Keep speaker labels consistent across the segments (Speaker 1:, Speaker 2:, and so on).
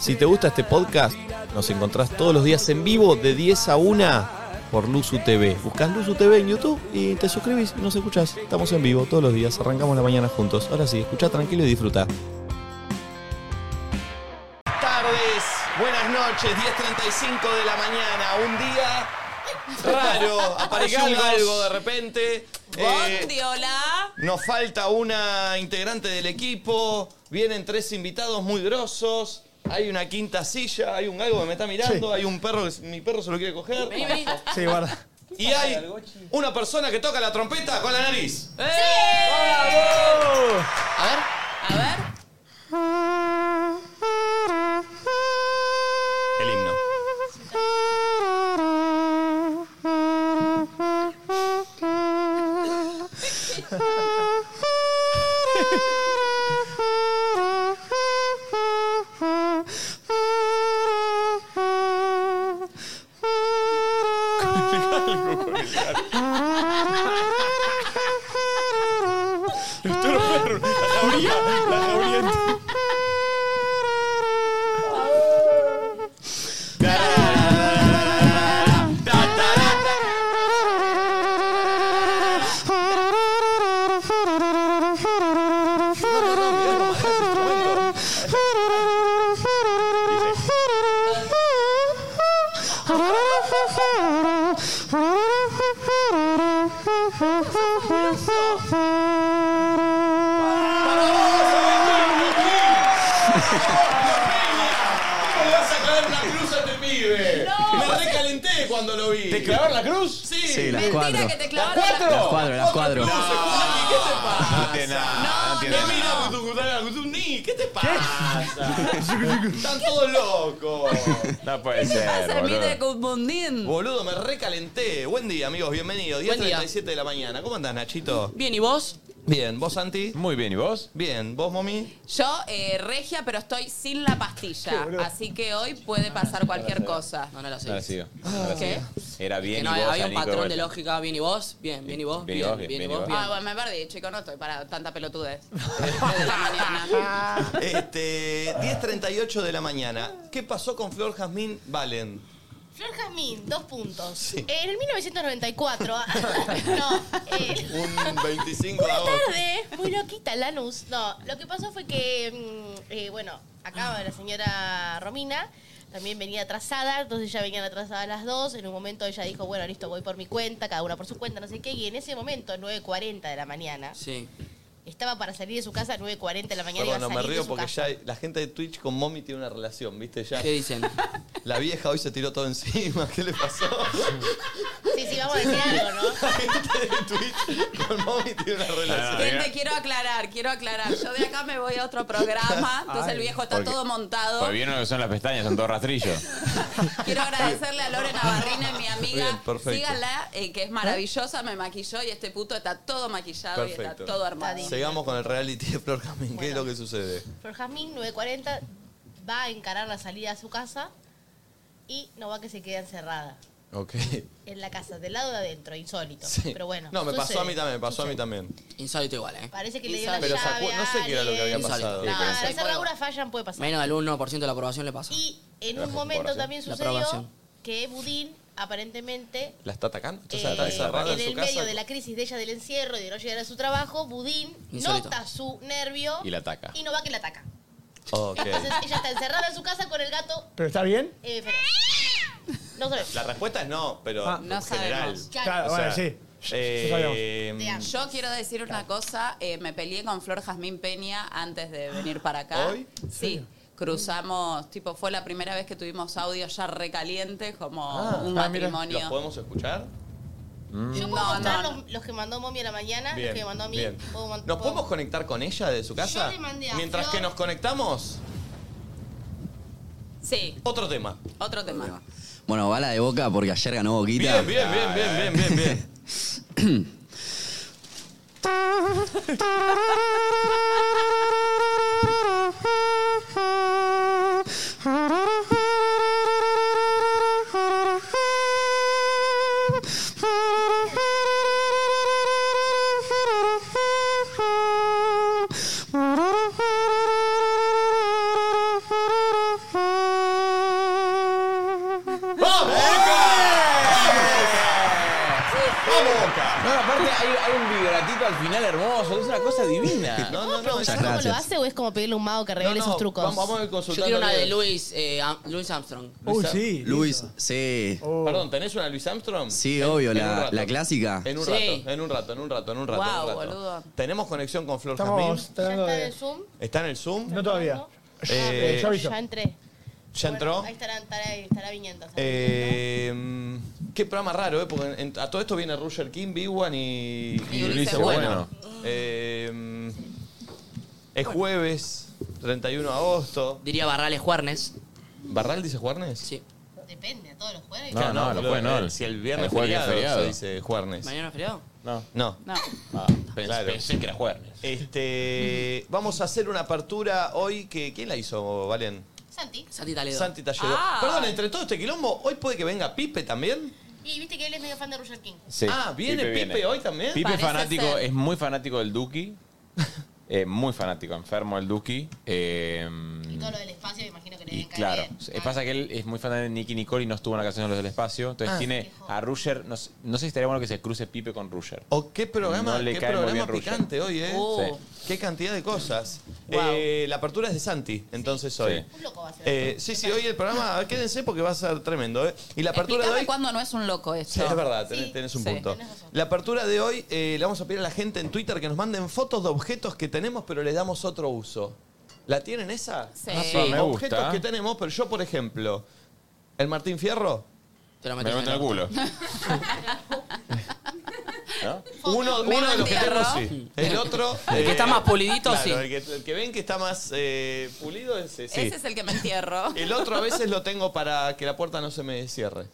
Speaker 1: Si te gusta este podcast, nos encontrás todos los días en vivo de 10 a 1 por Luzu TV. Buscás Luzu TV en YouTube y te suscribís y nos escuchás. Estamos en vivo todos los días, arrancamos la mañana juntos. Ahora sí, escucha tranquilo y disfruta.
Speaker 2: tardes, buenas noches, 10.35 de la mañana, un día raro, apareció un algo de repente. eh,
Speaker 3: Gondiola.
Speaker 2: nos falta una integrante del equipo, vienen tres invitados muy grosos. Hay una quinta silla, hay un galgo que me está mirando, hay un perro que mi perro se lo quiere coger.
Speaker 3: Vení, vení.
Speaker 4: Sí, guarda.
Speaker 2: Y hay una persona que toca la trompeta con la nariz. A ver.
Speaker 3: A ver.
Speaker 2: El himno. ¿Cómo le vas a clavar una cruz a este pibe? Me recalenté cuando lo vi. ¿Te clavaron la cruz? Sí.
Speaker 4: Sí, las cuatro.
Speaker 3: Mentira que te clavaron la
Speaker 4: Las cuatro, las cuatro.
Speaker 2: No, Juani, ¿qué te pasa? No tiene nada, no tiene ¿qué te pasa? Están todos locos.
Speaker 5: No puede
Speaker 3: ¿Qué pasa,
Speaker 5: ser,
Speaker 3: hermita de
Speaker 5: boludo.
Speaker 3: Cupundín?
Speaker 2: Boludo, me recalenté. Buen día, amigos, bienvenidos.
Speaker 3: Buen día.
Speaker 2: 10.37 de la mañana. ¿Cómo andás, Nachito?
Speaker 3: Bien, ¿y vos?
Speaker 2: Bien, ¿vos, Santi?
Speaker 5: Muy bien, ¿y vos?
Speaker 2: Bien, ¿vos, Momi?
Speaker 3: Yo, eh, regia, pero estoy sin la pastilla. Así que hoy puede pasar cualquier cosa. No, no lo sé.
Speaker 5: Ahora sigo. Ahora
Speaker 3: ¿Qué?
Speaker 5: sigo. Era bien
Speaker 6: Que
Speaker 5: y
Speaker 6: no,
Speaker 5: vos,
Speaker 6: había un
Speaker 5: salí con
Speaker 6: patrón de
Speaker 5: vuelta.
Speaker 6: lógica, bien y vos, bien, bien y vos,
Speaker 5: Bien y
Speaker 6: bien,
Speaker 5: vos, bien,
Speaker 6: bien y
Speaker 5: bien y
Speaker 6: vos,
Speaker 5: vos.
Speaker 6: bien.
Speaker 3: Ah, bueno, me perdí, chico, no estoy para tanta pelotudez. Desde la mañana.
Speaker 2: Este, 10.38 de la mañana. ¿Qué pasó con Flor Jazmín Valen?
Speaker 7: Flor Jazmín, dos puntos. En el 1994, ah, no, eh,
Speaker 2: Un 25 de agosto.
Speaker 7: tarde, muy loquita Lanús. No, lo que pasó fue que, mm, eh, bueno, acá la señora Romina también venía atrasada, entonces ya venían atrasadas las dos. En un momento ella dijo, bueno, listo, voy por mi cuenta, cada una por su cuenta, no sé qué. Y en ese momento, 9.40 de la mañana,
Speaker 6: Sí.
Speaker 7: estaba para salir de su casa a 9.40 de la mañana. iba
Speaker 2: Perdón, no
Speaker 7: a
Speaker 2: me
Speaker 7: salir de
Speaker 2: río
Speaker 7: su
Speaker 2: porque
Speaker 7: casa.
Speaker 2: ya la gente de Twitch con Momi tiene una relación, ¿viste? Ya
Speaker 6: ¿Qué dicen?
Speaker 2: la vieja hoy se tiró todo encima. ¿Qué le pasó?
Speaker 7: Sí, sí, vamos a decir algo, ¿no?
Speaker 2: La gente de Twitch con Momi tiene una relación.
Speaker 3: Gente, quiero aclarar, quiero aclarar. Yo de acá me voy a otro programa. Entonces el viejo está
Speaker 5: Porque-
Speaker 3: todo montado.
Speaker 5: Pues vieron lo que son las pestañas, son todo rastrillo.
Speaker 3: Quiero agradecerle a Lore Navarrina, mi amiga.
Speaker 2: Bien, perfecto.
Speaker 3: Síganla, eh, que es maravillosa, me maquilló y este puto está todo maquillado y
Speaker 2: Perfecto.
Speaker 3: está todo armado.
Speaker 7: Está
Speaker 2: Llegamos con el reality de Flor Jazmín. ¿Qué es lo que sucede?
Speaker 7: Flor Jazmín, 9.40, va a encarar la salida a su casa y no va que se quede encerrada
Speaker 2: Ok.
Speaker 7: en la casa, del lado de adentro, insólito.
Speaker 2: Sí.
Speaker 7: Pero bueno.
Speaker 2: No, me
Speaker 7: sucede.
Speaker 2: pasó a mí también, me pasó a mí también.
Speaker 6: Insólito igual, ¿eh?
Speaker 7: Parece que le dio la
Speaker 2: Pero
Speaker 7: llave
Speaker 2: sacu- no sé qué era lo que había
Speaker 7: a alguien.
Speaker 2: pasado.
Speaker 6: Insólito.
Speaker 7: No,
Speaker 6: Pero
Speaker 7: las
Speaker 6: sí.
Speaker 7: cerraduras fallan, puede pasar.
Speaker 6: Menos del 1% de la aprobación le pasó.
Speaker 7: Y en
Speaker 5: Gracias
Speaker 7: un
Speaker 5: por
Speaker 7: momento
Speaker 5: aprobación.
Speaker 7: también
Speaker 6: La
Speaker 7: sucedió
Speaker 6: aprobación.
Speaker 7: que Budín aparentemente
Speaker 2: ¿La está atacando?
Speaker 7: Eh,
Speaker 2: Entonces, ¿Está encerrada
Speaker 7: en
Speaker 2: en su
Speaker 7: el
Speaker 2: casa?
Speaker 7: medio de la crisis de ella del encierro y de no llegar a su trabajo, Budín
Speaker 6: Insólito.
Speaker 7: nota su nervio
Speaker 5: Y la ataca.
Speaker 7: y no va que la ataca.
Speaker 2: Ok.
Speaker 7: Entonces ella está encerrada en su casa con el gato
Speaker 4: ¿Pero está bien?
Speaker 7: eh, feroz. No sabemos.
Speaker 2: La respuesta es no, pero
Speaker 4: Ah.
Speaker 3: No
Speaker 2: en general.
Speaker 3: sabemos.
Speaker 7: Claro.
Speaker 4: Claro, bueno, sí.
Speaker 2: eh,
Speaker 4: Sí, sabíamos.
Speaker 7: Te
Speaker 8: Mm.
Speaker 7: amo.
Speaker 3: Yo quiero decir una cosa, eh, me peleé con Flor Jazmín Peña antes de venir para acá.
Speaker 2: ¿Hoy?
Speaker 3: Sí. Cruzamos, tipo, fue la primera vez que tuvimos audio ya recaliente, como
Speaker 2: Ah,
Speaker 3: un
Speaker 4: ah, mira.
Speaker 2: ¿Los
Speaker 3: matrimonio.
Speaker 2: podemos escuchar?
Speaker 8: Mm.
Speaker 7: Yo puedo
Speaker 3: Mm. No,
Speaker 7: mostrar
Speaker 3: no, no.
Speaker 7: Los, los que mandó Mommy a la mañana, los que me mandó a mí.
Speaker 2: bien.
Speaker 7: Puedo man-
Speaker 2: ¿Nos
Speaker 7: puedo-
Speaker 2: podemos conectar con ella de su casa?
Speaker 7: Yo le mandé a
Speaker 2: Mientras
Speaker 7: Flor.
Speaker 2: que nos conectamos,
Speaker 3: Sí,
Speaker 2: otro tema.
Speaker 3: otro tema.
Speaker 9: Bueno, bala de boca porque ayer ganó Boquita.
Speaker 2: Bien, bien, bien, bien, bien, bien, bien.
Speaker 5: No, aparte hay, hay un vibratito al final hermoso, es una cosa divina.
Speaker 8: No, no, no.
Speaker 7: ¿Cómo lo hace o es como pedirle a un mago que revele
Speaker 8: no,
Speaker 7: sus trucos?
Speaker 8: Vamos, vamos a ir
Speaker 6: Yo
Speaker 8: consultando.
Speaker 6: quiero una de
Speaker 8: bien.
Speaker 6: Louis, eh, Am- Louis Armstrong.
Speaker 2: Uy,
Speaker 8: Luis-
Speaker 2: sí.
Speaker 9: Luis,
Speaker 2: listo.
Speaker 9: sí.
Speaker 2: Oh.
Speaker 8: Perdón, ¿tenés una Luis Armstrong?
Speaker 9: Sí,
Speaker 8: En-
Speaker 9: obvio,
Speaker 8: en un
Speaker 9: la,
Speaker 8: rato.
Speaker 9: la clásica.
Speaker 8: En un
Speaker 6: Sí.
Speaker 8: rato, en un rato, en un rato, en un rato. en un
Speaker 3: Guau,
Speaker 8: rato.
Speaker 3: boludo.
Speaker 8: Tenemos conexión con Flor
Speaker 2: Estamos
Speaker 8: Jazmín.
Speaker 7: ¿Ya
Speaker 2: tratando
Speaker 7: está en el
Speaker 2: de...
Speaker 7: Zoom?
Speaker 8: ¿Está en el Zoom?
Speaker 2: No todavía.
Speaker 8: Eh,
Speaker 2: ya avisó.
Speaker 7: Ya entré.
Speaker 8: ¿Ya entró?
Speaker 7: Bueno, ahí estará, estará, estará viniendo. estará viniendo.
Speaker 8: Eh, qué programa raro, ¿eh? Porque en- en- a todo esto viene Roger King, Big One y,
Speaker 3: Y Ulises
Speaker 5: Ulises
Speaker 3: Bueno.
Speaker 5: Bueno.
Speaker 8: Eh, es jueves, 31 de agosto.
Speaker 6: Diría Barrales Juernes.
Speaker 8: ¿Barral dice Juernes?
Speaker 6: Sí.
Speaker 7: Depende, a todos los jueves.
Speaker 5: No, no, lo pueden no.
Speaker 8: Si el viernes
Speaker 5: El jueves
Speaker 8: feriado,
Speaker 5: es feriado.
Speaker 8: se dice Juernes.
Speaker 6: ¿Mañana es feriado?
Speaker 5: No.
Speaker 8: No.
Speaker 3: No.
Speaker 5: Ah, pensé,
Speaker 8: Claro.
Speaker 5: pensé que era jueves.
Speaker 8: Este, vamos a hacer una apertura hoy que... ¿Quién la hizo, Valen?
Speaker 7: Santi.
Speaker 6: Santi Taledo.
Speaker 8: Santi Talledo.
Speaker 3: Ah.
Speaker 8: Perdón, entre todo este quilombo, ¿hoy puede que venga Pipe también?
Speaker 7: Y viste que él es medio fan de Roger King.
Speaker 5: Sí.
Speaker 8: Ah, ¿viene Pipe, hoy también?
Speaker 5: Pipe es
Speaker 3: Parece
Speaker 5: fanático,
Speaker 3: ser.
Speaker 5: es muy fanático del Duki. Eh, muy fanático, enfermo del Duki. Eh,
Speaker 7: Y todo lo del espacio, me imagino que le
Speaker 5: y
Speaker 7: deben caer
Speaker 5: claro,
Speaker 7: bien.
Speaker 5: eh, pasa que él es muy fan de Nicky Nicole y no estuvo en la canción de los del espacio. Entonces tiene a Ruger, no, sé- no sé si estaría bueno que se cruce Pipe con Ruger.
Speaker 8: ¿O Oh, qué programa,
Speaker 5: No le
Speaker 8: qué
Speaker 5: cae muy
Speaker 8: programa
Speaker 5: bien Ruger.
Speaker 8: picante hoy, eh?
Speaker 7: Uh.
Speaker 6: Oh.
Speaker 8: Qué cantidad de cosas.
Speaker 6: Wow.
Speaker 8: Eh, la apertura es de Santi, entonces hoy.
Speaker 7: Un loco va a ser.
Speaker 8: Eh, sí, sí, hoy el programa, a ver, quédense porque va a ser tremendo, ¿eh? Y la apertura de
Speaker 3: Explícame
Speaker 8: hoy...
Speaker 3: cuándo no es un loco
Speaker 8: Sí,
Speaker 3: esto.
Speaker 8: es verdad, tenés,
Speaker 7: Sí,
Speaker 8: tenés un
Speaker 3: sí.
Speaker 8: punto.
Speaker 7: Tenés razón.
Speaker 8: La apertura de hoy eh, le vamos a pedir a la gente en Twitter que nos manden fotos de objetos que tenemos pero les damos otro uso. ¿La tienen esa?
Speaker 3: Sí.
Speaker 5: Ah, pa, me
Speaker 8: objetos
Speaker 5: gusta.
Speaker 8: que tenemos, pero yo, por ejemplo, el Martín Fierro,
Speaker 6: Te lo
Speaker 5: Me
Speaker 6: metes
Speaker 5: meto en el culo. ¿No?
Speaker 8: uno,
Speaker 3: Me
Speaker 8: uno de los que
Speaker 3: Fierro.
Speaker 8: tengo, sí. El otro. eh,
Speaker 6: El que está más pulidito,
Speaker 8: claro,
Speaker 6: sí.
Speaker 8: El que, el que ven que está más eh, pulido, ese sí.
Speaker 3: Ese es el que me entierro.
Speaker 8: El otro a veces lo tengo para que la puerta no se me cierre.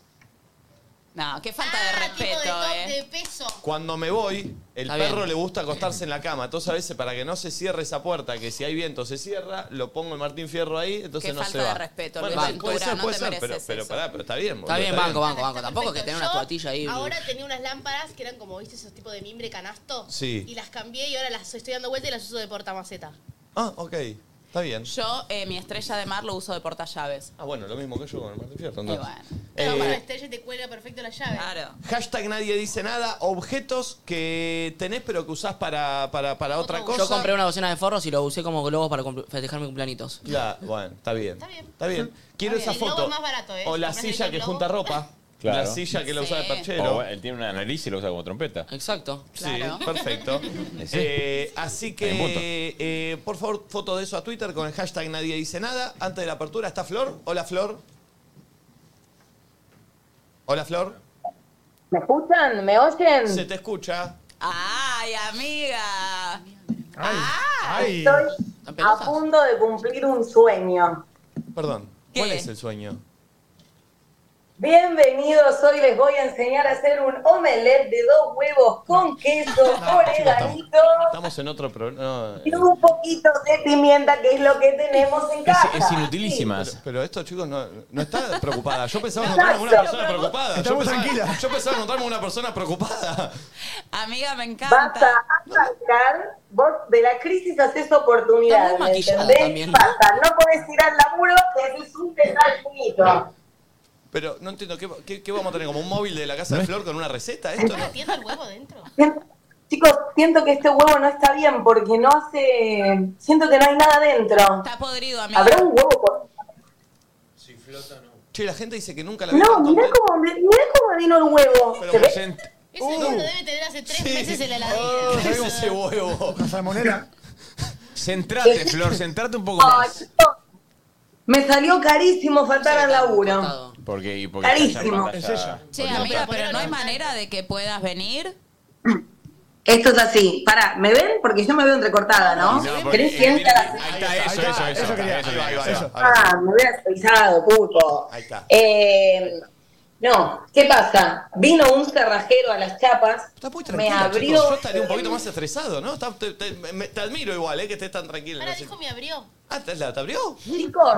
Speaker 3: No, qué falta de
Speaker 7: Ah, tipo
Speaker 3: respeto,
Speaker 7: top
Speaker 3: eh.
Speaker 7: de peso.
Speaker 8: Cuando me voy, el
Speaker 6: Está
Speaker 8: perro
Speaker 6: bien.
Speaker 8: le gusta acostarse en la cama. Entonces, a veces, para que no se cierre esa puerta, que si hay viento se cierra, lo pongo el Martín Fierro ahí, entonces
Speaker 3: Qué
Speaker 8: no se
Speaker 3: falta de
Speaker 8: va.
Speaker 3: respeto,
Speaker 8: bueno,
Speaker 3: Luis
Speaker 8: sí, puede
Speaker 3: Ventura,
Speaker 8: ser,
Speaker 3: no
Speaker 8: puede
Speaker 3: te
Speaker 8: ser, pero,
Speaker 3: mereces
Speaker 8: pero
Speaker 3: eso.
Speaker 8: pará, pero está bien. boludo,
Speaker 6: Está bien, banco,
Speaker 8: bien.
Speaker 6: banco, banco. Tampoco es que tener una
Speaker 7: tortilla
Speaker 6: tortilla ahí.
Speaker 7: Ahora tenía unas lámparas que eran como, viste, esos tipos de mimbre canasto.
Speaker 8: Sí.
Speaker 7: Y las cambié y ahora las estoy dando vuelta y las uso de portamaceta.
Speaker 8: Ah, ok, está bien.
Speaker 3: Yo, eh, mi estrella de mar, lo uso de portallaves.
Speaker 8: Ah, bueno, lo mismo que yo con el Martín Fierro. entonces.
Speaker 3: Y bueno.
Speaker 7: Pero
Speaker 8: Eh,
Speaker 7: para la estrella y te cuelga perfecto la llave.
Speaker 3: Claro.
Speaker 8: Hashtag nadie dice nada. Objetos que tenés pero que usás para, para, para otra
Speaker 7: Yo
Speaker 8: cosa.
Speaker 6: Yo compré una docena de forros y lo usé como globos para cumpl- festejar mis cumpleanitos.
Speaker 8: Ya, bueno, está bien.
Speaker 7: Está bien.
Speaker 8: Quiero
Speaker 7: Está
Speaker 8: esa
Speaker 7: bien. El globo
Speaker 8: foto.
Speaker 7: es más barato, ¿eh?
Speaker 8: O la
Speaker 7: Comprás el
Speaker 8: silla
Speaker 7: del
Speaker 8: que
Speaker 7: globo.
Speaker 8: junta ropa.
Speaker 5: Claro.
Speaker 8: La silla que la usa de
Speaker 3: Sí.
Speaker 8: perchero.
Speaker 5: O él tiene una nariz y lo usa como trompeta.
Speaker 6: Exacto.
Speaker 3: Claro.
Speaker 8: Sí, perfecto. Eh, así
Speaker 5: Hay un punto.
Speaker 8: que, eh, por favor, foto de eso a Twitter con el hashtag Nadie Dice Nada. Antes de la apertura, ¿está Flor? Hola, Flor. Hola, Flor.
Speaker 10: ¿Me escuchan? ¿Me oyen?
Speaker 8: Se te escucha.
Speaker 3: ¡Ay, amiga!
Speaker 2: Ay, ay.
Speaker 10: Estoy
Speaker 6: ¿Están
Speaker 10: a
Speaker 6: pelotas?
Speaker 10: punto de cumplir un sueño.
Speaker 8: Perdón.
Speaker 3: ¿Qué?
Speaker 8: ¿Cuál es el sueño?
Speaker 10: Bienvenidos, hoy les voy a enseñar a hacer un omelette de dos huevos con queso, oreganito
Speaker 8: Estamos en otro programa.
Speaker 10: y un poquito de pimienta, que es lo que tenemos en
Speaker 5: Es,
Speaker 10: casa.
Speaker 5: es inutilísima.
Speaker 8: Pero, pero esto, chicos, no, no está preocupada. Yo pensaba encontrarme una
Speaker 10: Exacto.
Speaker 8: persona preocupada. Yo
Speaker 2: Estamos
Speaker 8: pensaba-
Speaker 2: tranquilas.
Speaker 8: Yo pensaba encontrarme una persona preocupada.
Speaker 3: Amiga, me
Speaker 10: Sí. Vas a
Speaker 3: encanta.
Speaker 10: sacar, vos de la crisis haces
Speaker 6: Está
Speaker 10: oportunidad,
Speaker 6: muy
Speaker 10: ¿me
Speaker 6: maquillada
Speaker 10: entendés?
Speaker 6: también.
Speaker 10: Basta, no podés ir al laburo, te haces un desayunito.
Speaker 8: Pero no entiendo, ¿qué, qué, qué vamos a tener? ¿Como un móvil de la casa de Flor con una receta? ¿Esto?
Speaker 7: ¿Estás metiendo el huevo dentro?
Speaker 10: Chicos, siento que este huevo no está bien porque no hace... Siento que no hay nada dentro.
Speaker 3: Está podrido, amiga.
Speaker 10: ¿Habrá un huevo por
Speaker 8: Che, la gente dice que nunca la vio
Speaker 10: No,
Speaker 8: tan
Speaker 10: mirá
Speaker 8: contenta.
Speaker 10: cómo, mirá cómo vino el huevo.
Speaker 8: Pero
Speaker 10: ¿Se ve?
Speaker 5: Present-
Speaker 7: Ese huevo lo debe tener hace tres meses en la
Speaker 8: Oh,
Speaker 7: heladera.
Speaker 8: es ese huevo.
Speaker 2: La salmonera.
Speaker 5: Centrate, Flor, centrate un poco
Speaker 10: Ay,
Speaker 5: más.
Speaker 10: chicos, me salió carísimo faltar al laburo.
Speaker 6: Cortado.
Speaker 5: Porque, y porque
Speaker 10: Clarísimo.
Speaker 5: esa pantalla-
Speaker 2: Es ella.
Speaker 3: Che, amiga, pero no hay manera de que puedas venir.
Speaker 10: Esto es así. Pará, ¿me ven? Porque yo me veo entrecortada, ¿no?
Speaker 5: No, porque-
Speaker 10: ¿Querés que entre a la...
Speaker 5: Ahí está, eso,
Speaker 2: Ahí
Speaker 5: eso,
Speaker 2: está,
Speaker 5: eso.
Speaker 2: eso quería.
Speaker 5: eso, eso,
Speaker 8: Ahí
Speaker 5: eso.
Speaker 8: va, ahí va.
Speaker 10: Ah, me hubiera avisado, puto.
Speaker 8: Ahí está.
Speaker 10: Eh, no, ¿qué pasa? Vino un cerrajero a las chapas,
Speaker 8: Está muy
Speaker 10: me
Speaker 8: tranquilo,
Speaker 10: abrió...
Speaker 8: chicos. Yo estaría un poquito más estresado, ¿no? Está- te, te- me- te admiro igual, ¿eh? Que estés tan tranquilo.
Speaker 7: Ahora
Speaker 8: No sé-
Speaker 7: dijo me abrió.
Speaker 8: Ah, ¿te, la- te abrió?
Speaker 10: Chicos,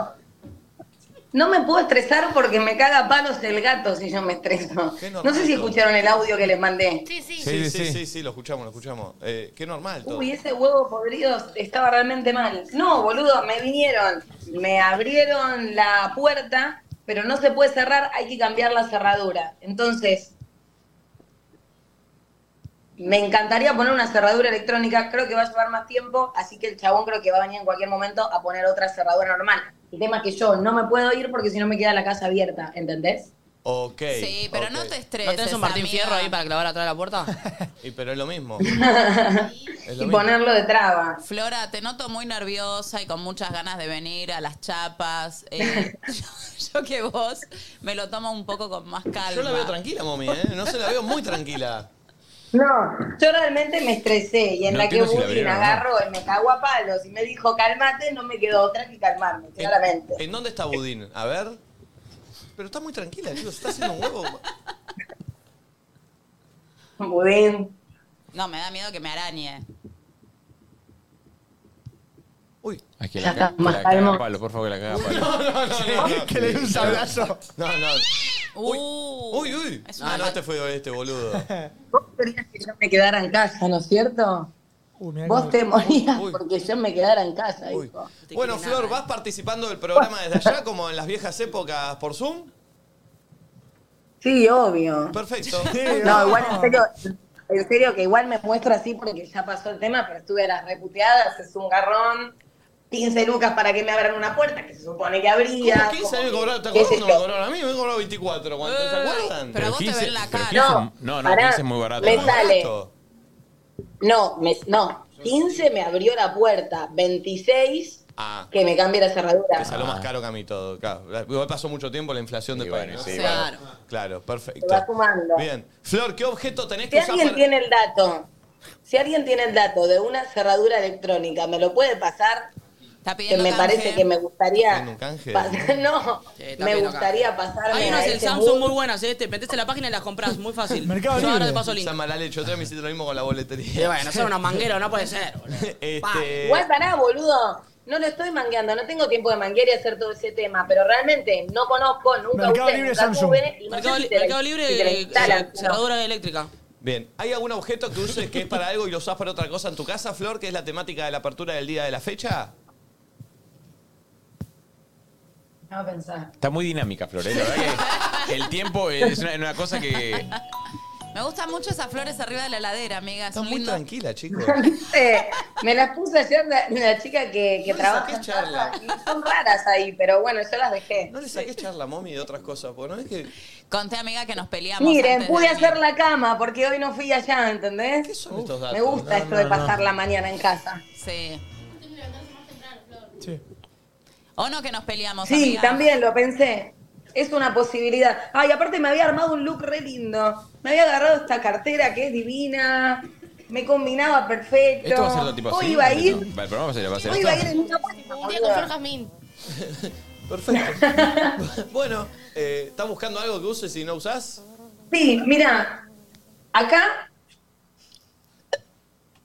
Speaker 10: no me puedo estresar porque me caga a palos el gato si yo me estreso.
Speaker 8: Qué normal
Speaker 10: No sé si
Speaker 8: todo.
Speaker 10: escucharon el audio que les mandé.
Speaker 7: Sí, sí.
Speaker 5: Sí,
Speaker 8: Sí,
Speaker 5: sí,
Speaker 8: sí, sí,
Speaker 5: sí.
Speaker 8: sí, lo escuchamos, lo escuchamos. Eh, qué normal todo.
Speaker 10: Uy, ese huevo podrido estaba realmente mal. No, boludo, me vinieron, me abrieron la puerta, pero no se puede cerrar, hay que cambiar la cerradura. Entonces, Me encantaría poner una cerradura electrónica, creo que va a llevar más tiempo, así que el chabón creo que va a venir en cualquier momento a poner otra cerradura normal. El tema es que yo no me puedo ir porque si no me queda la casa abierta, ¿entendés?
Speaker 8: Ok.
Speaker 3: Sí, pero no
Speaker 8: ok.
Speaker 3: te estreses.
Speaker 6: ¿No tenés un Martín
Speaker 3: amiga.
Speaker 6: Fierro ahí para clavar atrás de la puerta?
Speaker 8: Y, pero es lo mismo. Es lo
Speaker 10: y
Speaker 8: mismo.
Speaker 10: ponerlo de traba.
Speaker 3: Flora, te noto muy nerviosa y con muchas ganas de venir a las chapas. Eh, yo, yo que vos me lo tomo un poco con más calma.
Speaker 8: Yo la veo tranquila, mami, ¿eh? No se la veo muy tranquila.
Speaker 10: No, yo realmente me estresé y en
Speaker 5: No
Speaker 10: la que
Speaker 5: entiendo si la
Speaker 10: Bullin
Speaker 5: abrieron o no.
Speaker 10: agarró y me cago a palos y me dijo calmate, no me quedó otra que calmarme,
Speaker 8: ¿En,
Speaker 10: claramente.
Speaker 8: en dónde está Budín? A ver. Pero está muy tranquila, chicos. Está haciendo un huevo.
Speaker 10: Budín.
Speaker 3: No, me da miedo que me arañe.
Speaker 8: Uy.
Speaker 5: Ay, que
Speaker 10: Ya
Speaker 5: la, ca-
Speaker 10: está,
Speaker 5: que
Speaker 10: más
Speaker 5: la caga
Speaker 10: calmo.
Speaker 5: a palo, por favor, que la caga a palo.
Speaker 2: que le di un sablazo.
Speaker 8: No, no.
Speaker 3: Uy,
Speaker 8: Uy, uy.
Speaker 3: Uh. Es
Speaker 8: No,
Speaker 3: una
Speaker 8: no, este fue este boludo.
Speaker 10: Vos querías que yo me quedara en casa, ¿no es cierto?
Speaker 2: Uy, mirá
Speaker 10: Vos
Speaker 2: cómo-
Speaker 10: te morías
Speaker 8: uy.
Speaker 10: porque yo me quedara en casa,
Speaker 8: Uy.
Speaker 10: hijo.
Speaker 8: Bueno,
Speaker 3: quiere nada.
Speaker 8: Flor, ¿vas participando del programa desde allá como en las viejas épocas por Zoom?
Speaker 10: Sí, obvio.
Speaker 8: Perfecto.
Speaker 10: No, igual en serio, en serio que igual me muestro así porque ya pasó el tema, pero estuve a las reputeadas, es un garrón, 15 lucas para que me abran una puerta, que se supone que abría.
Speaker 8: ¿Cómo 15
Speaker 10: como
Speaker 8: años
Speaker 10: que-
Speaker 8: cobraron? ¿Te
Speaker 10: qué
Speaker 8: acuerdas
Speaker 10: sé
Speaker 8: cuando me
Speaker 10: yo.
Speaker 8: cobraron a mí? Me cobraron 24. ¿cuánto? ¿Se acuerdan?
Speaker 3: Pero a vos te ven la
Speaker 5: pero
Speaker 3: cara.
Speaker 5: 15 no, no,
Speaker 10: Pará,
Speaker 5: 15 es muy barato.
Speaker 10: me
Speaker 8: Muy
Speaker 10: sale.
Speaker 8: barato.
Speaker 10: No, me- no, 15 me abrió la puerta, 26
Speaker 8: Ah,
Speaker 10: que me cambie la cerradura.
Speaker 8: te salió
Speaker 2: Ah.
Speaker 8: más caro que a mí todo. Claro, igual pasó mucho tiempo la inflación de
Speaker 5: Y
Speaker 8: del
Speaker 5: bueno,
Speaker 8: país.
Speaker 5: sí,
Speaker 3: Claro.
Speaker 8: ¿no? Claro, perfecto.
Speaker 10: Se va sumando.
Speaker 8: Bien. Flor, ¿qué objeto tenés
Speaker 10: Si
Speaker 8: que usar
Speaker 10: alguien
Speaker 8: para...?
Speaker 10: tiene el dato, si alguien tiene el dato de una cerradura electrónica, me lo puede pasar,
Speaker 3: Está
Speaker 10: que
Speaker 3: pidiendo
Speaker 10: me
Speaker 3: canje.
Speaker 10: parece que me gustaría.
Speaker 8: ¿Tiene un canje?
Speaker 10: pas- No,
Speaker 6: ¿eh? Sí, está
Speaker 10: me
Speaker 6: bien,
Speaker 10: gustaría pasarme.
Speaker 6: Eh, Hay
Speaker 10: a este
Speaker 6: unas en
Speaker 10: ese
Speaker 6: Samsung
Speaker 10: mundo.
Speaker 6: muy buenas, ¿eh? Te metes en la página y las compras, muy fácil.
Speaker 2: Mercado
Speaker 6: Yo ahora
Speaker 2: Libre.
Speaker 6: te paso el link.
Speaker 8: Esa mala leche. Otra vez me hiciste lo mismo con la
Speaker 6: Eh,
Speaker 8: boletería.
Speaker 6: bueno, son unos mangueros, no puede ser. boludo.
Speaker 2: Eh.
Speaker 8: Este,
Speaker 10: Igual pará, boludo. No lo estoy mangueando, no tengo tiempo de manguear y hacer todo ese tema, pero realmente no conozco, nunca
Speaker 2: Mercado
Speaker 10: usé,
Speaker 2: Libre
Speaker 10: nunca
Speaker 2: Samsung.
Speaker 10: tuve, y no sé
Speaker 6: Mercado,
Speaker 10: si
Speaker 6: Li-
Speaker 10: te la-
Speaker 6: Mercado
Speaker 10: si te la
Speaker 6: Libre, eh,
Speaker 10: instalan,
Speaker 6: cer-
Speaker 10: pero-
Speaker 6: cerradura eléctrica.
Speaker 8: Bien, ¿hay algún objeto que uses que es para algo y lo usas para otra cosa en tu casa, Flor, que es la temática de la apertura del día de la fecha?
Speaker 10: No pensar.
Speaker 5: Está muy dinámica, Flor. ¿eh? La verdad que el tiempo es una, una cosa que.
Speaker 3: Me gustan mucho esas flores arriba de la heladera, amiga.
Speaker 8: Estás
Speaker 3: Son
Speaker 8: muy
Speaker 3: lindos.
Speaker 8: tranquila, chicos.
Speaker 10: Viste, Eh, Me las puse ayer la, la chica que, que
Speaker 8: No le
Speaker 10: trabaja
Speaker 8: saques
Speaker 10: en casa,
Speaker 8: charla.
Speaker 10: y son raras ahí, pero bueno, yo las dejé.
Speaker 8: No le saques charla, mommy, de otras cosas, porque no es que...
Speaker 3: Conté, amiga, que nos peleamos.
Speaker 10: Miren,
Speaker 3: antes de
Speaker 10: pude
Speaker 3: venir.
Speaker 10: hacer la cama porque hoy no fui allá, ¿entendés?
Speaker 8: ¿Qué son estos datos?
Speaker 10: Me gusta esto de pasar la mañana en casa.
Speaker 3: Sí.
Speaker 2: Sí.
Speaker 3: O no que nos peleamos,
Speaker 10: Sí,
Speaker 3: amiga.
Speaker 10: también lo pensé. Es una posibilidad. Ay, aparte me había armado un look re lindo. Me había agarrado esta cartera que es divina. Me combinaba perfecto.
Speaker 5: Esto va a ser lo tipo así.
Speaker 10: Hoy iba a
Speaker 5: ¿no?
Speaker 10: ir,
Speaker 5: El programa va a ser, va a ser
Speaker 10: hoy iba a ir
Speaker 5: esto.
Speaker 10: en una puesta,
Speaker 7: Un día con Flor
Speaker 10: boludo.
Speaker 7: Jazmín.
Speaker 8: Perfecto. bueno, eh, ¿estás buscando algo que uses y no usás?
Speaker 10: Sí, mira. Acá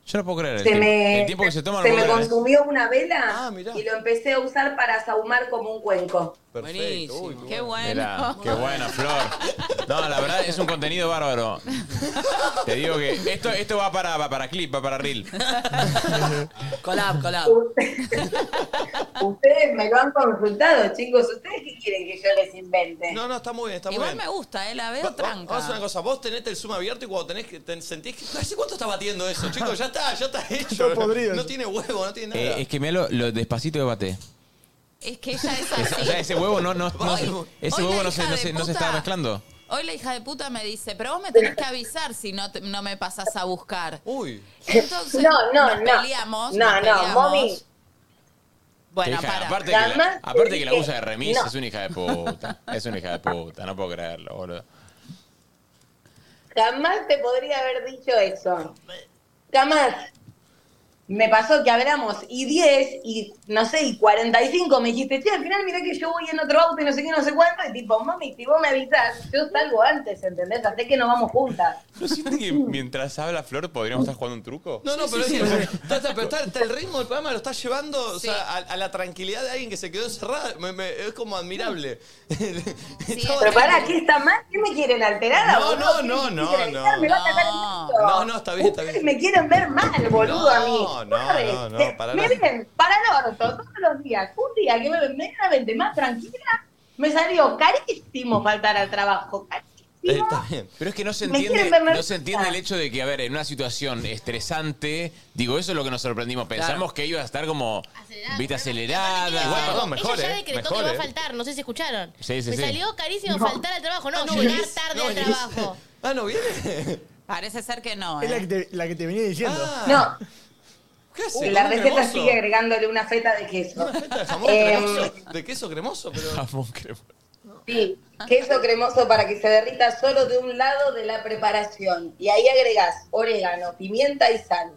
Speaker 5: Yo no puedo creer. El,
Speaker 10: se
Speaker 5: tiempo-
Speaker 10: me,
Speaker 5: el tiempo que se toma
Speaker 10: se
Speaker 5: no
Speaker 10: me
Speaker 5: puedo creer, ¿eh?
Speaker 10: consumió una vela
Speaker 8: Ah, mirá.
Speaker 10: y lo empecé a usar para sahumar como un cuenco.
Speaker 8: Perfecto. Uy,
Speaker 6: Buenísimo.
Speaker 3: Qué
Speaker 5: Mirá,
Speaker 3: bueno.
Speaker 5: qué bueno, Flor. No, la verdad es un contenido bárbaro. Te digo que esto, esto va para, va para clip, va para reel.
Speaker 6: Colab, colab.
Speaker 10: Ustedes me lo han consultado, chicos. ¿Ustedes qué quieren que yo les invente?
Speaker 8: no, no, está muy bien, está muy
Speaker 3: Igual
Speaker 8: bien.
Speaker 3: me gusta, eh, la
Speaker 8: Va-
Speaker 3: veo
Speaker 8: va- Vamos a hacer
Speaker 3: tranca.
Speaker 8: una cosa, vos tenés el zoom abierto y cuando tenés que ten- sentís que. ¿Hace cuánto está batiendo eso, chicos? Ya está, ya está hecho.
Speaker 2: Está podrido.
Speaker 8: No tiene huevo, no tiene nada.
Speaker 5: Eh, es que mira lo, lo despacito que bate.
Speaker 3: Es que ella es
Speaker 5: O sea,
Speaker 3: así.
Speaker 5: ese huevo no, no, no-
Speaker 8: Hoy-
Speaker 5: ese
Speaker 3: hoy
Speaker 5: huevo
Speaker 3: la
Speaker 5: no se,
Speaker 3: hija
Speaker 5: no,
Speaker 3: de
Speaker 5: se, no se
Speaker 3: puta-
Speaker 5: está mezclando.
Speaker 3: Hoy la hija de puta me dice, pero vos me tenés que avisar si no, te- no me pasas a buscar.
Speaker 8: Uy.
Speaker 3: Entonces,
Speaker 10: No, no,
Speaker 3: nos
Speaker 10: no.
Speaker 3: peleamos.
Speaker 10: No,
Speaker 3: nos
Speaker 10: no,
Speaker 3: peleamos.
Speaker 10: mami.
Speaker 3: Bueno,
Speaker 5: Hija,
Speaker 3: para.
Speaker 5: aparte, que la,
Speaker 10: Jamás te
Speaker 5: aparte que la
Speaker 10: dije
Speaker 5: usa de remis,
Speaker 10: no.
Speaker 5: es una hija de puta. Es una hija de puta, no puedo creerlo, boludo.
Speaker 10: Jamás te podría haber dicho eso. Jamás. Me pasó que hablamos y 10 y no sé, y 45 me dijiste, che, al final mirá que yo voy en otro auto y no sé qué, no sé cuánto, y tipo, mami, si vos me avisas, yo salgo antes, ¿entendés? Así que nos vamos juntas.
Speaker 5: ¿No sienten que mientras habla Flor podríamos estar jugando un truco?
Speaker 8: No, no, pero, es- está, está- pero está- está el ritmo del programa lo está llevando o sea, a, a la tranquilidad de alguien que se quedó encerrada. Me- me- es como admirable. Estaba-
Speaker 10: Pero pará, ¿qué está mal? ¿Qué me quieren alterar?
Speaker 8: No,
Speaker 10: boludo?
Speaker 8: no,
Speaker 10: ¿Qué me
Speaker 8: no, no,
Speaker 10: quieren
Speaker 8: no.
Speaker 10: alterar? Me va a cagar el
Speaker 3: No.
Speaker 10: gusto.
Speaker 8: No, no, está bien, está
Speaker 10: Ustedes
Speaker 8: bien.
Speaker 10: me quieren ver mal, boludo, a mí.
Speaker 8: No, no,
Speaker 10: Ustedes
Speaker 8: no, no,
Speaker 10: me-
Speaker 8: para
Speaker 10: Me
Speaker 8: nada.
Speaker 10: ven para el orto todos los días. Un día que me ven medianamente más tranquila, me salió carísimo faltar al trabajo. Carísimo.
Speaker 5: Eh, está bien. Pero es que no se
Speaker 10: Me
Speaker 5: entiende,
Speaker 10: quieren ver
Speaker 5: no se
Speaker 10: nerviosa.
Speaker 5: entiende el hecho de que, a ver, en una situación estresante, digo, eso es lo que nos sorprendimos. Pensamos que iba a estar como, viste, acelerada.
Speaker 8: Igual, perdón,
Speaker 7: Ella
Speaker 8: mejor,
Speaker 7: ya
Speaker 8: eh,
Speaker 7: decretó
Speaker 8: mejor,
Speaker 7: que
Speaker 8: eh.
Speaker 7: va a faltar, no sé si escucharon.
Speaker 5: Sí, sí,
Speaker 7: Me
Speaker 5: sí.
Speaker 7: salió carísimo
Speaker 10: No.
Speaker 7: faltar al trabajo. No, no, llegar tarde
Speaker 8: No
Speaker 7: al
Speaker 8: venís.
Speaker 7: trabajo.
Speaker 8: Ah, ¿no viene?
Speaker 3: Parece ser que no,
Speaker 11: Es la que
Speaker 3: ¿eh?
Speaker 11: te, la que te venía diciendo.
Speaker 8: Ah,
Speaker 10: No,
Speaker 8: ¿Qué hace?
Speaker 10: uy, la
Speaker 8: ¿Un
Speaker 10: receta
Speaker 8: cremoso?
Speaker 10: sigue agregándole una feta de queso.
Speaker 8: Una feta de jamón
Speaker 10: Eh,
Speaker 8: cremoso, de queso cremoso, pero...
Speaker 5: Jamón cremoso.
Speaker 10: Sí, queso cremoso para que se derrita solo de un lado de la preparación. Y ahí agregás orégano, pimienta y sal.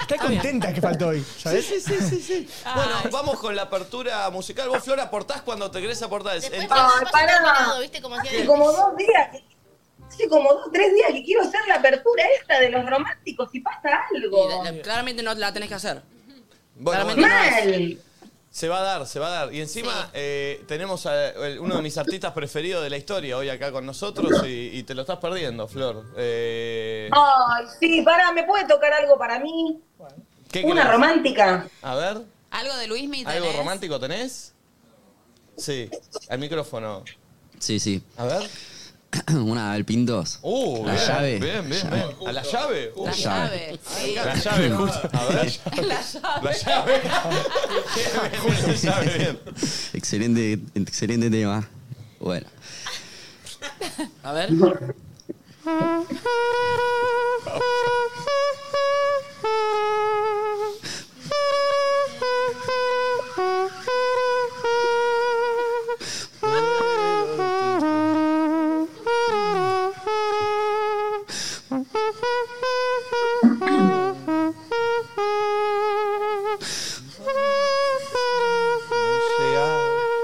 Speaker 11: Está contenta que faltó hoy,
Speaker 8: Sí,
Speaker 11: ¿sabes?
Speaker 8: sí, sí, sí, sí. Bueno, vamos con la apertura musical. Vos, Flora, aportás cuando te querés aportar. Es-
Speaker 7: Después
Speaker 8: el-
Speaker 7: te vas
Speaker 10: Ay, pará.
Speaker 7: preparado, ¿viste? Como hacía
Speaker 10: Hace como dos días, hace como dos, tres días que quiero hacer la apertura esta de los románticos y pasa algo.
Speaker 6: Y de- de- claramente no la tenés que hacer.
Speaker 8: Bueno,
Speaker 6: Claramente
Speaker 8: bueno,
Speaker 6: no es.
Speaker 10: Mal.
Speaker 8: se va a dar, se va a dar. Y encima eh, tenemos a el- uno de mis artistas preferidos de la historia hoy acá con nosotros y, y te lo estás perdiendo, Flor. Eh,
Speaker 10: Ay, sí, pará, ¿me puede tocar algo para mí?
Speaker 8: ¿qué
Speaker 10: Una
Speaker 8: querés?
Speaker 10: romántica.
Speaker 8: A ver,
Speaker 3: Algo de Luis Miguel.
Speaker 8: ¿algo romántico tenés? Sí, al micrófono.
Speaker 9: Sí, sí.
Speaker 8: A ver.
Speaker 9: Una del Pintos.
Speaker 8: Uh,
Speaker 9: La
Speaker 8: bien,
Speaker 9: llave.
Speaker 8: Bien, bien, bien. ¿A la llave? Uh,
Speaker 3: La llave. Sí.
Speaker 8: La llave, justo. A ver.
Speaker 3: La llave.
Speaker 8: La llave. Bien, bien, bien, la llave, bien.
Speaker 9: Excelente, excelente tema. Bueno.
Speaker 6: A ver.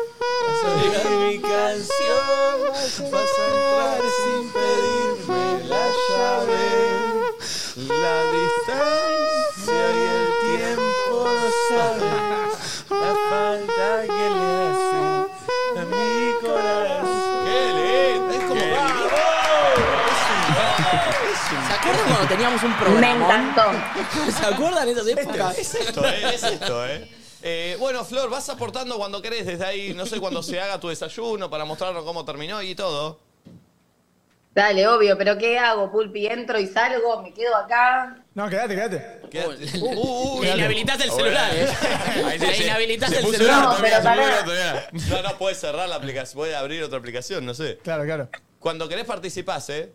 Speaker 8: mi canción, vas a entrar sin pedirme la llave. La distancia y el tiempo no saben la falta que le hace a mi corazón. ¡Qué lindo! ¡Es como
Speaker 6: ¿Se acuerdan cuando teníamos un
Speaker 10: Me
Speaker 6: programa?
Speaker 10: encantó.
Speaker 6: ¿Se acuerdan esas épocas?
Speaker 8: Este Es esto, ¿eh? Es esto, ¿eh? Eh, bueno, Flor, vas aportando cuando querés desde ahí, no sé, cuando se haga tu desayuno para mostrarnos cómo terminó y todo.
Speaker 10: Dale, obvio, pero ¿qué hago, Pulpi? ¿Entro y salgo? ¿Me quedo acá?
Speaker 11: No, quédate, quédate.
Speaker 8: Quédate. Uh, uh,
Speaker 6: Le inhabilitaste el celular, ¿eh? Le inhabilitaste el celular.
Speaker 10: No, pero pará.
Speaker 8: No, no, puedes cerrar la aplicación, puedes abrir otra aplicación, no sé.
Speaker 11: Claro, claro.
Speaker 8: Cuando querés participás, ¿eh?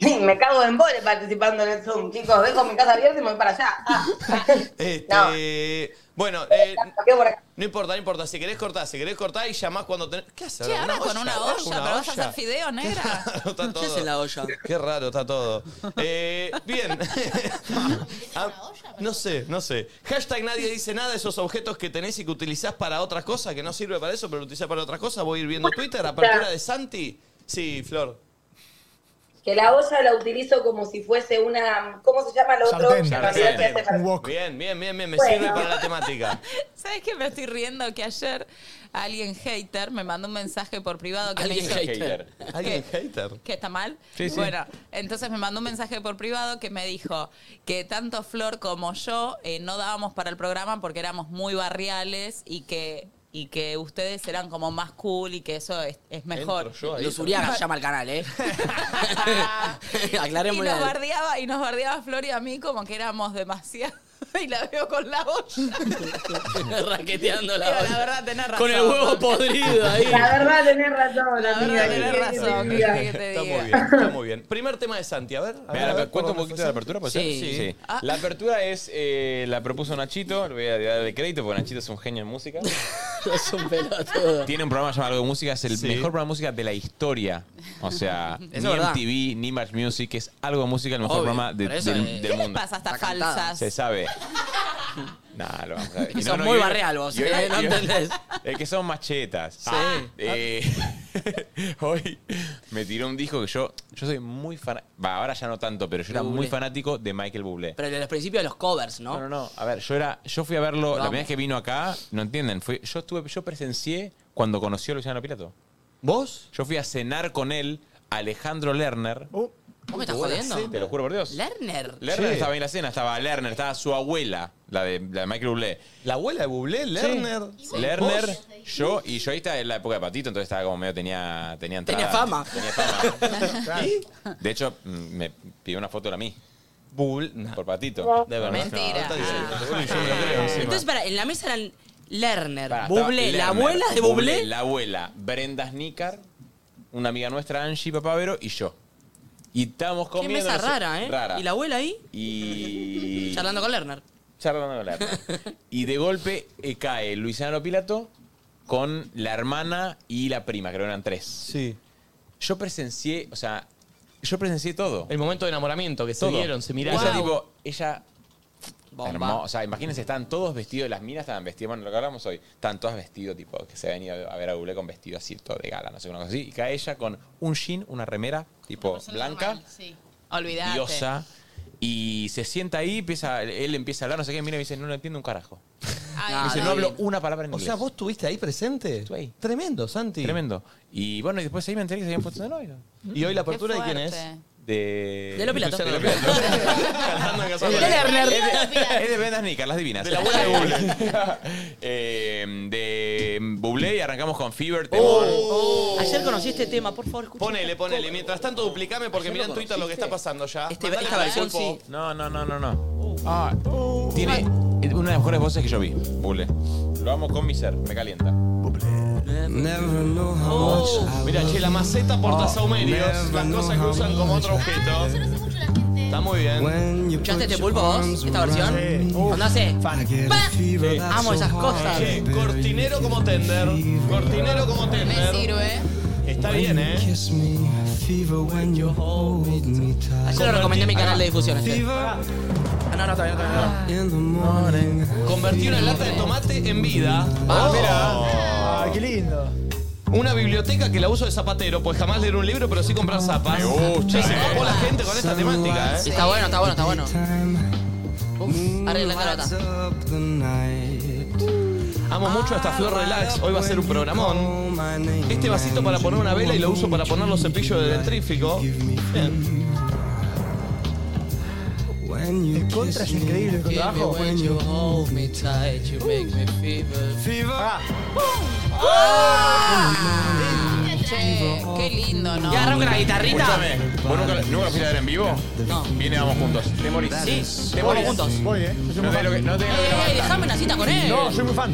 Speaker 10: Sí, me cago en boles participando en el Zoom, chicos. Dejo mi casa abierta y me voy para allá. Ah,
Speaker 8: Este, Bueno, eh,
Speaker 10: me quedo por acá.
Speaker 8: no importa, no importa. Si querés cortar, si querés cortar y llamás cuando tenés. ¿Qué haces?
Speaker 3: Che, ahora con una olla,
Speaker 8: ¿Con
Speaker 3: pero vas a
Speaker 8: olla?
Speaker 3: hacer fideo, negra.
Speaker 8: Está
Speaker 6: ¿Qué haces
Speaker 8: todo.
Speaker 6: en la olla?
Speaker 8: Qué raro está todo. Eh, bien. Ah, no sé, no sé. Hashtag nadie dice nada. Esos objetos que tenés y que utilizás para otras cosas, que no sirve para eso, pero lo utilizás para otras cosas. Voy a ir viendo Twitter. Apertura de Santi. Sí, Flor.
Speaker 10: Que la olla la utilizo como si fuese una. ¿Cómo se llama la otra
Speaker 11: Sartén.
Speaker 10: olla?
Speaker 8: Sartén.
Speaker 10: Para hacer-
Speaker 11: Un wok.
Speaker 8: Bien, bien, bien, bien. Me
Speaker 10: Bueno.
Speaker 8: sirve para la temática.
Speaker 3: ¿Sabes que me estoy riendo? Que ayer alguien hater me mandó un mensaje por privado que me
Speaker 6: Alguien
Speaker 3: hizo...
Speaker 6: hater.
Speaker 8: ¿Alguien hater?
Speaker 3: ¿Que está mal? Bueno, entonces me mandó un mensaje por privado que me dijo que tanto Flor como yo eh, no dábamos para el programa porque éramos muy barriales y que, y que ustedes eran como más cool y que eso es, es mejor.
Speaker 8: Entro yo ahí.
Speaker 6: Los Uriaga llama al canal, ¿eh?
Speaker 3: Y
Speaker 6: Aclaremos
Speaker 3: nos bardeaba, y nos bardeaba a Flor y a mí como que éramos demasiado. Y la veo con la olla.
Speaker 6: Raqueteando la
Speaker 3: Pero la
Speaker 6: olla.
Speaker 3: verdad, tenés razón.
Speaker 6: Con el huevo podrido ahí.
Speaker 10: La verdad, tenés razón,
Speaker 3: La
Speaker 10: amiga.
Speaker 3: verdad, tenés
Speaker 10: ¿qué querés que
Speaker 3: razón.
Speaker 10: te
Speaker 3: ¿qué
Speaker 10: diga?
Speaker 3: querés que te
Speaker 8: Está muy
Speaker 3: diga?
Speaker 8: bien, está muy bien. Primer tema de Santi, a ver. a ver,
Speaker 5: Mira,
Speaker 8: a ver,
Speaker 5: ¿Cuento un
Speaker 8: por
Speaker 5: poquito de la apertura? ¿puede ser?
Speaker 6: Sí.
Speaker 5: Sí.
Speaker 3: Ah.
Speaker 5: La apertura es, eh, la propuso Nachito, le voy a darle crédito porque Nachito es un genio en música.
Speaker 6: Es un pelotudo.
Speaker 5: Tiene un programa llamado Algo de Música, es el
Speaker 8: Sí.
Speaker 5: mejor programa de música de la historia. O sea, ni
Speaker 6: Eso es verdad.
Speaker 5: MTV, ni March Music, es Algo de Música, el mejor
Speaker 6: Obvio,
Speaker 5: programa de-
Speaker 6: pero eso
Speaker 5: del,
Speaker 6: es-
Speaker 5: del
Speaker 3: ¿Qué les
Speaker 5: mundo.
Speaker 3: pasa a estas
Speaker 6: Está cantada.
Speaker 3: falsas?
Speaker 5: Se sabe. Nah, lo vamos a ver. Y
Speaker 6: Sos
Speaker 5: no, no,
Speaker 6: muy
Speaker 5: y-
Speaker 6: barreal vos,
Speaker 5: y-
Speaker 6: ¿eh? No
Speaker 5: y-
Speaker 6: entendés. Ah.
Speaker 5: Es que son machetas. Sí. hoy me tiró un disco que yo, yo soy muy fanático. Va, ahora ya no tanto, pero yo era
Speaker 6: De Bublé.
Speaker 5: muy fanático de Michael Bublé.
Speaker 6: Pero en los principios de los covers, ¿no?
Speaker 5: No, no, no. A ver, yo era, yo fui a verlo, la
Speaker 6: amo.
Speaker 5: primera vez que vino acá, no entienden, fui, yo estuve, yo presencié cuando conoció a Luciano Pirato.
Speaker 8: ¿Vos?
Speaker 5: Yo fui a cenar con él, Alejandro Lerner,
Speaker 11: Uh,
Speaker 2: ¿Vos me estás jodiendo?
Speaker 5: Te lo juro por Dios.
Speaker 2: Lerner.
Speaker 5: Lerner
Speaker 12: Sí.
Speaker 5: estaba en la cena, estaba Lerner, estaba su abuela, la de, la de Michael Bublé.
Speaker 8: La abuela de Bublé, Lerner.
Speaker 5: Lerner, yo, y yo ahí estaba en la época de Patito, entonces estaba como medio tenía, tenía entrada.
Speaker 2: Tenía fama.
Speaker 5: Tenía fama. De hecho, mm, me pidió una foto de mí,
Speaker 8: Bublé. nah.
Speaker 5: por Patito.
Speaker 8: De verdad.
Speaker 3: Mentira.
Speaker 8: Ah, seguro que yo me lo creo encima.
Speaker 2: Entonces, para, en la mesa eran Lerner,
Speaker 5: Pará, Ah, estaba
Speaker 2: Bublé,
Speaker 5: Lerner,
Speaker 2: la abuela de Bublé.
Speaker 5: La abuela, Brenda Snicker, una amiga nuestra, Angie Papavero, y yo. Y estábamos
Speaker 2: Qué
Speaker 5: comiendo.
Speaker 2: mesa
Speaker 5: no sé-
Speaker 2: rara, ¿eh?
Speaker 5: Rara.
Speaker 2: Y la abuela ahí,
Speaker 5: Y-
Speaker 2: charlando con Lerner.
Speaker 5: charlando con la hermana. Y de golpe eh, cae Luisiano Pilato con la hermana y la prima, creo que eran tres.
Speaker 12: Sí.
Speaker 5: Yo presencié, o sea, yo presencié todo.
Speaker 8: El momento de enamoramiento que se
Speaker 5: Todo.
Speaker 8: vieron, se miraron.
Speaker 5: Ella, tipo, ella.
Speaker 2: Bomba.
Speaker 5: hermo- o sea, imagínense, estaban todos vestidos, las minas estaban vestidas, bueno, lo que hablamos hoy, estaban todas vestidos, tipo, que se venía a ver a Google con vestido así, todo de gala, no sé, una cosa así. Y cae ella con un jean, una remera, tipo, blanca
Speaker 13: Sí.
Speaker 3: Olvidate.
Speaker 5: diosa. Y se sienta ahí, empieza, él empieza a hablar, no sé qué, mira y me dice, no lo entiendo un carajo.
Speaker 3: Ay,
Speaker 2: Ah,
Speaker 5: Me dice,
Speaker 2: dale.
Speaker 5: no hablo una palabra en
Speaker 8: O
Speaker 5: inglés.
Speaker 8: sea, ¿vos estuviste ahí presente?
Speaker 5: Estuve ahí.
Speaker 8: Tremendo, Santi.
Speaker 5: Tremendo. Y bueno, y después ahí me enteré que se habían puesto de novio.
Speaker 8: ¿Y hoy la
Speaker 3: qué
Speaker 8: apertura de quién es?
Speaker 3: fuerte.
Speaker 5: De...
Speaker 2: De lo Pilato.
Speaker 5: Luciano Pilato. Cantando en casa.
Speaker 2: De Lerner.
Speaker 5: Es de- es de Vendas Nicas, las divinas. De la abuela de Buble. eh, de Bublé y arrancamos con Fever, Temor.
Speaker 8: Oh.
Speaker 2: Ayer conocí este tema, por favor, escucha.
Speaker 8: Ponele, ponele. Mientras tanto, duplicame porque mirá en Twitter lo que está pasando ya.
Speaker 2: Este-
Speaker 8: Mandale
Speaker 2: esta
Speaker 8: por
Speaker 2: versión
Speaker 8: pulpo.
Speaker 5: No, no, no, no, no. Ah, tiene una de las mejores voces que yo vi, Bublé. Lo amo con mi ser, me calienta.
Speaker 8: Oh. Mirá, che, la maceta
Speaker 2: Oh,
Speaker 8: aporta saumerios. Las cosas que usan como otro
Speaker 13: Ah, eso
Speaker 8: objeto.
Speaker 13: no se escucha la gente.
Speaker 8: Está muy bien.
Speaker 2: ¿Escuchaste este pulpo vos? ¿Esta versión?
Speaker 6: Sí.
Speaker 2: Cuando hace. pa,
Speaker 8: Sí.
Speaker 2: Amo esas cosas.
Speaker 8: Che, cortinero como tender. Cortinero como
Speaker 3: Me
Speaker 8: tender.
Speaker 3: sirve.
Speaker 8: Está bien, ¿eh?
Speaker 2: Ayer lo recomendé en mi canal de difusión. este. Ah, no, no, todavía no, todavía no.
Speaker 8: Convertí una lata de tomate en vida.
Speaker 2: Vamos.
Speaker 6: Ah, qué lindo.
Speaker 8: Una biblioteca que la uso de zapatero, pues jamás leer un libro, pero sí comprar zapas. Me gusta. se copó la gente con esta temática,
Speaker 2: Y
Speaker 8: ¿eh?
Speaker 2: Está bueno, está bueno, está bueno. Uf, arregla la nota.
Speaker 8: Amo mucho hasta Flor Relax. Hoy va a ser un programón. Este vasito para poner una vela y lo uso para poner los cepillos de dentrífico. Bien.
Speaker 6: El contra es increíble con trabajo. Ah,
Speaker 3: ¡Ah! Che, qué lindo, ¿no?
Speaker 2: Y agarra una guitarrita.
Speaker 5: Escúchame, ¿vos nunca, nunca la fuiste a ver en vivo?
Speaker 2: No.
Speaker 5: Viene, vamos juntos. Temoris. Sí,
Speaker 2: Vamos
Speaker 5: Temoris.
Speaker 2: juntos.
Speaker 6: voy, eh. Yo soy
Speaker 5: No
Speaker 6: muy
Speaker 5: te lo
Speaker 6: fan.
Speaker 5: que. No te lo que-
Speaker 2: Eh, dejame una cita con él.
Speaker 6: No, soy muy fan.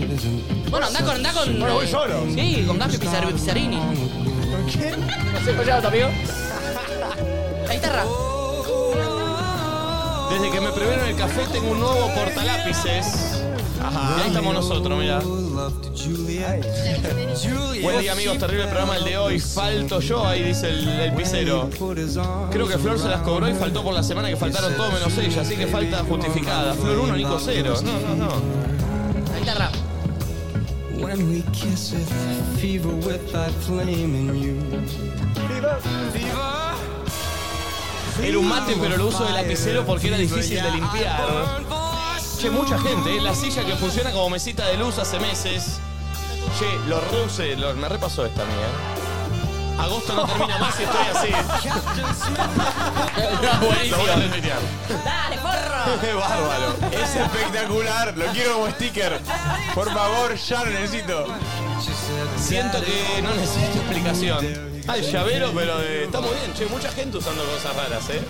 Speaker 2: Bueno, andá con, andá con.
Speaker 6: Bueno, voy
Speaker 2: eh,
Speaker 6: solo.
Speaker 2: Sí, con Gaspi Pizzar- Pizzarini.
Speaker 6: ¿Con quién?
Speaker 2: La guitarra.
Speaker 8: Desde que me previeron el café tengo un nuevo portalápices. Ajá. Y ahí estamos nosotros, mira. Buen día amigos, terrible programa el de hoy. Falto yo, ahí dice el, el pisero. Creo que Flor se las cobró y faltó por la semana que faltaron todos menos ella, así que falta justificada. Flor 1, Nico 0. No, no, no.
Speaker 2: La guitarra.
Speaker 8: Era un mate, pero lo uso de lapicero porque era difícil de limpiar. Che, mucha gente, ¿eh? la silla que funciona como mesita de luz hace meses. Che, lo reuse, lo- me repasó esta mía. Agosto no termina más y estoy así. Lo voy a retuitear.
Speaker 2: Dale, porro.
Speaker 5: ¡Qué bárbaro! Es espectacular, lo quiero como sticker. Por favor, ya lo necesito.
Speaker 8: Siento que no necesito explicación. Ah, el llavero, pero eh, está muy bien. Che, mucha gente usando cosas raras, ¿eh?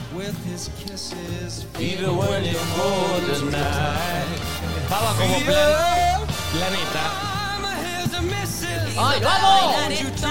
Speaker 8: Estaba como plan... Planeta.
Speaker 2: ¡Ay, lo
Speaker 3: Bailar
Speaker 2: amo!
Speaker 3: esto.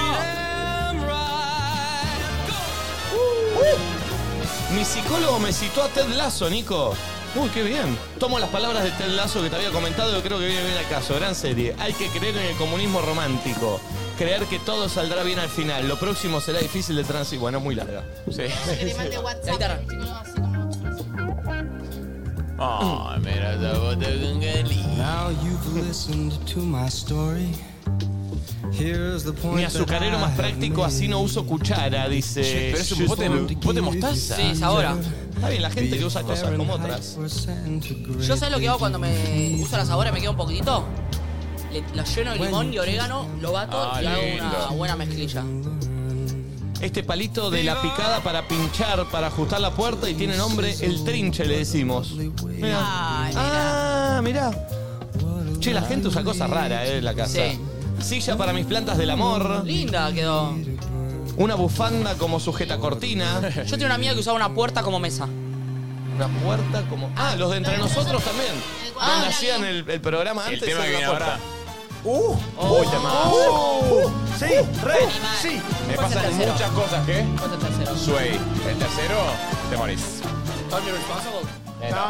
Speaker 8: Mi psicólogo me citó a Ted Lasso, Nico. Uy, qué bien. Tomo las palabras de Ted Lasso que te había comentado y creo que viene bien al caso. Gran serie. Hay que creer en el comunismo romántico. Creer que todo saldrá bien al final. Lo próximo será difícil de transitar. Bueno, muy larga.
Speaker 5: Sí.
Speaker 13: Que le mande
Speaker 2: La
Speaker 13: WhatsApp.
Speaker 2: guitarra.
Speaker 13: el chico lo hace como-
Speaker 5: Ay, mira, la bota con galí.
Speaker 8: Mi azucarero más práctico, así no uso cuchara, dice.
Speaker 5: Pero es un bote, bote mostaza.
Speaker 2: Sí, es ahora.
Speaker 8: Está bien, la gente que usa cosas como otras.
Speaker 2: Yo sé lo que hago cuando me uso la sabora y me queda un poquitito. Le, lo lleno de limón y orégano, lo bato
Speaker 5: Ah,
Speaker 2: y hago
Speaker 5: lindo.
Speaker 2: una buena mezclilla.
Speaker 8: este palito de la picada para pinchar, para ajustar la puerta y tiene nombre el trinche, le decimos. Mirá. Ah, mirá. Che, la gente usa cosas raras, eh, en la casa.
Speaker 6: Sí.
Speaker 8: Silla para mis plantas del amor.
Speaker 6: Linda quedó.
Speaker 8: Una bufanda como sujeta cortina.
Speaker 6: Yo tenía una amiga que usaba una puerta como mesa.
Speaker 8: Una puerta como. Ah, los de entre nosotros también. Donde hacían el, el programa
Speaker 5: El
Speaker 8: antes.
Speaker 5: tema
Speaker 8: era
Speaker 5: que
Speaker 8: una
Speaker 5: viene
Speaker 8: puerta.
Speaker 5: ahora.
Speaker 8: ¡Uh!
Speaker 2: Oh.
Speaker 8: ¡Uy, temazo. Uh,
Speaker 4: Sí,
Speaker 2: Uh.
Speaker 4: re, sí.
Speaker 5: Me pasan muchas cosas, ¿qué? Sway. El tercero, te morís. Eh, no, no,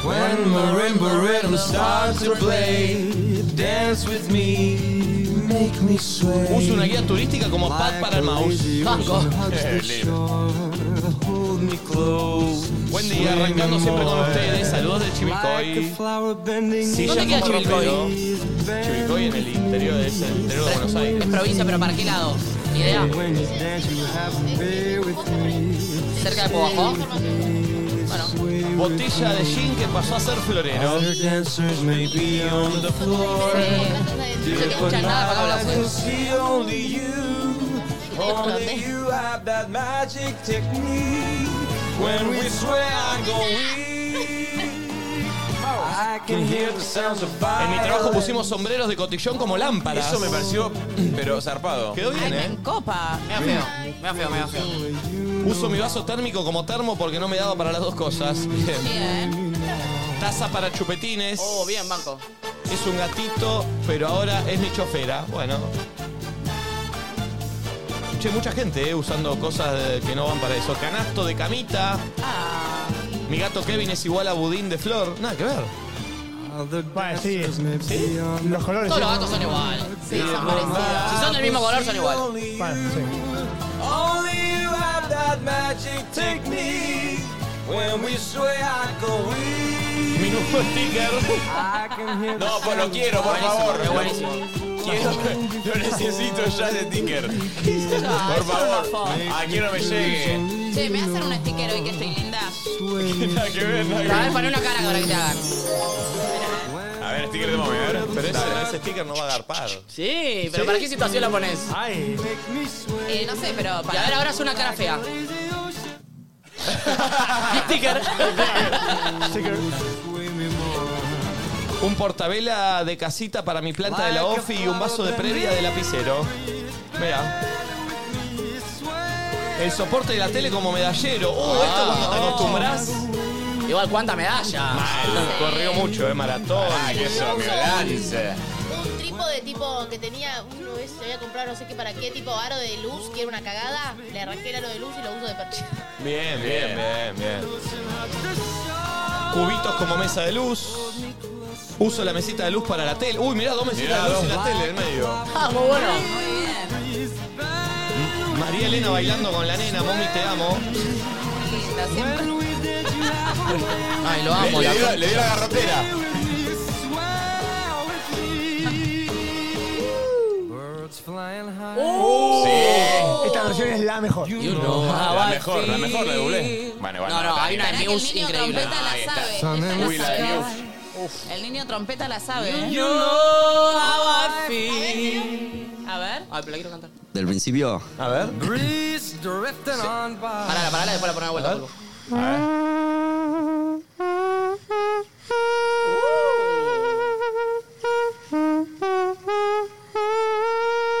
Speaker 5: no, no.
Speaker 2: When marimba rhythm starts to play, dance with me, make me sway.
Speaker 8: Uso una guía turística como pad para el mouse.
Speaker 6: Banco.
Speaker 5: Eh, lindo.
Speaker 2: Hold me close.
Speaker 8: Buen día, arrancando siempre con ustedes. Saludos de
Speaker 2: Like a
Speaker 8: Chivilcoy.
Speaker 2: flower bending
Speaker 8: Silla
Speaker 6: ¿Dónde queda
Speaker 8: como
Speaker 6: Chivilcoy?
Speaker 8: reloj. Chivilcoy en el interior del centro de Buenos Aires.
Speaker 6: Provincia, pero ¿para qué lado? Ni idea.
Speaker 2: When you dance, you have to be with me.
Speaker 6: Cerca de Pobajó. Bueno,
Speaker 8: Botella de gin que pasó a ser florero.
Speaker 2: Other dancers may be on the floor.
Speaker 6: no se escucha nada para hablar
Speaker 2: I can
Speaker 6: pues.
Speaker 2: see only you. Only you have that magic technique. When we swear, I go weak. I can hear the sounds of fire.
Speaker 8: En mi trabajo pusimos sombreros de cotillón como lámparas.
Speaker 5: Eso me pareció, pero zarpado.
Speaker 8: Quedó
Speaker 3: Ay,
Speaker 8: bien,
Speaker 3: me
Speaker 8: ¿eh?
Speaker 3: encopa.
Speaker 6: Me da feo, me da feo, me da feo.
Speaker 8: Uso mi vaso térmico como termo porque no me daba para las dos cosas. Bien.
Speaker 3: Bien.
Speaker 8: Taza para chupetines.
Speaker 6: Oh, bien, banco.
Speaker 8: Es un gatito, pero ahora es mi chofera. Bueno. Che, mucha gente eh, usando cosas eh, que no van para eso. Canasto de camita.
Speaker 3: Ah,
Speaker 8: Mi gato Kevin es igual a budín de flor. Nada que ver.
Speaker 4: Bueno, sí. Los colores.
Speaker 6: Todos los
Speaker 4: sí.
Speaker 6: gatos son iguales.
Speaker 3: sí, son parecidos.
Speaker 6: Si son del mismo color, son iguales.
Speaker 4: Bueno, sí.
Speaker 2: Only you have that magic technique. When we swear, I go weak.
Speaker 8: Mi nuevo sticker.
Speaker 2: I can hear
Speaker 5: No, pues lo quiero, por favor.
Speaker 6: Buenísimo, buenísimo.
Speaker 5: Quiero, lo necesito ya de
Speaker 3: Ya,
Speaker 5: ticker. Por
Speaker 3: eso no
Speaker 5: favor,
Speaker 3: fue.
Speaker 5: aquí no me llegue.
Speaker 3: Che, me hacen un sticker hoy que estoy linda.
Speaker 5: Nada que ver, nada que
Speaker 6: A
Speaker 5: ver.
Speaker 6: ver, poné una cara para que te hagan.
Speaker 5: A ver, sticker de mami, a ver.
Speaker 8: Pero ese,
Speaker 5: Dale.
Speaker 8: ese sticker no va a agarpar.
Speaker 6: Sí, pero ¿para qué situación la pones?
Speaker 4: Ay.
Speaker 3: Eh, no sé, pero
Speaker 6: Y a ver,
Speaker 3: para.
Speaker 6: ahora es una cara fea. Sticker.
Speaker 8: Un portabela de casita para mi planta de la ofi y un vaso de previa de lapicero. Mira. El soporte de la tele como medallero.
Speaker 6: Ah.
Speaker 8: Uh, esto cuando te acostumbras.
Speaker 6: Igual, ¿cuánta medalla?
Speaker 8: Corrió mucho, eh, maratón.
Speaker 5: Ah, que eso, mi balance.
Speaker 7: Un trípode tipo que tenía, uno vez se había comprado no sé qué para qué, tipo aro de luz, que era una cagada, le arranqué el aro de luz y lo uso de percha.
Speaker 8: Bien, bien, bien, bien. Cubitos como mesa de luz. Uso la mesita de luz para la tele. Uy, mirá, dos mesitas
Speaker 5: Mirá,
Speaker 8: de luz y
Speaker 5: dos.
Speaker 8: la tele en el medio.
Speaker 6: Ah, muy bueno.
Speaker 3: Muy bien.
Speaker 8: María Elena bailando con la nena, mami te amo.
Speaker 3: Linda, siempre.
Speaker 6: Ay, lo amo.
Speaker 5: Le
Speaker 6: la-
Speaker 5: dio, le dio la garrotera.
Speaker 2: birds flying high.
Speaker 6: Uh,
Speaker 5: Sí.
Speaker 4: Esta versión es la mejor.
Speaker 6: You know how
Speaker 5: La
Speaker 6: I
Speaker 5: mejor, la mejor de Bublé. Bueno, igual.
Speaker 6: No, no, hay una
Speaker 3: Pará
Speaker 6: de
Speaker 3: que el
Speaker 6: Muse
Speaker 3: niño
Speaker 6: increíble.
Speaker 3: trompeta la
Speaker 5: Ahí está.
Speaker 3: sabe. esta la
Speaker 5: Uy, la de
Speaker 3: sabe.
Speaker 5: Muse.
Speaker 3: El niño trompeta la sabe.
Speaker 6: You
Speaker 3: ¿eh?
Speaker 6: know how I feel.
Speaker 3: A ver.
Speaker 6: Ay, pero la quiero cantar.
Speaker 9: Del principio,
Speaker 8: A ver.
Speaker 2: Breeze drifting on by.
Speaker 6: Parala, parala, después la poner de vuelta. Pulpo.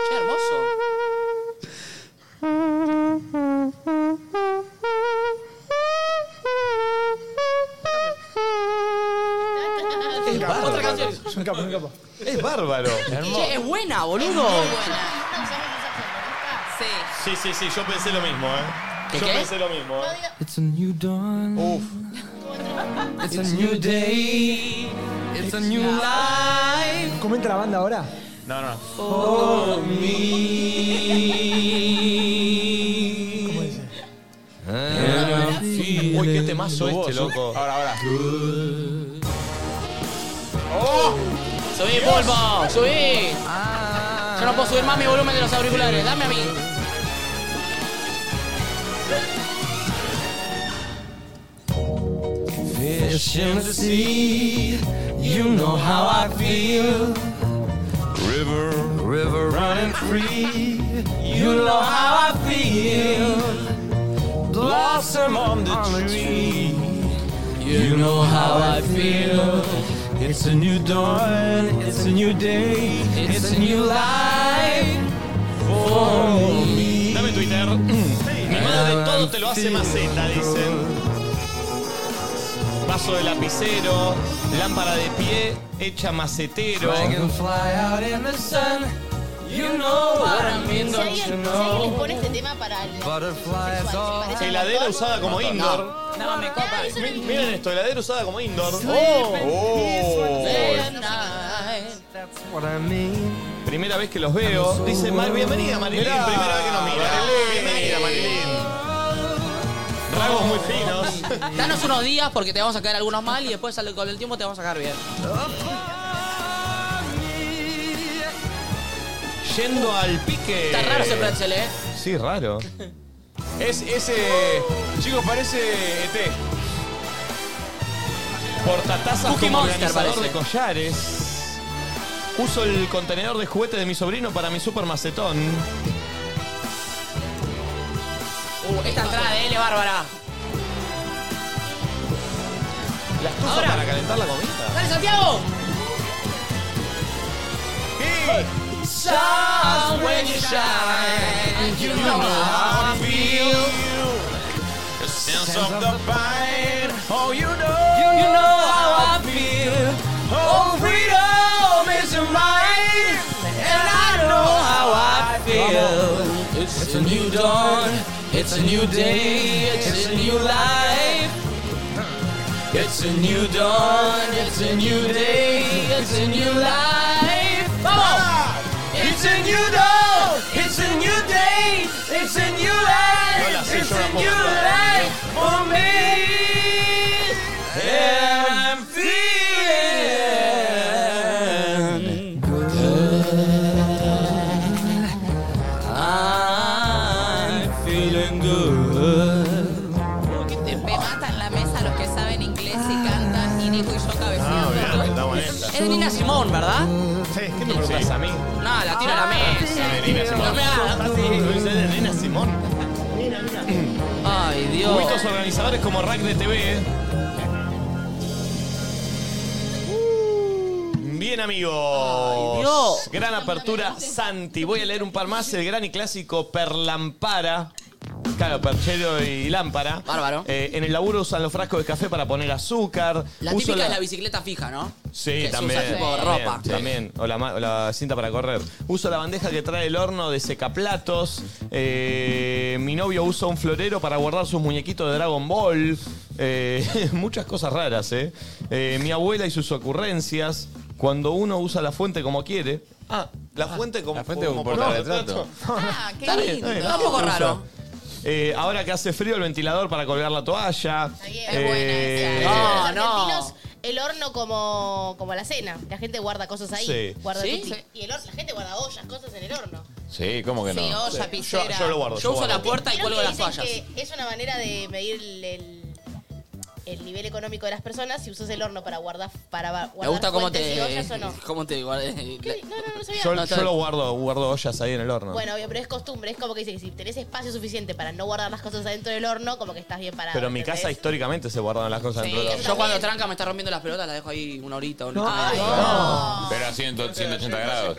Speaker 6: Che, hermoso.
Speaker 8: Es
Speaker 6: Otra
Speaker 8: bárbaro.
Speaker 6: canción.
Speaker 4: Es un capo, es un capo.
Speaker 8: Es bárbaro.
Speaker 6: Che, es buena, boludo.
Speaker 3: Sí.
Speaker 8: Sí, sí, sí, yo pensé lo mismo, ¿eh?
Speaker 6: ¿Qué,
Speaker 8: yo
Speaker 6: qué?
Speaker 8: pensé lo mismo. ¿eh?
Speaker 2: It's a new dawn.
Speaker 8: Uf.
Speaker 2: It's a new day. It's a new life
Speaker 4: ¿Cómo entra la banda ahora?
Speaker 5: No, no.
Speaker 2: for me.
Speaker 4: ¿Cómo dice?
Speaker 2: And
Speaker 5: Ah.
Speaker 2: I'm
Speaker 8: Uy, qué
Speaker 2: feeling
Speaker 8: temazo este, loco.
Speaker 5: Ahora, ahora.
Speaker 6: Subí, Pulpo, subí. Yo no puedo subir más mi volumen de los auriculares. Dame a mí.
Speaker 2: fish in the sea. You know how I feel. River, river running free. You know how I feel. Blossom on the tree. You know how I feel. It's a new dawn, it's a new day, it's a new life for
Speaker 8: Oh.
Speaker 2: me. Mm. Dame Twitter.
Speaker 8: Mi madre todo te lo hace maceta, dicen. Vaso de lapicero, lámpara de pie, hecha macetero.
Speaker 2: Fly out in the sun. You know what I mean,
Speaker 7: Si
Speaker 2: don't you
Speaker 7: alguien, si alguien les
Speaker 2: know?
Speaker 7: pone este tema para el.
Speaker 2: Butterflies all.
Speaker 8: Heladera usada como indoor.
Speaker 3: No, me copa.
Speaker 8: Miren esto, heladera usada como indoor.
Speaker 2: Oh.
Speaker 8: Primera vez que los veo. Dice, Mar- bienvenida Marilyn.
Speaker 2: Mirá.
Speaker 8: Primera vez que nos mira. Bienvenida Marilyn. Ragos muy finos.
Speaker 6: Danos unos días porque te vamos a caer algunos mal y después al- con el tiempo te vamos a caer bien.
Speaker 8: Yendo al pique.
Speaker 6: Está raro ese pretzel, ¿eh?
Speaker 8: Sí, raro.
Speaker 5: Es ese. Chicos, parece E ET.
Speaker 8: Portatazas
Speaker 5: Cookie
Speaker 8: como
Speaker 5: Monster,
Speaker 8: organizador
Speaker 5: parece.
Speaker 8: de collares. Uso el contenedor de juguete de mi sobrino para mi super macetón.
Speaker 6: Uh, esta entrada de L, Bárbara.
Speaker 8: ¿La estufa para calentar la comida?
Speaker 6: ¡Dale, Santiago!
Speaker 2: Stars when you shine, you know how I feel. The sense of the pine, oh you know, you know how I feel. Oh freedom is mine, and I know how I feel. It's a new dawn, it's a new day, it's a new life. It's a new dawn, it's a new day, it's a new life. Vamos!
Speaker 8: Ah,
Speaker 2: It's a new dawn, it's a new day, it's a new
Speaker 8: No la
Speaker 2: life,
Speaker 8: sé,
Speaker 2: it's
Speaker 8: yo la
Speaker 2: a
Speaker 8: puedo
Speaker 2: new
Speaker 8: cantar.
Speaker 2: life for me. And I'm feeling good. I'm feeling good.
Speaker 3: Me matan la mesa los que saben inglés y cantan y Nico y yo cabeceando.
Speaker 6: Es de Nina Simón, ¿verdad?
Speaker 8: Sí, ¿qué me preguntas a mí?
Speaker 6: No, la tiro a la mesa.
Speaker 8: Nina Simón.
Speaker 6: No me hagas.
Speaker 8: Nina Simón.
Speaker 2: Mm.
Speaker 6: Ay, Dios.
Speaker 8: Cubitos organizadores como Rack de ¿eh? TV. Bien, amigos.
Speaker 6: Ay, Dios.
Speaker 8: Gran apertura, Santi. Voy a leer un par más. El gran y clásico Perlampara. Claro, perchero y lámpara.
Speaker 6: Bárbaro.
Speaker 8: Eh, en el laburo usan los frascos de café para poner azúcar.
Speaker 6: La
Speaker 8: Uso
Speaker 6: típica es la bicicleta fija, ¿no?
Speaker 8: Sí,
Speaker 6: que se
Speaker 8: también.
Speaker 6: usa tipo
Speaker 8: también,
Speaker 6: ropa.
Speaker 8: También. O, la, ma- o la cinta para correr. Uso la bandeja que trae el horno de secaplatos. Eh, mi novio usa un florero para guardar sus muñequitos de Dragon Ball. Eh, muchas cosas raras, ¿eh? Eh, Mi abuela y sus ocurrencias. Cuando uno usa la fuente como quiere. Ah, la fuente como,
Speaker 5: la fuente como portarretrato.
Speaker 3: Ah, qué
Speaker 6: Está bien,
Speaker 3: lindo.
Speaker 6: está un poco raro.
Speaker 8: Eh, ahora que hace frío, el ventilador para colgar la toalla.
Speaker 7: bien.
Speaker 8: Eh,
Speaker 6: No,
Speaker 7: Los
Speaker 6: no.
Speaker 7: argentinos, el horno como, como la cena. La gente guarda cosas ahí.
Speaker 8: Sí.
Speaker 7: Guarda
Speaker 6: ¿Sí?
Speaker 7: tutti. Y el hor- la gente guarda ollas, cosas en el horno.
Speaker 5: Sí, ¿cómo que no?
Speaker 3: Sí, olla,
Speaker 8: yo,
Speaker 3: piscera.
Speaker 8: yo lo guardo.
Speaker 6: Yo uso
Speaker 8: guardo.
Speaker 6: la puerta y
Speaker 7: ¿Vieron
Speaker 6: cuelgo
Speaker 7: que
Speaker 6: las
Speaker 7: dicen
Speaker 6: toallas.
Speaker 7: que es una manera de medir el, el- el nivel económico de las personas si usas el horno para guardar para ba- guardar
Speaker 6: Me gusta cómo
Speaker 7: fuentes y ollas o
Speaker 6: te.
Speaker 7: no.
Speaker 6: ¿Cómo te Eh, guardé?
Speaker 7: ¿Qué? No, no, no, no sabía.
Speaker 8: Yo,
Speaker 6: No,
Speaker 8: yo
Speaker 6: está
Speaker 8: lo
Speaker 6: bien.
Speaker 8: guardo, guardo ollas ahí en el horno.
Speaker 7: Bueno, obvio, pero es costumbre. Es como que dice que si tenés espacio suficiente para no guardar las cosas adentro del horno, como que estás bien parado.
Speaker 8: Pero en mi
Speaker 7: ¿entendés?
Speaker 8: casa históricamente se guardaban las cosas
Speaker 3: Sí,
Speaker 8: dentro de la-
Speaker 6: Yo cuando tranca me está rompiendo las pelotas, la dejo ahí una horita, una horita.
Speaker 3: Ay,
Speaker 6: y media.
Speaker 5: Pero a 100, 180 grados.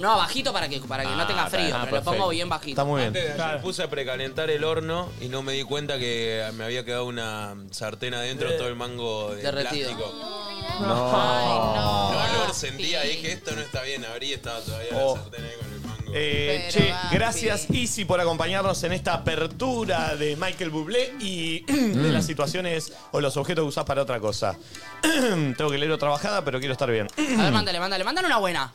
Speaker 6: No, bajito para que, para que no tenga frío,
Speaker 8: Ah,
Speaker 6: pero lo pongo
Speaker 8: perfecto.
Speaker 6: bien
Speaker 8: Está
Speaker 6: bajito.
Speaker 8: muy
Speaker 2: Antes de
Speaker 8: bien.
Speaker 2: ayer
Speaker 5: puse a precalentar el horno y no me di cuenta que me había quedado una sartén adentro,
Speaker 8: Eh.
Speaker 5: todo el mango de
Speaker 6: Derretido.
Speaker 5: No lo sentía, dije esto no está bien, abrí estaba todavía
Speaker 8: Oh.
Speaker 5: la sartén ahí con el mango.
Speaker 8: Eh,
Speaker 3: Pero
Speaker 8: che,
Speaker 3: va,
Speaker 8: gracias Easy por acompañarnos en esta apertura de Michael Bublé y de las situaciones o los objetos que usás para otra cosa. Tengo que leer otra bajada, pero quiero estar bien.
Speaker 6: A ver, mándale, mándale, mándale una buena.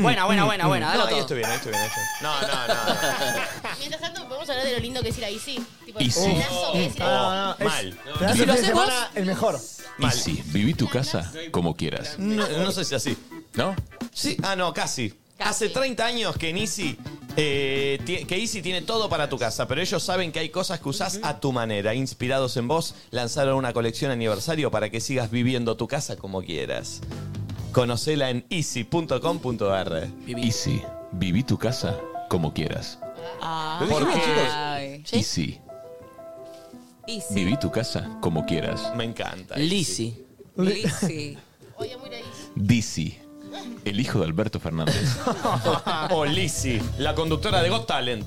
Speaker 6: buena, buena, buena, buena,
Speaker 8: no,
Speaker 6: dalo
Speaker 8: ahí
Speaker 6: todo.
Speaker 8: estoy bien, ahí estoy bien. ahí estoy bien. No, no, no. no.
Speaker 7: Mientras tanto, podemos hablar de lo lindo que es ir ahí, sí. Tipo,
Speaker 5: Y
Speaker 7: el
Speaker 5: sí.
Speaker 7: planazo que es ir ahí.
Speaker 4: No, no, es-
Speaker 8: Oh, Mal.
Speaker 4: Pero hace
Speaker 6: ¿Y lo
Speaker 4: fin de
Speaker 6: haces vos?
Speaker 4: semana el mejor.
Speaker 8: Mal.
Speaker 5: sí, viví tu casa como quieras,
Speaker 8: No, no sé si así.
Speaker 5: ¿no?
Speaker 8: Sí, ah, no, casi.
Speaker 3: Casi.
Speaker 8: Hace 30 años que en Easy, eh, ti- que Easy tiene todo para tu casa, pero ellos saben que hay cosas que usás a tu manera. Inspirados en vos, lanzaron una colección aniversario para que sigas viviendo tu casa como quieras. Conocela en easy.com.ar.
Speaker 5: Easy, viví tu casa
Speaker 14: como quieras.
Speaker 3: Ay.
Speaker 14: Lo dije bien,
Speaker 3: ¿Sí?
Speaker 14: Y sí,
Speaker 3: Y sí.
Speaker 14: viví tu casa como quieras. Me encanta.
Speaker 6: Lisi.
Speaker 3: Lisi.
Speaker 14: Dizzy, el hijo de Alberto Fernández.
Speaker 8: o Lizzie, Oh, la conductora de Got Talent.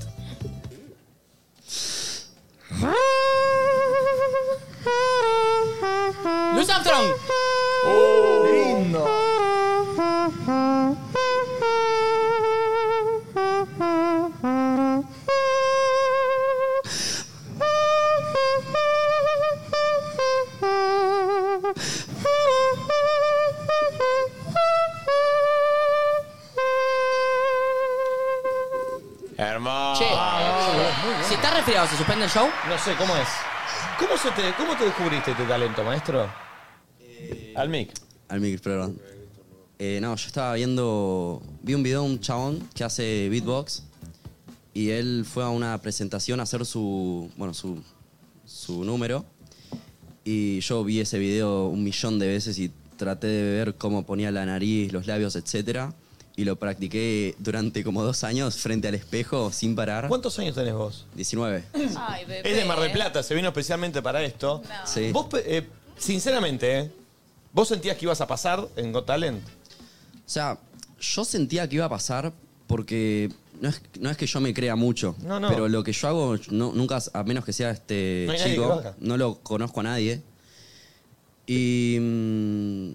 Speaker 6: Louis Armstrong.
Speaker 4: Lindo.
Speaker 5: Hermoso.
Speaker 6: Che,
Speaker 8: Ah,
Speaker 6: eh, si está resfriado, ¿se suspende el show?
Speaker 8: No sé, ¿cómo es? ¿Cómo, se te, ¿Cómo te descubriste este talento, maestro? Al mic.
Speaker 9: Al mic, perdón. Eh, no, yo estaba viendo. Vi un video de un chabón que hace beatbox. Y él fue a una presentación a hacer su. Bueno, su. Su número. Y yo vi ese video un millón de veces y traté de ver cómo ponía la nariz, los labios, etc. Y lo practiqué durante como dos años frente al espejo sin parar.
Speaker 8: ¿Cuántos años tenés vos?
Speaker 9: 19.
Speaker 3: Ay, bebé.
Speaker 8: Es de Mar del Plata, se vino especialmente para esto.
Speaker 9: Sí.
Speaker 8: Vos, pe- eh, sinceramente, ¿eh? ¿vos sentías que ibas a pasar en Got Talent?
Speaker 9: O sea, yo sentía que iba a pasar porque no es, no es que yo me crea mucho,
Speaker 8: No, no.
Speaker 9: pero lo que yo hago, no- nunca, a menos que sea este
Speaker 8: No hay nadie que lo
Speaker 9: chico,
Speaker 8: haga.
Speaker 9: no lo conozco a nadie. Y mm,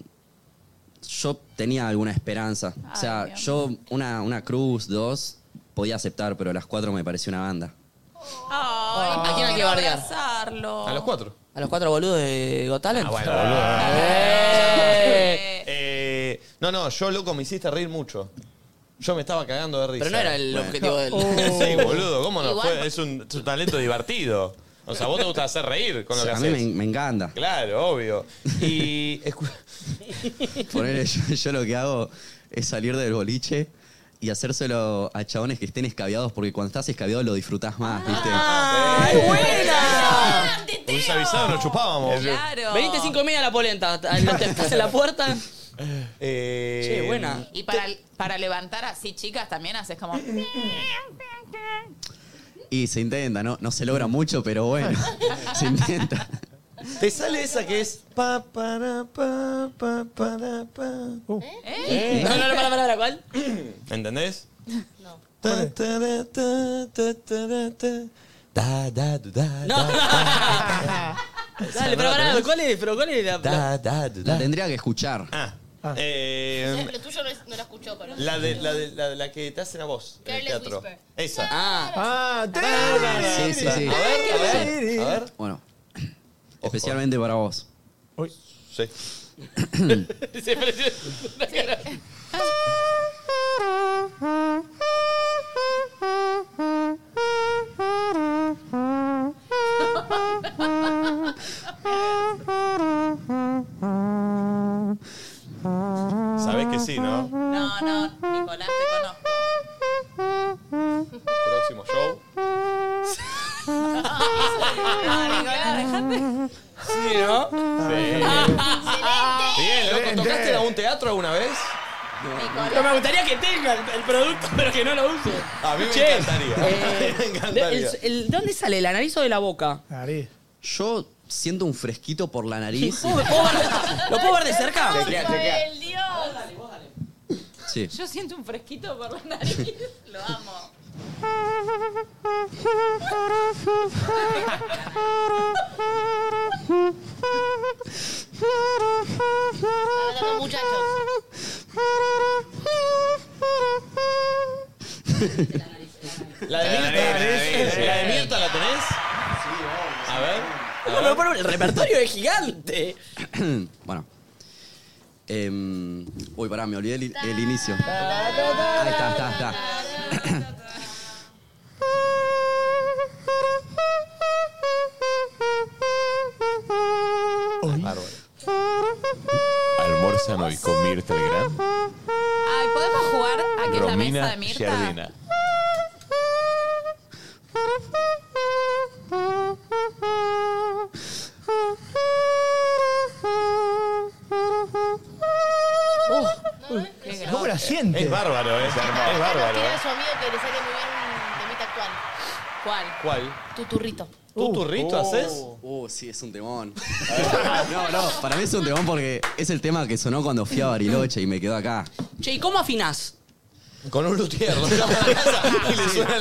Speaker 9: yo tenía alguna esperanza. o sea, yo una, una cruz, dos, podía aceptar, pero las cuatro me pareció una banda.
Speaker 3: Ay,
Speaker 6: ¿A quién hay que
Speaker 3: quiero
Speaker 6: bardear?
Speaker 3: abrazarlo.
Speaker 8: cuatro.
Speaker 6: ¿A los cuatro boludos de Got Talent? Ah,
Speaker 8: bueno,
Speaker 6: boludo.
Speaker 8: Eh, no, no, yo, loco, me hiciste reír mucho. Yo me estaba cagando de risa.
Speaker 6: Pero no era el objetivo del-
Speaker 8: sí, boludo, ¿cómo no?
Speaker 6: Igual-
Speaker 8: Fue- es, un, es un talento divertido. O sea, vos te gusta hacer reír con lo que
Speaker 9: a mí
Speaker 8: haces.
Speaker 9: me, me encanta.
Speaker 8: Claro, obvio. Y escu-
Speaker 9: Ponele, yo, yo lo que hago es salir del boliche y hacérselo a chabones que estén escabiados, porque cuando estás escabiado lo disfrutás más, ¿viste?
Speaker 6: Ah,
Speaker 8: Eh, un suavizado nos chupábamos.
Speaker 3: Claro.
Speaker 6: Veniste cinco y media a la polenta. Los tentás en la puerta.
Speaker 8: Eh,
Speaker 6: Che, buena.
Speaker 3: Y para, para levantar así, chicas, también haces como.
Speaker 9: Y se intenta, ¿no? No se logra mucho, pero bueno, se intenta.
Speaker 8: Te sale esa que es. Pa, para, pa, pa, para, pa.
Speaker 6: ¿Eh? No, no, no, para, para, para, ¿cuál?
Speaker 8: ¿Entendés? Ta, ta, ra, ta, ta, ta, ra, ta. Da, da, du, da,
Speaker 6: No,
Speaker 8: da,
Speaker 6: Dale, pero pará, ¿cuál es? Pero ¿cuál es la- la-
Speaker 8: da, da, du,
Speaker 9: La
Speaker 8: da.
Speaker 9: tendría que escuchar.
Speaker 8: Ah, eh,
Speaker 7: Lo tuyo no, es- no lo escuchó, pero.
Speaker 8: la, de, la, de, la, de la que te hacen a vos en el
Speaker 7: Careless
Speaker 8: teatro.
Speaker 7: Whisper.
Speaker 8: Esa.
Speaker 6: Ah,
Speaker 4: Ah, te-
Speaker 9: Sí, sí, sí.
Speaker 8: A ver, a ver, a ver.
Speaker 9: Bueno, especialmente para vos.
Speaker 8: Sí.
Speaker 6: se pareció-
Speaker 8: Sabés que sí, ¿no?
Speaker 3: No, no, Nicolás, te conozco.
Speaker 8: Próximo show.
Speaker 3: No, Nicolás, dejate.
Speaker 6: Sí, ¿no?
Speaker 8: Ah. Bien, loco, ¿tocaste en algún teatro alguna vez?
Speaker 6: Pero me gustaría que tenga el, el producto, pero que no lo use.
Speaker 8: A mí me
Speaker 6: Che,
Speaker 8: encantaría.
Speaker 6: eh,
Speaker 8: me encantaría.
Speaker 6: el- el- ¿Dónde sale? ¿La nariz o de la boca?
Speaker 4: Ahí.
Speaker 9: Yo siento un fresquito por la nariz.
Speaker 6: ¿Puedo- puedo ver- ¿Lo puedo ver de cerca?
Speaker 7: ¡Por Dios!
Speaker 9: Sí.
Speaker 3: Yo siento un fresquito por la nariz. Lo amo.
Speaker 7: Hablando, muchachos.
Speaker 8: ¿La de Mirta la tenés? ¿La de Mirta la tenés? Sí, A ver.
Speaker 6: No, pero por- el repertorio es gigante.
Speaker 9: bueno. Em, uy, pará, me olvidé el, el inicio. Ahí está, está, está.
Speaker 14: Almorzan hoy con Mirta Legrand,
Speaker 3: Ay, ¿podemos jugar a que la mesa
Speaker 14: Romina
Speaker 3: de Mirta?
Speaker 14: Jardina.
Speaker 4: ¿Cómo la siente?
Speaker 8: Es bárbaro, ¿eh? Es
Speaker 7: Bueno,
Speaker 8: bárbaro,
Speaker 7: tiene Uh,
Speaker 8: ¿eh? eh.
Speaker 7: a su amigo que le sale muy bien actual.
Speaker 3: ¿Cuál?
Speaker 8: ¿Cuál?
Speaker 7: Tu turrito.
Speaker 8: ¿Tú turrito haces?
Speaker 9: Uh, sí, es un temón. no, no, para mí es un temón porque es el tema que sonó cuando fui a Bariloche y me quedó acá.
Speaker 6: Che, ¿y cómo afinás?
Speaker 8: Con un luthier.
Speaker 6: y le suena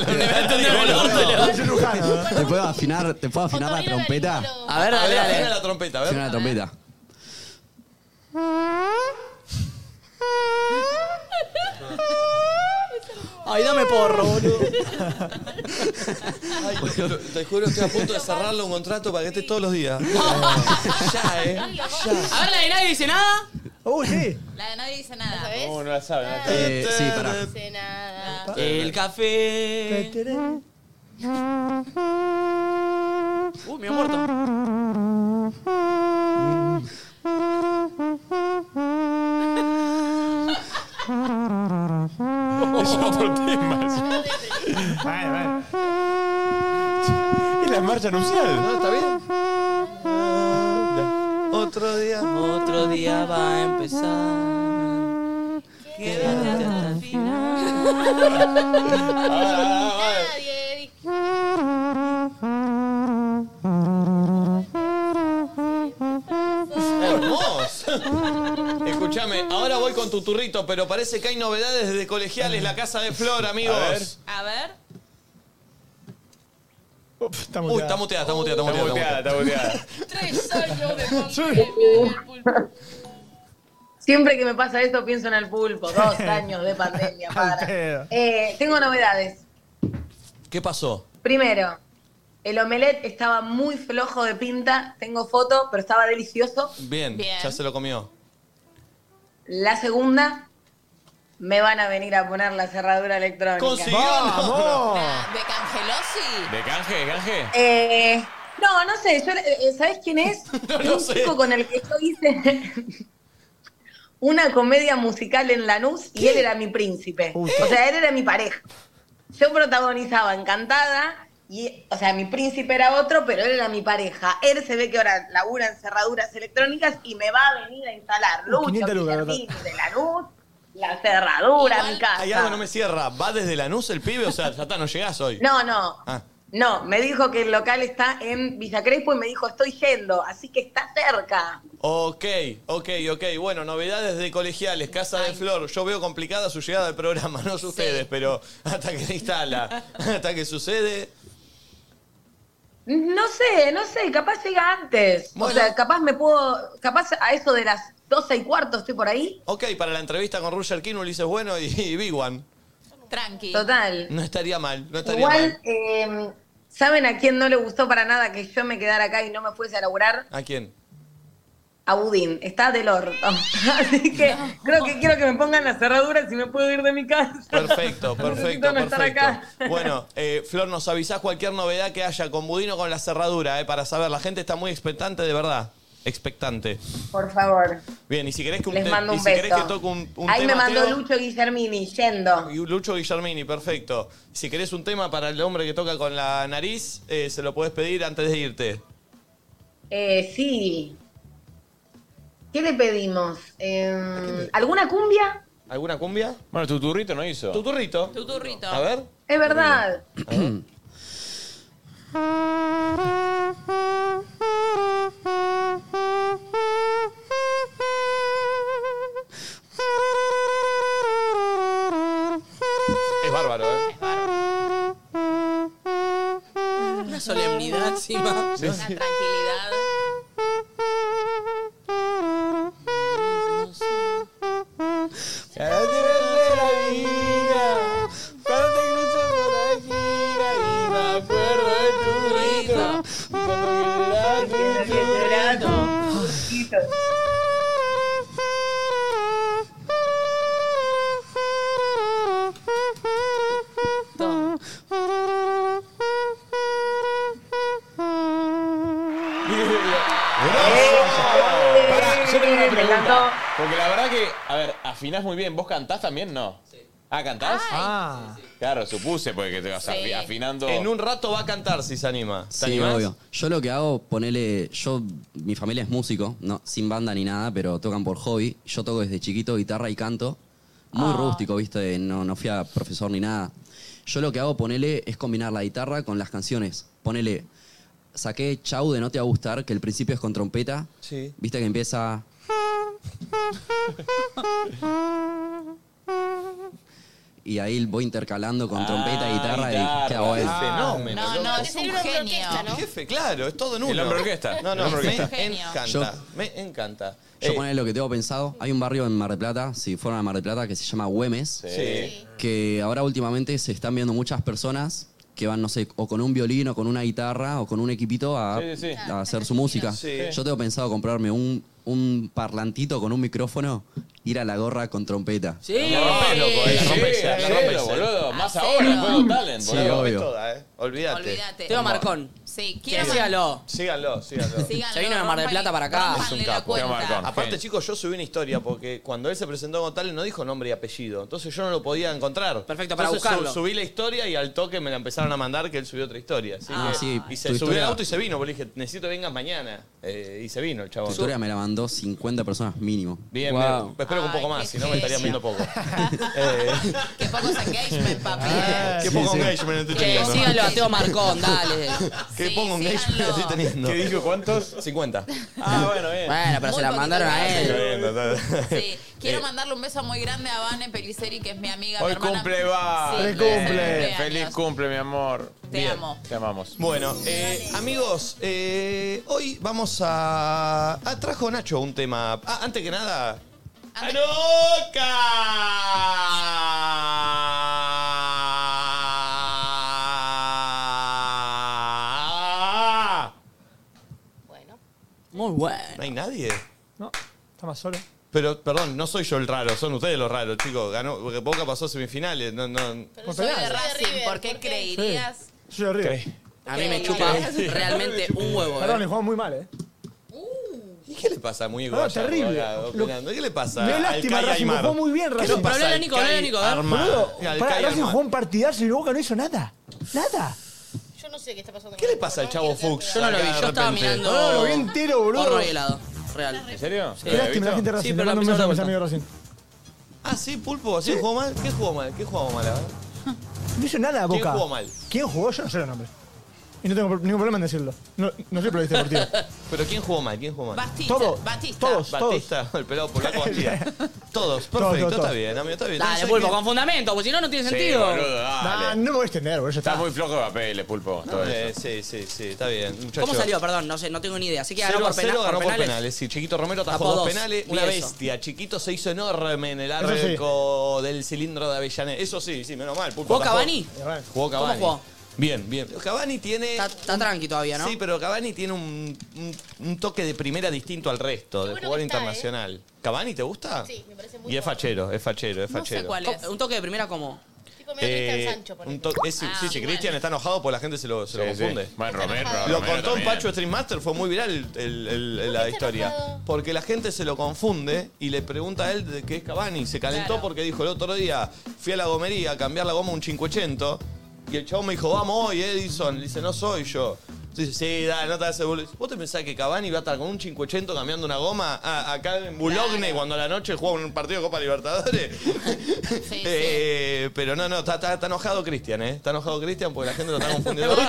Speaker 6: la
Speaker 9: ¿Te puedo afinar, te puedo afinar la trompeta?
Speaker 6: A ver, dale, dale.
Speaker 8: Afina la trompeta, a ver.
Speaker 9: Afina la trompeta.
Speaker 6: Ay, dame porro, boludo.
Speaker 1: Te- Te juro, estoy a punto de cerrarle un contrato para que esté todos los días.
Speaker 6: ya, eh. A ver, la de nadie dice nada.
Speaker 4: Uy, sí.
Speaker 3: La de nadie dice nada.
Speaker 5: No, no la saben.
Speaker 9: Eh, sí, pará.
Speaker 7: Dice nada.
Speaker 6: Ah. El café. Uh, me ha muerto.
Speaker 14: Es otro tema.
Speaker 5: Es la marcha nupcial.
Speaker 8: No, está bien.
Speaker 1: Otro día.
Speaker 6: Otro día va a empezar. Quédate hasta el final.
Speaker 7: Nadie.
Speaker 8: Hermoso. Escúchame, ahora voy con tu turrito, pero parece que hay novedades desde colegiales, la casa de Flor, amigos.
Speaker 5: A ver.
Speaker 3: A ver.
Speaker 8: Uy, está muteada, está muteada, está muteada.
Speaker 5: Está muteada,
Speaker 7: Tres años de
Speaker 10: Siempre que me pasa esto pienso en el pulpo. Dos años de pandemia. Para. Eh, tengo novedades.
Speaker 8: ¿Qué pasó?
Speaker 10: Primero, el omelette estaba muy flojo de pinta. Tengo foto, pero estaba delicioso.
Speaker 8: Bien,
Speaker 10: Bien.
Speaker 8: ya se lo comió.
Speaker 10: La segunda, me van a venir a poner la cerradura electrónica.
Speaker 8: ¡Consiguió!
Speaker 3: ¿De Cangelosi?
Speaker 5: ¿De canje? ¿De canje?
Speaker 10: Eh, no, no sé, yo, eh, ¿sabes quién es? Es
Speaker 5: lo
Speaker 10: un
Speaker 5: sé.
Speaker 10: chico con el que yo hice una comedia musical en Lanús y él era mi príncipe. O sea, él era mi pareja. Yo protagonizaba Encantada y, o sea, mi príncipe era otro, pero él era mi pareja. Él se ve que ahora labura en cerraduras electrónicas y me va a venir a instalar
Speaker 8: Uh,
Speaker 10: Lucho,
Speaker 8: 500 lucas,
Speaker 10: Guillermín de Lanús, la cerradura, mi casa.
Speaker 8: Hay algo que no me cierra. ¿Va desde Lanús el pibe? O sea, ya está, no llegás hoy.
Speaker 10: No, no,
Speaker 8: Ah.
Speaker 10: No, me dijo que el local está en Villa Crespo y me dijo, estoy yendo, así que está cerca.
Speaker 8: Ok, ok, ok. Bueno, novedades de colegiales, Casa de Flor. Yo veo complicada su llegada al programa, no sé ustedes, pero hasta que se instala, hasta que sucede.
Speaker 10: No sé, no sé, capaz llega antes. O sea, capaz me puedo, capaz a eso de las 12 y cuarto estoy por ahí.
Speaker 8: Ok, para la entrevista con Roger King, Ulises Bueno y, y Big One.
Speaker 3: Tranqui.
Speaker 10: Total.
Speaker 8: No estaría mal, no estaría mal.
Speaker 10: Igual, eh, ¿saben a quién no le gustó para nada que yo me quedara acá y no me fuese a laburar?
Speaker 8: ¿A quién?
Speaker 10: A Budín, está del orto. Así que creo que quiero que me pongan las cerraduras y me puedo ir de mi casa.
Speaker 8: Perfecto, perfecto,
Speaker 10: no estar
Speaker 8: perfecto.
Speaker 10: acá.
Speaker 8: Bueno, eh, Flor, nos avisás cualquier novedad que haya con Budino o con la cerradura, eh, para saber. La gente está muy expectante, de verdad. Expectante.
Speaker 10: Por favor,
Speaker 8: Bien, y si querés que, un
Speaker 10: les
Speaker 8: te-
Speaker 10: mando
Speaker 8: y
Speaker 10: un
Speaker 8: si querés
Speaker 10: beso.
Speaker 8: que toque un, un
Speaker 10: Ahí me
Speaker 8: tema,
Speaker 10: mandó
Speaker 8: Teo,
Speaker 10: Lucho Guillermini, yendo.
Speaker 8: y Lucho Guillermini, perfecto. Si querés un tema para el hombre que toca con la nariz, eh, se lo podés pedir antes de irte.
Speaker 10: Eh, sí. ¿Qué le pedimos? Eh, ¿Alguna cumbia?
Speaker 8: ¿Alguna cumbia?
Speaker 5: Bueno, tu turrito no hizo.
Speaker 8: Tu turrito.
Speaker 3: Tu turrito.
Speaker 8: A ver.
Speaker 10: Es verdad.
Speaker 8: ¿Ah? Es bárbaro, ¿eh?
Speaker 6: Una solemnidad encima.
Speaker 3: Una tranquilidad.
Speaker 5: Pará, yo tengo una
Speaker 10: Me encantó.
Speaker 5: pregunta. Porque la verdad que, a ver, afinás muy bien. ¿Vos cantás también? No. Ah, ¿cantás?
Speaker 8: Ah.
Speaker 5: Claro, supuse, porque te vas
Speaker 8: Sí.
Speaker 5: afinando.
Speaker 8: En un rato va a cantar si se anima. ¿Te
Speaker 9: Sí,
Speaker 8: animás?
Speaker 9: obvio. Yo lo que hago, ponele. Yo, mi familia es músico, no, sin banda ni nada, pero tocan por hobby. Yo
Speaker 8: Ah.
Speaker 9: toco desde chiquito guitarra y canto. Muy rústico, viste, no, no fui a profesor ni nada. Yo lo que hago, ponele, es combinar la guitarra con las canciones. Ponele, saqué Chau de No Te Va a Gustar, que el principio es con trompeta.
Speaker 2: Sí.
Speaker 9: Viste que empieza. Y ahí voy intercalando con trompeta, guitarra, y qué hago
Speaker 8: qué
Speaker 9: esto.
Speaker 8: Ah, fenómeno.
Speaker 3: No, no, es un genio.
Speaker 8: Jefe, claro, es todo en
Speaker 5: El
Speaker 8: uno.
Speaker 5: hombre orquesta.
Speaker 8: No,
Speaker 9: El
Speaker 8: no,
Speaker 9: hombre
Speaker 8: me
Speaker 9: orquesta.
Speaker 8: encanta.
Speaker 9: Yo-
Speaker 8: Me encanta.
Speaker 9: Yo
Speaker 8: Eh,
Speaker 9: poné lo que tengo pensado. Hay un barrio en Mar del Plata, si fueron a Mar del Plata, que se llama Güemes.
Speaker 8: Sí.
Speaker 9: Que ahora últimamente se están viendo muchas personas que van, no sé, o con un violín, o con una guitarra, o con un equipito a,
Speaker 5: Sí, sí, sí.
Speaker 9: a hacer su música.
Speaker 5: Sí.
Speaker 9: Yo tengo pensado comprarme un, un parlantito con un micrófono, ir a la gorra con trompeta.
Speaker 5: La rompes, loco. eh, La rompes,
Speaker 8: Sí,
Speaker 5: la
Speaker 8: hacelo,
Speaker 5: rompes, boludo. Más ahora, juego talent,
Speaker 9: Sí,
Speaker 5: boludo.
Speaker 9: obvio.
Speaker 8: toda, eh. Olvídate.
Speaker 3: Olvídate.
Speaker 6: Teo Marcón.
Speaker 3: Sí,
Speaker 6: Que
Speaker 3: quiero.
Speaker 6: sígalo.
Speaker 8: Síganlo, síganlo.
Speaker 3: Síganlo,
Speaker 6: Se vino de Mar del
Speaker 3: rompan-
Speaker 6: Plata para acá.
Speaker 3: rompanle la cuenta.
Speaker 8: Aparte, chicos, yo subí una historia porque cuando él se presentó con Talent no dijo nombre y apellido. Entonces yo no lo podía encontrar. Perfecto,
Speaker 6: para buscarlo.
Speaker 8: subí la historia y al toque me la empezaron a mandar que él subió otra historia. Así
Speaker 9: Ah,
Speaker 8: que-
Speaker 9: sí,
Speaker 8: y
Speaker 9: tu
Speaker 8: se subió
Speaker 9: historia-
Speaker 8: al auto y se vino, porque le dije, necesito que vengas mañana. Eh, y se vino el
Speaker 9: Tu
Speaker 8: chabón.
Speaker 9: historia me la mandó 50 personas mínimo.
Speaker 8: Bien, bien. Espero que un poco más, si no me estarían viendo poco. Eh,
Speaker 3: Qué pocos engagement, papi.
Speaker 8: Ah, Qué poco engagement estoy
Speaker 6: Que
Speaker 8: teniendo.
Speaker 6: síganlo a Teo Marcón, dale.
Speaker 8: Qué poco engagement estoy teniendo. ¿Qué dijo cuántos? 50. Ah, bueno, bien.
Speaker 6: Bueno, pero se la mandaron a él.
Speaker 8: Sí,
Speaker 6: Eh.
Speaker 3: Quiero mandarle un beso muy grande a Vane Peliceri, que es mi amiga, mi
Speaker 5: Hoy
Speaker 3: hermana.
Speaker 5: cumple, va.
Speaker 3: Sí,
Speaker 5: Feliz
Speaker 3: cumpleaños.
Speaker 5: Feliz cumple, mi amor.
Speaker 3: Te amo.
Speaker 5: Te amamos.
Speaker 8: Bueno, eh, amigos, eh, hoy vamos a. Ah, trajo Nacho un tema. Ah, antes que nada.
Speaker 6: Ah.
Speaker 8: ¡Anoca!
Speaker 6: Muy bueno.
Speaker 8: No hay nadie.
Speaker 11: No, está más solo.
Speaker 8: Pero, perdón, no soy yo el raro, son ustedes los raros, chicos. Ganó, porque Boca pasó semifinales. No, no.
Speaker 3: Soy de Racing, ¿por qué creerías?
Speaker 11: Yo arriba.
Speaker 6: A mí me chupa realmente un huevo.
Speaker 11: Perdón, y
Speaker 6: eh.
Speaker 11: jugamos muy mal, ¿eh.
Speaker 8: ¿Y qué le pasa a Muñeco?
Speaker 11: Ah,
Speaker 8: Vaya,
Speaker 11: terrible.
Speaker 8: Boca, opinando? ¿Qué le pasa
Speaker 11: Me da
Speaker 8: al
Speaker 11: lástima,
Speaker 8: Kai
Speaker 11: Racing,
Speaker 8: Aymar?
Speaker 11: jugó muy bien,
Speaker 8: ¿Qué
Speaker 11: Racing.
Speaker 8: le
Speaker 11: Pero
Speaker 8: pasa
Speaker 11: hablá,
Speaker 8: al
Speaker 11: Nico,
Speaker 8: Kai
Speaker 11: hablá, Nico, a ver.
Speaker 8: Armar?
Speaker 11: Boludo,
Speaker 8: Al
Speaker 11: pará,
Speaker 8: Kai
Speaker 11: Racing
Speaker 8: Armar.
Speaker 11: jugó un partidazo y Boca no hizo nada. Nada.
Speaker 7: Yo no sé qué está pasando.
Speaker 8: ¿Qué le pasa al Chavo Fuchs?
Speaker 6: Yo no lo vi,
Speaker 8: acá de
Speaker 6: yo estaba
Speaker 8: repente?
Speaker 6: mirando.
Speaker 11: No, lo vi entero, boludo.
Speaker 6: Porno y helado. Real.
Speaker 5: ¿En serio?
Speaker 11: Qué lástima la gente de Racing.
Speaker 6: pero
Speaker 11: le
Speaker 6: la
Speaker 11: mando un
Speaker 6: empezó
Speaker 11: beso
Speaker 6: la
Speaker 11: a mis
Speaker 6: vuelta.
Speaker 11: amigos de Racing.
Speaker 8: Ah, sí, Pulpo, ¿sí? ¿Jugó mal? ¿Qué jugó mal? ¿Qué jugó mal? eh? a ver?
Speaker 11: No hizo nada, Boca.
Speaker 8: ¿Quién jugó mal?
Speaker 11: ¿Quién jugó? Yo no sé los nombres. Y no tengo pro- ningún problema en decirlo. No, no soy periodista deportivo.
Speaker 8: ¿Pero quién jugó mal? ¿Quién jugó mal?
Speaker 3: Batista,
Speaker 11: Todo,
Speaker 3: Batista.
Speaker 11: todos.
Speaker 8: Batista, el pelado polaco Batista. todos, perfecto,
Speaker 11: todos,
Speaker 8: está
Speaker 11: todos.
Speaker 8: bien, amigo, está bien.
Speaker 6: Dale,
Speaker 8: Entonces,
Speaker 6: pulpo,
Speaker 8: ¿qué-
Speaker 6: con fundamento, porque si no, no tiene
Speaker 5: Sí,
Speaker 6: sentido.
Speaker 5: boludo,
Speaker 11: Nah,
Speaker 5: dale.
Speaker 11: no me voy a extender, boludo. ya
Speaker 5: Está
Speaker 11: Está.
Speaker 5: muy flojo de papeles, pulpo. Todo
Speaker 8: Eh,
Speaker 5: eso.
Speaker 8: sí, sí, sí, está bien. Muchacho.
Speaker 6: ¿Cómo salió? Perdón, no sé, no tengo ni idea. Así que ganó
Speaker 8: 0 a
Speaker 6: por,
Speaker 8: 0
Speaker 6: pena,
Speaker 8: ganó
Speaker 6: por penales.
Speaker 8: Sí, Chiquito Romero atajó
Speaker 6: Tapó
Speaker 8: dos
Speaker 6: dos.
Speaker 8: penales.
Speaker 6: Vi
Speaker 8: Una
Speaker 6: eso.
Speaker 8: bestia. Chiquito se hizo enorme en el
Speaker 11: Eso sí.
Speaker 8: arco del cilindro de Avellaneda. Eso sí, sí, menos mal. Pulpo
Speaker 6: ¿Jugó
Speaker 8: atajó.
Speaker 6: Cavani? ¿Cómo
Speaker 8: Jugó Cavani.
Speaker 6: jugó?
Speaker 8: Bien, bien. Cavani tiene...
Speaker 6: Está, está tranqui todavía, ¿no?
Speaker 8: Sí, pero Cavani tiene un, un- un toque de primera distinto al resto, de
Speaker 7: bueno
Speaker 8: jugador
Speaker 7: que está, ¿eh?
Speaker 8: internacional. ¿Cavani te gusta?
Speaker 7: Sí, me parece muy
Speaker 8: Y es fachero, es fachero, es
Speaker 6: No
Speaker 8: fachero.
Speaker 6: sé cuál es. Un toque de primera como.
Speaker 7: Tipo medio
Speaker 8: Eh,
Speaker 7: Cristian Sancho, por Ah,
Speaker 8: un to- es- sí, sí, Cristian está enojado porque la gente se lo, se lo
Speaker 5: Sí, sí.
Speaker 8: confunde.
Speaker 5: Bueno, Romero.
Speaker 8: Lo
Speaker 5: Romero
Speaker 8: contó en
Speaker 5: también.
Speaker 8: Pacho Stream Master, fue muy viral el- el- el- la historia. Porque la gente se lo confunde y le pregunta a él de qué es Cavani. Se calentó
Speaker 3: Claro.
Speaker 8: porque dijo el otro día, fui a la gomería a cambiar la goma un 580 y el chabón me dijo, vamos hoy, Edison. Le dice, no soy yo. Dice, sí, dale, no te hagas el boludo. ¿Vos te pensás que Cavani va a estar con un 580 cambiando una goma Ah, acá en Boulogne cuando a la noche juega un partido de Copa Libertadores? Eh, pero no, no, está, está- está enojado Cristian, ¿eh? Está enojado Cristian porque la gente lo está confundiendo.
Speaker 7: el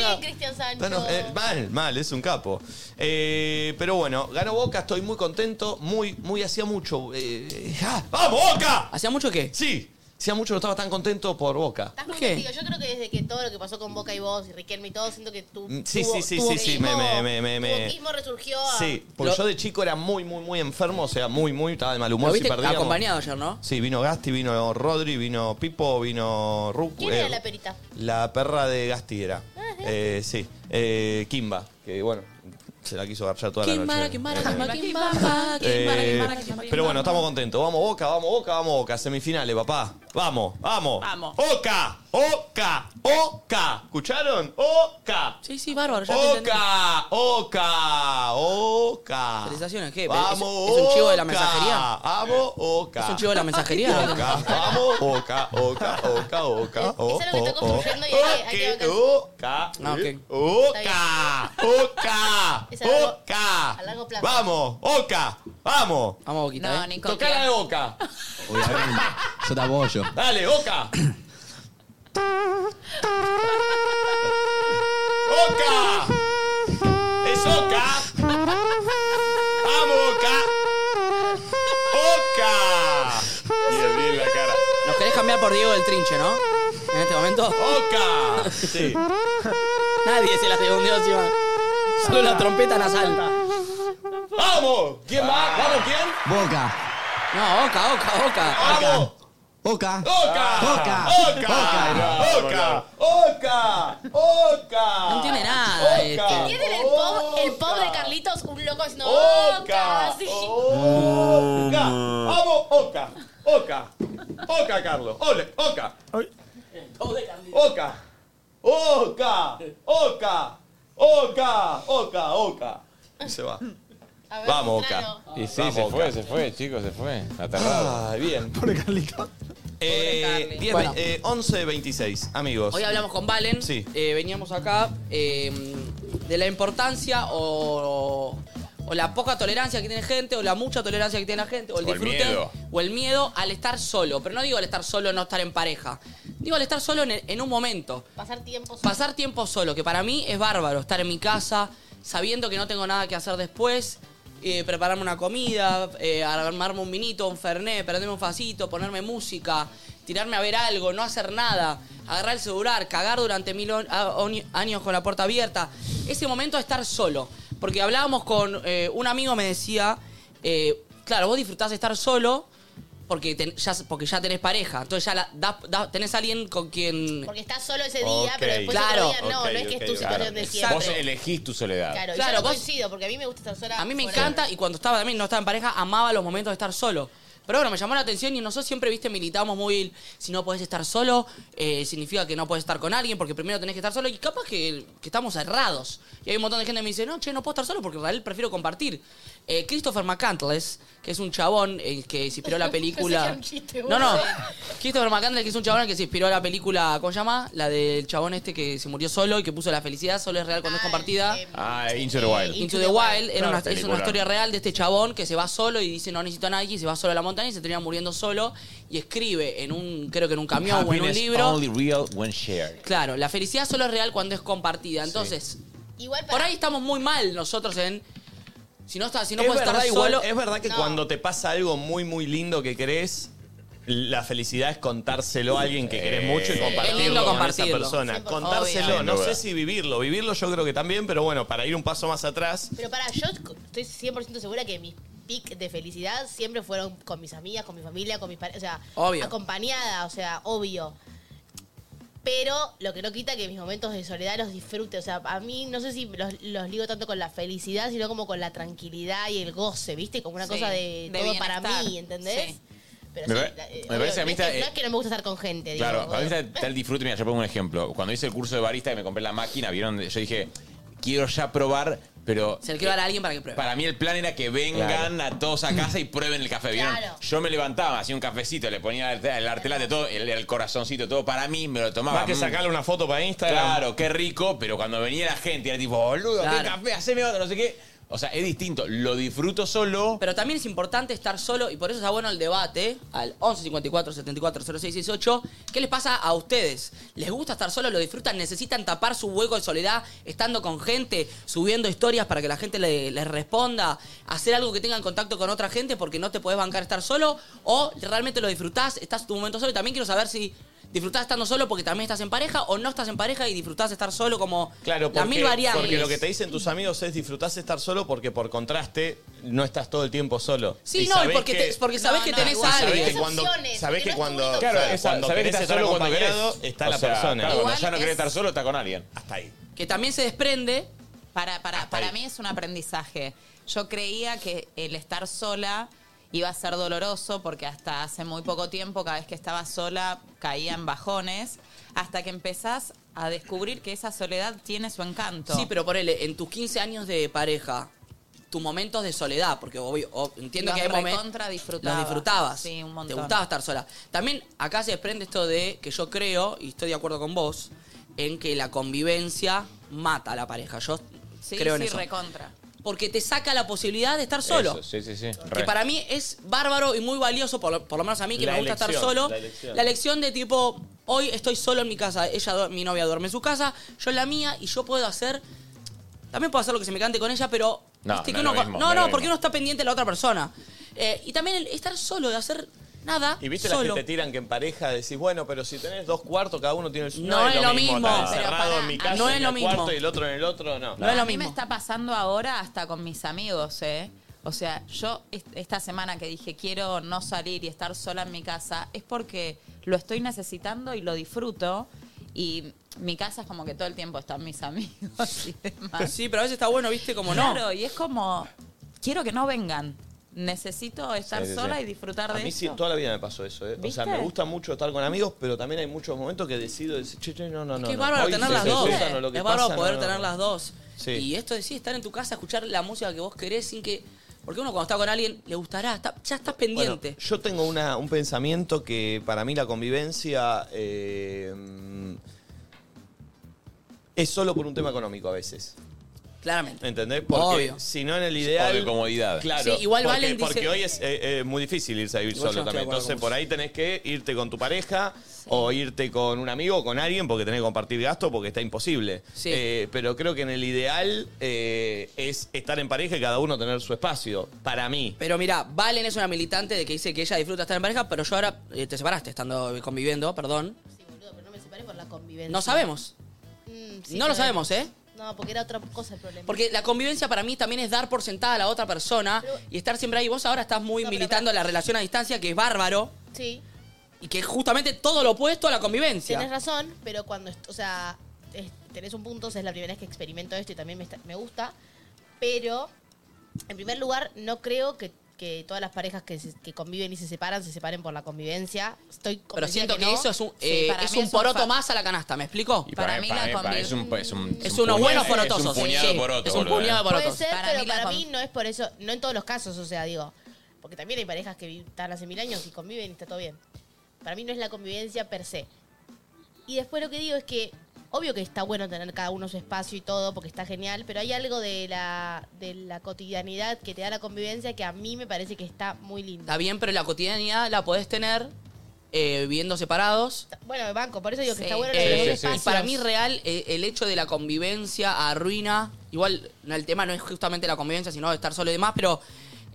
Speaker 7: bien, Cristian
Speaker 8: Está
Speaker 7: Sancho.
Speaker 8: eno- eh, mal, mal, es un capo. Eh, pero bueno, ganó Boca, estoy muy contento, muy, muy hacía mucho. eh, ¡ah! ¡Vamos, Boca!
Speaker 6: ¿Hacía mucho qué?
Speaker 8: Sí, hacía mucho no estaba tan contento por Boca.
Speaker 7: Estás muy
Speaker 6: ¿Por qué?
Speaker 7: contigo. Yo creo que desde que todo lo que pasó con Boca y vos y Riquelme y todo, siento que tú.
Speaker 8: Mm, sí, sí, sí, sí, sí, me- me- me- me-
Speaker 7: mismo resurgió.
Speaker 8: Sí, porque
Speaker 6: Lo-
Speaker 8: yo de chico era muy, muy, muy enfermo, o sea, muy, muy, estaba de mal
Speaker 6: Lo
Speaker 8: humor si
Speaker 6: viste
Speaker 8: perdíamos.
Speaker 6: acompañado ayer, ¿no?
Speaker 8: Sí, vino Gasti, vino Rodri, vino Pipo, vino eh, Ruku.
Speaker 7: ¿Quién era la perita?
Speaker 8: La perra de Gasti era.
Speaker 6: Ah,
Speaker 8: Eh, sí, eh, Kimba, que bueno, se la quiso garchar toda la noche. Eh, Eh, pero bueno, estamos contentos. Vamos Boca, vamos Boca, vamos Boca. Semifinales, papá. Vamos, vamos.
Speaker 3: Vamos.
Speaker 8: Oca, Oca, Oca. ¿Escucharon? Oca.
Speaker 6: Sí, sí, bárbaro.
Speaker 8: Oh,
Speaker 6: Ya te entendí.
Speaker 8: Oca, Oca, Oca.
Speaker 6: Felicitaciones, jefe.
Speaker 8: Vamos,
Speaker 6: Eh, ¿Es, es un chivo de la
Speaker 8: Oca.
Speaker 6: mensajería?
Speaker 8: Vamos, Oca.
Speaker 6: ¿Es un chivo de la mensajería?
Speaker 8: Oca, vamos, Oca, Oca, Oca, Oca.
Speaker 7: algo que está
Speaker 8: oh, oh, oh.
Speaker 7: construyendo y hay que- hay que avanzar.
Speaker 8: Oca,
Speaker 6: Ah, ok.
Speaker 8: Oca, Oca,
Speaker 7: Es a largo-
Speaker 8: Oca.
Speaker 7: a largo plazo.
Speaker 8: Vamos, Oca, vamos.
Speaker 6: Vamos, Boquita,
Speaker 3: No,
Speaker 6: ¿eh?
Speaker 3: Nico.
Speaker 8: Tocala
Speaker 3: ¿qué?
Speaker 8: de boca.
Speaker 9: Obviamente. Yo te apoyo.
Speaker 8: Dale, boca.
Speaker 2: ¡Oca! ¡Es Oca! ¡Vamos, Oca! ¡Oca! Y el bien en la cara.
Speaker 6: Nos querés cambiar por Diego del Trinche, ¿no? En este momento.
Speaker 2: ¡Oca! Sí.
Speaker 6: Nadie se la segundió encima. Solo la trompeta nasal.
Speaker 2: ¡Vamos! ¿Quién va? ¿Vamos quién?
Speaker 6: Boca. No, Oca, Oca, Oca.
Speaker 2: ¡Vamos!
Speaker 6: Oca.
Speaker 2: ¡Oca!
Speaker 6: Oca.
Speaker 2: ¡Oca! ¡Oca! ¡Oca! ¡Oca!
Speaker 3: No tiene nada
Speaker 2: Oca.
Speaker 3: este.
Speaker 7: Tienen el pop, el pop de Carlitos, un loco es no. ¡Oca! Sí.
Speaker 2: ¡Oca! ¡Vamos, Oca! ¡Oca! ¡Oca, Carlos! ¡Ole! ¡Oca! ¡Oca! ¡Oca! ¡Oca! ¡Oca! ¡Oca! ¡Oca! Y se va.
Speaker 7: A ver,
Speaker 5: Vamos,
Speaker 7: mostralo.
Speaker 5: Oca. Y sí,
Speaker 8: Vamos,
Speaker 5: se fue,
Speaker 8: Oca.
Speaker 5: se fue, chicos, se fue. Aterrado.
Speaker 8: Ah, bien.
Speaker 11: Pobre Carlito.
Speaker 8: Eh, 10,
Speaker 6: Bueno.
Speaker 8: eh, 11.26, amigos.
Speaker 6: Hoy hablamos con Valen.
Speaker 8: Sí.
Speaker 6: Eh, veníamos acá eh, de la importancia o, o la poca tolerancia que tiene gente, o la mucha tolerancia que tiene la gente, o el
Speaker 5: O el
Speaker 6: disfrute,
Speaker 5: miedo.
Speaker 6: o el miedo al estar solo. Pero no digo al estar solo, no estar en pareja. Digo al estar solo en, en un momento.
Speaker 7: Pasar tiempo solo.
Speaker 6: Pasar tiempo solo, que para mí es bárbaro. Estar en mi casa, sabiendo que no tengo nada que hacer después, eh, prepararme una comida, eh, armarme un vinito, un fernet, prenderme un facito, ponerme música, tirarme a ver algo, no hacer nada, agarrar el celular, cagar durante mil on- a- oni- años con la puerta abierta. Ese momento de estar solo. Porque hablábamos con eh, un amigo, me decía, eh, claro, vos disfrutás de estar solo. Porque, ten- ya, porque ya tenés pareja, entonces ya la- da- da- tenés alguien con quien
Speaker 7: Porque estás solo ese día, pero
Speaker 5: Ok.
Speaker 7: después
Speaker 6: Claro.
Speaker 7: otro día no, no es que es tu situación de siempre.
Speaker 5: Vos elegís tu soledad.
Speaker 7: Claro,
Speaker 6: Claro,
Speaker 7: yo no
Speaker 6: vos-
Speaker 7: coincido, porque a mí me gusta estar sola.
Speaker 6: A mí me
Speaker 7: por
Speaker 6: encanta y cuando estaba también, no estaba en pareja, amaba los momentos de estar solo. Pero bueno, me llamó la atención y nosotros siempre, viste, militamos muy, si no podés estar solo, eh, significa que no podés estar con alguien, porque primero tenés que estar solo y capaz que, que estamos cerrados. Y hay un montón de gente que me dice, no, che, no puedo estar solo porque en realidad prefiero compartir. Eh, Christopher McCandless, que es un chabón eh, que se inspiró la
Speaker 7: Pensé que
Speaker 6: película...
Speaker 7: era un chiste,
Speaker 6: no, no,
Speaker 7: boludo.
Speaker 6: Christopher McCandless, que es un chabón que se inspiró la película, ¿cómo se llama? La del chabón este que se murió solo y que puso la felicidad, solo es real cuando es compartida.
Speaker 5: Ah, Into the Wild.
Speaker 6: Eh, Into the Wild era una,
Speaker 5: Claro,
Speaker 6: es una
Speaker 5: película.
Speaker 6: historia real de este chabón que se va solo y dice no necesito a nadie y se va solo a la montaña y se termina muriendo solo y escribe en un, creo que en un camión o en un
Speaker 5: Happiness
Speaker 6: libro.
Speaker 5: Only real when shared.
Speaker 6: Claro, la felicidad solo es real cuando es compartida. Entonces,
Speaker 7: Igual
Speaker 6: por ahí estamos muy mal nosotros en... Si no, está, si no
Speaker 8: es,
Speaker 6: puedes
Speaker 8: verdad,
Speaker 6: estar
Speaker 8: igual,
Speaker 6: solo...
Speaker 8: es verdad que
Speaker 6: No.
Speaker 8: cuando te pasa algo muy, muy lindo que querés, la felicidad es contárselo a alguien que querés
Speaker 5: Eh,
Speaker 8: mucho y
Speaker 5: sí.
Speaker 8: compartirlo
Speaker 5: Es lindo
Speaker 8: con
Speaker 5: compartirlo.
Speaker 8: esa persona.
Speaker 5: Sí, por favor.
Speaker 8: contárselo,
Speaker 5: Obvio.
Speaker 8: no sé si vivirlo. Vivirlo yo creo que también, pero bueno, para ir un paso más atrás.
Speaker 7: Pero para, yo estoy 100% segura que mis pic de felicidad siempre fueron con mis amigas, con mi familia, con mis parejas, o sea,
Speaker 8: Obvio.
Speaker 7: acompañada, o sea, obvio. Pero lo que no quita que mis momentos de soledad los disfrute. O sea, a mí no sé si los, los ligo tanto con la felicidad, sino como con la tranquilidad y el goce, ¿viste? Como una
Speaker 3: Sí,
Speaker 7: cosa de,
Speaker 3: de
Speaker 7: todo para
Speaker 3: bienestar.
Speaker 7: mí, ¿entendés? Pero
Speaker 5: Me
Speaker 7: sí,
Speaker 5: pa-
Speaker 7: la- eh,
Speaker 5: me
Speaker 7: obvio,
Speaker 5: parece que a mí
Speaker 7: no es
Speaker 5: está-
Speaker 7: que- no es que no me gusta estar con gente, digo,
Speaker 5: Claro,
Speaker 7: como-
Speaker 5: a mí está está el disfrute. Mira, yo pongo un ejemplo. Cuando hice el curso de barista y me compré la máquina, vieron, yo dije, quiero ya probar, pero. eh,
Speaker 6: Se le quiero dar a alguien para que pruebe.
Speaker 5: Para mí el plan era que vengan a todos a casa y prueben el café. ¿Vieron?
Speaker 6: Claro.
Speaker 5: Yo me levantaba, hacía un cafecito, le ponía el, el artelate, todo, el, el corazoncito, todo para mí, me lo tomaba.
Speaker 8: Más que
Speaker 5: Mm.
Speaker 8: sacarle una foto para Instagram.
Speaker 5: Claro, qué rico, pero cuando venía la gente era tipo, boludo, qué
Speaker 6: Claro.
Speaker 5: café, haceme otro, no sé qué. O sea, es distinto. Lo disfruto solo.
Speaker 6: Pero también es importante estar solo y por eso está bueno el debate al 11 54 74 06 68. ¿Qué les pasa a ustedes? ¿Les gusta estar solo? ¿Lo disfrutan? ¿Necesitan tapar su hueco de soledad estando con gente, subiendo historias para que la gente le- les responda? ¿Hacer algo que tengan contacto con otra gente porque no te podés bancar estar solo? ¿O realmente lo disfrutás? ¿Estás tu momento solo? Y también quiero saber si disfrutás estando solo porque también estás en pareja o no estás en pareja y disfrutás estar solo como
Speaker 8: Claro,
Speaker 6: las
Speaker 8: porque,
Speaker 6: mil variables.
Speaker 8: porque lo que te dicen tus amigos es disfrutás estar solo porque por contraste no estás todo el tiempo solo.
Speaker 6: Sí,
Speaker 8: Y
Speaker 6: no,
Speaker 8: sabés
Speaker 6: porque,
Speaker 8: que-
Speaker 6: te- porque sabés que tenés
Speaker 8: y
Speaker 6: a
Speaker 8: sabés
Speaker 6: alguien.
Speaker 8: que cuando sabés que cuando
Speaker 5: Claro,
Speaker 8: claro,
Speaker 5: esa-
Speaker 8: cuando
Speaker 5: sabés que
Speaker 8: querés
Speaker 5: estás
Speaker 8: estar
Speaker 5: solo cuando querés.
Speaker 8: acompañado, está
Speaker 5: O
Speaker 8: la
Speaker 5: sea, claro,
Speaker 8: persona.
Speaker 5: cuando ya no
Speaker 3: Igual
Speaker 5: querés
Speaker 3: es-
Speaker 5: estar solo, está con alguien. Hasta ahí.
Speaker 6: Que también se desprende.
Speaker 3: Para, para, para mí es un aprendizaje. Yo creía que el estar sola iba a ser doloroso porque hasta hace muy poco tiempo, cada vez que estaba sola, caía en bajones, hasta que empezás a descubrir que esa soledad tiene su encanto.
Speaker 6: Sí, pero ponele, en tus 15 años de pareja, tus momentos de soledad, porque obvio, ob- entiendo
Speaker 3: Los
Speaker 6: que hay momentos.
Speaker 3: recontra disfrutaba.
Speaker 6: Los disfrutabas.
Speaker 3: Sí, un montón.
Speaker 6: Te gustaba estar sola. También acá se desprende esto de que yo creo, y estoy de acuerdo con vos, en que la convivencia mata a la pareja. Yo
Speaker 3: Sí,
Speaker 6: creo en
Speaker 3: sí,
Speaker 6: eso.
Speaker 3: recontra.
Speaker 6: porque te saca la posibilidad de estar solo.
Speaker 5: Eso, sí, sí, sí.
Speaker 6: Que para mí es bárbaro y muy valioso, por lo, por lo menos a mí, que
Speaker 5: La
Speaker 6: me gusta
Speaker 5: elección,
Speaker 6: estar solo.
Speaker 5: la elección.
Speaker 6: La elección de tipo, hoy estoy solo en mi casa, ella, du- mi novia duerme en su casa, yo en la mía, y yo puedo hacer. También puedo hacer lo que se me cante con ella, pero.
Speaker 5: No,
Speaker 8: Ah,
Speaker 6: viste
Speaker 5: no
Speaker 6: que
Speaker 5: es lo
Speaker 6: uno- no,
Speaker 5: mismo, no es lo
Speaker 6: no,
Speaker 5: mismo.
Speaker 6: porque uno está pendiente de la otra persona. Eh, y también el estar solo, de hacer nada.
Speaker 8: Y viste
Speaker 6: solo.
Speaker 8: las que te tiran que en pareja decís, bueno, pero si tenés dos cuartos, cada uno tiene el suyo.
Speaker 6: No es lo mismo, pero
Speaker 8: Cerrado
Speaker 6: pará,
Speaker 8: en mi casa,
Speaker 6: no
Speaker 8: en
Speaker 6: es
Speaker 8: el
Speaker 6: lo mismo.
Speaker 8: cuarto y el otro en el otro, no.
Speaker 3: a mí me está pasando ahora hasta con mis amigos, ¿eh? O sea, yo est- esta semana que dije quiero no salir y estar sola en mi casa es porque lo estoy necesitando y lo disfruto. Y mi casa es como que todo el tiempo están mis amigos y demás.
Speaker 6: Ah, Sí, pero a veces está bueno, viste, como no.
Speaker 3: Claro, y es como, quiero que no vengan. Necesito estar
Speaker 8: Sí, sí, sí.
Speaker 3: sola y disfrutar de
Speaker 8: A mí sí,
Speaker 3: eso.
Speaker 8: toda la vida me pasó eso. ¿eh? O
Speaker 3: ¿Viste?
Speaker 8: sea, me gusta mucho estar con amigos, pero también hay muchos momentos que decido decir, che, che, no, no, no.
Speaker 6: que es
Speaker 8: no.
Speaker 6: bárbaro
Speaker 8: Hoy
Speaker 6: tener
Speaker 8: se
Speaker 6: las dos.
Speaker 8: cruzan o lo que
Speaker 6: es bárbaro
Speaker 8: pasa,
Speaker 6: poder
Speaker 8: no, no,
Speaker 6: tener
Speaker 8: no.
Speaker 6: las dos.
Speaker 8: Sí.
Speaker 6: Y esto de sí, estar en tu casa, escuchar la música que vos querés sin que. Porque uno cuando está con alguien le gustará, está- ya estás
Speaker 8: Bueno,
Speaker 6: pendiente.
Speaker 8: yo tengo una- un pensamiento que para mí la convivencia eh, mm, es solo por un tema económico a veces.
Speaker 6: Claramente.
Speaker 8: ¿Entendés? Porque
Speaker 6: Obvio.
Speaker 8: si no en el ideal.
Speaker 5: O de comodidad.
Speaker 8: Claro.
Speaker 6: Sí, igual
Speaker 8: porque,
Speaker 6: Valen dice-
Speaker 8: Porque hoy es eh, eh, muy difícil irse a vivir
Speaker 6: Igual yo
Speaker 8: solo
Speaker 6: no estoy de
Speaker 8: también.
Speaker 6: acuerdo
Speaker 8: Entonces,
Speaker 6: con
Speaker 8: por ahí tenés que irte con tu pareja o irte con un amigo o con alguien porque tenés que compartir gasto porque está imposible. Eh, pero creo que en el ideal eh, es estar en pareja y cada uno tener su espacio. Para mí.
Speaker 6: Pero mira, Valen es una militante de que dice que ella disfruta estar en pareja, pero yo ahora eh, te separaste estando conviviendo, perdón.
Speaker 7: Me
Speaker 5: ah,
Speaker 7: separé por la convivencia.
Speaker 6: No sabemos.
Speaker 7: Mm,
Speaker 6: No lo sabemos, ¿eh?
Speaker 7: No, porque era otra cosa el problema.
Speaker 6: Porque la convivencia para mí también es dar por sentada a la otra persona y estar siempre ahí. Vos ahora estás muy militando la relación a distancia, que es bárbaro,
Speaker 7: Sí,
Speaker 6: y que es justamente todo lo opuesto a la convivencia.
Speaker 7: tienes razón, pero cuando, est- o sea, es- tenés un punto, o sea, es la primera vez que experimento esto y también me, está- me gusta, pero en primer lugar, no creo que, que todas las parejas que, se- que conviven y se separan se separen por la convivencia. Estoy
Speaker 6: Pero
Speaker 7: convencida
Speaker 6: siento que,
Speaker 7: no.
Speaker 6: eso es un,
Speaker 7: Sí,
Speaker 6: eh,
Speaker 7: para
Speaker 6: es
Speaker 7: mí
Speaker 6: un poroto
Speaker 7: fa-
Speaker 6: más a la canasta, ¿me explico?
Speaker 5: para mí, para mí- para- es un, es un-
Speaker 6: Es
Speaker 5: un
Speaker 6: unos
Speaker 5: puñado-
Speaker 6: buenos
Speaker 5: es un
Speaker 6: porotosos, sí,
Speaker 5: puñado de
Speaker 6: sí.
Speaker 5: porotos,
Speaker 6: Es un
Speaker 5: boludo, ¿eh?
Speaker 6: puñado de
Speaker 7: Puede ser,
Speaker 3: Para
Speaker 7: pero
Speaker 3: mí la
Speaker 7: para
Speaker 3: con-
Speaker 7: mí no es por eso, no en todos los casos, o sea, digo, porque también hay parejas que vi- están hace mil años y conviven y está todo bien. Para mí no es la convivencia per se. Y después lo que digo es que, obvio que está bueno tener cada uno su espacio y todo, porque está genial, pero hay algo de la, de la cotidianidad que te da la convivencia que a mí me parece que está muy lindo.
Speaker 6: Está bien, pero la cotidianidad la podés tener eh, viviendo separados.
Speaker 7: Bueno, me banco, por eso digo que está bueno
Speaker 6: Eh,
Speaker 7: tener
Speaker 6: y para mí real eh, el hecho de la convivencia arruina, igual no, el tema no es justamente la convivencia, sino estar solo y demás, pero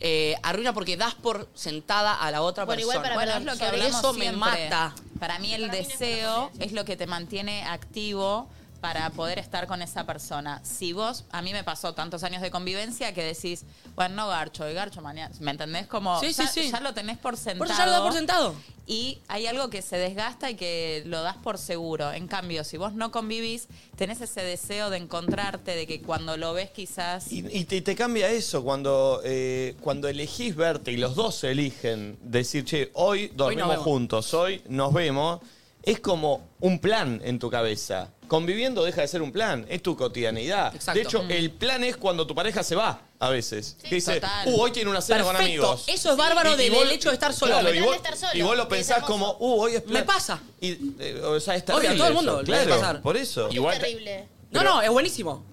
Speaker 6: eh, arruina porque das por sentada a la otra
Speaker 3: Bueno,
Speaker 6: persona.
Speaker 3: es lo que hablamos
Speaker 6: eso me
Speaker 3: siempre.
Speaker 6: mata.
Speaker 3: Para mí el deseo es lo que te mantiene activo para poder estar con esa persona. Si vos, a mí me pasó tantos años de convivencia que decís, bueno, no garcho, y garcho mañana. ¿Me entendés? Como
Speaker 6: Sí,
Speaker 3: ya,
Speaker 6: sí, sí.
Speaker 3: ya lo tenés por sentado.
Speaker 6: Por eso ya lo das por sentado.
Speaker 3: Y hay algo que se desgasta y que lo das por seguro. En cambio, si vos no convivís, tenés ese deseo de encontrarte, de que cuando lo ves quizás...
Speaker 8: Y, y te, te cambia eso cuando, eh, cuando elegís verte y los dos eligen decir, che, hoy dormimos
Speaker 6: vemos.
Speaker 8: juntos, hoy nos vemos, es como un plan en tu cabeza. Conviviendo deja de ser un plan, es tu cotidianidad.
Speaker 6: Exacto.
Speaker 8: De hecho,
Speaker 6: Mm.
Speaker 8: el plan es cuando tu pareja se va a veces. Que dice,
Speaker 6: Total.
Speaker 8: uh, hoy tiene una cena con
Speaker 6: Perfecto.
Speaker 8: amigos.
Speaker 6: Eso es bárbaro
Speaker 8: Y- y
Speaker 6: del
Speaker 8: vos-
Speaker 6: hecho de estar solo.
Speaker 8: Claro,
Speaker 6: El
Speaker 8: y,
Speaker 6: plan
Speaker 8: vos,
Speaker 6: de estar solo,
Speaker 8: y vos lo
Speaker 6: que es
Speaker 8: pensás
Speaker 6: hermoso.
Speaker 8: como, uh, hoy es plan.
Speaker 6: Me pasa.
Speaker 8: Y, eh, o sea, es
Speaker 6: Obvio, a
Speaker 8: terrible
Speaker 6: todo el
Speaker 8: eso,
Speaker 6: mundo le puede
Speaker 8: claro,
Speaker 6: pasar.
Speaker 8: Por eso.
Speaker 7: Igual es terrible.
Speaker 6: No, eh. no, es buenísimo.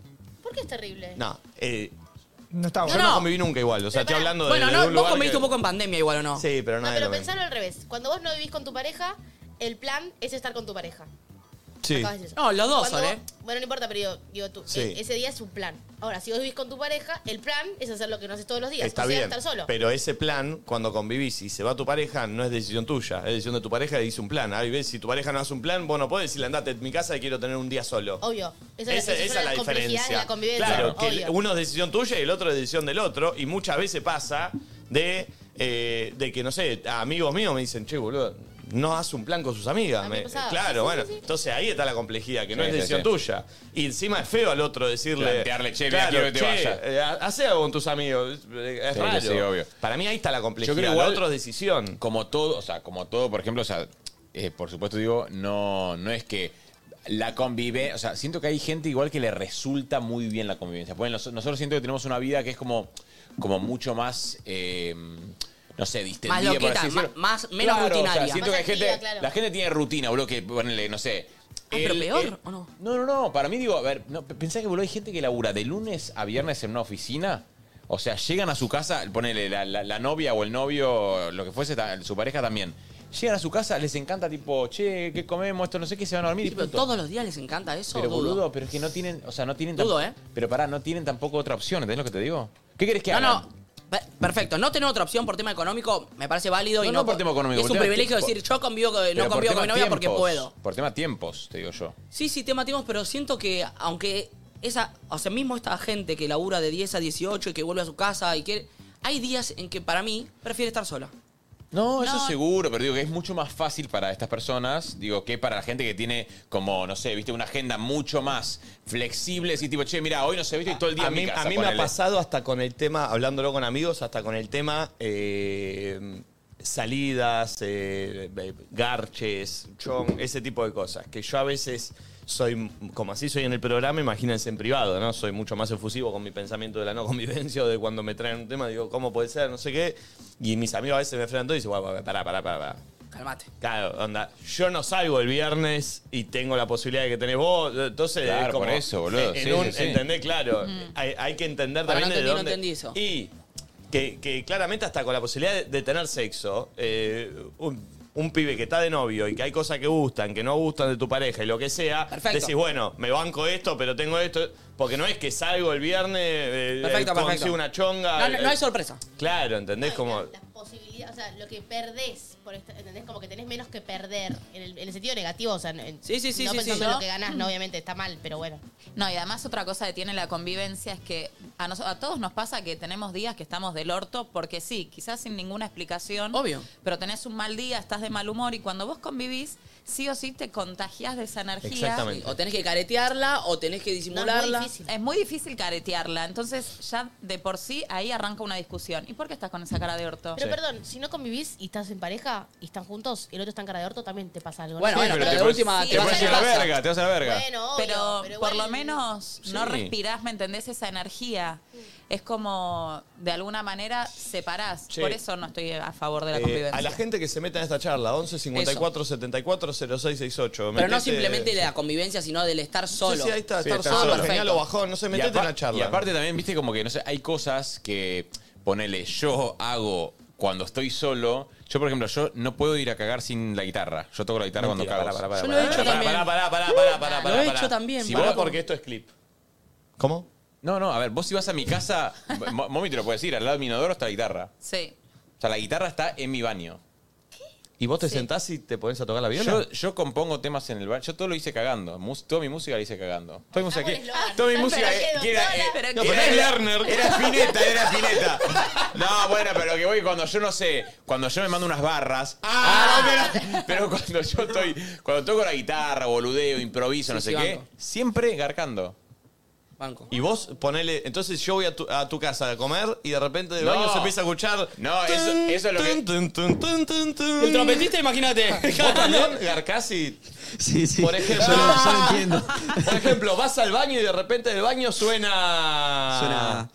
Speaker 7: ¿Por qué es terrible?
Speaker 8: No, eh,
Speaker 11: No está
Speaker 8: yo
Speaker 7: bueno.
Speaker 8: no,
Speaker 7: No, no.
Speaker 8: conviví nunca igual. O sea, estoy hablando de.
Speaker 6: Bueno,
Speaker 8: de
Speaker 6: no,
Speaker 8: un
Speaker 6: vos
Speaker 8: lugar
Speaker 6: conviviste
Speaker 8: que-
Speaker 6: un poco en pandemia igual, ¿o no?
Speaker 8: Sí, pero no,
Speaker 7: No,
Speaker 8: es
Speaker 7: Ah, pero
Speaker 8: lo mismo.
Speaker 7: pensarlo al revés. Cuando vos no vivís con tu pareja, el plan es estar con tu pareja.
Speaker 8: Sí.
Speaker 7: Acabas de decir eso.
Speaker 6: No, los dos
Speaker 7: Cuando
Speaker 6: son,
Speaker 7: vos-
Speaker 6: ¿eh?
Speaker 7: Bueno, no importa, pero yo digo tú,
Speaker 8: Sí.
Speaker 7: e- ese día es un plan. Ahora, si vos vivís con tu pareja, el plan es hacer lo que no haces todos los días.
Speaker 8: Está
Speaker 7: o sea,
Speaker 8: bien,
Speaker 7: estar solo.
Speaker 8: pero ese plan, cuando convivís y se va tu pareja, no es decisión tuya, es decisión de tu pareja y hizo un plan. Ahí ves, si tu pareja no hace un plan, vos no podés decirle, andate en mi casa y quiero tener un día solo.
Speaker 7: Obvio. Esa,
Speaker 8: Esa,
Speaker 7: esa
Speaker 8: esa es la
Speaker 7: complejidad de
Speaker 8: diferencia.
Speaker 7: la convivencia.
Speaker 8: claro, que
Speaker 7: obvio.
Speaker 8: uno es decisión tuya y el otro es decisión del otro, y muchas veces pasa de, eh, de que, no sé, amigos míos me dicen, che, boludo, no hace un plan con sus amigas.
Speaker 7: mí me
Speaker 8: Me-
Speaker 7: pasaba. Sí,
Speaker 8: claro,
Speaker 7: sí,
Speaker 8: bueno,
Speaker 7: sí, sí.
Speaker 8: entonces ahí está la complejidad, que no
Speaker 5: Sí,
Speaker 8: es
Speaker 5: sí,
Speaker 8: decisión
Speaker 5: sí.
Speaker 8: tuya. Y encima es feo al otro decirle.
Speaker 5: Plantearle, "Che, mira, quiero que te vayas".
Speaker 8: eh, ha- hacé algo con tus amigos. Eh, Es
Speaker 5: Sí,
Speaker 8: raro.
Speaker 5: sí, obvio.
Speaker 8: Para mí ahí está la complejidad.
Speaker 5: Yo creo
Speaker 8: Lo
Speaker 5: igual,
Speaker 8: otro es decisión.
Speaker 5: Como todo, o sea, como todo, por ejemplo, o sea, eh, por supuesto digo, no, no es que la convivencia, o sea, siento que hay gente igual que le resulta muy bien la convivencia. Porque nos- nosotros siento que tenemos una vida que es como, como mucho más, eh, no sé, distendida.
Speaker 6: Más
Speaker 5: por
Speaker 6: loquita,
Speaker 5: así
Speaker 6: ma-
Speaker 5: decirlo.
Speaker 6: más, menos
Speaker 5: Claro, o sea,
Speaker 6: rutinaria.
Speaker 5: siento que hay gente, la gente tiene rutina, boludo, que ponele, no sé, El-
Speaker 6: Ah, pero peor,
Speaker 5: el-
Speaker 6: ¿o no?
Speaker 5: No, no, no. Para mí, digo, a ver, no, p- pensá que boludo, hay gente que labura de lunes a viernes en una oficina. O sea, llegan a su casa, ponele la, la- la novia o el novio, lo que fuese, ta- su pareja también. Llegan a su casa, les encanta, tipo, che, ¿qué comemos? Esto no sé qué, se van a dormir. y
Speaker 6: Pero
Speaker 5: punto.
Speaker 6: todos los días les encanta eso.
Speaker 5: Pero
Speaker 6: dudo.
Speaker 5: boludo, pero es que no tienen, o sea, no tienen
Speaker 6: Dudo,
Speaker 5: tamp-
Speaker 6: ¿eh?
Speaker 5: Pero pará, no tienen tampoco otra opción, ¿entendés lo que te digo? ¿Qué querés que
Speaker 6: No,
Speaker 5: hagan?
Speaker 6: no. pe- Perfecto, no tener otra opción por tema económico me parece válido y
Speaker 5: No,
Speaker 6: no,
Speaker 5: no por tema
Speaker 6: Es
Speaker 5: económico, por
Speaker 6: un
Speaker 5: tema
Speaker 6: privilegio
Speaker 5: tiempo.
Speaker 6: decir yo convivo, con-
Speaker 5: Pero
Speaker 6: eh, no
Speaker 5: por
Speaker 6: convivo con mi
Speaker 5: tema
Speaker 6: novia porque
Speaker 5: tiempos,
Speaker 6: puedo.
Speaker 5: Por tema tiempos, te digo yo.
Speaker 6: Sí, sí, tema timos, pero siento que aunque esa, o sea, mismo esta gente que labura de 10 a 18 y que vuelve a su casa y que hay días en que para mí prefiere estar sola.
Speaker 5: No, eso seguro, pero digo que es mucho más fácil para estas personas, digo, que para la gente que tiene como, no sé, viste, una agenda mucho más flexible, así tipo, che, mira, hoy no sé, viste, y todo el día
Speaker 8: a
Speaker 5: en
Speaker 8: mí,
Speaker 5: mi casa,
Speaker 8: a mí me ha
Speaker 5: ponele.
Speaker 8: pasado hasta con el tema, hablándolo con amigos, hasta con el tema eh, salidas, eh, eh, garches, chon, ese tipo de cosas. Que yo a veces soy, como así soy en el programa, imagínense en privado, ¿no? Soy mucho más efusivo con mi pensamiento de la no convivencia o de cuando me traen un tema, digo, ¿cómo puede ser? No sé qué. Y mis amigos a veces me frenan todo y dicen, "Guau, guau, pará, pará, pará. pará".
Speaker 6: Calmate.
Speaker 8: Claro, onda. Yo no salgo el viernes y tengo la posibilidad de que tenés vos. eh, Entonces,
Speaker 5: Claro,
Speaker 8: es como-
Speaker 5: por eso, boludo.
Speaker 8: en
Speaker 5: Sí,
Speaker 8: un-
Speaker 5: sí, sí.
Speaker 8: ¿Entendés? Claro. Hay, hay que entender
Speaker 6: Para,
Speaker 8: también
Speaker 6: no
Speaker 8: de
Speaker 6: entendí, no
Speaker 8: dónde.
Speaker 6: entendí eso.
Speaker 8: Y que, que claramente, hasta con la posibilidad de, de tener sexo, eh, un, un pibe que está de novio y que hay cosas que gustan, que no gustan de tu pareja y lo que sea,
Speaker 6: Perfecto.
Speaker 8: decís, bueno, me banco esto, pero tengo esto. Porque no es que salgo el viernes, eh,
Speaker 6: Perfecto,
Speaker 8: eh, consigo
Speaker 6: perfecto.
Speaker 8: una chonga.
Speaker 6: No, no, no hay
Speaker 8: eh,
Speaker 6: sorpresa.
Speaker 8: Claro, ¿entendés? Como.
Speaker 7: posibilidad, o sea, lo que perdés, por esta- ¿entendés? Como que tenés menos que perder, en el, en el sentido negativo, o sea, en-
Speaker 6: Sí, sí, sí,
Speaker 7: no
Speaker 6: sí,
Speaker 7: pensando
Speaker 6: sí.
Speaker 7: en
Speaker 6: Yo-
Speaker 7: lo que ganás, no, obviamente está mal, pero bueno.
Speaker 3: No, y además otra cosa que tiene la convivencia es que a, nos- a todos nos pasa que tenemos días que estamos del orto, porque sí, quizás sin ninguna explicación.
Speaker 6: Obvio.
Speaker 3: Pero tenés un mal día, estás de mal humor y cuando vos convivís, sí o sí te contagiás de esa energía.
Speaker 8: Exactamente.
Speaker 6: O tenés que caretearla o tenés que disimularla.
Speaker 3: es, muy difícil. caretearla. Entonces, ya de por sí ahí arranca una discusión. ¿Y por qué estás con esa cara de orto?
Speaker 7: Pero perdón, si no convivís y estás en pareja y están juntos y el otro está en cara de orto, también te pasa algo. ¿no?
Speaker 6: Bueno, bueno, pero, de última
Speaker 5: te vas a la verga, te vas a la verga.
Speaker 7: Bueno, obvio,
Speaker 3: pero,
Speaker 7: pero
Speaker 3: por
Speaker 7: igual-
Speaker 3: lo menos no
Speaker 5: Sí.
Speaker 3: respirás, ¿me entendés? Esa energía. Es como, de alguna manera, separás.
Speaker 8: Che.
Speaker 3: Por eso no estoy a favor de la
Speaker 8: Eh,
Speaker 3: convivencia.
Speaker 8: a la gente que se meta en esta charla, 11 54 74 06 68.
Speaker 6: Pero no simplemente de la convivencia, sino del estar solo.
Speaker 8: Sí, sí, ahí está,
Speaker 5: Sí,
Speaker 8: estar
Speaker 5: está
Speaker 8: solo,
Speaker 5: solo.
Speaker 8: genial o bajón, no sé, metete
Speaker 5: Y apa-
Speaker 8: en la charla.
Speaker 5: Y aparte también, viste, como que, no sé, hay cosas que, ponele, yo hago cuando estoy solo. Yo, por ejemplo, yo no puedo ir a cagar sin la guitarra. Yo toco la guitarra
Speaker 8: Mentira,
Speaker 5: cuando cago.
Speaker 8: pará, pará, Yo lo he pará, hecho pará, también. pará, pará, pará, pará, pará, Lo he pará. hecho también.
Speaker 5: Si
Speaker 8: Pará,
Speaker 5: vos-
Speaker 8: porque esto es clip. ¿Cómo?
Speaker 5: No, no, a ver, vos si vas a mi casa, mo- Momi te lo puedes decir, al lado de mi inodoro está la guitarra.
Speaker 3: Sí.
Speaker 5: O sea, la guitarra está en mi baño.
Speaker 8: ¿Y vos te sentás y te pones a tocar la viola?
Speaker 5: Yo, yo compongo temas en el baño. Yo todo lo hice cagando. Mus- toda mi música la hice cagando.
Speaker 8: Ah,
Speaker 5: Toda mi música, que- toda mi música que- que era, eh, era-
Speaker 8: No, pero es
Speaker 5: era-
Speaker 8: Lerner.
Speaker 5: Era Spinetta, era Spinetta. No, bueno, pero que voy cuando yo no sé, cuando yo me mando unas barras. ¡Ah! no, pero, pero cuando yo estoy, cuando toco la guitarra, boludeo, improviso, no sé
Speaker 8: sí,
Speaker 5: qué,
Speaker 8: banco.
Speaker 5: siempre garcando.
Speaker 6: Banco.
Speaker 8: Y vos ponele, entonces yo voy a tu, a tu casa a comer y de repente del
Speaker 5: No.
Speaker 8: baño se empieza a escuchar.
Speaker 5: No, eso- eso es lo que-
Speaker 6: El trompetista, imagínate.
Speaker 8: ¿Vos también garcás y-
Speaker 9: Sí, sí.
Speaker 8: Por ejemplo,
Speaker 9: Yo lo-
Speaker 6: Ah.
Speaker 9: yo lo
Speaker 8: entiendo. Por ejemplo, vas al baño y de repente del baño suena.
Speaker 9: Suena.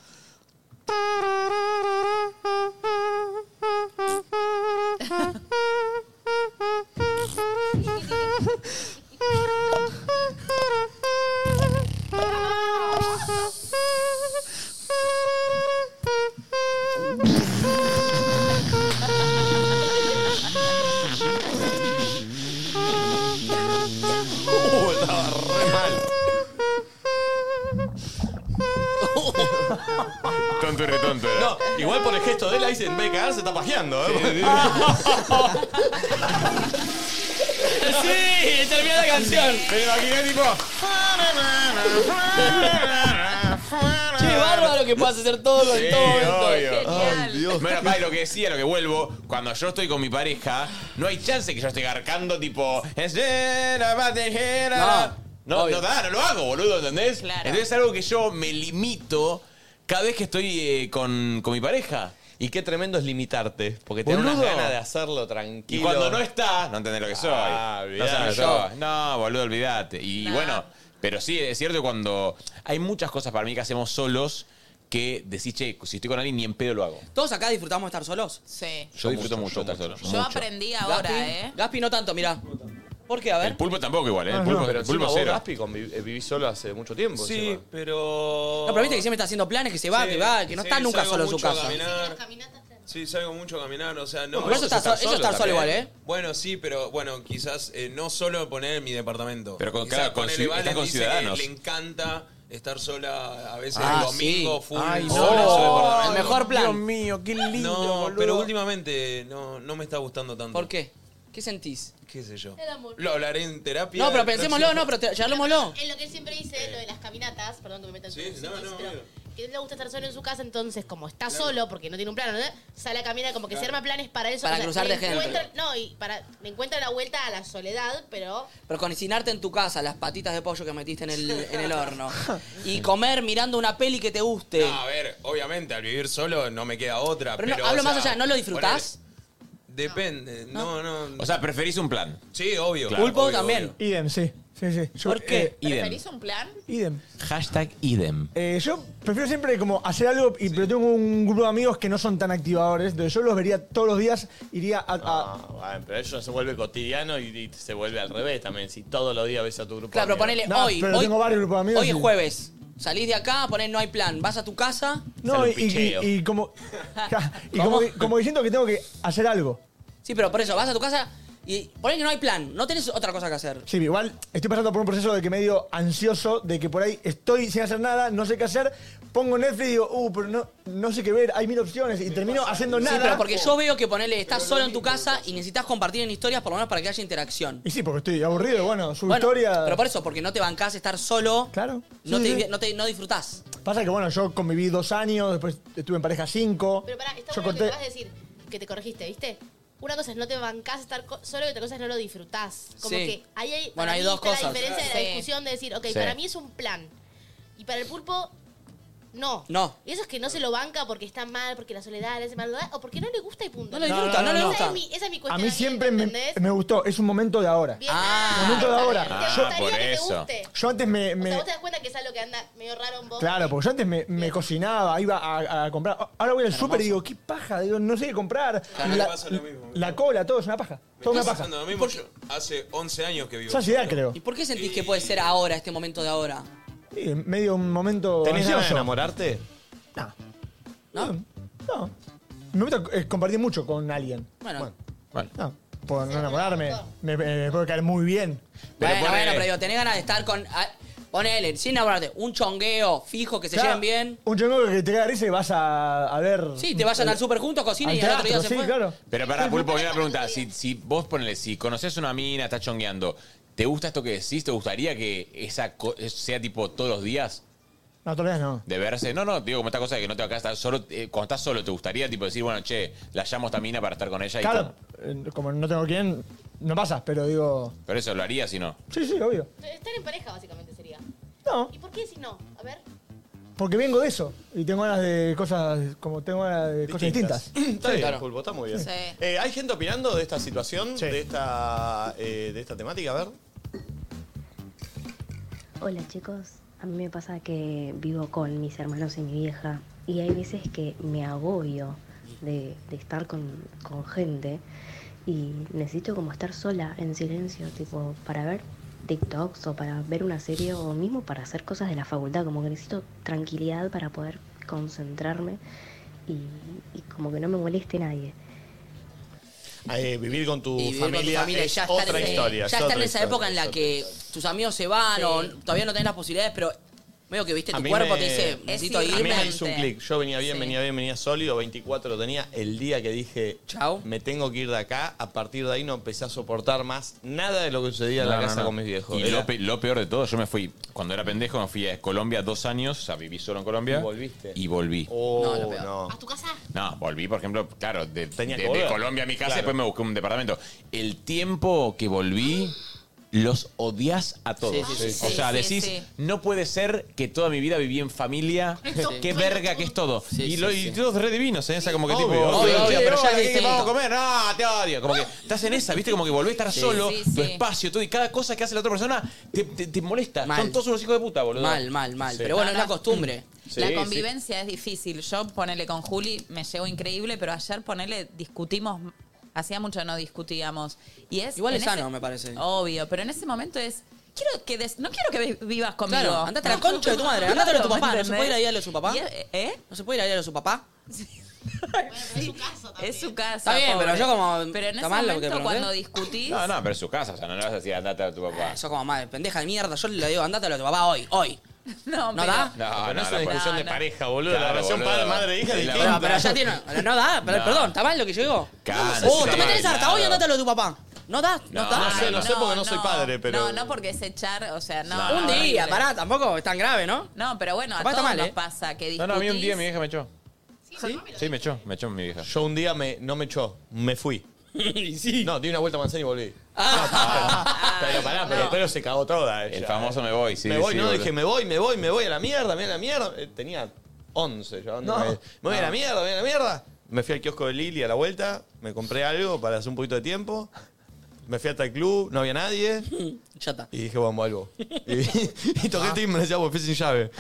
Speaker 8: Uh, estaba re mal.
Speaker 5: Tonto y retonto. era.
Speaker 8: No, igual por el gesto de él ahí se en vez de cagar se está pajeando, ¿eh?
Speaker 6: sí, termina la canción.
Speaker 5: Me imaginé tipo.
Speaker 6: Qué bárbaro que puedas hacer todo
Speaker 5: Sí,
Speaker 6: en todo momento.
Speaker 5: obvio. Bueno, pa, y lo que decía, lo que vuelvo, cuando yo estoy con mi pareja, no hay chance que yo esté garcando tipo. No, no,
Speaker 6: obvio.
Speaker 5: no da, no lo hago, boludo, ¿entendés?
Speaker 3: Claro.
Speaker 5: Entonces es algo que yo me limito cada vez que estoy eh, con, con mi pareja.
Speaker 8: Y qué tremendo es limitarte, porque te da unas
Speaker 5: Boludo.
Speaker 8: ganas de hacerlo tranquilo.
Speaker 5: Y cuando no está, no entendés lo que soy.
Speaker 8: Ah,
Speaker 5: no sé lo que
Speaker 8: olvidate.
Speaker 5: soy. No, boludo, olvídate. Y bueno, pero sí, es cierto que cuando. Hay muchas cosas para mí que hacemos solos que decís, che, si estoy con alguien, ni en pedo lo hago.
Speaker 6: Todos acá disfrutamos estar solos.
Speaker 3: Sí.
Speaker 5: Yo disfruto mucho, estar solo.
Speaker 3: Yo aprendí ahora, ¿eh?
Speaker 6: Gaspi no tanto, mirá. ¿Por qué? A ver.
Speaker 5: El pulpo tampoco igual, ¿eh? El
Speaker 15: No,
Speaker 5: pulpo,
Speaker 15: no, pero
Speaker 5: el pulpo
Speaker 15: encima vos,
Speaker 5: cero.
Speaker 15: Gaspi, conviv- eh, vivís solo hace mucho tiempo.
Speaker 5: Sí,
Speaker 6: No,
Speaker 15: pero...
Speaker 6: pero viste que siempre está haciendo planes, que se va,
Speaker 15: Sí,
Speaker 6: que va, que no
Speaker 15: sí,
Speaker 6: está nunca
Speaker 15: salgo
Speaker 6: solo en su
Speaker 15: mucho a
Speaker 6: casa.
Speaker 14: Caminar. Sí, salgo mucho a caminar, o sea, no.
Speaker 6: Bueno, pero eso está so- eso está solo
Speaker 14: también.
Speaker 6: igual, ¿eh?
Speaker 14: Bueno, sí, pero bueno, quizás eh, no solo poner en mi departamento.
Speaker 5: Pero con-
Speaker 14: Quizás
Speaker 5: claro, con
Speaker 14: ponele,
Speaker 5: ciu-
Speaker 14: Valen
Speaker 5: estás con
Speaker 14: dice
Speaker 5: ciudadanos.
Speaker 14: que Le encanta estar sola a veces
Speaker 5: Ah,
Speaker 14: el domingo,
Speaker 5: sí.
Speaker 14: full.
Speaker 5: Ay,
Speaker 14: sola en su
Speaker 5: no.
Speaker 14: departamento.
Speaker 5: El mejor plan. Dios
Speaker 6: mío, qué lindo,
Speaker 14: No,
Speaker 6: boludo.
Speaker 14: pero últimamente no, no me está gustando tanto.
Speaker 6: ¿Por qué? ¿Qué sentís?
Speaker 14: ¿Qué sé yo? Lo hablaré en terapia.
Speaker 6: No, pero
Speaker 14: el
Speaker 6: pensémoslo,
Speaker 14: próximo-
Speaker 6: no, pero te- charlémoslo.
Speaker 7: Es lo que él siempre dice, lo de las caminatas, perdón que me metan
Speaker 14: Sí, no, no, obvio.
Speaker 7: que no le gusta estar solo en su casa, entonces como está solo porque no tiene un plano, ¿no? sale a caminar como que se arma planes para eso.
Speaker 6: Para cruzar de
Speaker 7: le
Speaker 6: género.
Speaker 7: encuentra- No, y para, le encuentra la vuelta a la soledad, pero
Speaker 6: Pero cocinarte en tu casa, las patitas de pollo que metiste en el, en el horno. Y comer mirando una peli que te guste.
Speaker 14: No, a ver, obviamente al vivir solo no me queda otra.
Speaker 6: Pero
Speaker 14: Pero,
Speaker 6: no, hablo
Speaker 14: o
Speaker 6: más
Speaker 14: sea,
Speaker 6: allá, ¿no lo disfrutás?
Speaker 14: ponele, Depende, no, no.
Speaker 5: O sea, preferís un plan.
Speaker 14: Sí, obvio.
Speaker 5: Claro, Pulpo obvio, también.
Speaker 11: Idem, sí. sí, sí. Yo- eh,
Speaker 3: ¿Preferís un plan?
Speaker 11: idem.
Speaker 16: Hashtag idem.
Speaker 11: Eh, yo prefiero siempre como hacer algo, y, pero tengo un grupo de amigos que no son tan activadores, entonces yo los vería todos los días, iría a... a-
Speaker 8: Ah, bueno, pero eso se vuelve cotidiano y, y se vuelve al revés también. Si todos los días ves a tu grupo.
Speaker 6: Claro, pero
Speaker 8: de amigos.
Speaker 6: ponele hoy.
Speaker 11: pero
Speaker 6: hoy
Speaker 11: tengo varios grupos de amigos
Speaker 6: hoy es
Speaker 11: y-
Speaker 6: jueves. Salís de acá, ponés no hay plan. Vas a tu casa.
Speaker 11: no, y, y- y como... Y como, que- como diciendo que tengo que hacer algo.
Speaker 6: Sí, pero por eso, vas a tu casa y ponés que no hay plan. No tenés otra cosa que hacer.
Speaker 11: Sí, igual estoy pasando por un proceso de que medio ansioso, de que por ahí estoy sin hacer nada, no sé qué hacer, pongo Netflix y digo, uh, pero no, no sé qué ver, hay mil opciones y termino haciendo nada.
Speaker 6: Sí, pero porque yo veo que ponele, estás solo en tu casa y necesitas compartir en historias por lo menos para que haya interacción.
Speaker 11: Y sí, porque estoy aburrido, bueno, su
Speaker 6: Bueno,
Speaker 11: historia...
Speaker 6: Pero por eso, porque no te bancás estar solo.
Speaker 11: Claro.
Speaker 6: No,
Speaker 11: Sí,
Speaker 6: te,
Speaker 11: sí.
Speaker 6: divi- no, te- no disfrutás.
Speaker 11: Pasa que bueno, yo conviví dos años, después estuve en pareja cinco.
Speaker 7: Pero pará, está
Speaker 11: yo
Speaker 7: bueno
Speaker 11: corté.
Speaker 7: lo que vas a decir, que te corregiste, ¿viste? Una cosa es no te bancás estar co- solo y otra cosa es no lo disfrutás. Como
Speaker 6: Sí.
Speaker 7: que ahí hay,
Speaker 6: Bueno,
Speaker 7: para
Speaker 6: hay
Speaker 7: mí
Speaker 6: dos
Speaker 7: está
Speaker 6: cosas.
Speaker 7: la diferencia de
Speaker 6: Sí.
Speaker 7: la discusión de decir, ok,
Speaker 6: Sí.
Speaker 7: para mí es un plan. Y para el pulpo, no.
Speaker 6: No.
Speaker 7: Y eso es que no se lo banca porque está mal, porque la soledad le hace mal, o porque no le gusta y
Speaker 6: No
Speaker 7: punto.
Speaker 6: le disfruta, no, le gusta.
Speaker 7: Esa es mi, esa es mi
Speaker 11: A
Speaker 7: cuestión.
Speaker 11: mí siempre me,
Speaker 7: ¿entendés?
Speaker 11: me gustó, es un momento de ahora.
Speaker 7: Ah,
Speaker 11: momento de
Speaker 7: está
Speaker 11: ahora.
Speaker 7: bien.
Speaker 5: Ah,
Speaker 11: Yo-
Speaker 5: por
Speaker 7: que te
Speaker 5: eso.
Speaker 7: guste.
Speaker 11: Yo antes me.
Speaker 7: O
Speaker 11: me-
Speaker 7: sea, vos te das cuenta que es algo que anda medio raro en vos.
Speaker 11: claro, porque yo antes me, me cocinaba, iba a, a comprar. Ahora voy al súper y digo, qué paja, digo, no sé qué comprar.
Speaker 14: Claro,
Speaker 11: la,
Speaker 14: me pasa lo mismo.
Speaker 11: la cola, todo es una paja.
Speaker 14: Me
Speaker 11: Todo
Speaker 14: está
Speaker 11: una paja.
Speaker 14: pasando lo mismo. Yo hace 11 años que vivo.
Speaker 11: Esa ansiedad, creo.
Speaker 6: ¿Y por qué sentís que puede ser ahora, este momento de ahora?
Speaker 11: Sí, en medio de un momento.
Speaker 15: ¿Tenés ganas de
Speaker 11: ansioso.
Speaker 15: enamorarte?
Speaker 11: No. No. Me gusta eh, compartir mucho con alguien.
Speaker 6: Bueno.
Speaker 11: No. Por no enamorarme. Me, me- me puede caer muy bien.
Speaker 6: bueno, bueno, pero digo, tenés ganas de estar con. a- ponele, sin enamorarte, un chongueo fijo que se
Speaker 11: Claro,
Speaker 6: lleven bien.
Speaker 11: Un chongo que te cae risa y vas a, a ver.
Speaker 6: Sí, te vayan al súper juntos, cocinen
Speaker 11: Al
Speaker 6: y al otro día
Speaker 11: teatro,
Speaker 6: se
Speaker 11: sí,
Speaker 6: fue.
Speaker 11: claro.
Speaker 5: Pero para Pulpo, viene la pregunta. Si, si vos ponele, si conoces una mina, estás chongueando, ¿te gusta esto que decís? ¿Te gustaría que esa co- sea tipo todos los días?
Speaker 11: No, todavía no.
Speaker 5: De verse, no, no, digo como esta cosa de que no te acá estar solo, eh, cuando estás solo, ¿te gustaría tipo decir, bueno, che, la llamo a esta mina para estar con ella? y
Speaker 11: Claro,
Speaker 5: todo?
Speaker 11: eh, como no tengo quién, no pasa, pero digo.
Speaker 5: Pero eso lo haría si no.
Speaker 11: Sí, sí, obvio.
Speaker 7: Estar en pareja, básicamente, sería.
Speaker 11: No.
Speaker 7: ¿Y por qué si no? A ver.
Speaker 11: Porque vengo de eso y tengo ganas de cosas, como tengo ganas de cosas distintas.
Speaker 8: Está bien,
Speaker 11: Claro.
Speaker 8: Pulpo, está muy bien.
Speaker 11: Sí.
Speaker 8: Eh, ¿Hay gente opinando de esta situación, de, esta, eh, de esta temática? A ver.
Speaker 17: Hola chicos, a mí me pasa que vivo con mis hermanos y mi vieja y hay veces que me agobio de, de estar con, con gente y necesito como estar sola en silencio, tipo para ver TikToks o para ver una serie o mismo para hacer cosas de la facultad, como que necesito tranquilidad para poder concentrarme y, y como que no me moleste nadie.
Speaker 8: Eh, vivir con tu
Speaker 6: Y vivir con tu
Speaker 8: familia,
Speaker 6: familia y
Speaker 8: es
Speaker 6: ya estar
Speaker 8: otra
Speaker 6: en- Ya
Speaker 8: historia. es
Speaker 6: estar en
Speaker 8: otra
Speaker 6: esa
Speaker 8: historia.
Speaker 6: época en la que tus amigos se van o todavía no tenés las posibilidades, pero medio que viste
Speaker 8: A
Speaker 6: tu
Speaker 8: mí
Speaker 6: cuerpo
Speaker 8: me-
Speaker 6: te dice, necesito
Speaker 8: A mí
Speaker 6: irme.
Speaker 8: me hizo un clic. Yo venía bien, venía bien, venía sólido. 24 tenía el día que dije,
Speaker 6: chao,
Speaker 8: me tengo que ir de acá. A partir de ahí no empecé a soportar más nada de lo que sucedía en
Speaker 5: No,
Speaker 8: la
Speaker 5: no,
Speaker 8: casa
Speaker 5: no.
Speaker 8: con mis viejos.
Speaker 5: Y
Speaker 8: Era-
Speaker 5: lo, pe- lo peor de todo, yo me fui, cuando era pendejo, me fui a Colombia dos años, o sea, viví solo en Colombia.
Speaker 8: Y volviste.
Speaker 5: Y volví.
Speaker 8: Oh, No, lo peor. no.
Speaker 7: ¿A tu casa?
Speaker 5: No, volví, por ejemplo, claro, de,
Speaker 8: Tenía
Speaker 5: de-
Speaker 8: que
Speaker 5: de
Speaker 8: volver.
Speaker 5: Colombia a mi casa,
Speaker 8: Claro.
Speaker 5: después me busqué un departamento. El tiempo que volví, los odias a todos.
Speaker 8: Sí, sí, sí,
Speaker 5: o sea,
Speaker 8: sí,
Speaker 5: decís,
Speaker 8: sí.
Speaker 5: no puede ser que toda mi vida viví en familia,
Speaker 8: Sí.
Speaker 5: qué verga que es todo. y, lo, y todos re divinos, ¿eh? O sea, como que
Speaker 8: Obvio,
Speaker 5: tipo,
Speaker 8: obvio,
Speaker 5: "Che,
Speaker 8: obvio, pero ya
Speaker 5: hola,
Speaker 8: es
Speaker 5: ¿qué- qué
Speaker 8: distinto".
Speaker 5: vamos a comer? Ah, te odio. Como que estás en esa, ¿viste? Como que volvés a estar
Speaker 8: Sí.
Speaker 5: solo,
Speaker 8: Sí,
Speaker 5: tu
Speaker 8: sí.
Speaker 5: espacio, todo, y cada cosa que hace la otra persona te, te- te molesta.
Speaker 6: Mal.
Speaker 5: Son todos unos hijos de puta, boludo.
Speaker 6: Mal, mal, mal. Pero bueno, es la costumbre.
Speaker 5: Sí,
Speaker 3: la
Speaker 5: sí.
Speaker 3: convivencia es difícil. Yo ponele con Juli, me llevo increíble, pero ayer ponele discutimos Hacía mucho no discutíamos. Y es
Speaker 6: Igual es
Speaker 3: en ese-
Speaker 6: sano, me parece.
Speaker 3: Obvio, pero en ese momento es. Quiero que des- no quiero que vi- vivas conmigo.
Speaker 6: Claro, andate a la concha de tu madre, andate a lo de tu papá. ¿No se puede ir a ir a lo de su papá?
Speaker 3: Y es- ¿Eh?
Speaker 6: ¿No se puede ir a ir a lo de su papá?
Speaker 3: Es su casa.
Speaker 6: Está bien, pero
Speaker 3: pobre.
Speaker 6: yo como-
Speaker 3: Pero en
Speaker 6: está
Speaker 3: ese
Speaker 6: mal lo que te
Speaker 3: momento,
Speaker 6: pregunté.
Speaker 3: cuando discutís.
Speaker 5: No, no, pero es su casa, o sea, no le vas a decir andate a tu papá.
Speaker 6: Eso como madre, pendeja de mierda. Yo le digo, andate a lo de tu papá hoy, hoy.
Speaker 3: No,
Speaker 6: ¿No
Speaker 3: pero-
Speaker 6: da?
Speaker 5: Ah, No,
Speaker 18: Pero
Speaker 5: no,
Speaker 18: es una
Speaker 5: no,
Speaker 18: discusión
Speaker 5: no,
Speaker 18: de
Speaker 5: no.
Speaker 18: pareja, boludo. la
Speaker 5: Claro,
Speaker 18: relación
Speaker 5: boludo.
Speaker 18: padre-madre-hija es
Speaker 5: La
Speaker 18: distinta.
Speaker 6: Pero, pero ya tiene. No da, pero-
Speaker 18: No.
Speaker 6: perdón, ¿está mal lo que yo digo?
Speaker 8: Ah,
Speaker 18: Claro,
Speaker 6: oh,
Speaker 18: sí,
Speaker 6: tú me tenés harta, hoy
Speaker 18: claro.
Speaker 6: andate a lo de tu papá. No da, no,
Speaker 18: No,
Speaker 6: da.
Speaker 18: no sé, Ah, no sé porque no soy padre, pero-
Speaker 3: No, no porque es echar, o sea, no.
Speaker 6: Un día, pará, tampoco es tan grave, ¿no?
Speaker 3: No, pero bueno, a
Speaker 6: Capaz está
Speaker 3: todos
Speaker 6: mal,
Speaker 3: nos
Speaker 6: ¿eh?
Speaker 3: pasa que
Speaker 5: No,
Speaker 3: discutís.
Speaker 5: no, a mí un día mi vieja me echó. ¿Sí? Sí, me echó, me echó mi vieja.
Speaker 8: Yo un día me, no me echó, me fui. No, di una vuelta a manzana y volví.
Speaker 6: Ah.
Speaker 8: pero pará, pero, pero se cagó toda. ella,
Speaker 5: El famoso
Speaker 8: eh.
Speaker 5: me voy, sí.
Speaker 8: me voy,
Speaker 5: sí,
Speaker 8: no,
Speaker 5: boludo.
Speaker 8: dije, me voy, me voy, me voy a la mierda, me voy a la mierda. Eh, Tenía 11 yo. ¿dónde
Speaker 5: No.
Speaker 8: Me, me voy a la
Speaker 5: Ah.
Speaker 8: mierda, me voy a la mierda. Me fui al kiosco de Lili a la vuelta, me compré algo para hacer un poquito de tiempo. Me fui hasta el club, no había nadie.
Speaker 6: Ya está.
Speaker 8: Y dije, vamos, algo. Y, y toqué el timbre y decía, vos fui sin llave.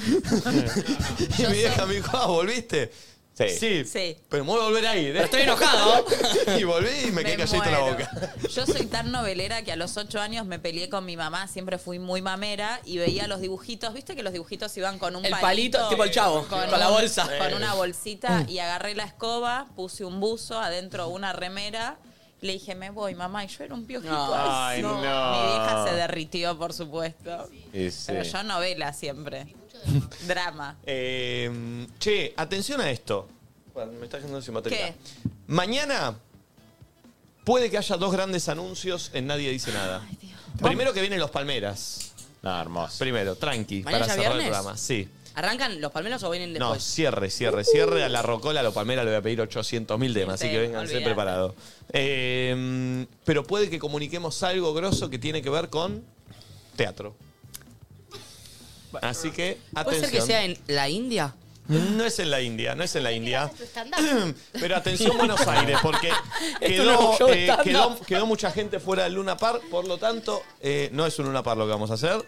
Speaker 8: y mi vieja me dijo, ah, ¿volviste? Sí. sí.
Speaker 3: Sí.
Speaker 8: Pero me voy a volver ahí. ¿eh?
Speaker 3: Pero estoy enojado.
Speaker 8: y volví y me quedé
Speaker 3: Me
Speaker 8: calladito la
Speaker 3: muero.
Speaker 8: boca.
Speaker 3: Yo soy tan novelera que a los ocho años me peleé con mi mamá, siempre fui muy mamera y veía los dibujitos, viste que los dibujitos iban con un
Speaker 6: El palito, tipo el chavo, con la
Speaker 3: un-
Speaker 6: bolsa. Mm.
Speaker 3: Con una bolsita y agarré la escoba, puse un buzo, adentro una remera. Le dije, me voy, mamá, y yo era un piojito.
Speaker 5: No. Ay, no.
Speaker 3: Mi
Speaker 5: Ah.
Speaker 3: vieja se derritió, por supuesto.
Speaker 8: Y sí.
Speaker 3: Pero yo novela siempre. Drama.
Speaker 8: Eh, che, atención a esto. Bueno, me está dejando sin batería.
Speaker 3: ¿Qué?
Speaker 8: Mañana puede que haya dos grandes anuncios en Nadie Dice Nada. Primero que vienen los Palmeras.
Speaker 5: No, hermoso.
Speaker 8: Primero, tranqui,
Speaker 6: ¿Mañana
Speaker 8: para
Speaker 6: ya
Speaker 8: cerrar el
Speaker 6: viernes?
Speaker 8: programa. Sí.
Speaker 6: ¿Arrancan los palmeros o vienen
Speaker 8: No,
Speaker 6: después?
Speaker 8: cierre, cierre, cierre. A la Rocola, a los Palmeras le voy a pedir 800 mil temas, así que vénganse
Speaker 6: olvídate.
Speaker 8: preparados. Eh, pero puede que comuniquemos algo grosso que tiene que ver con teatro. Así que, atención.
Speaker 6: ¿Puede ser que sea en la India?
Speaker 8: No es en la India, no es en la India.
Speaker 7: stand-up.
Speaker 8: Pero atención Buenos Aires, porque
Speaker 7: Es
Speaker 8: quedó,
Speaker 7: un nuevo show
Speaker 8: eh,
Speaker 7: stand-up.
Speaker 8: quedó- quedó mucha gente fuera del Luna Par, por lo tanto, eh, no es un Luna Par lo que vamos a hacer.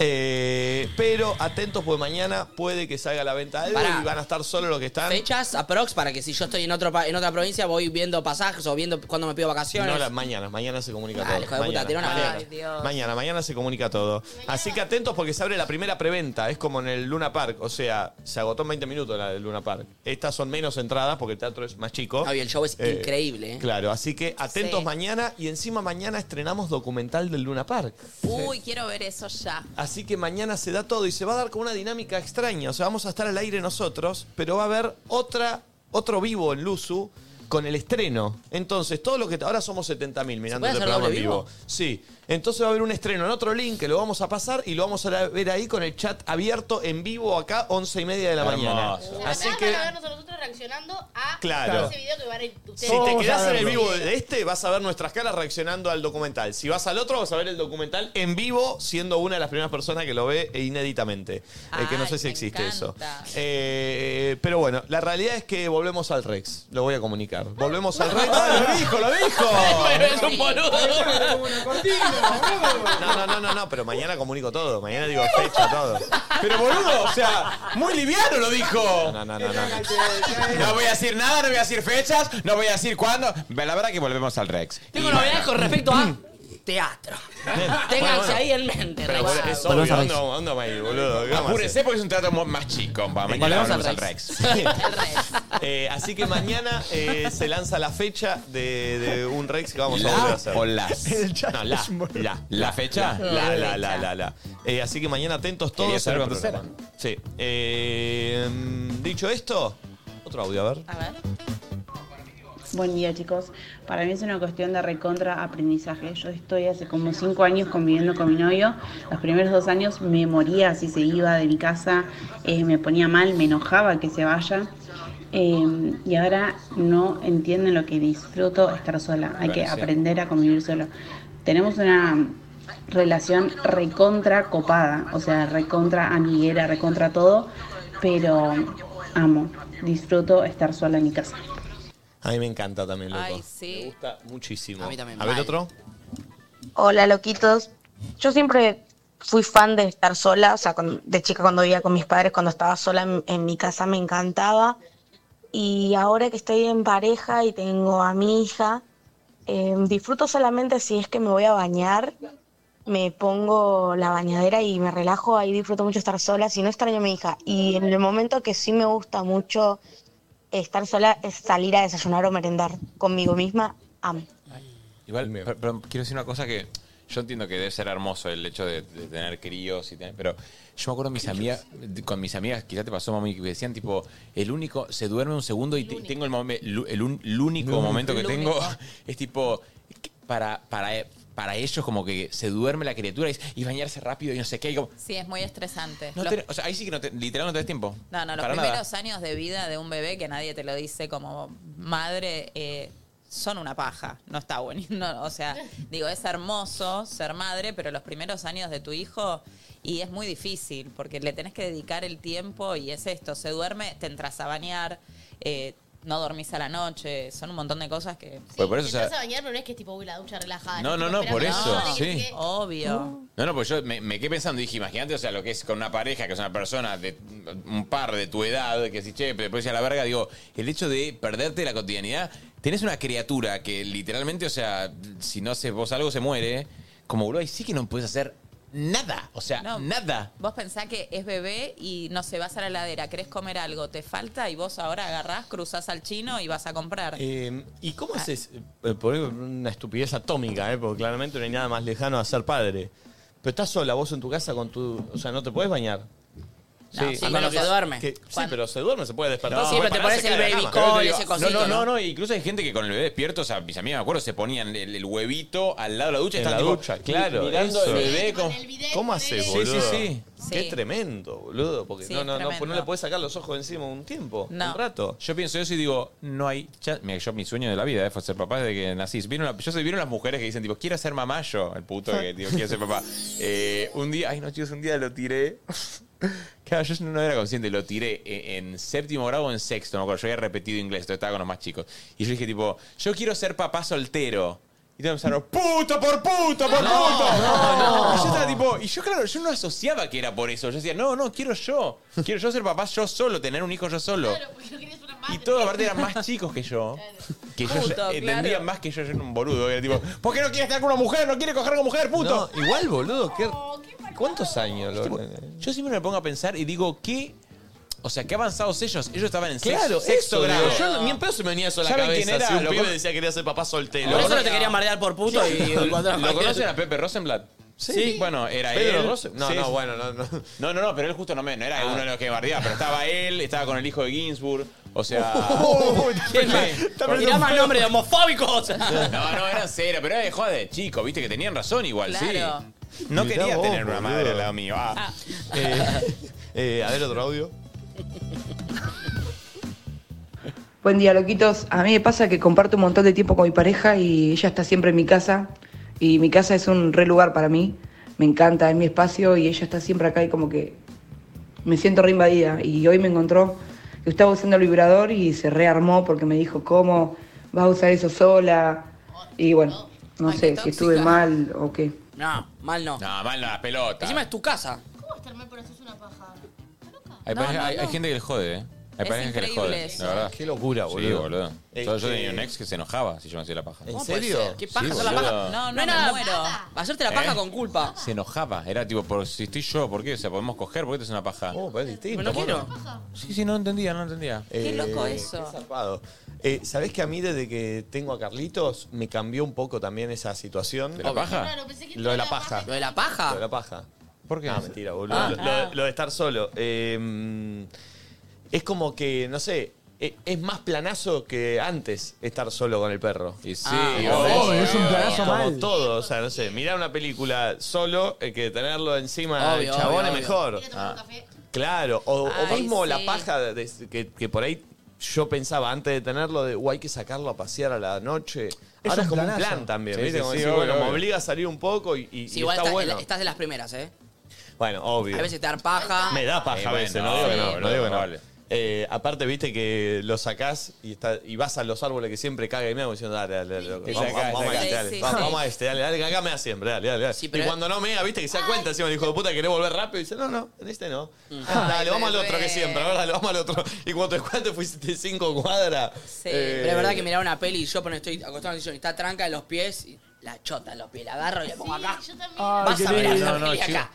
Speaker 8: Eh, pero atentos, porque mañana puede que salga a la venta algo
Speaker 6: Pará.
Speaker 8: y van a estar solo los que están.
Speaker 6: Fechas aprox para que si yo estoy en, otro pa- en otra provincia voy viendo pasajes o viendo cuándo me pido vacaciones.
Speaker 8: No, la- mañana, mañana se comunica
Speaker 6: Dale,
Speaker 8: todo.
Speaker 6: hijo de puta,
Speaker 8: mañana,
Speaker 6: tira una
Speaker 8: mañana.
Speaker 6: mierda. Ay, Dios.
Speaker 8: mañana, mañana se comunica todo. Así que atentos porque se abre la primera preventa. Es como en el Luna Park. O sea, se agotó en 20 minutos la del Luna Park. Estas son menos entradas porque el teatro es más chico.
Speaker 6: Ay, el show es increíble, ¿eh?
Speaker 8: Claro, así que atentos
Speaker 3: Sí.
Speaker 8: mañana. Y encima mañana estrenamos documental del Luna Park.
Speaker 3: Uy, quiero ver eso ya.
Speaker 8: Así que mañana se da todo y se va a dar con una dinámica extraña. O sea, vamos a estar al aire nosotros, pero va a haber otra, otro vivo en Luzu con el estreno. Entonces, todo lo que. Ahora somos 70.000 mirando
Speaker 6: puede
Speaker 8: el
Speaker 6: hacer
Speaker 8: programa en
Speaker 6: doble
Speaker 8: vivo?
Speaker 6: vivo?
Speaker 8: Sí. Entonces va a haber un estreno en otro link que lo vamos a pasar y lo vamos a ver ahí con el chat abierto en vivo acá, 11 y media de la
Speaker 5: Hermoso.
Speaker 8: mañana. Así que.
Speaker 7: van a vernos a nosotros reaccionando a
Speaker 8: Claro.
Speaker 7: ese video que van a ir ustedes.
Speaker 8: Si te
Speaker 11: Vamos
Speaker 8: quedás
Speaker 11: a
Speaker 8: en el
Speaker 11: verlo.
Speaker 8: vivo de este, vas a ver nuestras caras reaccionando al documental. Si vas al otro, vas a ver el documental en vivo, siendo una de las primeras personas que lo ve e inéditamente. Eh, que no sé si existe eso. Eh, pero bueno, la realidad es que volvemos al Rex. Lo voy a comunicar. Volvemos al Rex. Ah, ¡Lo dijo, lo dijo!
Speaker 6: Es un boludo.
Speaker 8: No, no, no, no, no, pero mañana comunico todo. Mañana digo fecha, todo.
Speaker 5: Pero boludo, o sea, muy liviano lo dijo.
Speaker 8: No, no, no, no.
Speaker 5: No voy a decir nada, no voy a decir fechas, no voy a decir cuándo. La verdad que volvemos al Rex.
Speaker 6: Tengo novedades con respecto a teatro. Ténganse ahí en mente. Rex.
Speaker 5: Pero bueno, es obvio,
Speaker 8: Volvemos al
Speaker 5: ¿dónde
Speaker 8: Rex.
Speaker 5: vamos-
Speaker 8: dónde vamos a ir, boludo? ¿Qué vamos a hacer?
Speaker 5: Apúrese porque es un teatro mu- más chico. pa, Mañana
Speaker 8: Volvemos
Speaker 5: volvemos,
Speaker 8: al
Speaker 5: al Rex.
Speaker 8: Eh, así que mañana eh, se lanza la fecha de, de un Rex que vamos a
Speaker 5: La
Speaker 8: volver a hacer.
Speaker 5: o las.
Speaker 8: El chat
Speaker 5: No, la,
Speaker 8: es un boludo.
Speaker 5: la. ¿La fecha?
Speaker 8: La,
Speaker 5: La
Speaker 8: la, la, la, la. Eh, así que mañana atentos todos.
Speaker 5: Quería saber
Speaker 8: al
Speaker 5: cuántos
Speaker 8: programa. Sí. Eh, mm, dicho esto, otro audio, a ver.
Speaker 19: Buen día chicos, para mí es una cuestión de recontra aprendizaje. Yo estoy hace como cinco años conviviendo con mi novio, los primeros dos años me moría si se iba de mi casa, eh, me ponía mal, me enojaba que se vaya Eh, y ahora no entienden lo que disfruto estar sola, hay que
Speaker 20: Bueno, sí.
Speaker 19: aprender a convivir solo. Tenemos una relación recontra copada, o sea, recontra amiguera, recontra todo, pero amo, disfruto estar sola en mi casa.
Speaker 8: A mí me encanta también, loco.
Speaker 19: Ay, sí.
Speaker 8: Me gusta muchísimo.
Speaker 19: A mí también,
Speaker 8: A ver,
Speaker 19: mal.
Speaker 8: otro.
Speaker 20: Hola, loquitos. Yo siempre fui fan de estar sola, o sea, cuando- de chica cuando vivía con mis padres, cuando estaba sola en, en mi casa me encantaba. Y ahora que estoy en pareja y tengo a mi hija, Eh, disfruto solamente si es que me voy a bañar, me pongo la bañadera y me relajo, ahí disfruto mucho estar sola, si no extraño a mi hija. Y en el momento que sí me gusta mucho estar sola es salir a desayunar o merendar conmigo misma, amo.
Speaker 5: Igual, per- perdón, quiero decir una cosa que yo entiendo que debe ser hermoso el hecho de, de tener críos y tener, pero yo me acuerdo mis amigas, con mis amigas, quizás te pasó, mami, que decían tipo, el único, se duerme un segundo y te- tengo el, momen- lu- el, un- el único
Speaker 14: No,
Speaker 5: momento que
Speaker 14: el
Speaker 5: tengo
Speaker 14: único.
Speaker 5: es tipo, que para, para, para ellos como que se duerme la criatura y, es- y bañarse rápido y no sé qué. y como,
Speaker 3: Sí, es muy estresante.
Speaker 5: no
Speaker 3: Los-
Speaker 5: tenés- o sea, ahí sí que no te- literal no tenés tiempo.
Speaker 3: No, no, los
Speaker 5: Para nada.
Speaker 3: primeros años de vida de un bebé que nadie te lo dice como madre eh, son una paja. No está bueno. no, o sea, digo, es hermoso ser madre, pero los primeros años de tu hijo y es muy difícil porque le tenés que dedicar el tiempo y es esto. Se duerme, te entras a bañar, eh, no dormís a la noche. Son un montón de cosas que.
Speaker 5: Pues por eso, o
Speaker 7: Te
Speaker 5: sea,
Speaker 7: vas a bañar, pero no es que es tipo, uy, la ducha relajada.
Speaker 5: No,
Speaker 7: es
Speaker 5: no,
Speaker 7: tipo,
Speaker 5: no,
Speaker 7: espera
Speaker 5: por
Speaker 7: que
Speaker 5: eso,
Speaker 7: se bañe, que
Speaker 5: sí.
Speaker 7: se-
Speaker 3: Obvio.
Speaker 5: No, no, pues yo me, me quedé pensando, dije, imagínate, o sea, lo que es con una pareja, que es una persona de un par de tu edad, que si che, pero después ya la verga, digo, el hecho de perderte la cotidianidad, tenés una criatura que literalmente, o sea, si no haces vos algo se muere, como boludo, ahí sí que no puedes hacer nada, o sea, nada.
Speaker 3: Vos pensás que es bebé y no sé, vas a la heladera, querés comer algo, te falta y vos ahora agarrás, cruzás al chino y vas a comprar.
Speaker 8: Eh, ¿Y cómo
Speaker 5: Ah.
Speaker 8: haces? eh, Por ahí una estupidez atómica, ¿eh? porque claramente no hay nada más lejano a ser padre. Pero estás sola, vos en tu casa con tu. O sea, no te podés bañar.
Speaker 6: sí, pero
Speaker 8: menos
Speaker 6: se
Speaker 8: que-
Speaker 6: duerme.
Speaker 8: que- sí, pero se duerme, se puede despertar.
Speaker 6: No,
Speaker 8: se
Speaker 6: sí,
Speaker 8: puede
Speaker 6: pero te
Speaker 8: parar,
Speaker 6: pones
Speaker 8: se
Speaker 6: el
Speaker 8: cae en la
Speaker 6: baby
Speaker 8: cama.
Speaker 6: call, ese
Speaker 5: No,
Speaker 6: cosito,
Speaker 5: no, no,
Speaker 6: ¿no?
Speaker 5: no, incluso hay gente que con el bebé despierto, o sea, mis amigos me acuerdo, se ponían el, el huevito al lado de la ducha.
Speaker 8: En
Speaker 5: estaban
Speaker 8: la
Speaker 5: tipo,
Speaker 8: ducha, claro,
Speaker 5: Mirando
Speaker 8: eso.
Speaker 5: el bebé. como-
Speaker 8: ¿Cómo haces,
Speaker 5: Sí, sí,
Speaker 8: boludo?
Speaker 5: sí.
Speaker 8: Qué
Speaker 5: Sí.
Speaker 8: tremendo, boludo. Porque
Speaker 5: Sí,
Speaker 8: no,
Speaker 5: es
Speaker 8: no, no,
Speaker 5: tremendo.
Speaker 8: no le podés sacar los ojos encima un tiempo,
Speaker 5: No.
Speaker 8: un rato.
Speaker 5: Yo pienso eso y digo, no hay chance. Mira, yo mi sueño de la vida eh, fue ser papá desde que nací. Vieron la- yo sé, vieron las mujeres que dicen, tipo, quiero ser mamá yo, el puto que digo, quiero ser papá. Eh, un día, ay no, chicos, un día lo tiré. Claro, yo no era consciente, lo tiré en, en séptimo grado o en sexto, no me acuerdo. Yo había repetido inglés, entonces estaba con los más chicos. Y yo dije, tipo, yo quiero ser papá soltero. Y todos empezaron, puto por puto por
Speaker 2: No,
Speaker 5: puto.
Speaker 2: no, no.
Speaker 5: Y yo estaba tipo, y yo claro, yo no asociaba que era por eso. Yo decía, no, no, quiero yo. Quiero yo ser papá yo solo, tener un hijo yo solo. Y todos aparte eran más chicos que yo. Que yo
Speaker 2: Puto,
Speaker 5: ya- entendían
Speaker 2: claro.
Speaker 5: más que yo, yo era un boludo. Era tipo, ¿por qué no quiere estar con una mujer? No quiere coger con mujer, puto.
Speaker 8: No, igual, boludo, ¿qué- ¿cuántos años? lo-
Speaker 5: Yo siempre me pongo a pensar y digo, ¿qué? O sea, ¿qué avanzados ellos? Ellos estaban en
Speaker 8: Claro,
Speaker 5: sexto, sexto
Speaker 8: eso,
Speaker 5: grado.
Speaker 8: digo, yo ni en pedo se me venía eso a la
Speaker 5: ¿Saben
Speaker 8: cabeza,
Speaker 5: quién era?
Speaker 8: si un
Speaker 5: Lo
Speaker 8: pibe
Speaker 5: con-
Speaker 8: decía que quería ser papá soltero.
Speaker 6: Por eso no te quería marear por puto y encontrar
Speaker 5: ¿Lo conocen a Pepe Rosenblatt? Sí. Bueno, era
Speaker 8: Pedro
Speaker 5: él.
Speaker 8: Rosen- no, no, bueno, no, no. Ah.
Speaker 5: No, no, no, pero él justo no, me, no era uno de los que bardeaba, pero estaba él, estaba con el hijo de Ginsburg, o sea...
Speaker 8: Oh.
Speaker 6: Mirá más nombre de homofóbicos.
Speaker 5: No, no, era cero, pero era de joda de chico, viste, que tenían razón igual,
Speaker 6: Claro.
Speaker 5: sí. No
Speaker 8: Mirá
Speaker 5: quería
Speaker 8: vos,
Speaker 5: tener una
Speaker 8: boludo.
Speaker 5: madre al lado mío. ah.
Speaker 8: Eh, eh, a ver otro audio.
Speaker 21: Buen día, loquitos. A mí me pasa que comparto un montón de tiempo con mi pareja y ella está siempre en mi casa. Y mi casa es un re lugar para mí. Me encanta, es mi espacio y ella está siempre acá y como que me siento re invadida. Y hoy me encontró que estaba usando el vibrador y se rearmó porque me dijo, ¿cómo? ¿Vas a usar eso sola? Y bueno, no sé si estuve mal o qué.
Speaker 6: No, mal no.
Speaker 5: No, mal no, las pelotas.
Speaker 6: Encima es tu casa.
Speaker 7: ¿Cómo vas a estar mal por eso? Es una paja.
Speaker 5: Hay,
Speaker 6: No,
Speaker 5: pareja-
Speaker 6: no,
Speaker 5: hay- hay
Speaker 6: no.
Speaker 5: gente que le jode, ¿eh? Hay
Speaker 6: Es
Speaker 5: parejas que le
Speaker 6: increíble
Speaker 5: jode,
Speaker 6: eso.
Speaker 5: la verdad.
Speaker 8: Qué locura,
Speaker 5: Sí,
Speaker 8: boludo.
Speaker 5: boludo.
Speaker 8: Es
Speaker 5: yo, yo
Speaker 8: que-
Speaker 5: tenía un ex que se enojaba si yo me hacía la paja.
Speaker 8: ¿En serio?
Speaker 6: ¿Qué
Speaker 5: Sí,
Speaker 6: paja hacer la
Speaker 5: boludo.
Speaker 6: paja? No,
Speaker 3: me
Speaker 6: no, no.
Speaker 3: muero.
Speaker 6: Hacerte la paja
Speaker 5: ¿Eh?
Speaker 6: con culpa.
Speaker 5: Se enojaba. Era tipo, por, si estoy yo, ¿por qué? O sea, podemos coger, ¿por qué te es una paja?
Speaker 8: Oh, pero es distinto.
Speaker 5: Pero no
Speaker 8: bueno.
Speaker 5: Sí, sí, no entendía, no entendía.
Speaker 8: Eh, Qué zarpado. Eh, ¿Sabés que a mí desde que tengo a Carlitos me cambió un poco también esa situación?
Speaker 5: ¿De la paja? Claro,
Speaker 8: Lo de la paja.
Speaker 6: ¿Lo de la paja?
Speaker 8: Lo de la paja.
Speaker 5: ¿Por
Speaker 8: qué? Ah, mentira, boludo.
Speaker 6: Ah.
Speaker 8: Lo- Lo, lo de estar solo. Eh, es como que, no sé, e- es más planazo que antes estar solo con el perro.
Speaker 5: Y sí,
Speaker 11: obvio. obvio, es un planazo
Speaker 8: Como
Speaker 11: mal.
Speaker 8: todo, o sea, no sé, mirar una película solo eh, que tenerlo encima del
Speaker 11: Obvio,
Speaker 8: chabón
Speaker 11: obvio,
Speaker 8: es mejor. Ah. Claro, o, o
Speaker 11: Ay,
Speaker 8: mismo la
Speaker 11: sí.
Speaker 8: paja de- de- que, que por ahí yo pensaba antes de tenerlo, de, "Uh, hay que sacarlo a pasear a la noche. Ahora
Speaker 11: un
Speaker 8: es como un
Speaker 11: planazo.
Speaker 8: plan también,
Speaker 11: Sí,
Speaker 8: ¿viste?
Speaker 11: sí,
Speaker 8: Como
Speaker 11: sí,
Speaker 8: decir,
Speaker 11: obvio,
Speaker 8: bueno, me
Speaker 11: obvio.
Speaker 8: obliga a salir un poco y, y-
Speaker 6: Sí,
Speaker 8: y
Speaker 6: igual
Speaker 8: está
Speaker 6: estás-
Speaker 8: bueno.
Speaker 6: estás de las primeras, ¿eh?
Speaker 8: Bueno, obvio.
Speaker 6: A veces te dan paja.
Speaker 8: Me da paja
Speaker 6: Eh,
Speaker 8: a veces,
Speaker 6: bueno,
Speaker 8: no digo que
Speaker 6: sí.
Speaker 8: no, no digo que no. Eh, aparte, viste que lo sacás y, está, y vas a los árboles que siempre caga y me hago diciendo, dale, dale, dale. loco.
Speaker 18: Te
Speaker 8: Vamos,
Speaker 18: sacás,
Speaker 8: vamos, vamos a
Speaker 18: sacás.
Speaker 8: este,
Speaker 18: Sí,
Speaker 8: dale.
Speaker 18: sí,
Speaker 8: Vamos,
Speaker 18: sí.
Speaker 8: vamos a este, dale, dale, que acá me da siempre, dale, dale. dale.
Speaker 18: pero-
Speaker 8: Y cuando no mea, viste que se da cuenta, encima el hijo de puta que le volver rápido y dice, no, no, en este no.
Speaker 18: Mm.
Speaker 8: Ah, dale, vamos al otro que siempre, ahora dale, vamos al otro. Y cuando te cuentes fuiste cinco cuadras. Sí,
Speaker 6: Pero es verdad
Speaker 8: Eh,
Speaker 6: que mirar una peli y yo pone, estoy acostado en el sillón y está tranca en los pies y la chota en los pies, la agarro y la pongo acá. Vas a ver esa
Speaker 5: No, no,
Speaker 6: peli
Speaker 5: chico.
Speaker 6: acá.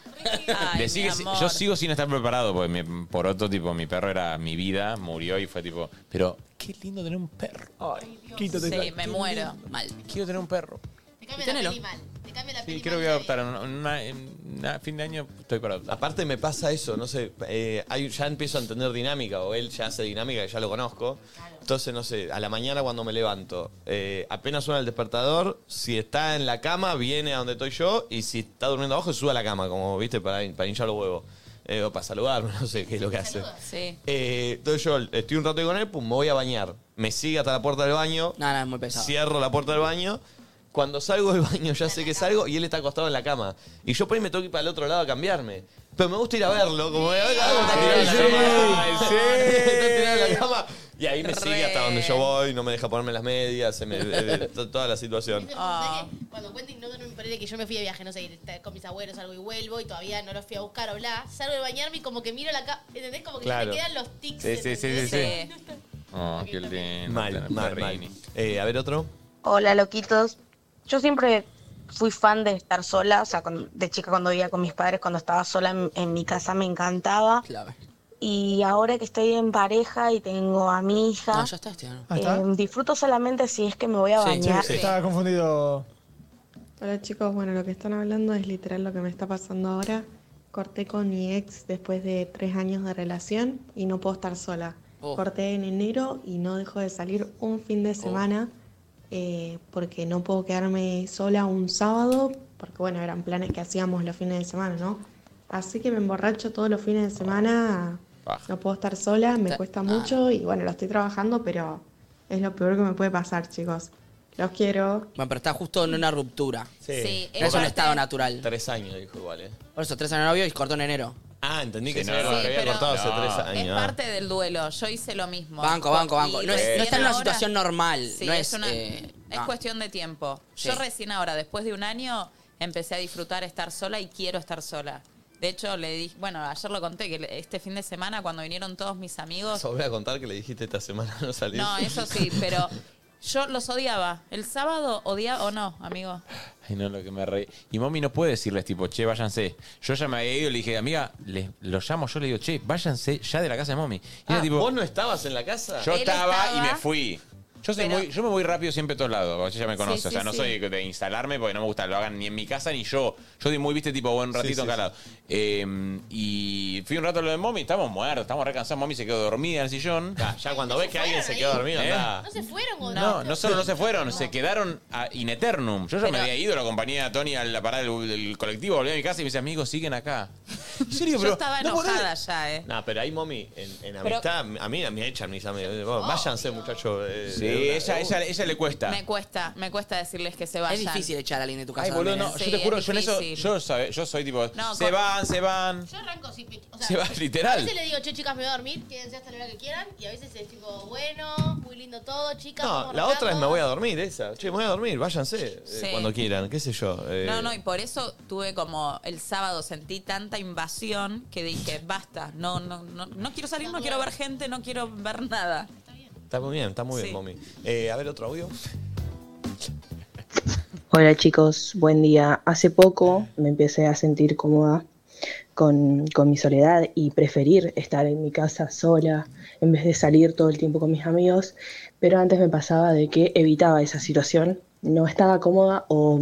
Speaker 5: Le sigue- yo sigo sin estar preparado, porque mi- por otro tipo, mi perro era mi vida, murió y fue tipo, pero
Speaker 8: Qué lindo tener un perro.
Speaker 5: Ay,
Speaker 3: Quítate. Sí, me muero.
Speaker 6: Mal.
Speaker 5: Quiero tener un perro.
Speaker 7: Te cambia
Speaker 3: Tenelo.
Speaker 7: la peli mal. Te cambia la
Speaker 5: Sí,
Speaker 7: peli
Speaker 5: creo que voy a
Speaker 7: mal.
Speaker 5: adoptar. En una- en una- fin de año estoy para adoptar.
Speaker 8: Aparte me pasa eso, no sé, eh, hay- ya empiezo a entender dinámica, o él ya hace dinámica, que ya lo conozco. Entonces, no sé, a la mañana cuando me levanto, eh, apenas suena el despertador, si está en la cama, viene a donde estoy yo, y si está durmiendo abajo, se sube a la cama, como, viste, para, para hinchar los huevos. Eh, o para saludarme, no sé qué es lo que hace.
Speaker 3: Sí.
Speaker 8: Eh, entonces yo estoy un rato ahí con él, pum, me voy a bañar. Me sigue hasta la puerta del baño.
Speaker 6: No, no, es muy pesado.
Speaker 8: Cierro la puerta del baño. Cuando salgo del baño ya sé que salgo y él está acostado en la cama. Y yo por ahí me tengo que ir para el otro lado a cambiarme. Pero me gusta ir a verlo, como de, "Ay, ¿cómo está tirado en la cama? Está tirado en la cama. Y ahí me sigue hasta donde yo voy, no me deja ponerme las medias, se me- eh, to- toda la situación.
Speaker 7: ¿Viste?
Speaker 8: Ah.
Speaker 7: ¿Sabés que Cuando cuenten, no me parece que yo me fui de viaje, no sé, está con mis abuelos, algo y vuelvo y todavía no los fui a buscar o bla. Salgo de bañarme y como que miro la cama, ¿entendés? Como que ya
Speaker 8: Claro.
Speaker 7: me quedan los tics.
Speaker 8: Sí, sí, sí, sí,
Speaker 7: ¿entendés?
Speaker 5: Oh, qué lindo. Mal, mal,
Speaker 8: Eh, a ver otro.
Speaker 20: Hola, loquitos. Yo siempre fui fan de estar sola, o sea, cuando- de chica cuando vivía con mis padres, cuando estaba sola en, en mi casa me encantaba. Y ahora que estoy en pareja y tengo a mi hija,
Speaker 6: No, ya está este año.
Speaker 11: Ah, está.
Speaker 20: eh, disfruto solamente si es que me voy a
Speaker 11: Sí,
Speaker 20: bañar.
Speaker 11: Estaba confundido.
Speaker 22: Hola chicos, bueno, lo que están hablando es literal lo que me está pasando ahora. Corté con mi ex después de tres años de relación y no puedo estar sola.
Speaker 17: Oh.
Speaker 22: Corté en enero y no dejo de salir un fin de semana eh, porque no puedo quedarme sola un sábado, porque bueno, eran planes que hacíamos los fines de semana, ¿no? Así que me emborracho todos los fines de semana, no puedo estar sola, me cuesta mucho y bueno, lo estoy trabajando, pero es lo peor que me puede pasar, chicos. Los quiero.
Speaker 6: Bueno, pero está justo en una ruptura.
Speaker 22: Sí,
Speaker 6: No es un
Speaker 22: ella-
Speaker 6: estado natural.
Speaker 8: Tres años dijo igual, ¿eh?
Speaker 6: Por eso, tres años de novio y cortó en enero.
Speaker 8: Ah, entendí
Speaker 6: que
Speaker 8: se había- Sí, había pero- cortado hace tres ah.
Speaker 3: Es parte del duelo. Yo hice lo mismo.
Speaker 6: Banco, banco, banco.
Speaker 3: Y
Speaker 6: No, es- no está en
Speaker 3: recién
Speaker 6: una
Speaker 3: ahora-
Speaker 6: situación normal.
Speaker 3: Sí,
Speaker 6: no es,
Speaker 3: es, una-
Speaker 6: eh,
Speaker 3: es
Speaker 6: no.
Speaker 3: cuestión de tiempo. Yo
Speaker 6: Sí.
Speaker 3: recién ahora, después de un año, empecé a disfrutar estar sola y quiero estar sola. De hecho, le dije, bueno, ayer lo conté, que le- este fin de semana cuando vinieron todos mis amigos,
Speaker 8: Vas a volver a contar que le dijiste esta semana no salir.
Speaker 3: no, eso sí, pero yo los odiaba. El sábado odiaba, o no, amigo.
Speaker 5: Ay, no, lo que me reí. Y mami no puede decirles, tipo, che, váyanse. Yo ya me había ido y le dije, amiga, les, lo llamo, yo le digo, che, váyanse ya de la casa de mami. Y era tipo,
Speaker 8: Ah, ¿Vos no estabas en la casa?
Speaker 5: yo estaba, y me fui. Yo, soy
Speaker 8: Pero-
Speaker 5: muy- yo me voy rápido siempre a todos lados, vos ya me
Speaker 8: Sí,
Speaker 5: conoces.
Speaker 8: sí,
Speaker 5: o sea, no
Speaker 8: sí.
Speaker 5: soy de instalarme porque no me gusta, lo hagan ni en mi casa ni yo. Yo soy muy, viste, tipo, buen ratito
Speaker 8: Sí, sí,
Speaker 5: en cada lado. Eh, y fui un rato a lo de mommy, estamos muertos, estamos recansados. Mommy se quedó dormida en el sillón. ¿Eh?
Speaker 8: ya cuando ves que alguien se quedó dormido, anda.
Speaker 7: No se fueron,
Speaker 5: No,
Speaker 7: boludo.
Speaker 5: no, solo no se fueron, se quedaron a in eternum. Yo ya me
Speaker 7: Pero-
Speaker 5: había ido, lo acompañé a Tony a la parada del, del colectivo, volví a mi casa y mis amigos siguen acá.
Speaker 3: yo estaba enojada ya, ¿eh?
Speaker 8: No, pero ahí, mami, en, en
Speaker 3: Pero-
Speaker 8: amistad, a mí me echan mis amigos. Eh, vos, Váyanse, eh, muchachos.
Speaker 5: Sí, ella- ella- ella le cuesta.
Speaker 3: Me cuesta, me cuesta decirles que se vayan.
Speaker 6: Es difícil echar a alguien de tu casa. ¿eh?
Speaker 5: Ay, boludo, no,
Speaker 3: Sí,
Speaker 5: yo te juro,
Speaker 3: es
Speaker 5: yo en eso,
Speaker 3: difícil.
Speaker 5: yo, sabe- yo soy tipo,
Speaker 7: No,
Speaker 5: se
Speaker 7: con-
Speaker 5: van, se van.
Speaker 7: Yo arranco sin pique. O sea,
Speaker 5: Se va,
Speaker 7: A
Speaker 5: literal.
Speaker 7: veces le digo, che, chicas, me voy a dormir, quédense hasta la hora que quieran. Y a veces es tipo, bueno, muy lindo todo, chicas.
Speaker 8: No,
Speaker 7: vamos
Speaker 8: la
Speaker 7: arrancando.
Speaker 8: otra es me voy a dormir, esa. Che, me voy a dormir, váyanse eh,
Speaker 3: Sí.
Speaker 8: cuando quieran, qué sé yo. eh.
Speaker 3: No, no, y por eso tuve como el sábado sentí tanta invasión que dije, basta, no, no, no, no quiero salir, no quiero ver gente, no quiero ver nada.
Speaker 8: Está muy bien, está muy
Speaker 3: Sí.
Speaker 8: bien, mami. Eh, a ver, otro audio.
Speaker 17: Hola chicos, buen día. Hace poco me empecé a sentir cómoda con, con mi soledad y preferir estar en mi casa sola en vez de salir todo el tiempo con mis amigos, pero antes me pasaba de que evitaba esa situación, no estaba cómoda o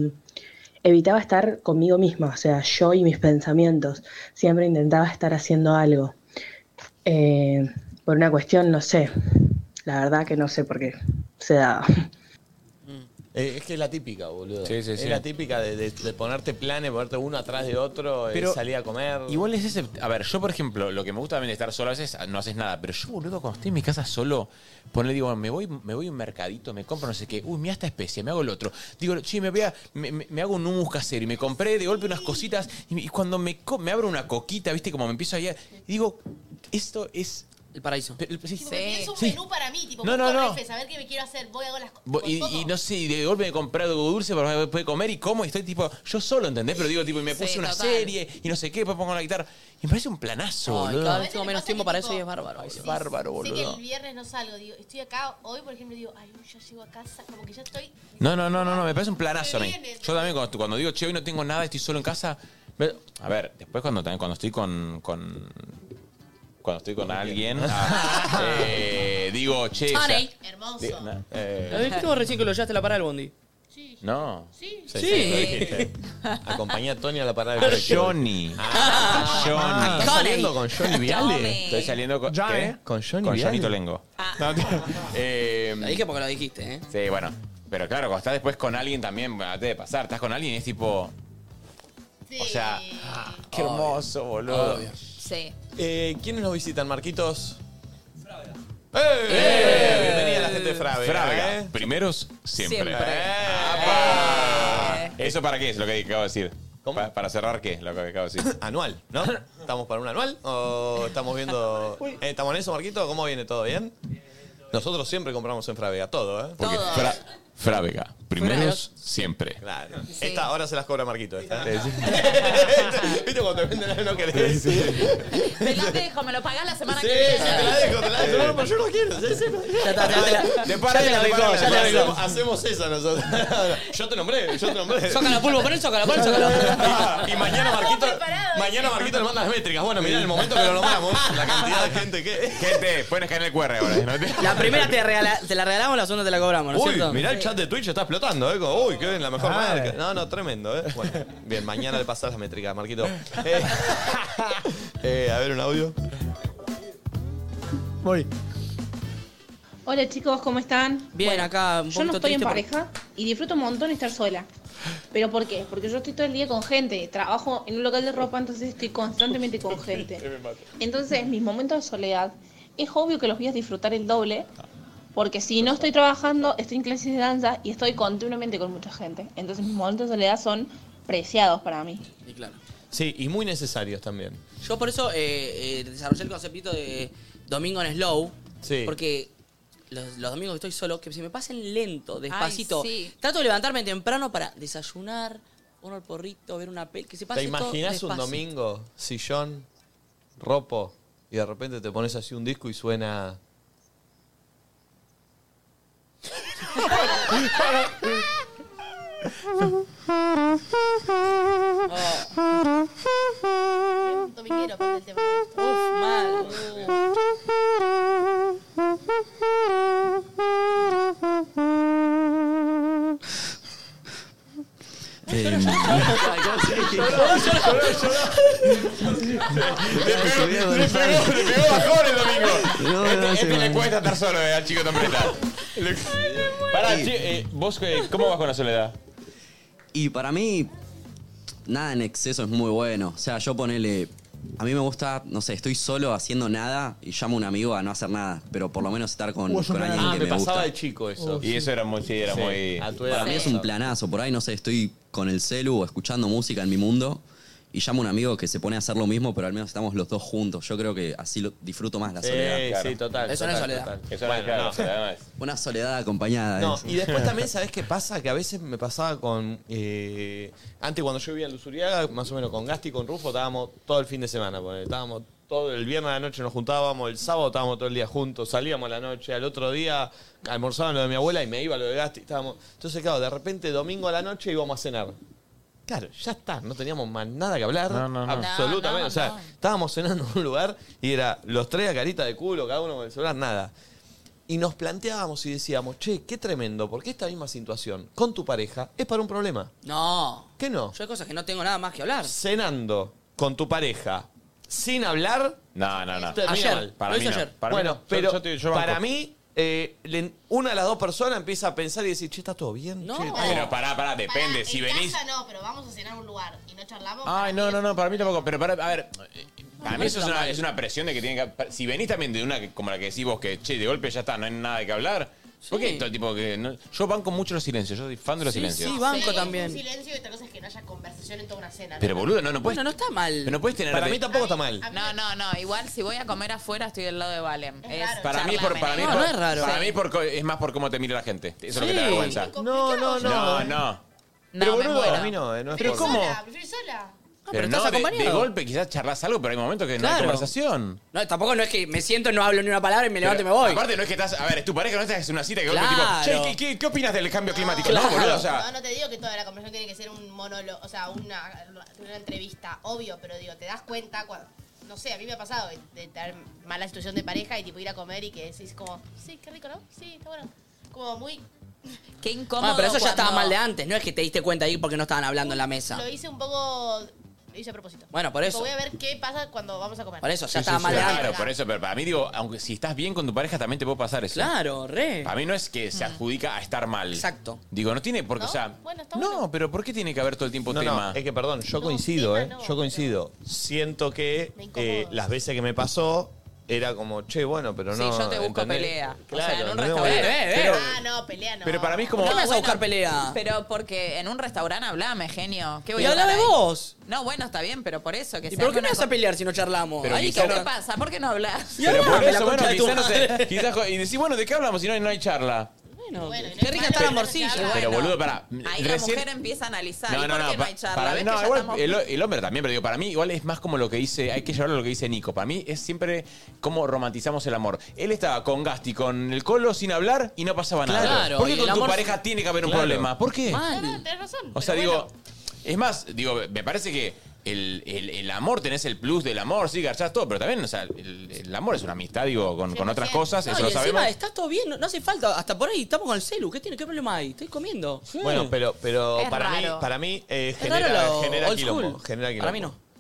Speaker 17: evitaba estar conmigo misma, o sea, yo y mis pensamientos, siempre intentaba estar haciendo algo. Eh, por una cuestión, no sé, la verdad que no sé por qué se daba.
Speaker 8: Eh, es que es la típica, boludo.
Speaker 5: Sí, sí,
Speaker 8: es
Speaker 5: sí.
Speaker 8: la típica de, de- de ponerte planes, ponerte uno atrás de otro, eh,
Speaker 5: Pero-
Speaker 8: salir a comer.
Speaker 5: Igual es ese. A ver, yo por ejemplo, lo que me gusta también de estar solo a veces no haces nada, pero yo, boludo, cuando estoy en mi casa solo, ponle, digo, me voy, me voy a un mercadito, me compro no sé qué, uy, mira esta especie, me hago el otro. Digo, che, me voy a, me, me- me hago un hummus casero y me compré de golpe unas cositas y, me- y cuando me, co- me abro una coquita, viste, como me empiezo a guiar, y digo, esto es
Speaker 6: El paraíso.
Speaker 7: Tipo, me pienso un
Speaker 5: Sí.
Speaker 7: menú para mí, tipo,
Speaker 5: No, no,
Speaker 7: busco
Speaker 5: no.
Speaker 7: refes, a ver qué me quiero hacer, voy a hacer las cosas.
Speaker 5: Bo- Y, y no sé, y de golpe me compré algo dulce para poder comer y como y estoy tipo, yo solo, ¿entendés? Pero digo, tipo, y me
Speaker 6: Sí,
Speaker 5: puse una
Speaker 6: total.
Speaker 5: serie y no sé qué, después pongo la guitarra. Y me parece un planazo,
Speaker 6: Ay,
Speaker 5: boludo.
Speaker 6: cada vez tengo menos tiempo para eso y es bárbaro.
Speaker 5: Es bárbaro,
Speaker 7: Sé que el
Speaker 5: boludo.
Speaker 7: viernes no salgo, digo, estoy acá, hoy por ejemplo digo, ay, yo llego a casa, como que ya estoy
Speaker 5: No, no, no, no, no, me parece un planazo a mí. Yo también cuando, cuando digo, che, hoy no tengo nada, estoy solo en casa. me- A ver, después cuando también cuando estoy con. con- cuando estoy con alguien, ah, eh, digo, che. o sea,
Speaker 6: Tony.
Speaker 7: hermoso.
Speaker 5: di- na- eh,
Speaker 6: Dijimos recién que lo llevaste a la parada del bondi.
Speaker 5: no.
Speaker 7: Sí.
Speaker 6: Sí.
Speaker 8: lo dijiste. Acompañé a Tony a la parada de colectivo.
Speaker 5: Johnny.
Speaker 8: Ah,
Speaker 5: Johnny.
Speaker 8: ¿Estás saliendo con Johnny Viale?
Speaker 5: Estoy saliendo con.
Speaker 8: Ya,
Speaker 5: ¿qué?
Speaker 8: ¿eh? Con Johnny
Speaker 5: Con Johnny
Speaker 8: Viale.
Speaker 5: Tolengo. Eh,
Speaker 6: Ah. Lo dije porque lo dijiste, ¿eh?
Speaker 5: Sí, bueno. Pero claro, cuando estás después con alguien también, bueno, antes de pasar, estás con alguien y es tipo. O sea, qué hermoso, boludo.
Speaker 3: Sí.
Speaker 8: Eh, ¿Quiénes nos visitan, Marquitos?
Speaker 5: ¡Eh!
Speaker 8: Bienvenida la gente de Frávega,
Speaker 5: Frávega.
Speaker 8: ¿eh?
Speaker 5: Primeros siempre.
Speaker 8: Siempre.
Speaker 6: Eh.
Speaker 5: ¡Apa! ¿Eso para qué es lo que acabo de decir? Pa- ¿Para cerrar qué es lo que acabo de decir?
Speaker 8: Anual, ¿no? ¿Estamos para un anual? ¿O estamos viendo. Eh, ¿Estamos en eso, Marquito? ¿Cómo viene todo bien? Nosotros siempre compramos en Frávega, todo, ¿eh?
Speaker 5: Porque Fra- Frávega. Primeros
Speaker 8: Primeros.
Speaker 5: siempre.
Speaker 8: Claro.
Speaker 5: Sí.
Speaker 8: Esta ahora se las cobra Marquito. Esta. ¿eh? ¿Viste cuando te venden algo que no querés?
Speaker 3: Me lo dejo, me lo pagás la semana
Speaker 8: Sí,
Speaker 3: que viene.
Speaker 8: sí, te la dejo, te la dejo. No, pero yo no quiero. sí, sí. De parada,
Speaker 6: te la
Speaker 8: de
Speaker 6: ubicó,
Speaker 8: parada,
Speaker 6: ya te la
Speaker 8: de parada.
Speaker 6: ubicó.
Speaker 8: Hacemos eso nosotros. Yo te nombré, yo te nombré.
Speaker 6: Sócala pulvo, pon el sócala, pon el sócala.
Speaker 8: Y mañana Marquito, mañana Marquito le manda las métricas. Bueno, mirá en el momento que lo nombramos, la cantidad de gente que.
Speaker 5: Gente, pueden escanear el QR ahora. ¿no?
Speaker 6: La primera te, regala- te la regalamos, la segunda te la cobramos, ¿no es
Speaker 8: Uy,
Speaker 6: cierto?
Speaker 8: mirá el chat de Twitch está explotando, ¿eh? Como, uy, qué bien, la mejor marca. No, no, tremendo, ¿eh? Bueno, bien, mañana le pasás las métricas, Marquito. Eh, eh, a ver, un audio.
Speaker 11: Voy.
Speaker 19: Hola chicos, ¿cómo están?
Speaker 6: Bien, acá un
Speaker 19: Yo no
Speaker 6: poquito
Speaker 19: estoy en
Speaker 6: triste por-
Speaker 19: pareja y disfruto un montón estar sola. ¿Pero por qué? Porque yo estoy todo el día con gente, trabajo en un local de ropa, entonces estoy constantemente con gente. Entonces, mis momentos de soledad, es obvio que los voy a disfrutar el doble,
Speaker 8: Ah.
Speaker 19: porque si no estoy trabajando, estoy en clases de danza y estoy continuamente con mucha gente. Entonces, mis momentos de soledad son preciados para mí.
Speaker 6: Y claro.
Speaker 8: Sí, y muy necesarios también.
Speaker 6: Yo por eso eh, eh, desarrollé el conceptito de domingo en slow.
Speaker 8: Sí.
Speaker 6: Porque los, los domingos que estoy solo, que se me pasen lento, despacito.
Speaker 3: sí.
Speaker 6: Trato de levantarme temprano para desayunar, poner el porrito, ver una peli, que se pase
Speaker 8: ¿Te imaginas
Speaker 6: todo
Speaker 8: un
Speaker 6: despacito.
Speaker 8: domingo, sillón, ropo, y de repente te pones así un disco y suena.
Speaker 7: dominguero para el tema.
Speaker 6: Uf, mal.
Speaker 5: Le pegó, le pegó bajón el domingo. este este le cuesta estar solo eh, al chico tan preta. Pará, che, eh, vos, eh, ¿cómo vas con la soledad?
Speaker 9: Y para mí, nada en exceso es muy bueno. O sea, yo ponele. A mí me gusta, no sé, estoy solo haciendo nada y llamo a un amigo a no hacer nada, pero por lo menos estar con,
Speaker 8: Uh, es un
Speaker 9: con
Speaker 8: plan-
Speaker 9: alguien
Speaker 8: Ah,
Speaker 9: que
Speaker 8: me
Speaker 9: me,
Speaker 8: pasaba
Speaker 9: gusta. Oh,
Speaker 8: de chico eso.
Speaker 5: y eso era muy. Sí, era
Speaker 8: Sí,
Speaker 5: muy.
Speaker 8: a tu edad.
Speaker 9: Para mí es un planazo. Por ahí, no sé, estoy con el celu o escuchando música en mi mundo y llamo a un amigo que se pone a hacer lo mismo, pero al menos estamos los dos juntos. Yo creo que así lo- disfruto más la
Speaker 8: Sí,
Speaker 9: soledad.
Speaker 8: sí, total.
Speaker 6: Eso no es
Speaker 8: total,
Speaker 6: soledad.
Speaker 8: total.
Speaker 5: Eso no es, claro, soledad no es.
Speaker 9: Una soledad acompañada.
Speaker 8: No,
Speaker 9: es.
Speaker 8: y después también, ¿sabés qué pasa? Que a veces me pasaba con. eh, antes, cuando yo vivía en Luzuriaga, más o menos con Gasti y con Rufo, estábamos todo el fin de semana. ponele. Estábamos todo el viernes a la noche, nos juntábamos, el sábado estábamos todo el día juntos, salíamos a la noche, al otro día almorzaban lo de mi abuela y me iba a lo de Gasti. Estábamos, entonces, claro, de repente, domingo a la noche íbamos a cenar. Claro, ya está, no teníamos más nada que hablar. absolutamente.
Speaker 2: No, no,
Speaker 8: o sea, estábamos cenando en un lugar y era los tres a carita de culo, cada uno con el celular, nada. Y nos planteábamos y decíamos, che, qué tremendo, porque esta misma situación con tu pareja es para un problema.
Speaker 6: No.
Speaker 8: ¿Qué no?
Speaker 6: Yo hay cosas que no tengo nada más que hablar.
Speaker 8: Cenando con tu pareja sin hablar.
Speaker 5: No, no, no.
Speaker 8: termina mal.
Speaker 5: Para mí no. Para mí
Speaker 8: bueno,
Speaker 5: no. Yo-
Speaker 8: pero
Speaker 5: yo te- yo banco.
Speaker 8: para mí, eh, le- una de las dos personas empieza a pensar y decir, che, ¿estás todo bien? No.
Speaker 5: Pero pará, pará, depende.
Speaker 7: Pará,
Speaker 5: si
Speaker 7: en
Speaker 5: venís.
Speaker 7: Casa no, pero vamos a cenar a un lugar y no charlamos.
Speaker 5: Ay, no, no, no, para mí tampoco. Pero para, a ver, eh, para mí eso es
Speaker 7: Está
Speaker 5: una,
Speaker 7: mal.
Speaker 5: es una presión de que tienen que. Si venís también de una que- como la que decís vos, que che, de golpe ya está, no hay nada de que hablar. ¿Por qué todo el tipo que.? no- yo banco mucho los silencios, yo soy fan de los
Speaker 6: Sí,
Speaker 5: silencios.
Speaker 6: sí,
Speaker 7: Sí,
Speaker 6: banco
Speaker 7: es
Speaker 6: también.
Speaker 7: Un silencio y otra cosa es que no haya conversación. discusión en toda una cena.
Speaker 5: Pero boludo, no, no puedes.
Speaker 3: Bueno, no está mal.
Speaker 5: Pero no puedes tener.
Speaker 8: Para
Speaker 5: de-
Speaker 8: mí tampoco está mal.
Speaker 3: No, no, no. Igual si voy a comer afuera estoy del lado de Valem. Es
Speaker 5: Para mí, es por, para mí,
Speaker 3: No,
Speaker 5: por-
Speaker 3: no es raro.
Speaker 5: Para mí por co- es más por cómo te mira la gente. Eso es lo que te da
Speaker 8: Sí.
Speaker 5: vergüenza.
Speaker 8: No,
Speaker 5: No,
Speaker 8: no, no.
Speaker 5: no.
Speaker 8: Pero
Speaker 3: me
Speaker 8: boludo,
Speaker 3: muero.
Speaker 8: a mí no, eh, no es
Speaker 5: Pero
Speaker 8: por-
Speaker 5: ¿cómo?
Speaker 7: Prefiero sola.
Speaker 5: Pero,
Speaker 6: Ah, estás
Speaker 5: no, de- de,
Speaker 6: acompañado.
Speaker 5: golpe quizás charlas algo, pero hay momentos que no hay
Speaker 6: Claro.
Speaker 5: conversación.
Speaker 6: No, tampoco no es que me siento, no hablo ni una palabra y me levanto y me voy.
Speaker 5: Aparte, no es que estás. A ver, es tu pareja, no estás en una cita que golpe
Speaker 6: Claro.
Speaker 5: tipo. Che, ¿qué, qué, qué opinas del cambio climático? No,
Speaker 6: Claro.
Speaker 5: boludo, o sea.
Speaker 7: No, no te digo que toda la conversación tiene que ser un monólogo, o sea, una, una entrevista, obvio, pero digo, te das cuenta cuando. No sé, a mí me ha pasado de, de tener mala situación de pareja y tipo ir a comer y que decís como, sí, qué rico, ¿no? Sí, está bueno. Como muy.
Speaker 3: Qué incómodo.
Speaker 6: Bueno,
Speaker 5: Ah,
Speaker 6: Ah, pero eso ya estaba
Speaker 7: cuando-
Speaker 6: mal de antes, no es que te diste cuenta ahí porque no estaban hablando en la mesa.
Speaker 7: Lo hice un poco. Lo hice a propósito.
Speaker 6: Bueno, por
Speaker 7: Tipo,
Speaker 6: eso.
Speaker 7: voy a ver qué pasa cuando vamos a comer.
Speaker 5: Sí, sí, sí. Claro, por eso, pero para mí digo, aunque si estás bien con tu pareja también te puede pasar eso.
Speaker 6: Claro, re. Mm.
Speaker 5: Para mí no es que se adjudica a estar mal.
Speaker 6: Exacto.
Speaker 5: Digo, no tiene por qué, o sea, no, pero ¿por qué tiene que haber todo el tiempo
Speaker 8: No,
Speaker 5: tema?
Speaker 8: no, es que perdón, yo coincido, ¿eh? Yo coincido. Siento que eh, las veces que me pasó era como, che, bueno, pero
Speaker 3: Sí,
Speaker 8: no.
Speaker 3: yo te busco
Speaker 8: ¿entendés?
Speaker 3: pelea.
Speaker 8: Claro,
Speaker 3: o sea, en un
Speaker 8: no me
Speaker 3: restaurante. Eh,
Speaker 8: voy a-
Speaker 7: Ah, no, pelea no.
Speaker 8: Pero para mí es como.
Speaker 3: No, bueno,
Speaker 6: pelea?
Speaker 3: Pero porque en un restaurante hablame, genio. ¿Qué voy
Speaker 6: Y
Speaker 3: a hablar
Speaker 6: hablame
Speaker 3: ahí?
Speaker 6: vos.
Speaker 3: No, bueno, está bien, pero por eso que
Speaker 6: ¿Y
Speaker 3: se
Speaker 6: por
Speaker 3: arme
Speaker 6: qué me
Speaker 3: una
Speaker 6: vas a pelear si no charlamos?
Speaker 5: Pero
Speaker 6: Ahí
Speaker 5: quizá
Speaker 3: co-
Speaker 5: no-
Speaker 3: ¿Qué pasa? ¿Por qué no hablas?
Speaker 5: Pero por eso, bueno,
Speaker 6: de tu
Speaker 5: quizás no
Speaker 6: madre.
Speaker 5: sé, quizás co- y decís, bueno, ¿de qué hablamos si no, hay- no hay charla?
Speaker 6: Qué rica está la morcilla.
Speaker 5: Pero, boludo, pará.
Speaker 3: Ahí la
Speaker 5: Recién-
Speaker 3: mujer empieza a analizar.
Speaker 5: No,
Speaker 3: ¿Y
Speaker 5: no,
Speaker 3: por
Speaker 5: no.
Speaker 3: qué no
Speaker 5: pa-
Speaker 3: hay charla?
Speaker 5: para mí,
Speaker 3: ¿Ves
Speaker 5: no,
Speaker 3: que ya
Speaker 5: igual
Speaker 3: estamos-
Speaker 5: el, el hombre también, pero digo, para mí igual es más como lo que dice, hay que llevarlo a lo que dice Nico. Para mí es siempre como romantizamos el amor. Él estaba con Gasti, con el colo, sin hablar y no pasaba nada.
Speaker 6: Claro,
Speaker 5: ¿Por qué
Speaker 6: y
Speaker 5: con
Speaker 6: el
Speaker 5: tu
Speaker 6: amor-
Speaker 5: pareja tiene que haber un
Speaker 6: Claro.
Speaker 5: problema? ¿Por qué?
Speaker 2: Ah,
Speaker 6: Mal.
Speaker 5: O sea, digo, es más, digo, me parece que el, el- el amor, tenés el plus del amor, sí, garchás todo, pero también, o sea, el, el amor es una amistad, digo, con, con otras cosas,
Speaker 6: No,
Speaker 5: eso
Speaker 6: y
Speaker 5: lo
Speaker 6: encima
Speaker 5: sabemos.
Speaker 6: está todo bien, no, no hace falta. Hasta por ahí estamos con el celu. ¿Qué tiene? ¿Qué problema hay? Estoy comiendo.
Speaker 8: Bueno, pero, pero
Speaker 6: Es
Speaker 8: para
Speaker 6: raro.
Speaker 8: mí, para mí eh,
Speaker 6: Es
Speaker 8: genera,
Speaker 6: raro lo
Speaker 8: genera
Speaker 6: old
Speaker 8: quilombo,
Speaker 6: school.
Speaker 8: genera
Speaker 6: Para
Speaker 8: quilombo.
Speaker 6: mí no.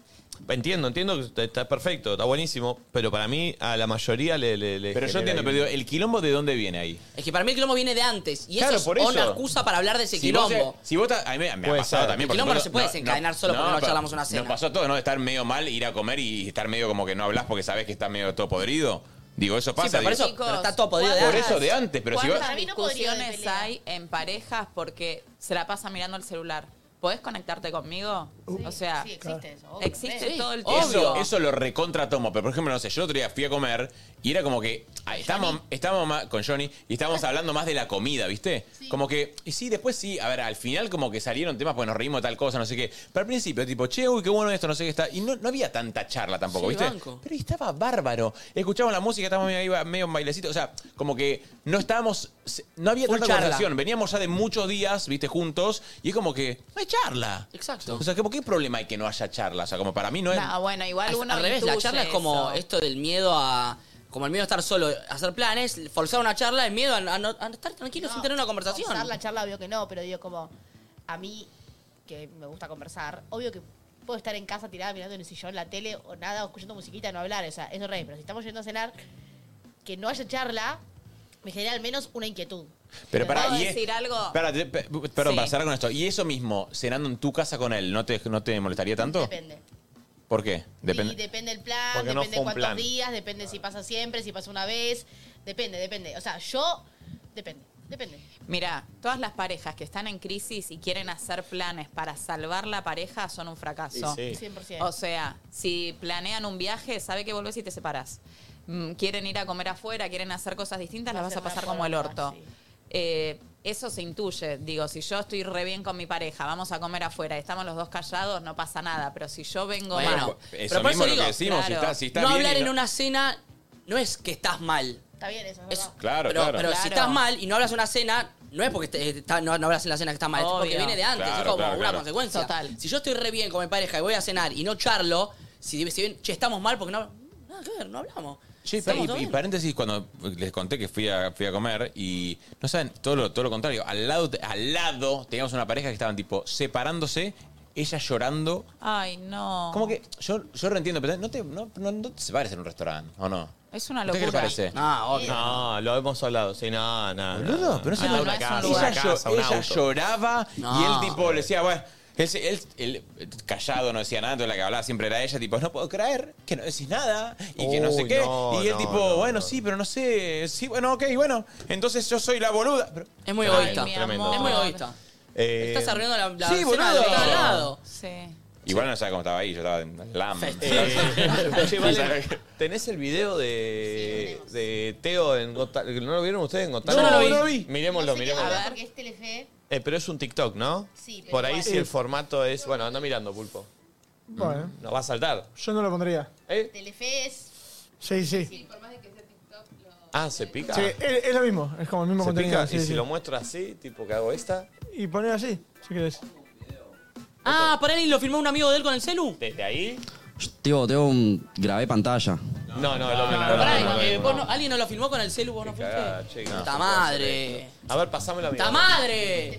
Speaker 8: Entiendo, entiendo que está- está perfecto, está buenísimo, pero para mí a la mayoría le. le- le
Speaker 5: Pero yo
Speaker 8: genera
Speaker 5: entiendo, pero digo, ¿el quilombo de dónde viene ahí?
Speaker 6: Es que para mí el quilombo viene de antes. Y
Speaker 5: Claro,
Speaker 6: eso es
Speaker 5: por eso.
Speaker 6: una excusa para hablar de ese
Speaker 5: Si vos-
Speaker 6: este
Speaker 5: eh,
Speaker 6: quilombo.
Speaker 5: si vos ta- a mí me, me ha
Speaker 6: Puede
Speaker 5: pasado
Speaker 6: ser.
Speaker 5: también.
Speaker 6: El
Speaker 5: por
Speaker 6: quilombo no
Speaker 5: ejemplo,
Speaker 6: se puede desencadenar solo porque no
Speaker 5: pero
Speaker 6: charlamos una cena.
Speaker 5: Nos pasó todo, ¿no? Estar medio mal, ir a comer y estar medio como que no hablas porque sabés que está medio todo podrido. Digo, eso pasa.
Speaker 6: pero por
Speaker 5: digo.
Speaker 6: eso- pero está todo podrido de
Speaker 5: Por
Speaker 6: antes.
Speaker 5: eso de antes, pero si vos...
Speaker 3: ¿Cuántas
Speaker 7: mí no podría haber
Speaker 3: discusiones hay en parejas porque se la pasa mirando el celular? ¿Podés conectarte conmigo? o sea,
Speaker 7: sí, existe eso, obvio.
Speaker 3: Existe
Speaker 7: Sí.
Speaker 3: todo el tiempo.
Speaker 5: Eso, eso lo recontratomo, pero por ejemplo, no sé, yo el otro día fui a comer y era como que ah, estábamos, estábamos más- con Johnny y estábamos hablando más de la comida, ¿viste? Como que, y sí, después sí, a ver, al final como que salieron temas porque nos reímos de tal cosa, no sé qué. Pero al principio, tipo, che, uy, qué bueno esto, no sé qué está. Y no, no había tanta charla tampoco,
Speaker 6: Sí,
Speaker 5: ¿viste?
Speaker 6: banco.
Speaker 5: Pero estaba bárbaro. Escuchábamos la música, estábamos medio, ahí, medio en bailecito, o sea, como que no estábamos, no había
Speaker 6: Full
Speaker 5: tanta
Speaker 6: charla.
Speaker 5: conversación, veníamos ya de muchos días, ¿viste? Juntos y es como que no hay charla.
Speaker 6: Exacto.
Speaker 5: O sea, ¿qué, ¿qué problema hay que no haya charla? O sea, como para mí no es...
Speaker 3: No, bueno, igual
Speaker 6: Al-
Speaker 3: uno
Speaker 6: al revés, la
Speaker 3: intuye
Speaker 6: charla es como
Speaker 3: eso.
Speaker 6: esto del miedo a. Como el miedo a estar solo, a hacer planes, forzar una charla, el miedo a, a no- a estar tranquilo sin tener una conversación.
Speaker 7: Forzar la charla, obvio que no, pero digo, como a mí, que me gusta conversar, obvio que puedo estar en casa tirada mirando en el sillón la tele o nada, o escuchando musiquita, no hablar, o sea, eso es rey. Pero si estamos yendo a cenar, que no haya charla, me genera al menos una inquietud.
Speaker 5: Pero para
Speaker 3: ¿Puedo decir algo?
Speaker 5: perdón,
Speaker 3: Sí.
Speaker 5: para cerrar con esto. ¿Y eso mismo, cenando en tu casa con él, no te, no te molestaría tanto?
Speaker 7: Depende.
Speaker 5: ¿Por qué?
Speaker 7: Y
Speaker 5: Depende.
Speaker 7: depende el plan,
Speaker 5: Porque no
Speaker 7: depende
Speaker 5: fue un
Speaker 7: cuántos
Speaker 5: plan.
Speaker 7: días, depende si pasa siempre, si pasa una vez, depende, depende. O sea, yo, depende, depende.
Speaker 3: Mira, todas las parejas que están en crisis y quieren hacer planes para salvar la pareja son un fracaso.
Speaker 7: Sí, sí. 100%.
Speaker 3: O sea, si planean un viaje, sabe que volvés y te separás. Mm, Quieren ir a comer afuera, quieren hacer cosas distintas, las vas a pasar como el orto. Eh, eso se intuye. Digo, si yo estoy re bien con mi pareja, vamos a comer afuera, estamos los dos callados, no pasa nada. Pero si yo vengo
Speaker 6: Bueno,
Speaker 3: mal-
Speaker 6: eso Pero por eso mismo lo digo, que decimos, si está- si está
Speaker 3: No
Speaker 6: bien
Speaker 3: hablar
Speaker 6: y
Speaker 3: en
Speaker 6: no-
Speaker 3: una
Speaker 6: cena no es que estás mal.
Speaker 7: Está bien eso.
Speaker 5: Claro,
Speaker 6: pero,
Speaker 5: claro.
Speaker 6: Pero si
Speaker 5: Claro.
Speaker 6: estás mal y no hablas en una cena, no es porque te- eh, está- no, no hablas en la cena que está mal, es porque
Speaker 3: Obvio.
Speaker 6: viene de antes,
Speaker 3: Claro,
Speaker 6: es como
Speaker 3: claro,
Speaker 6: una
Speaker 3: claro.
Speaker 6: consecuencia. Si yo estoy re bien con mi pareja y voy a cenar y no charlo, si, si bien, che, estamos mal porque no hablamos. Nada que ver, no hablamos.
Speaker 5: Che,
Speaker 6: Estamos
Speaker 5: y-
Speaker 6: todo
Speaker 5: y,
Speaker 6: bien.
Speaker 5: paréntesis, cuando les conté que fui a, fui a comer y no saben, todo lo, todo lo contrario. Al lado, al lado teníamos una pareja que estaban tipo separándose, ella llorando.
Speaker 3: Ay, no.
Speaker 5: Como que yo, yo reentiendo, pero no te, no, no, no te separes en un restaurante, ¿o no?
Speaker 3: Es una
Speaker 5: ¿Usted
Speaker 3: locura.
Speaker 5: qué le parece?
Speaker 6: No,
Speaker 8: No, lo hemos hablado. Sí, no, no.
Speaker 5: Boludo, pero no se
Speaker 8: Ah,
Speaker 5: lo-
Speaker 8: una casa,
Speaker 5: ella,
Speaker 8: una
Speaker 5: llo-
Speaker 8: casa, un
Speaker 5: ella
Speaker 8: auto.
Speaker 5: lloraba y
Speaker 8: No.
Speaker 5: él tipo le decía, bueno, él, se- él- él, eh, callado no decía nada, entonces la que hablaba siempre era ella, tipo, no puedo creer que no decís nada y que no sé
Speaker 8: Uy,
Speaker 5: qué.
Speaker 8: no,
Speaker 5: y él
Speaker 8: no,
Speaker 5: tipo,
Speaker 8: no,
Speaker 5: bueno, sí, pero no sé, sí, bueno, ok, bueno, entonces yo soy la boluda. Pero-
Speaker 6: Es muy
Speaker 5: Tremendo,
Speaker 6: egoísta.
Speaker 5: tremendo.
Speaker 6: Es muy egoísta.
Speaker 8: Eh,
Speaker 6: Estás arruinando la, la
Speaker 5: sí,
Speaker 6: cena
Speaker 5: boludo.
Speaker 6: de la que está al lado.
Speaker 3: Sí.
Speaker 5: Igual no sabía cómo estaba ahí, yo estaba en LAM.
Speaker 8: Eh, che, Valen, ¿tenés el video de, de Teo en Got Talent? ¿No lo vieron ustedes en Got Talent?
Speaker 7: No, no lo
Speaker 8: Miremoslo, miremoslo.
Speaker 7: Porque es Telefe.
Speaker 8: Eh, pero es un TikTok, ¿no?
Speaker 7: Sí, pero
Speaker 8: Por ahí
Speaker 7: igual.
Speaker 8: si el formato es... Bueno, anda mirando, Pulpo.
Speaker 11: Bueno,
Speaker 8: Nos va a saltar.
Speaker 11: yo no lo pondría.
Speaker 7: Telefe es.
Speaker 11: Sí, sí.
Speaker 8: Ah, ¿se pica?
Speaker 11: Sí, es, es lo mismo, es como el mismo
Speaker 8: ¿Se
Speaker 11: contenido.
Speaker 8: pica?
Speaker 11: sí,
Speaker 8: ¿Y si
Speaker 11: sí.
Speaker 8: lo muestro así, tipo que hago esta?
Speaker 11: Y poner así, si querés.
Speaker 6: Ah, para él lo filmó un amigo de él con el celu.
Speaker 8: ¿Desde ahí?
Speaker 9: Tío, tengo un... grabé pantalla.
Speaker 8: No, no, lo
Speaker 6: Pero pará, eh, vos no- ¿Alguien no lo filmó con el celu? ¿Vos no fuiste? ¡Ta madre!
Speaker 8: A ver, pasámelo a mi
Speaker 6: ¡Ta madre!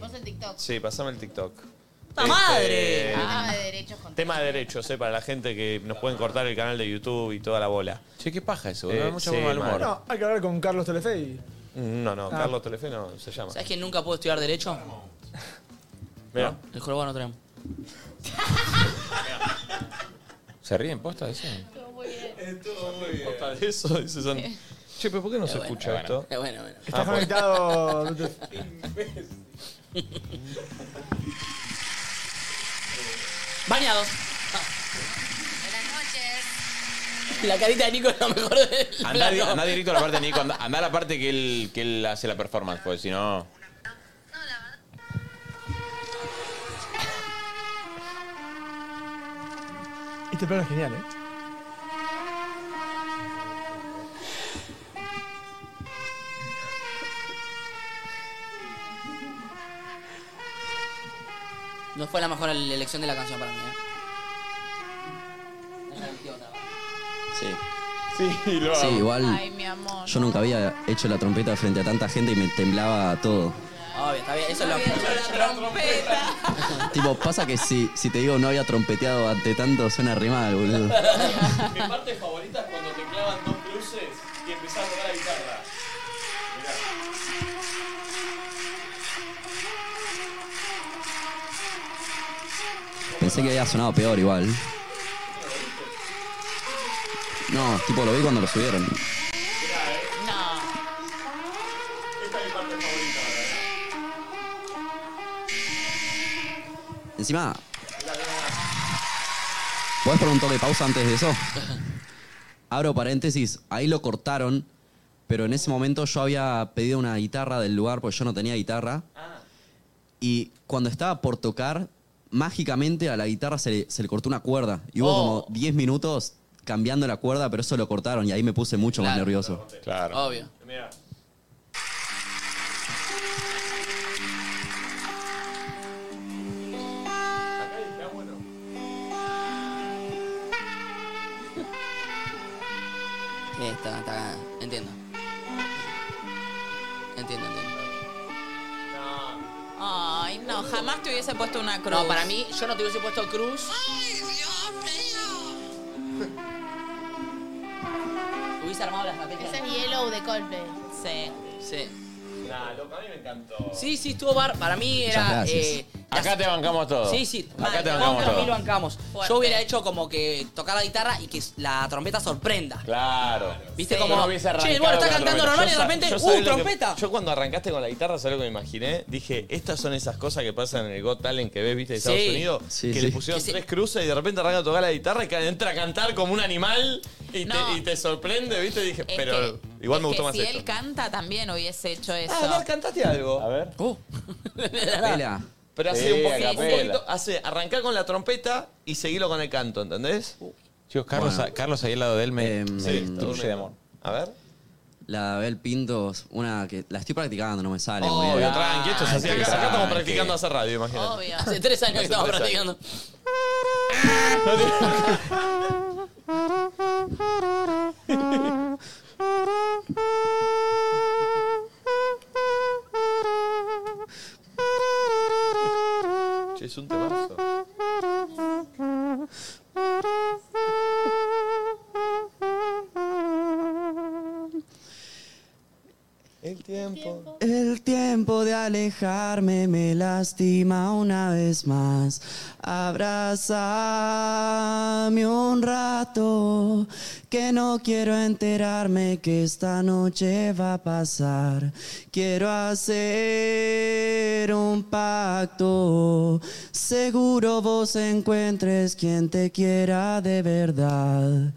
Speaker 8: Sí, pasame el TikTok.
Speaker 5: Este,
Speaker 6: ¡Ta
Speaker 5: eh,
Speaker 6: madre!
Speaker 7: Tema de derechos con.
Speaker 8: Tema de derechos, eh, para la gente que nos pueden cortar el canal de YouTube y toda la bola. Eh, Che, qué paja eso,
Speaker 5: boludo, da mucho mal humor.
Speaker 11: No, hay que hablar con Carlos Telefe y.
Speaker 8: No, no,
Speaker 11: Ah.
Speaker 8: Carlos Telefe no se llama.
Speaker 6: ¿Sabes que nunca puedo estudiar Derecho?
Speaker 8: Mira.
Speaker 6: El juego no tenemos.
Speaker 5: ¿Se ríen posta de eso?
Speaker 8: Posta de eso, dice Santi. Che, pero ¿por qué no se escucha esto?
Speaker 6: Es bueno, bueno.
Speaker 8: Ah,
Speaker 11: Estás
Speaker 8: por-
Speaker 11: conectado, Bluetooth.
Speaker 6: Bañados. La carita de Nico es la mejor de
Speaker 5: Andá, andá directo a la parte de Nico, andá, andá a la parte que él, que él hace la performance, porque si no.
Speaker 11: Este plano es genial, ¿eh?
Speaker 6: No fue la mejor elección de la canción para mí, ¿eh?
Speaker 9: Sí.
Speaker 8: Sí,
Speaker 9: lo Sí, hago. igual
Speaker 3: Ay, mi amor.
Speaker 9: Yo nunca había hecho la trompeta frente a tanta gente y me temblaba todo.
Speaker 6: Obvio, está bien. Eso es lo
Speaker 3: La trompeta.
Speaker 9: tipo, pasa que si, si te digo no había trompeteado ante tanto, suena re mal, boludo.
Speaker 18: Mi parte favorita es cuando te clavan dos cruces y empezás a tocar la guitarra.
Speaker 9: Pensé que había sonado peor igual. No, tipo, lo vi cuando lo subieron. Encima... ¿Puedes poner un toque de pausa antes de eso? Abro paréntesis, ahí lo cortaron, pero en ese momento yo había pedido una guitarra del lugar porque yo no tenía guitarra. Y cuando estaba por tocar, mágicamente a la guitarra se le, se le cortó una cuerda. Y hubo como 10 minutos cambiando la cuerda, pero eso lo cortaron y ahí me puse mucho más
Speaker 6: Claro.
Speaker 9: nervioso.
Speaker 8: Oh,
Speaker 5: Claro.
Speaker 6: Obvio.
Speaker 8: Mira.
Speaker 6: Sí, está, está. Entiendo. Entiendo, entiendo.
Speaker 3: Ay, no, jamás te hubiese puesto una cruz.
Speaker 6: No, para mí, yo no te hubiese puesto cruz. Hubiese armado las
Speaker 7: Ese es
Speaker 6: papeletas.
Speaker 7: Yellow de Coldplay.
Speaker 3: Sí.
Speaker 6: Sí.
Speaker 8: Nah, loco, a mí me encantó.
Speaker 6: Sí, sí, estuvo bar. Para mí era. eh,
Speaker 5: Acá te bancamos todo.
Speaker 6: Sí, sí.
Speaker 5: Acá te
Speaker 6: Mal,
Speaker 5: bancamos
Speaker 6: contra mí lo
Speaker 5: todo.
Speaker 6: bancamos.
Speaker 3: Fuerte.
Speaker 6: Yo hubiera hecho como que tocar la guitarra y que la trompeta sorprenda.
Speaker 5: Claro.
Speaker 6: ¿Viste
Speaker 5: Sí.
Speaker 6: como
Speaker 5: No hubiese
Speaker 6: Che,
Speaker 5: arrancado
Speaker 6: el bueno está
Speaker 5: con la
Speaker 6: cantando
Speaker 5: trompeta.
Speaker 6: normal y de
Speaker 5: Yo sa-
Speaker 6: repente.
Speaker 8: Yo sabés
Speaker 6: ¡Uh,
Speaker 8: lo que-
Speaker 6: trompeta!
Speaker 8: yo cuando arrancaste con la guitarra, ¿sabes lo que me imaginé? Dije, estas son esas cosas que pasan en el Got Talent que ves, viste, de
Speaker 6: Sí.
Speaker 8: Estados Unidos,
Speaker 9: Sí,
Speaker 8: que
Speaker 9: sí.
Speaker 8: le pusieron tres cruces y de repente arranca a tocar la guitarra y ca- entra a cantar como un animal y, te, y te sorprende, viste, dije,
Speaker 3: Es
Speaker 8: pero
Speaker 3: que-
Speaker 8: igual
Speaker 3: es
Speaker 8: me gustó
Speaker 3: que
Speaker 8: más
Speaker 3: si
Speaker 8: esto.
Speaker 3: él canta, también hubiese hecho eso.
Speaker 8: Ah, ¿no cantaste algo? A ver.
Speaker 6: Uh.
Speaker 9: Vela.
Speaker 8: Pero hace
Speaker 5: Sí,
Speaker 8: un
Speaker 5: a
Speaker 8: poquito, un
Speaker 5: capela.
Speaker 8: poquito- hace arrancar con la trompeta y seguirlo con el canto, ¿entendés?
Speaker 6: Uh.
Speaker 5: Chicos, Carlos,
Speaker 9: Bueno.
Speaker 5: Carlos ahí al lado de él me, me
Speaker 9: Em, sí, está
Speaker 5: destruye de
Speaker 8: durmiendo.
Speaker 5: amor.
Speaker 8: A ver.
Speaker 9: La Abel Pintos, una que la estoy practicando, no me sale. muy
Speaker 8: Obvio,
Speaker 9: bien. Ah,
Speaker 8: tranqui, esto es así. Acá, acá estamos
Speaker 9: Tranqui.
Speaker 8: practicando hace radio, imagínate.
Speaker 3: Obvio.
Speaker 6: Hace tres años que estamos
Speaker 8: tres
Speaker 6: practicando.
Speaker 8: Che, es un temazo.
Speaker 9: Eh,
Speaker 2: el tiempo.
Speaker 9: El tiempo de alejarme me lastima una vez más. Abrázame un rato, que no quiero enterarme que esta noche va a pasar. Quiero hacer un pacto, seguro vos encuentres quien te quiera de verdad.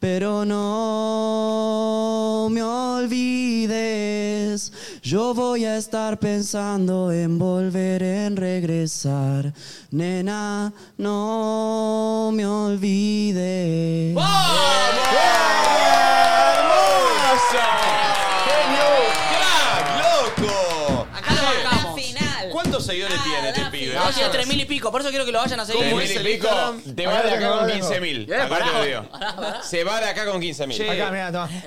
Speaker 9: Pero no me olvides, yo voy a estar pensando en volver, en regresar. Nena, no me olvides.
Speaker 8: ¡Loco!
Speaker 6: Acá lo bancamos.
Speaker 8: ¿Cuántos seguidores tiene este pibe?
Speaker 6: Ah, No, tiene 3.000 y pico, por eso quiero que lo vayan a seguir.
Speaker 5: ¿Cómo es el Instagram? Te va de acá con 15.000. Acá te lo digo. Se va de acá con 15.000.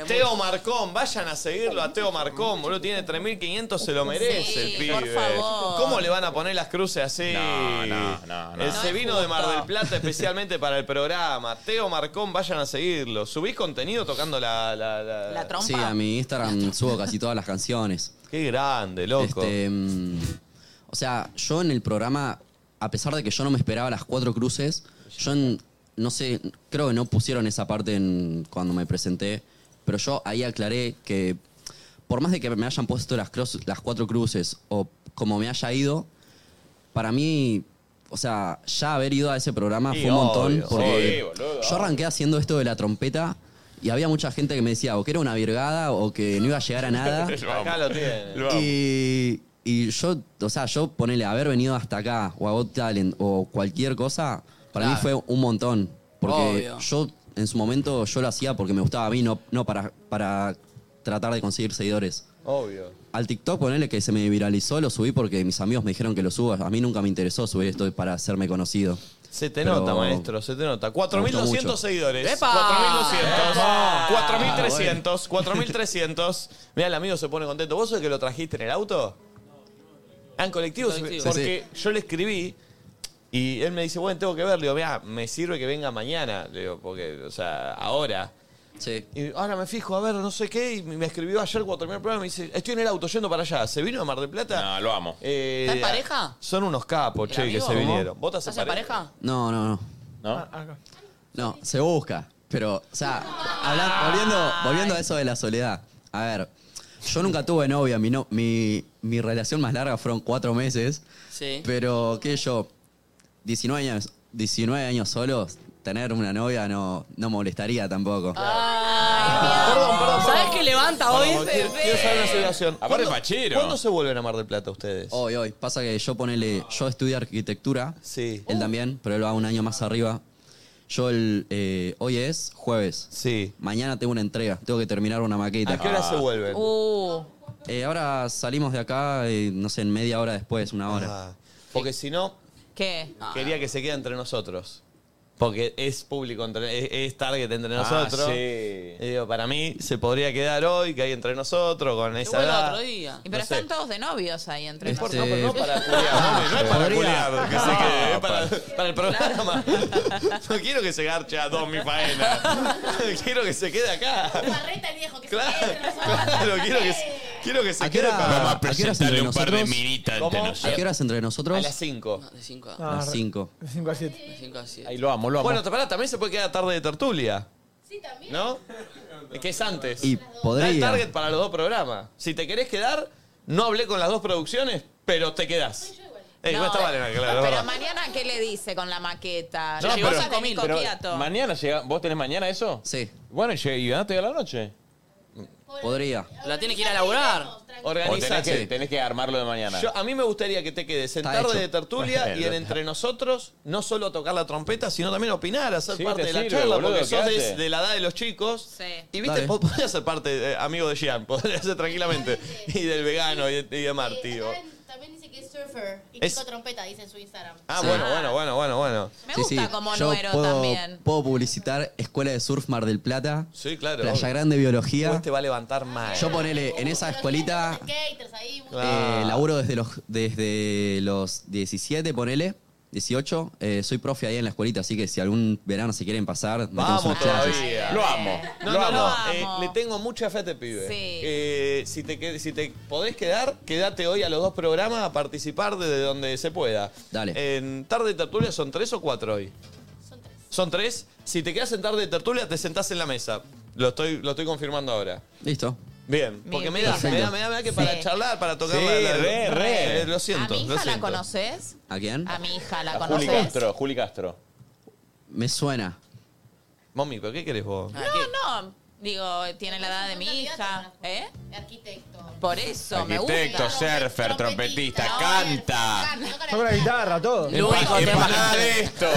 Speaker 8: Che, Teo Marcón, vayan a seguirlo a Teo Marcón, boludo. Tiene 3.500, se lo merece
Speaker 2: Sí,
Speaker 8: el pibe.
Speaker 2: por favor.
Speaker 8: ¿Cómo le van a poner las cruces así?
Speaker 5: No, no, no, no.
Speaker 8: Él
Speaker 5: No
Speaker 8: Eh, se
Speaker 5: es
Speaker 8: vino de Mar
Speaker 5: justo.
Speaker 8: del Plata especialmente para el programa. Teo Marcón, vayan a seguirlo. ¿Subís contenido tocando la, la, la-
Speaker 9: Eh, Sí, a mi Instagram subo casi todas las canciones.
Speaker 8: Qué grande, loco.
Speaker 9: Este, mm, o sea, yo en el programa, a pesar de que yo no me esperaba las cuatro cruces, yo en- no sé, creo que no pusieron esa parte en- cuando me presenté, pero yo ahí aclaré que por más de que me hayan puesto las, cru- las cuatro cruces o como me haya ido, para mí, o sea, ya haber ido a ese programa
Speaker 8: Y
Speaker 9: fue un montón.
Speaker 8: obvio,
Speaker 9: porque
Speaker 8: sí, boludo.
Speaker 9: yo arranqué haciendo esto de la trompeta y había mucha gente que me decía o que era una virgada o que no iba a llegar a nada.
Speaker 8: Acá lo tiene.
Speaker 9: Y, y yo, o sea, yo ponele haber venido hasta acá o a Got Talent o cualquier cosa, para mí
Speaker 6: Claro.
Speaker 9: fue un montón. Porque
Speaker 6: Obvio.
Speaker 9: yo en su momento yo lo hacía porque me gustaba a mí, no, no para, para tratar de conseguir seguidores.
Speaker 8: Obvio.
Speaker 9: Al TikTok ponele que se me viralizó, lo subí porque mis amigos me dijeron que lo subas. A mí nunca me interesó subir esto para hacerme conocido.
Speaker 8: Se te
Speaker 9: Pero-
Speaker 8: nota, maestro, se te nota.
Speaker 9: Me gustó
Speaker 8: 4.200
Speaker 9: mucho.
Speaker 8: seguidores.
Speaker 6: ¡Epa!
Speaker 8: 4.200.
Speaker 6: ¡Epa!
Speaker 8: 4.300. 4.300. Mira, el amigo se pone contento. ¿Vos sos el que lo trajiste en el auto? Ah, en colectivo.
Speaker 2: En colectivo.
Speaker 8: Porque yo le escribí y él me dice, bueno, tengo que ver. Le digo, mira, me sirve que venga mañana. Le digo, porque, o sea, ahora.
Speaker 9: Sí.
Speaker 8: Y ahora me fijo, a ver, no sé qué. Y me escribió ayer cuando terminó el programa. Me dice, estoy en el auto yendo para allá. ¿Se vino a Mar del Plata? No,
Speaker 5: lo amo.
Speaker 6: ¿Está en pareja?
Speaker 8: Eh, Son unos capos,
Speaker 6: ¿El
Speaker 8: che, que
Speaker 6: amigo? Ah,
Speaker 8: se vinieron. ¿Vos te haces
Speaker 6: ¿Estás en pareja?
Speaker 9: No, no, no.
Speaker 5: ¿No?
Speaker 9: No, se busca. Pero, o sea, habla- volviendo, volviendo a eso de la soledad. A ver, yo nunca tuve novia. Mi, no- mi, mi relación más larga fueron cuatro meses.
Speaker 6: Sí.
Speaker 9: Pero, ¿qué yo? 19 años, 19 años solos, tener una novia no, no molestaría tampoco.
Speaker 8: Ah, Perdón, perdón.
Speaker 5: Ah.
Speaker 6: ¿Sabes qué levanta hoy?
Speaker 8: Perdón, quiero, quiero saber una situación.
Speaker 9: Aparte
Speaker 8: ¿Cuándo-
Speaker 9: Pachero.
Speaker 8: ¿Cuándo se vuelven a Mar del Plata ustedes?
Speaker 9: Hoy, hoy. Pasa que yo ponele. Yo estudié arquitectura.
Speaker 8: Sí.
Speaker 9: Él también, pero él va un año más arriba. Yo el, eh, hoy es jueves.
Speaker 8: Sí.
Speaker 9: Mañana tengo una entrega. Tengo que terminar una maqueta.
Speaker 8: ¿A qué hora se vuelven?
Speaker 3: Uh,
Speaker 9: Eh, ahora salimos de acá, eh, no sé, en media hora después, una hora.
Speaker 8: Ah, Porque si no,
Speaker 3: ¿Qué?
Speaker 8: quería que se quede entre nosotros. Porque es público, entre- es, es target entre
Speaker 5: Ah,
Speaker 8: nosotros.
Speaker 5: sí.
Speaker 8: Y digo, para mí se podría quedar hoy, que hay entre nosotros, con esa
Speaker 6: vuelvo
Speaker 8: edad.
Speaker 6: otro día.
Speaker 3: Y pero
Speaker 8: No sé.
Speaker 3: están todos de novios ahí entre
Speaker 8: Es por-
Speaker 3: nosotros.
Speaker 8: no, pero no para culiar, no, no es para culiar, que se quede, es para, para el programa. No quiero que se garche a dos mi faena. Quiero que se quede acá. Claro, claro, quiero que, se- quiero que se
Speaker 9: ¿A qué
Speaker 8: quede
Speaker 9: hora-
Speaker 8: para.
Speaker 9: a qué hora es entre nosotros? ¿Cómo? ¿A qué hora es entre nosotros?
Speaker 8: A las 5.
Speaker 6: De 5
Speaker 9: A las 5.
Speaker 11: De 5 a 7.
Speaker 6: De 5 a 7.
Speaker 8: Ahí lo amo, lo amo. Bueno, pará, también se puede quedar tarde de tertulia.
Speaker 7: Sí, también.
Speaker 8: ¿No? Que es antes.
Speaker 9: Y podría.
Speaker 8: Da el target para los dos programas. Si te querés quedar, no hablé con las dos producciones, pero te quedás. Eh, no, está Valena, claro, es
Speaker 3: Pero
Speaker 8: verdad.
Speaker 3: mañana, ¿qué le dice con la maqueta?
Speaker 5: No,
Speaker 3: Le Ah, llegó
Speaker 5: pero-
Speaker 3: Saco Mil
Speaker 5: pero
Speaker 3: Copiato.
Speaker 5: mañana llega. ¿Vos tenés mañana eso?
Speaker 9: Sí.
Speaker 5: Bueno, y llega- y ganaste a la noche.
Speaker 9: Podría.
Speaker 6: La tiene que ir a laburar.
Speaker 8: Organizate.
Speaker 5: tenés, que, tenés que armarlo de mañana.
Speaker 8: Yo- a mí me gustaría que te quedes en
Speaker 5: Está
Speaker 8: tarde
Speaker 5: hecho.
Speaker 8: de tertulia y en
Speaker 5: Bueno.
Speaker 8: entre nosotros, no solo tocar la trompeta, sino también opinar, hacer
Speaker 5: Sí,
Speaker 8: parte
Speaker 5: te
Speaker 8: de la
Speaker 5: sirve,
Speaker 8: charla,
Speaker 5: boludo,
Speaker 8: porque sos de,
Speaker 5: quedate.
Speaker 8: de la edad de los chicos.
Speaker 3: Sí.
Speaker 8: Y viste,
Speaker 5: Dale.
Speaker 8: po- podrías ser parte, eh, amigo de Gian, podrías ser tranquilamente. Y del vegano y de, y de Marti. o-
Speaker 7: También dice que es surfer y
Speaker 8: Es-
Speaker 7: Kiko Trompeta, dice en su Instagram.
Speaker 8: Ah, bueno, bueno, bueno, bueno, bueno.
Speaker 7: Me gusta como
Speaker 9: Yo
Speaker 7: nuero
Speaker 9: puedo,
Speaker 7: también.
Speaker 9: puedo publicitar Escuela de Surf Mar del Plata.
Speaker 8: Sí, claro.
Speaker 9: Playa
Speaker 8: obvio. este
Speaker 9: Grande Biología.
Speaker 8: Vos te va a levantar mal.
Speaker 9: Yo ponele, en esa escuelita
Speaker 7: Skaters ahí,
Speaker 9: eh, laburo desde los, desde los 17, ponele, 18. eh, soy profe ahí en la escuelita, así que si algún verano se quieren pasar, metemos
Speaker 8: Vamos
Speaker 9: unas clases.
Speaker 8: todavía. No, no, no. eh, le tengo mucha fe a este pibe. Eh, si, te, qued- si te podés quedar, quédate hoy a los dos programas a participar desde donde se pueda. Dale. En Tarde de Tertulia son tres o cuatro hoy. Son tres. Si te quedas en Tarde de Tertulia, te sentás en la mesa. Lo estoy, lo estoy confirmando ahora.
Speaker 9: Listo.
Speaker 8: Bien, porque me da, me
Speaker 9: Perfecto.
Speaker 8: da, me da, me da que para
Speaker 3: Sí.
Speaker 8: charlar, para tocar
Speaker 9: Sí,
Speaker 8: la- la-
Speaker 9: re, re.
Speaker 8: Eh, Lo siento,
Speaker 3: ¿A mi hija
Speaker 8: lo
Speaker 3: la
Speaker 8: siento.
Speaker 3: conoces?
Speaker 9: ¿A quién?
Speaker 3: ¿A mi hija la
Speaker 9: A Juli
Speaker 3: conoces?
Speaker 5: Castro, Juli Castro.
Speaker 9: Me suena.
Speaker 8: Mami, ¿pero Ah, qué querés
Speaker 3: Ah,
Speaker 8: vos?
Speaker 3: No, no. Digo, tiene la edad de mi hija. ¿Eh? Arquitecto. Por eso, me gusta.
Speaker 5: Arquitecto, surfer, trompetista, canta.
Speaker 11: Toca la guitarra, todo.
Speaker 5: Lo único Empanada de esto.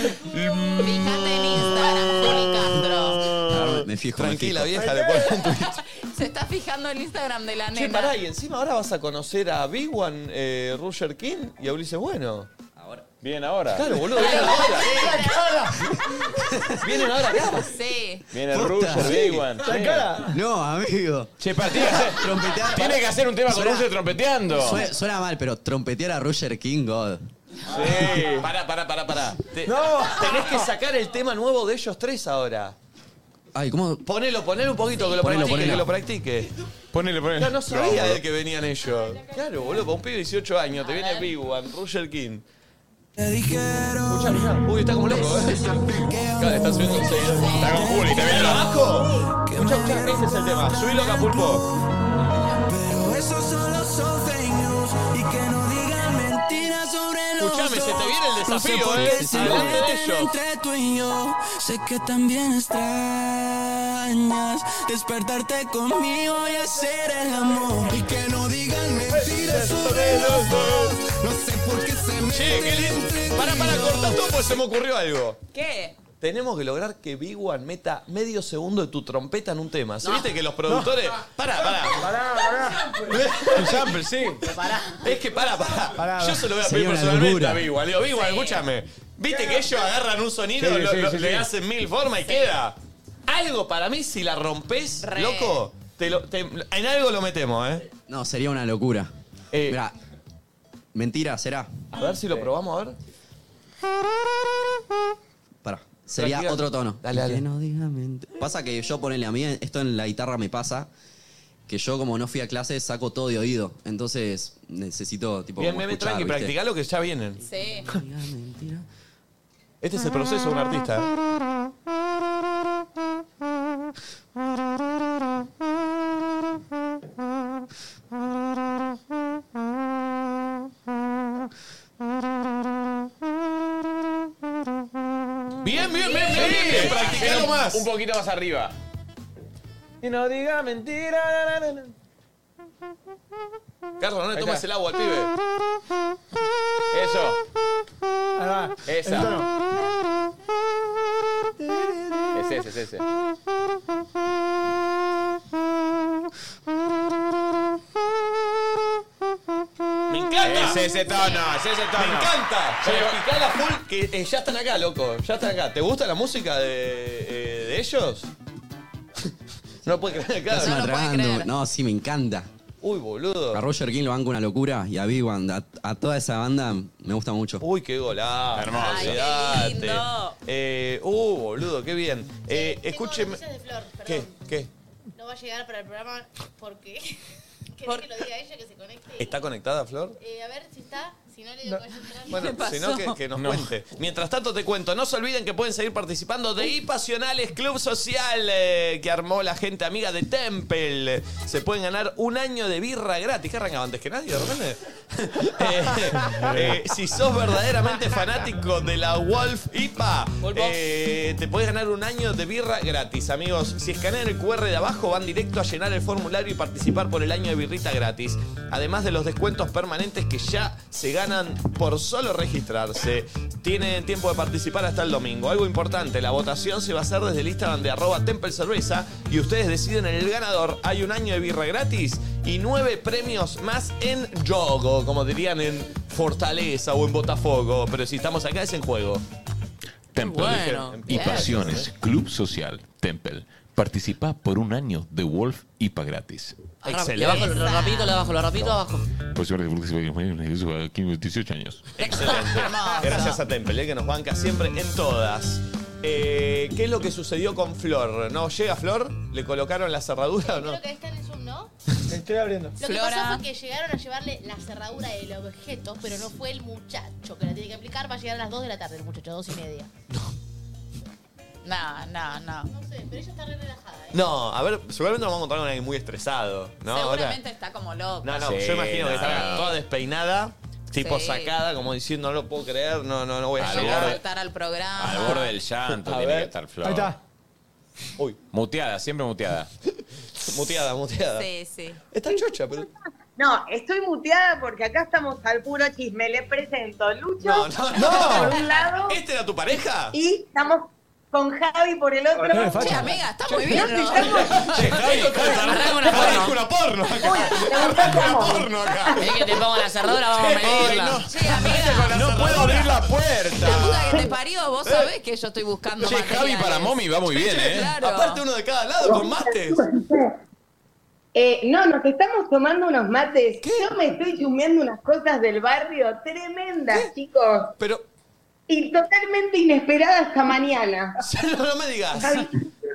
Speaker 3: Fíjate en Instagram, Juli Castro.
Speaker 9: Ahora me- me fijo,
Speaker 8: Tranquila,
Speaker 9: me fijo.
Speaker 8: vieja, después en Twitter.
Speaker 3: Se está fijando el Instagram de la
Speaker 8: Che,
Speaker 3: nena.
Speaker 8: pará, y encima ahora vas a conocer a Big One, eh, Roger King y a Ulises Bueno. Ahora.
Speaker 5: Vienen ahora.
Speaker 8: Claro, boludo, vienen ahora. Vienen ahora acá.
Speaker 3: Sí.
Speaker 5: Viene el
Speaker 8: Posta.
Speaker 5: Ruger,
Speaker 8: Sí.
Speaker 5: Big One.
Speaker 8: La cara.
Speaker 9: No, amigo.
Speaker 5: Che, para, tiene que hacer, tiene que hacer un tema con
Speaker 9: Suena-
Speaker 5: Ruger trompeteando.
Speaker 9: Suena, suena mal, pero trompetear a Roger King, God.
Speaker 8: Sí. Pará, pará, pará, pará. Te- Tenés que sacar el tema nuevo de ellos tres ahora.
Speaker 9: Ay, ¿cómo?
Speaker 8: Ponelo, ponelo un poquito, que lo
Speaker 9: Ponelo,
Speaker 8: practique,
Speaker 9: ponelo.
Speaker 8: que lo practique.
Speaker 5: Ponele, ponele.
Speaker 8: No, no sabía
Speaker 5: No.
Speaker 8: de que venían ellos. Claro, boludo, para un pibe de 18 años, te viene Big One, Roger King. Escuchá, escuchá. Uy, está como loco, ¿eh? Claro, está subiendo un seguidor. Está con Juli, te viene abajo. Escuchá, escuchá, ese es el tema. Subilo acá, Pulpo.
Speaker 2: Pero eso solo son fake news y que no digan mentiras sobre
Speaker 8: Escuchame, se te viene el desafío,
Speaker 2: no sé por
Speaker 8: ¿eh?
Speaker 2: qué se
Speaker 8: Adelante
Speaker 2: meten
Speaker 8: ellos.
Speaker 2: entre tú y yo. Sé que también extrañas despertarte conmigo y hacer el amor y que no digan mentiras sobre los dos. No sé por qué se meten
Speaker 8: Che, qué lindo. Pará, pará, cortá todo porque pues, se me ocurrió algo.
Speaker 3: ¿Qué?
Speaker 8: Tenemos que lograr que Big One meta medio segundo de tu trompeta en un tema. ¿Sí ¿Viste que los productores. Pará, pará.
Speaker 11: Pará, pará.
Speaker 8: Un sample, sí. Es que pará, pará. Yo se lo voy a pedir
Speaker 2: Sería una
Speaker 8: personalmente
Speaker 2: locura.
Speaker 8: a Big One. Le digo, Big One, escúchame. ¿Viste que ellos agarran un sonido,
Speaker 2: Sí,
Speaker 8: lo-
Speaker 2: sí,
Speaker 8: lo-
Speaker 2: sí,
Speaker 8: le
Speaker 2: sí.
Speaker 8: hacen mil formas y queda? Algo para mí, si la rompes,
Speaker 2: Re.
Speaker 8: loco, te lo- te- en algo lo metemos, ¿eh?
Speaker 9: No, sería una locura. Mirá, mentira, será.
Speaker 8: A ver si lo probamos, a ver.
Speaker 9: Pará. Sería
Speaker 8: Tranquila.
Speaker 9: otro tono.
Speaker 8: Dale, dale.
Speaker 9: Que no diga mente- Pasa que yo ponele a mí, esto en la guitarra me pasa, que yo como no fui a clase saco todo de oído. Entonces necesito tipo.
Speaker 8: Bien,
Speaker 9: como
Speaker 8: meme,
Speaker 9: escuchar,
Speaker 8: tranqui,
Speaker 9: ¿viste?
Speaker 8: practicalo que ya vienen.
Speaker 3: Sí.
Speaker 8: Este es el proceso de un artista. ¿eh?
Speaker 2: Bien, bien, bien, bien, bien, bien. Practicalo más.
Speaker 5: Un poquito más arriba.
Speaker 2: Y no diga mentira.
Speaker 8: Carlos, no le tomas el agua al pibe.
Speaker 5: Eso. Esa. Es ese, es ese.
Speaker 8: ¡Me encanta!
Speaker 5: Es ese tono, es ese tono.
Speaker 8: ¡Me encanta!
Speaker 5: Sí.
Speaker 8: Practicala full, que eh, ya están acá, loco. Ya están acá. ¿Te gusta la música de, eh, de ellos? no lo puedes creer,
Speaker 9: Estás
Speaker 8: claro.
Speaker 9: atragando. No, sí, me encanta.
Speaker 8: Uy, boludo.
Speaker 9: A Roger King lo banco una locura y a Big One, a, a toda esa banda me gusta mucho.
Speaker 8: Uy, qué golazo.
Speaker 9: Hermoso. Ay, qué
Speaker 8: Olvidate.
Speaker 9: lindo.
Speaker 8: Eh, uh, boludo, qué bien. Eh, escúcheme.
Speaker 7: noticias de Flor, perdón.
Speaker 8: ¿Qué? ¿Qué?
Speaker 7: No va a llegar para el programa porque. ¿Querés que lo diga ella que se conecte?
Speaker 8: ¿Está conectada, Flor?
Speaker 7: Eh, a ver si está. Si no, le digo que vaya entrando.
Speaker 8: Bueno, si no, que, que nos cuente. Mientras tanto, te cuento. No se olviden que pueden seguir participando de Ipasionales Club Social eh, que armó la gente amiga de Temple. Se pueden ganar un año de birra gratis. ¿Qué arrancaba antes que nadie, de repente? Eh, eh, si sos verdaderamente fanático de la Wolf IPA, eh, te puedes ganar un año de birra gratis, amigos. Si escanean el QR de abajo, van directo a llenar el formulario y participar por el año de birrita gratis. Además de los descuentos permanentes que ya se ganan por solo registrarse. Tienen tiempo de participar hasta el domingo. Algo importante, la votación se va a hacer desde el Instagram de arroba Temple Cerveza y ustedes deciden el ganador. Hay un año de birra gratis y nueve premios más en juego, como dirían en Fortaleza o en Botafogo. Pero si estamos acá es en juego.
Speaker 14: Temple
Speaker 8: Bueno.
Speaker 5: ¿eh?
Speaker 14: y Pasiones, Club Social, Temple. Participa por un año de Wolf IPA gratis.
Speaker 6: Excelente. Le bajo, lo rapidito, le bajo, lo rapidito, abajo.
Speaker 14: Próximamente, 18 años.
Speaker 8: Excelente. Gracias a Temple, eh, que nos banca siempre en todas. Eh, ¿Qué es lo que sucedió con Flor? ¿No llega Flor? ¿Le colocaron la cerradura o no?
Speaker 7: Creo que está en el Zoom, ¿no?
Speaker 11: Estoy abriendo.
Speaker 7: Lo que pasó fue que llegaron a llevarle la cerradura del objeto, pero no fue el muchacho que la tiene que aplicar. Va a llegar a las 2 de la tarde el muchacho, dos y media.
Speaker 3: No, no, no.
Speaker 7: No sé, pero ella está re relajada.
Speaker 8: No, a ver, seguramente nos vamos a encontrar con alguien muy estresado. ¿no? Ah, Ahora-
Speaker 3: Seguramente está como loco.
Speaker 8: No, no,
Speaker 3: Sí.
Speaker 8: yo imagino que está toda despeinada, tipo
Speaker 3: Sí.
Speaker 8: sacada, como diciendo, no lo puedo creer, no, no, no voy a
Speaker 5: Al
Speaker 3: Llega a
Speaker 8: llegar.
Speaker 3: faltar al programa.
Speaker 5: Al borde del llanto
Speaker 8: A
Speaker 5: tiene
Speaker 8: ver.
Speaker 5: que estar Flor.
Speaker 8: Ahí está.
Speaker 5: Muteada, siempre muteada.
Speaker 8: muteada, muteada.
Speaker 3: Sí, sí.
Speaker 8: Está chocha, pero.
Speaker 10: No, estoy muteada porque acá estamos al puro chisme. Le presento Lucho
Speaker 8: No, no,
Speaker 10: por
Speaker 8: no.
Speaker 10: un lado
Speaker 8: ¿Este era tu pareja?
Speaker 10: y estamos con Javi por el otro.
Speaker 8: Hola, Facha. Che, amiga,
Speaker 10: está
Speaker 8: muy bien, ¿no? Che, Javi, arranca una porno. una porno acá. Arranca una porno acá.
Speaker 6: Es que te pongo la cerradura, vamos a medirla.
Speaker 8: No puedo abrir la puerta.
Speaker 3: La puta que te parió,
Speaker 8: Eh.
Speaker 3: vos sabés que yo estoy buscando
Speaker 5: Che, Javi para Momi va muy bien, ¿eh?
Speaker 3: Claro.
Speaker 8: Aparte uno de cada lado con mates.
Speaker 10: Eh, no, nos estamos tomando unos mates. Yo me estoy chumeando unas cosas del barrio tremendas, chicos.
Speaker 8: Pero.
Speaker 10: Y totalmente inesperadas hasta mañana.
Speaker 8: No, no me digas.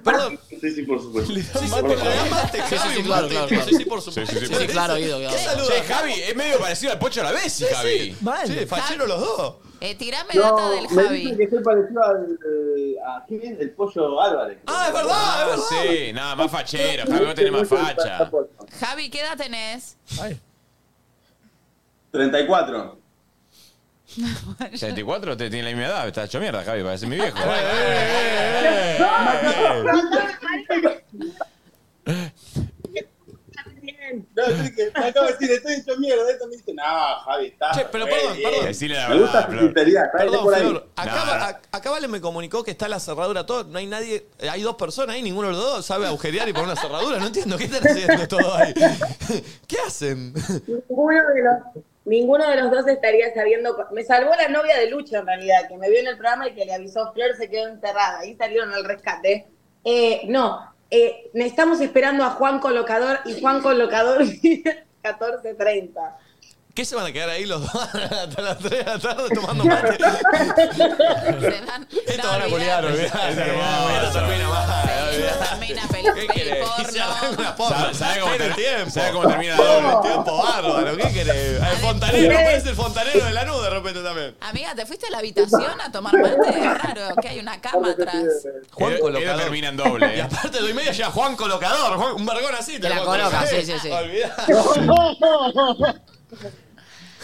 Speaker 8: Perdón.
Speaker 2: Sí, sí, por supuesto.
Speaker 5: Sí,
Speaker 8: mate,
Speaker 5: sí,
Speaker 8: Javi,
Speaker 5: sí, claro,
Speaker 8: mate.
Speaker 5: claro,
Speaker 8: Sí,
Speaker 5: claro.
Speaker 8: sí, por supuesto.
Speaker 5: Sí, sí,
Speaker 8: Sí, claro, Guido, Guido.
Speaker 5: Che, Javi, es medio parecido al Pocho a la vez,
Speaker 8: Sí, sí,
Speaker 5: Javi.
Speaker 8: mal. Sí, fallaron los dos.
Speaker 3: Eh, tirame
Speaker 8: No,
Speaker 3: data del
Speaker 8: me
Speaker 3: Javi.
Speaker 2: Dicen que soy parecido al. eh, a ¿Quién es? El pollo Álvarez.
Speaker 8: Ah, es verdad, es verdad.
Speaker 5: Sí, nada, más fachero. Javi, vos tenés más facha.
Speaker 3: Javi, ¿qué edad tenés?
Speaker 2: 34.
Speaker 5: ¿74? Te tiene la misma edad. Está hecho mierda, Javi, parece mi viejo.
Speaker 2: No, es que me acabo de decir, estoy hecho mierda. Esto me dice, no, Javi, está.
Speaker 8: Che, pero perdón, perdón.
Speaker 5: Decile la
Speaker 2: Me gusta
Speaker 5: verdad,
Speaker 2: su
Speaker 5: Flor.
Speaker 2: sinceridad, Javi,
Speaker 8: Perdón,
Speaker 2: por ahí.
Speaker 8: Flor, acá, a- acá Vale me comunicó que está la cerradura todo, no hay nadie, eh, hay dos personas ahí, ninguno de los dos sabe agujerear y poner una cerradura, no entiendo qué están haciendo todo ahí. ¿Qué hacen?
Speaker 10: Ninguno de los, ninguno de los dos estaría sabiendo. cu- Me salvó la novia de Lucho, en realidad, que me vio en el programa y que le avisó Flor se quedó encerrada. Ahí salieron al rescate. Eh, no, eh, estamos esperando a Juan Colocador y Juan Colocador 14.30.
Speaker 8: ¿Qué se van a quedar ahí los dos hasta las 3 de la tarde tomando mate? Esto van a culiar, olvidate. Esto termina mal, olvidate. ¿Qué querés? Y se arranca una porno.
Speaker 5: ¿Sabés cómo
Speaker 8: Tiene
Speaker 5: ter-
Speaker 8: tiempo.
Speaker 5: sabés cómo termina
Speaker 8: Tiene
Speaker 5: doble?
Speaker 8: tiempo bárbaro, ¿qué querés? El fontanero, parece el fontanero de la nube de repente también.
Speaker 3: Amiga, ¿te fuiste a la habitación a tomar mate? Claro, que hay una cama atrás.
Speaker 8: Juan Colocador.
Speaker 5: termina en doble.
Speaker 8: Y aparte, doy media ya Juan Colocador. Juan- Un vergón así.
Speaker 6: Te la
Speaker 8: puedo
Speaker 6: coloca,
Speaker 8: colocar.
Speaker 6: sí, sí, sí.
Speaker 8: Olvidate.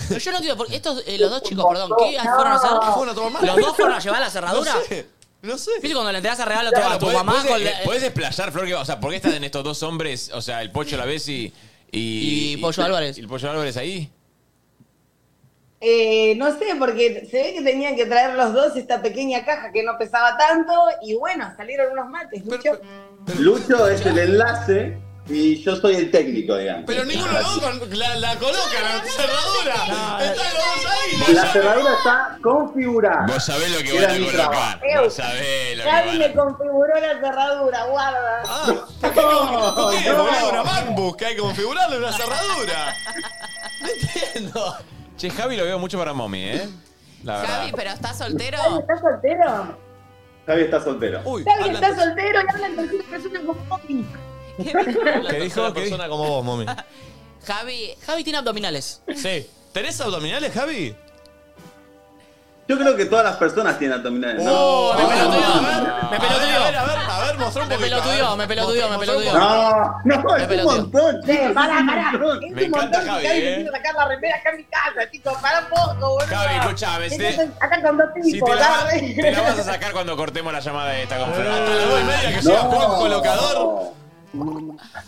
Speaker 6: Pero yo no entiendo, porque estos, eh, los dos chicos, perdón, ¿qué fueron a hacer?
Speaker 8: ¿Qué fueron a tomar mate?
Speaker 6: ¿Los dos fueron a llevar la cerradura?
Speaker 8: No sé, no sé.
Speaker 6: ¿Viste cuando le entregas el regalo
Speaker 5: Claro,
Speaker 6: a tu
Speaker 5: ¿podés-
Speaker 6: mamá?
Speaker 5: podés-
Speaker 6: con
Speaker 5: eh,
Speaker 6: la-
Speaker 5: ¿Podés desplayar, Flor? Que, o sea, ¿por qué están en estos dos hombres? O sea, el Pocho a la vez y. Y,
Speaker 6: Y Pollo Álvarez.
Speaker 5: ¿Y el Pollo Álvarez ahí?
Speaker 10: Eh, no sé, porque se ve que tenían que traer los dos esta pequeña caja que no pesaba tanto y bueno, salieron unos mates. Lucho.
Speaker 2: Lucho es el enlace y yo soy el técnico, digamos.
Speaker 8: Pero ninguno de los dos con- la, la coloca, la cerradura. Están los dos ahí.
Speaker 2: La cerradura está configurada.
Speaker 5: Vos sabés lo que
Speaker 2: Era
Speaker 5: van a
Speaker 2: mi
Speaker 5: colocar.
Speaker 10: trabajo.
Speaker 5: Vos sabés lo que
Speaker 10: Gaby
Speaker 5: van a
Speaker 10: me configuró la cerradura, guarda.
Speaker 8: ¿Por qué,
Speaker 10: no.
Speaker 8: boludo? Una MacBook que hay que configurarle una cerradura. No entiendo.
Speaker 5: Che, Javi lo veo mucho para mommy, ¿eh? La verdad.
Speaker 3: Javi, ¿pero estás soltero?
Speaker 10: ¿Estás soltero?
Speaker 2: Javi está soltero.
Speaker 8: Uy,
Speaker 10: Gaby está soltero y pues, hablan con una persona como Poppy.
Speaker 8: ¿Qué dijo? Una persona como vos, mami.
Speaker 3: Javi.
Speaker 6: Javi tiene abdominales.
Speaker 8: Sí. ¿Tenés abdominales, Javi?
Speaker 2: Yo creo que todas las personas tienen abdominales. ¿no?
Speaker 8: Oh, me pelotudeó.
Speaker 6: Me pelotudeó.
Speaker 8: A ver, a ver, a ver, mostró un
Speaker 6: Me
Speaker 8: poquito.
Speaker 6: pelotudeó, me pelotudeó, me pelotudeó.
Speaker 2: No, no,
Speaker 6: Me
Speaker 2: es un
Speaker 6: peloteó.
Speaker 2: montón.
Speaker 10: Sí,
Speaker 2: chicos,
Speaker 10: pará,
Speaker 2: es un
Speaker 10: pará.
Speaker 2: montón.
Speaker 10: Es un montón que Gaby
Speaker 8: eh.
Speaker 10: me quiere sacar la remera acá en mi casa, chicos. Pará un poco, boludo.
Speaker 5: eh. Javi, escuchame, si te-
Speaker 10: Estás Acá con dos
Speaker 5: Si
Speaker 10: tipos,
Speaker 5: te la,
Speaker 10: dale.
Speaker 5: te la vas a sacar cuando cortemos la llamada de esta conferencia.
Speaker 8: Hasta las dos y media que llega Juan Colocador.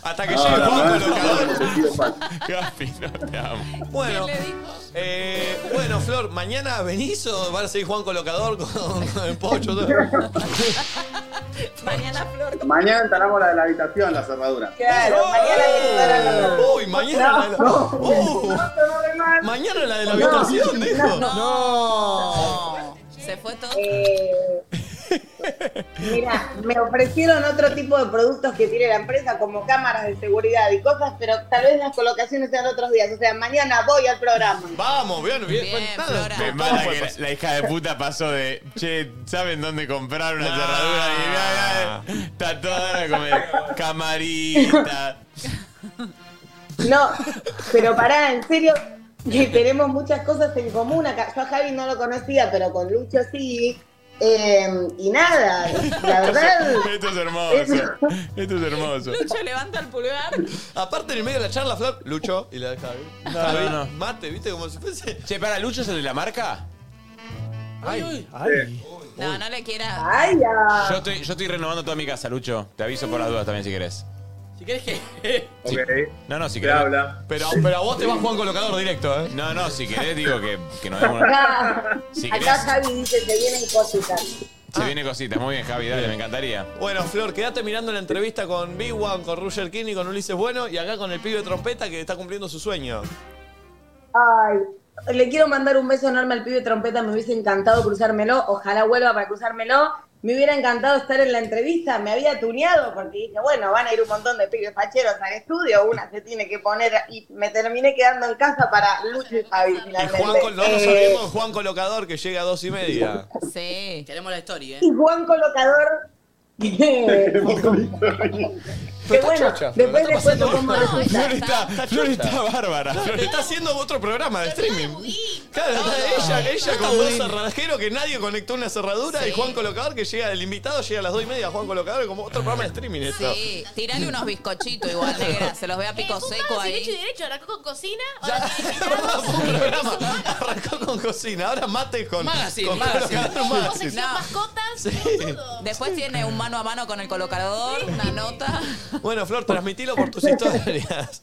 Speaker 8: Hasta que llegue Juan Colocador.
Speaker 5: Javi, no te amo.
Speaker 8: Bueno, eh, bueno, Flor, ¿mañana venís o va a seguir Juan Colocador con, con el pocho?
Speaker 3: Mañana Flor.
Speaker 2: Mañana entalamos la de la habitación, la cerradura.
Speaker 10: Claro, mañana
Speaker 8: Oh, Uy, mañana la de la,
Speaker 2: No.
Speaker 8: oh, mañana la de la habitación, dijo.
Speaker 3: No. Se fue todo.
Speaker 10: Eh, Mira, me ofrecieron otro tipo de productos que tiene la empresa, como cámaras de seguridad y cosas, pero tal vez las colocaciones sean otros días. O sea, mañana voy al programa.
Speaker 8: Vamos, bien, bien.
Speaker 5: Me mata que la, la hija de puta pasó de, che, ¿saben dónde comprar una cerradura? Y mira, mira, está toda como camarita.
Speaker 10: No, pero pará, en serio, que tenemos muchas cosas en común. Acá. Yo a Javi no lo conocía, pero con Lucho sí. Eh, y nada, la verdad.
Speaker 5: Esto es hermoso. Esto es hermoso.
Speaker 3: Lucho levanta el pulgar.
Speaker 8: Aparte, en el medio de la charla, Flor, Lucho y la de Javi. Javi, Mate, viste como si fuese.
Speaker 5: Che, para, ¿Lucho es el de la marca?
Speaker 8: Ay, ay.
Speaker 3: Ah, No, no le quiera.
Speaker 10: Ay, ya.
Speaker 5: Yo estoy, yo estoy renovando toda mi casa, Lucho. Te aviso por las dudas también si querés.
Speaker 6: Si querés que.
Speaker 5: Sí. No, no, si
Speaker 8: Te
Speaker 5: querés.
Speaker 8: habla. Pero- pero a vos te vas, Juan, colocador directo, ¿eh?
Speaker 5: No, no, si querés, digo que, que nos demos una.
Speaker 10: Acá,
Speaker 5: Si
Speaker 10: acá
Speaker 5: querés.
Speaker 10: Javi dice que vienen cositas.
Speaker 5: Se viene cositas. Muy bien, Javi, dale, me encantaría.
Speaker 8: Bueno, Flor, quédate mirando la entrevista con Big One, con Roger King y con Ulises Bueno y acá con el pibe de trompeta que está cumpliendo su sueño.
Speaker 10: Ay, le quiero mandar un beso enorme al pibe trompeta, me hubiese encantado cruzármelo, ojalá vuelva para cruzármelo. Me hubiera encantado estar en la entrevista, me había tuneado porque dije, bueno, van a ir un montón de pibes facheros al estudio, una se tiene que poner y me terminé quedando en casa para Lucho y Javi.
Speaker 8: Y
Speaker 10: finalmente.
Speaker 8: Juan, Col- no nos
Speaker 10: Eh,
Speaker 8: olvidemos, Juan Colocador que llega a dos y media.
Speaker 3: Sí.
Speaker 6: Queremos la historia, ¿eh?
Speaker 10: y Juan Colocador. Qué bueno, después les cuento cómo resulta.
Speaker 8: Flor está, Flor está bárbara. Flor está haciendo otro programa de streaming. Claro, está ella, ella con dos cerrajeros que nadie conectó una cerradura y Juan Colocador que llega, el invitado llega a las dos y media, Juan Colocador, como otro programa de streaming esto.
Speaker 3: Sí, tirale unos bizcochitos igual, negra. Se los ve a pico seco
Speaker 7: Si
Speaker 3: ahí.
Speaker 7: Eh, derecho y derecho, arrancó con cocina.
Speaker 8: Arrancó con cocina, ahora mate con.
Speaker 3: Magazine,
Speaker 8: con
Speaker 3: magazine.
Speaker 8: Colocador
Speaker 3: Tenemos
Speaker 8: Magazine.
Speaker 3: sección No. Después tiene un mano a mano con el colocador, una nota.
Speaker 8: Bueno, Flor, transmitilo por tus historias.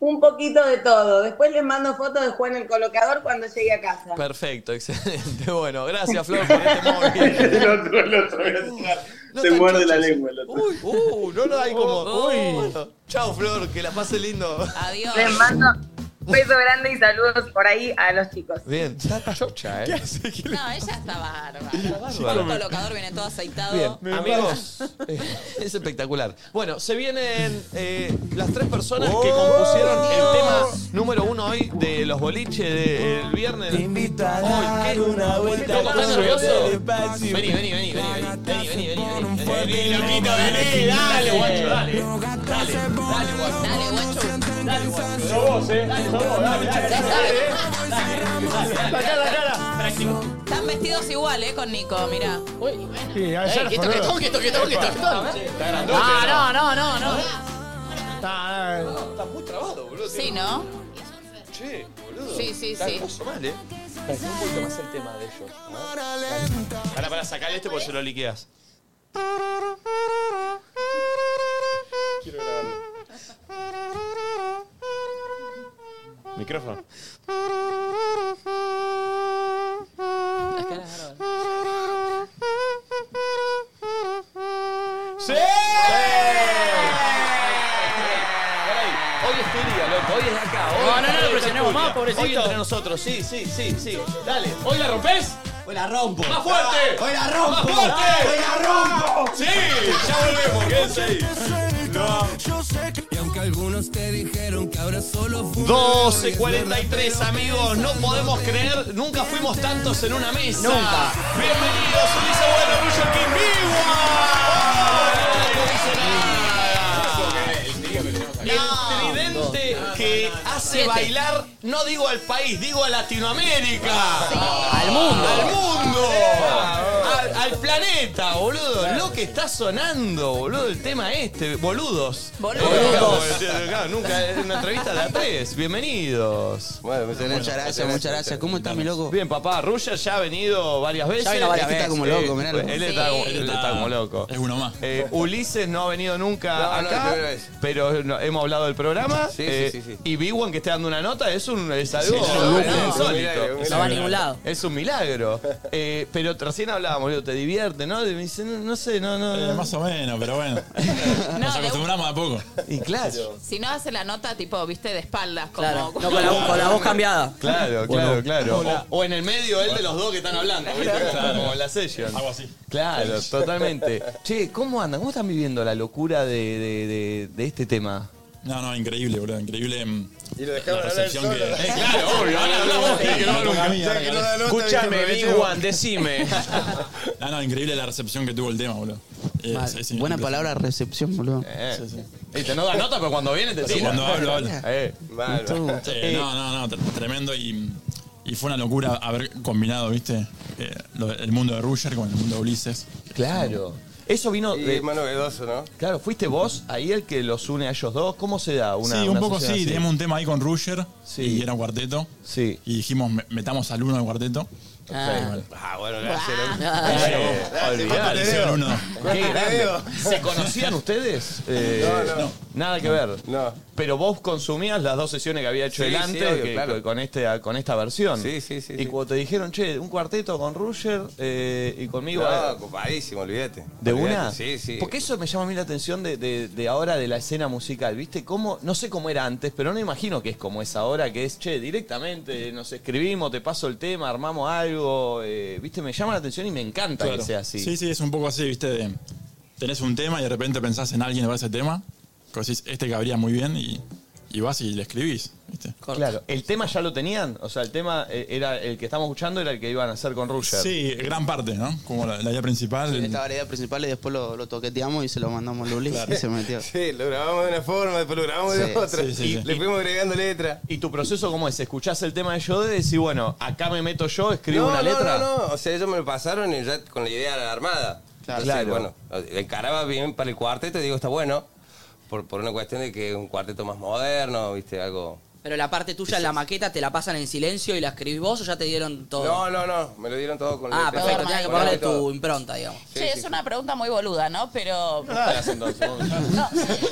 Speaker 10: Un poquito de todo. Después les mando fotos de Juan el Colocador cuando llegue a casa.
Speaker 8: Perfecto, excelente. Bueno, gracias, Flor, por este móvil.
Speaker 2: El otro, el otro. Se
Speaker 8: tan
Speaker 2: muerde la
Speaker 8: chochos.
Speaker 2: lengua el otro.
Speaker 8: Uy, uh, no lo hay como.
Speaker 2: Oh,
Speaker 8: Uy. Chao, Flor, que la pase lindo.
Speaker 3: Adiós.
Speaker 10: Les mando un beso grande y saludos por ahí a los chicos.
Speaker 8: Bien, está chocha, ¿eh?
Speaker 3: No, ella está bárbara.
Speaker 8: bárbara.
Speaker 3: El colocador viene todo aceitado.
Speaker 8: Bien, amigos, eh, es espectacular. Bueno, se vienen eh, las tres personas que compusieron el tema número uno hoy de los boliches del viernes. Te invitan a dar una vuelta.
Speaker 2: por el
Speaker 8: nervioso? Vení, vení, vení, vení, vení, vení, vení, vení. Vení, loquito, vení, dale, guacho, dale. Dale, dale, guacho.
Speaker 3: Dale, guacho.
Speaker 8: Dale, guacho. Sos vos, eh. Sos vos, eh. dale, dale, dale, eh. dale. dale,
Speaker 3: La
Speaker 8: cara, la
Speaker 3: cara. Están vestidos igual, eh, con Nico, mirá. Uy,
Speaker 11: Sí, a ver,
Speaker 6: quieto,
Speaker 11: boludo.
Speaker 6: quieto, quieto, quieto, quieto, quieto.
Speaker 8: Está
Speaker 11: grandote,
Speaker 6: Ah, no, no, no, no.
Speaker 11: Está, eh,
Speaker 8: Oh, Está muy trabado, boludo.
Speaker 3: Sí, ¿no?
Speaker 8: Che, boludo.
Speaker 3: Sí, sí,
Speaker 8: Está
Speaker 3: sí.
Speaker 8: hermoso mal, eh. Está un poquito más el tema de ellos. Para, para, sacar este porque se lo liqueas.
Speaker 5: Micrófono.
Speaker 8: ¡Sí! Hoy es tu día, loco. Hoy es acá. Hoy
Speaker 6: No, no, no
Speaker 8: es
Speaker 6: lo presionemos
Speaker 8: tuya.
Speaker 6: más, pobrecito.
Speaker 8: Hoy entre nosotros. Sí, sí, sí, sí. Dale.
Speaker 6: ¿Hoy la rompes?
Speaker 8: Hoy la rompo. ¡Más fuerte!
Speaker 2: Hoy la rompo.
Speaker 8: ¡Más fuerte!
Speaker 2: Hoy la rompo.
Speaker 8: Sí, ya volvemos. Quédense ahí.
Speaker 2: Yo sé que... Y aunque algunos te dijeron que ahora solo
Speaker 8: 12.43 amigos, no podemos creer, nunca fuimos tantos en una mesa. Nunca. Bienvenidos, Ulises Bueno, Lucho King Vivo. El tridente que hace bailar, no digo al país, digo a Latinoamérica. Al mundo. Al mundo. Al, al planeta, boludo. Lo que está sonando, boludo, el tema este. Boludos.
Speaker 3: Boludos.
Speaker 8: Claro, nunca, en una entrevista de A3. Bienvenidos. Bueno, muchas
Speaker 23: gracias, muchas gracias. ¿Cómo estás, mi loco?
Speaker 8: Bien, papá. Ruger ya ha venido varias veces.
Speaker 23: Ya vino varias
Speaker 8: Este
Speaker 23: veces. Está como loco, miralo.
Speaker 8: Él está,
Speaker 23: Sí.
Speaker 8: como- él está como loco. Es uno más. Eh, Ulises no ha venido nunca
Speaker 23: No, no, la
Speaker 8: acá,
Speaker 23: primera vez.
Speaker 8: pero no- hemos hablado del programa.
Speaker 23: Sí, sí,
Speaker 8: Eh,
Speaker 23: sí, sí.
Speaker 8: Y Big One que está dando una nota es un es algo
Speaker 23: Sí, es un lujo.
Speaker 8: insólito.
Speaker 23: No va a ningún lado.
Speaker 8: Es un milagro. Eh, pero recién hablábamos, digo, te divierte, gente, ¿no? Y me dice, no, no sé, no, no.
Speaker 24: Eh, más o menos, pero bueno. Nos acostumbramos a poco.
Speaker 8: Y claro.
Speaker 3: Si no hace la nota, tipo, viste, de espaldas, como.
Speaker 6: Claro, no, con, la, con la voz cambiada.
Speaker 8: Claro, claro, claro.
Speaker 18: O
Speaker 8: O,
Speaker 18: la-
Speaker 8: o en el medio él de los dos que están hablando, ¿viste?
Speaker 18: Claro.
Speaker 8: Como en la session.
Speaker 18: Algo así.
Speaker 8: Claro, totalmente. Che, ¿cómo andan? ¿Cómo están viviendo la locura de, de- de- de este tema?
Speaker 24: No, no, increíble, boludo. Increíble. mm,
Speaker 8: Y lo
Speaker 24: la recepción que.
Speaker 8: Eh,
Speaker 24: claro, obvio. Ahora hablamos vos, que no toca a mí, ahora que-
Speaker 18: Escuchame, Big One, decime.
Speaker 24: No, no, increíble la recepción que tuvo el tema, boludo. Eh, Es-
Speaker 23: Mal.
Speaker 24: es
Speaker 23: Buena
Speaker 24: impresionante.
Speaker 23: palabra, recepción, boludo.
Speaker 24: Sí, sí.
Speaker 8: Eh, Viste, no da nota, pero cuando viene te
Speaker 24: Sí,
Speaker 8: tira.
Speaker 24: cuando hablo, hablo.
Speaker 8: Eh, bárbaro.
Speaker 24: Sí, no, no, no, tre- tremendo y, y fue una locura haber combinado, viste, Eh, lo- el mundo de Ruger con el mundo de Ulises.
Speaker 8: Claro. Eso vino
Speaker 24: Y
Speaker 8: de.
Speaker 24: es más
Speaker 8: novedoso, ¿no? Claro, fuiste vos ahí el que los une a ellos dos. ¿Cómo se da una
Speaker 24: sí, un
Speaker 8: una
Speaker 24: poco sí,
Speaker 8: asociación así?
Speaker 24: teníamos un tema ahí con Ruger y era un cuarteto.
Speaker 8: Sí.
Speaker 24: Y dijimos, "Me- metamos al uno al cuarteto.
Speaker 8: Ah.
Speaker 18: Ah, bueno, gracias.
Speaker 24: Eh, Apareció el uno.
Speaker 8: Qué grande. ¿Se conocían ustedes?
Speaker 18: Eh, No, no.
Speaker 8: Nada que ver. No. Pero vos consumías las dos sesiones que había hecho
Speaker 18: Sí,
Speaker 8: él
Speaker 18: sí,
Speaker 8: antes
Speaker 18: obvio,
Speaker 8: que-
Speaker 18: claro.
Speaker 8: con, este, con esta versión.
Speaker 18: Sí, sí, sí,
Speaker 8: Y
Speaker 18: sí.
Speaker 8: cuando te dijeron, che, un cuarteto con Ruger eh, y conmigo.
Speaker 18: No,
Speaker 8: eh,
Speaker 18: ocupadísimo, olvídate.
Speaker 8: ¿De
Speaker 18: Olvídate,
Speaker 8: una?
Speaker 18: Sí, sí.
Speaker 8: Porque eso me llama a mí la atención de, de- de ahora de la escena musical, ¿viste? ¿Cómo, no sé cómo era antes, pero no imagino que es como es ahora, que es, che, directamente nos escribimos, te paso el tema, armamos algo, eh, ¿viste? Me llama la atención y me encanta
Speaker 24: Claro.
Speaker 8: que sea así.
Speaker 24: Sí, sí, es un poco así, viste, de, tenés un tema y de repente pensás en alguien para ese tema, que decís, este cabría muy bien y, y vas y le escribís, viste.
Speaker 8: Claro, ¿el tema ya lo tenían? O sea, el tema eh, era el que estamos escuchando era el que iban a hacer con Ruger.
Speaker 24: Sí, gran parte, ¿no? Como la, la idea principal.
Speaker 23: Sí, Esta variedad principal y después lo, lo toqueteamos y se lo mandamos a Luli y se metió.
Speaker 18: Sí, lo grabamos de una forma, después lo grabamos
Speaker 23: Sí,
Speaker 18: de otra.
Speaker 23: sí, sí,
Speaker 18: y
Speaker 23: sí.
Speaker 18: le fuimos agregando letra.
Speaker 8: ¿Y tu proceso cómo es? ¿Escuchás el tema de Jode y decís, bueno, acá me meto yo, escribo
Speaker 18: no,
Speaker 8: una
Speaker 18: no,
Speaker 8: letra?
Speaker 18: No, no, O sea, ellos me lo pasaron y ya con la idea armada.
Speaker 8: Claro.
Speaker 18: Entonces,
Speaker 8: Claro.
Speaker 18: bueno, encaraba bien para el cuarteto y digo, está bueno. Por, por una cuestión de que es un cuarteto más moderno, viste, algo.
Speaker 6: Pero la parte tuya, la maqueta, ¿te la pasan en silencio y la escribís vos o ya te dieron todo?
Speaker 18: No, no, no. Me lo dieron todo con
Speaker 6: Ah,
Speaker 18: letra.
Speaker 6: perfecto, tenías que
Speaker 18: Con
Speaker 6: ponerle
Speaker 18: letra todo.
Speaker 6: tu impronta, digamos.
Speaker 3: Che, es una pregunta muy boluda, ¿no? Pero.
Speaker 18: Ah.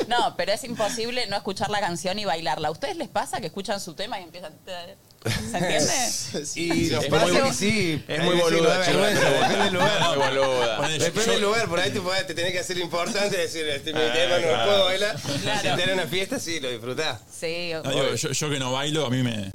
Speaker 3: No, pero es imposible no escuchar la canción y bailarla. ¿A ustedes les pasa que escuchan su tema y empiezan. ¿Se entiende?
Speaker 18: Y los
Speaker 24: Es
Speaker 18: pasa
Speaker 24: muy-
Speaker 18: que sí.
Speaker 24: es
Speaker 18: hay
Speaker 24: muy
Speaker 18: que decirlo,
Speaker 24: boluda,
Speaker 18: da
Speaker 24: chico, la
Speaker 18: vergüenza,
Speaker 24: pregunta.
Speaker 18: Depende del lugar.
Speaker 24: Muy boluda.
Speaker 18: Depende del lugar, por ahí te, podés- te tenés que hacer importante y decir, este mi
Speaker 24: Ah,
Speaker 18: tema no lo
Speaker 24: claro.
Speaker 18: puedo bailar. Si tenés una fiesta, sí, lo disfrutás.
Speaker 3: Sí,
Speaker 24: No, digo, yo, yo que no bailo, a mí me,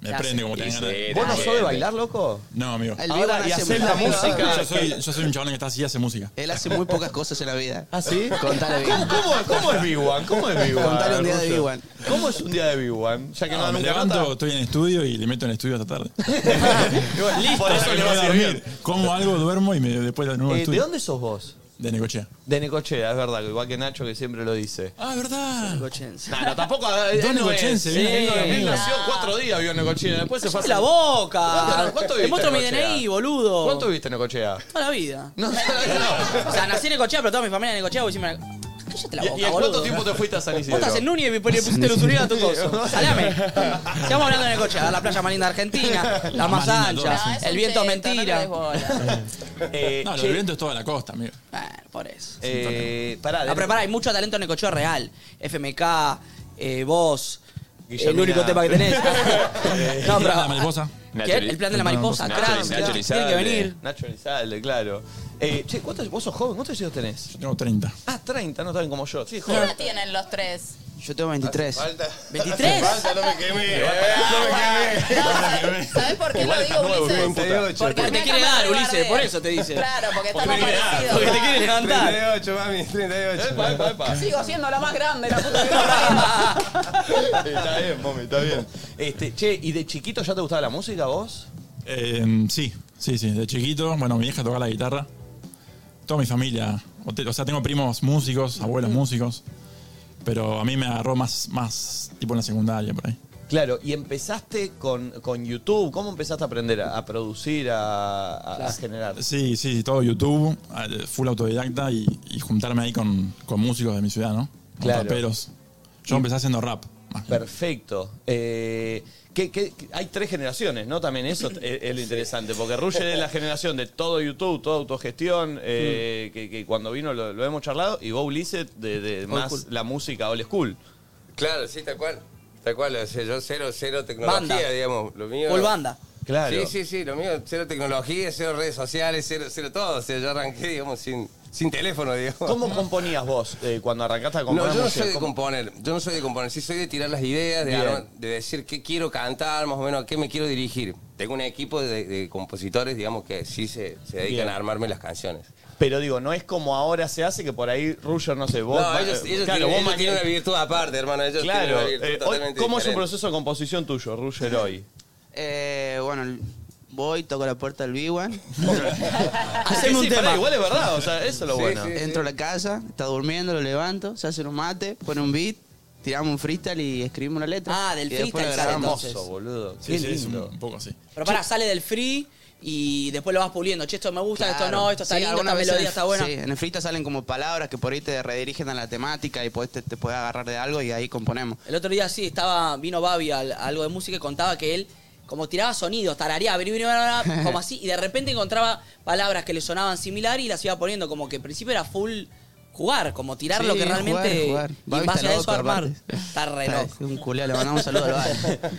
Speaker 24: me
Speaker 18: Ya
Speaker 24: prende
Speaker 18: sé.
Speaker 24: como tenés
Speaker 18: Sí,
Speaker 24: ganas.
Speaker 18: sí,
Speaker 8: ¿Vos no sos de bailar, loco?
Speaker 24: No, amigo.
Speaker 23: El Ahora, Diego y hace hacer muy- la música.
Speaker 24: Yo soy, yo soy un chabón que está así y hace música.
Speaker 23: Él hace muy pocas cosas en la vida.
Speaker 8: ¿Ah, sí?
Speaker 23: Contale bien.
Speaker 8: ¿Cómo, cómo, cómo es B1? ¿Cómo es B1?
Speaker 23: Contale un día de
Speaker 8: Russo?
Speaker 23: B1.
Speaker 8: ¿Cómo es un día de B1? Ya que no,
Speaker 24: No,
Speaker 8: dan
Speaker 24: Ah, me
Speaker 8: nunca
Speaker 24: levanto,
Speaker 8: nota.
Speaker 24: estoy en el estudio y le meto en el estudio hasta tarde.
Speaker 8: Listo,
Speaker 24: Por eso
Speaker 8: que
Speaker 24: me
Speaker 8: no
Speaker 24: voy
Speaker 8: va
Speaker 24: a
Speaker 8: a
Speaker 24: dormir.
Speaker 8: servir.
Speaker 24: Como algo, duermo y me, después de nuevo al
Speaker 8: Eh, ¿De
Speaker 24: estudio.
Speaker 8: dónde sos vos?
Speaker 24: De Necochea.
Speaker 8: De Necochea, es verdad, igual que Nacho que siempre lo dice.
Speaker 24: Ah, verdad.
Speaker 8: No, no, tampoco.
Speaker 24: Dos
Speaker 8: eh, él no es.
Speaker 24: necochenses,
Speaker 8: Sí,
Speaker 24: bien, bien,
Speaker 8: Él
Speaker 24: bien.
Speaker 8: nació cuatro días, vio en Necochea. Después se fue a
Speaker 6: ¡Cállate la boca!
Speaker 8: ¿Cuánto- ¿Cuánto
Speaker 6: Te
Speaker 8: viste?
Speaker 6: muestro mi
Speaker 8: Necochea?
Speaker 6: DNI, boludo.
Speaker 8: ¿Cuánto viste en Necochea?
Speaker 6: Toda la vida. O sea, nací en Necochea, pero toda mi familia en Necochea, vos decime... Cállate la
Speaker 8: ¿Y-
Speaker 6: boca,
Speaker 8: ¿Y en
Speaker 6: boludo.
Speaker 8: cuánto tiempo te fuiste a San
Speaker 6: Vos
Speaker 8: Isidro? Eh,
Speaker 6: estás en Núñez y me pone- pusiste los unidad a tu cosa. Salame. Estamos hablando de Necochea, la playa más linda de Argentina, la más
Speaker 24: más linda de
Speaker 6: ancha,
Speaker 24: todas, sí.
Speaker 6: el viento es mentira.
Speaker 8: Eh,
Speaker 24: No, lo
Speaker 8: che,
Speaker 24: del viento es toda la costa, amigo.
Speaker 6: por eso.
Speaker 8: eh, pará,
Speaker 6: Ah, pero pará, hay mucho talento en Necochea real. FMK, eh, vos, el
Speaker 8: Guillermina.
Speaker 6: único tema que tenés. no, pero... ¿Qué?
Speaker 8: Nacho Li-
Speaker 6: El plan de la mariposa,
Speaker 8: Nacho
Speaker 6: claro.
Speaker 8: Li-
Speaker 6: claro. Tienen que venir.
Speaker 8: Nacho Elizalde, claro. Eh, che, ¿cuántos, vos sos joven, ¿cuántos años tenés? Yo
Speaker 24: tengo 30.
Speaker 8: Ah, 30, no tan como yo. Sí,
Speaker 3: ¿Qué
Speaker 8: joven.
Speaker 3: edad tienen los tres?
Speaker 23: Yo tengo 23.
Speaker 6: ¿23?
Speaker 18: Falta, no me quemé.
Speaker 3: ¿Sabes por qué
Speaker 23: Igual
Speaker 3: lo
Speaker 23: estás
Speaker 3: digo,
Speaker 23: nuevo,
Speaker 3: Ulises?
Speaker 23: hijo de puta.
Speaker 3: Porque
Speaker 6: Porque te
Speaker 3: acá
Speaker 6: quiere
Speaker 3: jamás
Speaker 6: dar,
Speaker 3: lo guardé.
Speaker 6: Ulises, por eso te dice.
Speaker 3: Claro, porque está
Speaker 6: Porque te quiere dar, porque te quiere levantar.
Speaker 18: 38, mami, 38.
Speaker 3: Sigo siendo la más grande, la puta
Speaker 8: está bien, mami, está bien. Este, che, ¿y de chiquito ya te gustaba la música vos?
Speaker 24: Eh, sí, sí, sí. De chiquito, bueno, mi vieja tocaba la guitarra. Toda mi familia. O, te- o sea, tengo primos músicos, abuelos músicos. Pero a mí me agarró más, más tipo en la secundaria por ahí.
Speaker 8: Claro, y empezaste con, con YouTube. ¿Cómo empezaste a aprender a, a producir, a, a- a generar?
Speaker 24: Sí, sí, todo YouTube, eh, full autodidacta y, y juntarme ahí con, con músicos de mi ciudad, ¿no? Con
Speaker 8: Claro.
Speaker 24: raperos. Yo
Speaker 8: Y-
Speaker 24: empecé haciendo rap.
Speaker 8: Perfecto. Eh, ¿qué- qué- qué- hay tres generaciones, ¿no? También eso es, es lo interesante, porque Ruger es la generación de todo YouTube, toda autogestión, eh, que, que cuando vino lo, lo hemos charlado, y vos, Ulises, de, de más
Speaker 18: school.
Speaker 8: la música old school.
Speaker 18: Claro, sí, tal cual. Tal cual, o sea, yo cero, cero tecnología,
Speaker 6: Banda.
Speaker 18: digamos. Lo mío.
Speaker 6: Full banda.
Speaker 8: Claro.
Speaker 18: Sí, sí, sí, lo mío, cero tecnología, cero redes sociales, cero, cero todo. O sea, yo arranqué, digamos, sin, sin teléfono, digamos.
Speaker 8: ¿Cómo componías vos eh, cuando arrancaste a componer
Speaker 18: No, yo no
Speaker 8: música?
Speaker 18: soy de
Speaker 8: ¿Cómo-
Speaker 18: componer, yo no soy de componer, sí soy de tirar las ideas, de,
Speaker 8: Bien.
Speaker 18: armar- de decir qué quiero cantar, más o menos a qué me quiero dirigir. Tengo un equipo de, de compositores, digamos, que sí se, se dedican
Speaker 8: Bien.
Speaker 18: a armarme las canciones.
Speaker 8: Pero digo, no es como ahora se hace que por ahí Ruger, no sé, vos.
Speaker 18: no,
Speaker 8: va-
Speaker 18: ellos,
Speaker 8: eh,
Speaker 18: ellos tienen,
Speaker 8: claro, vos
Speaker 18: ellos
Speaker 8: mañana-
Speaker 18: tienen una virtud aparte, hermano. Ellos
Speaker 8: Claro,
Speaker 18: tienen una
Speaker 8: eh, hoy,
Speaker 18: virtud totalmente
Speaker 8: ¿cómo es un
Speaker 18: diferente.
Speaker 8: proceso de composición tuyo, Ruger, hoy?
Speaker 23: Eh, bueno, voy, toco la puerta del B1.
Speaker 8: Haceme un Sí, tema. pará, igual es verdad, o sea, eso es lo bueno.
Speaker 23: Entro a la casa, está durmiendo, lo levanto, se hace un mate, pone un beat, tiramos un freestyle y escribimos una letra.
Speaker 6: Ah, del
Speaker 23: Y después
Speaker 6: freestyle
Speaker 23: la
Speaker 6: sale
Speaker 23: grabamos.
Speaker 6: entonces. Hermoso,
Speaker 18: boludo.
Speaker 23: Qué
Speaker 9: sí, es un-
Speaker 23: lindo.
Speaker 9: un poco así.
Speaker 6: Pero para, sale del free y después lo vas puliendo. Che, esto me gusta, esto
Speaker 23: Claro.
Speaker 6: no, esto está
Speaker 23: Sí,
Speaker 6: lindo,
Speaker 23: algunas
Speaker 6: esta
Speaker 23: veces
Speaker 6: melodía
Speaker 23: en-
Speaker 6: está buena.
Speaker 23: Sí, en el freestyle salen como palabras que por ahí te redirigen a la temática y podés- te, te podés agarrar de algo y ahí componemos.
Speaker 6: El otro día sí, estaba, vino Babi al- a algo de música y contaba que él como tiraba sonidos, tarareaba, bri, bri, bra, bra, como así, y de repente encontraba palabras que le sonaban similar y las iba poniendo, como que al principio era full jugar, como tirar
Speaker 23: Sí,
Speaker 6: lo que realmente...
Speaker 23: jugar, jugar.
Speaker 6: Y
Speaker 23: Babi
Speaker 6: en
Speaker 23: está
Speaker 6: base a eso
Speaker 23: loco,
Speaker 6: armar.
Speaker 23: aparte.
Speaker 6: Está re loco.
Speaker 23: Un culeo, le mandamos un saludo al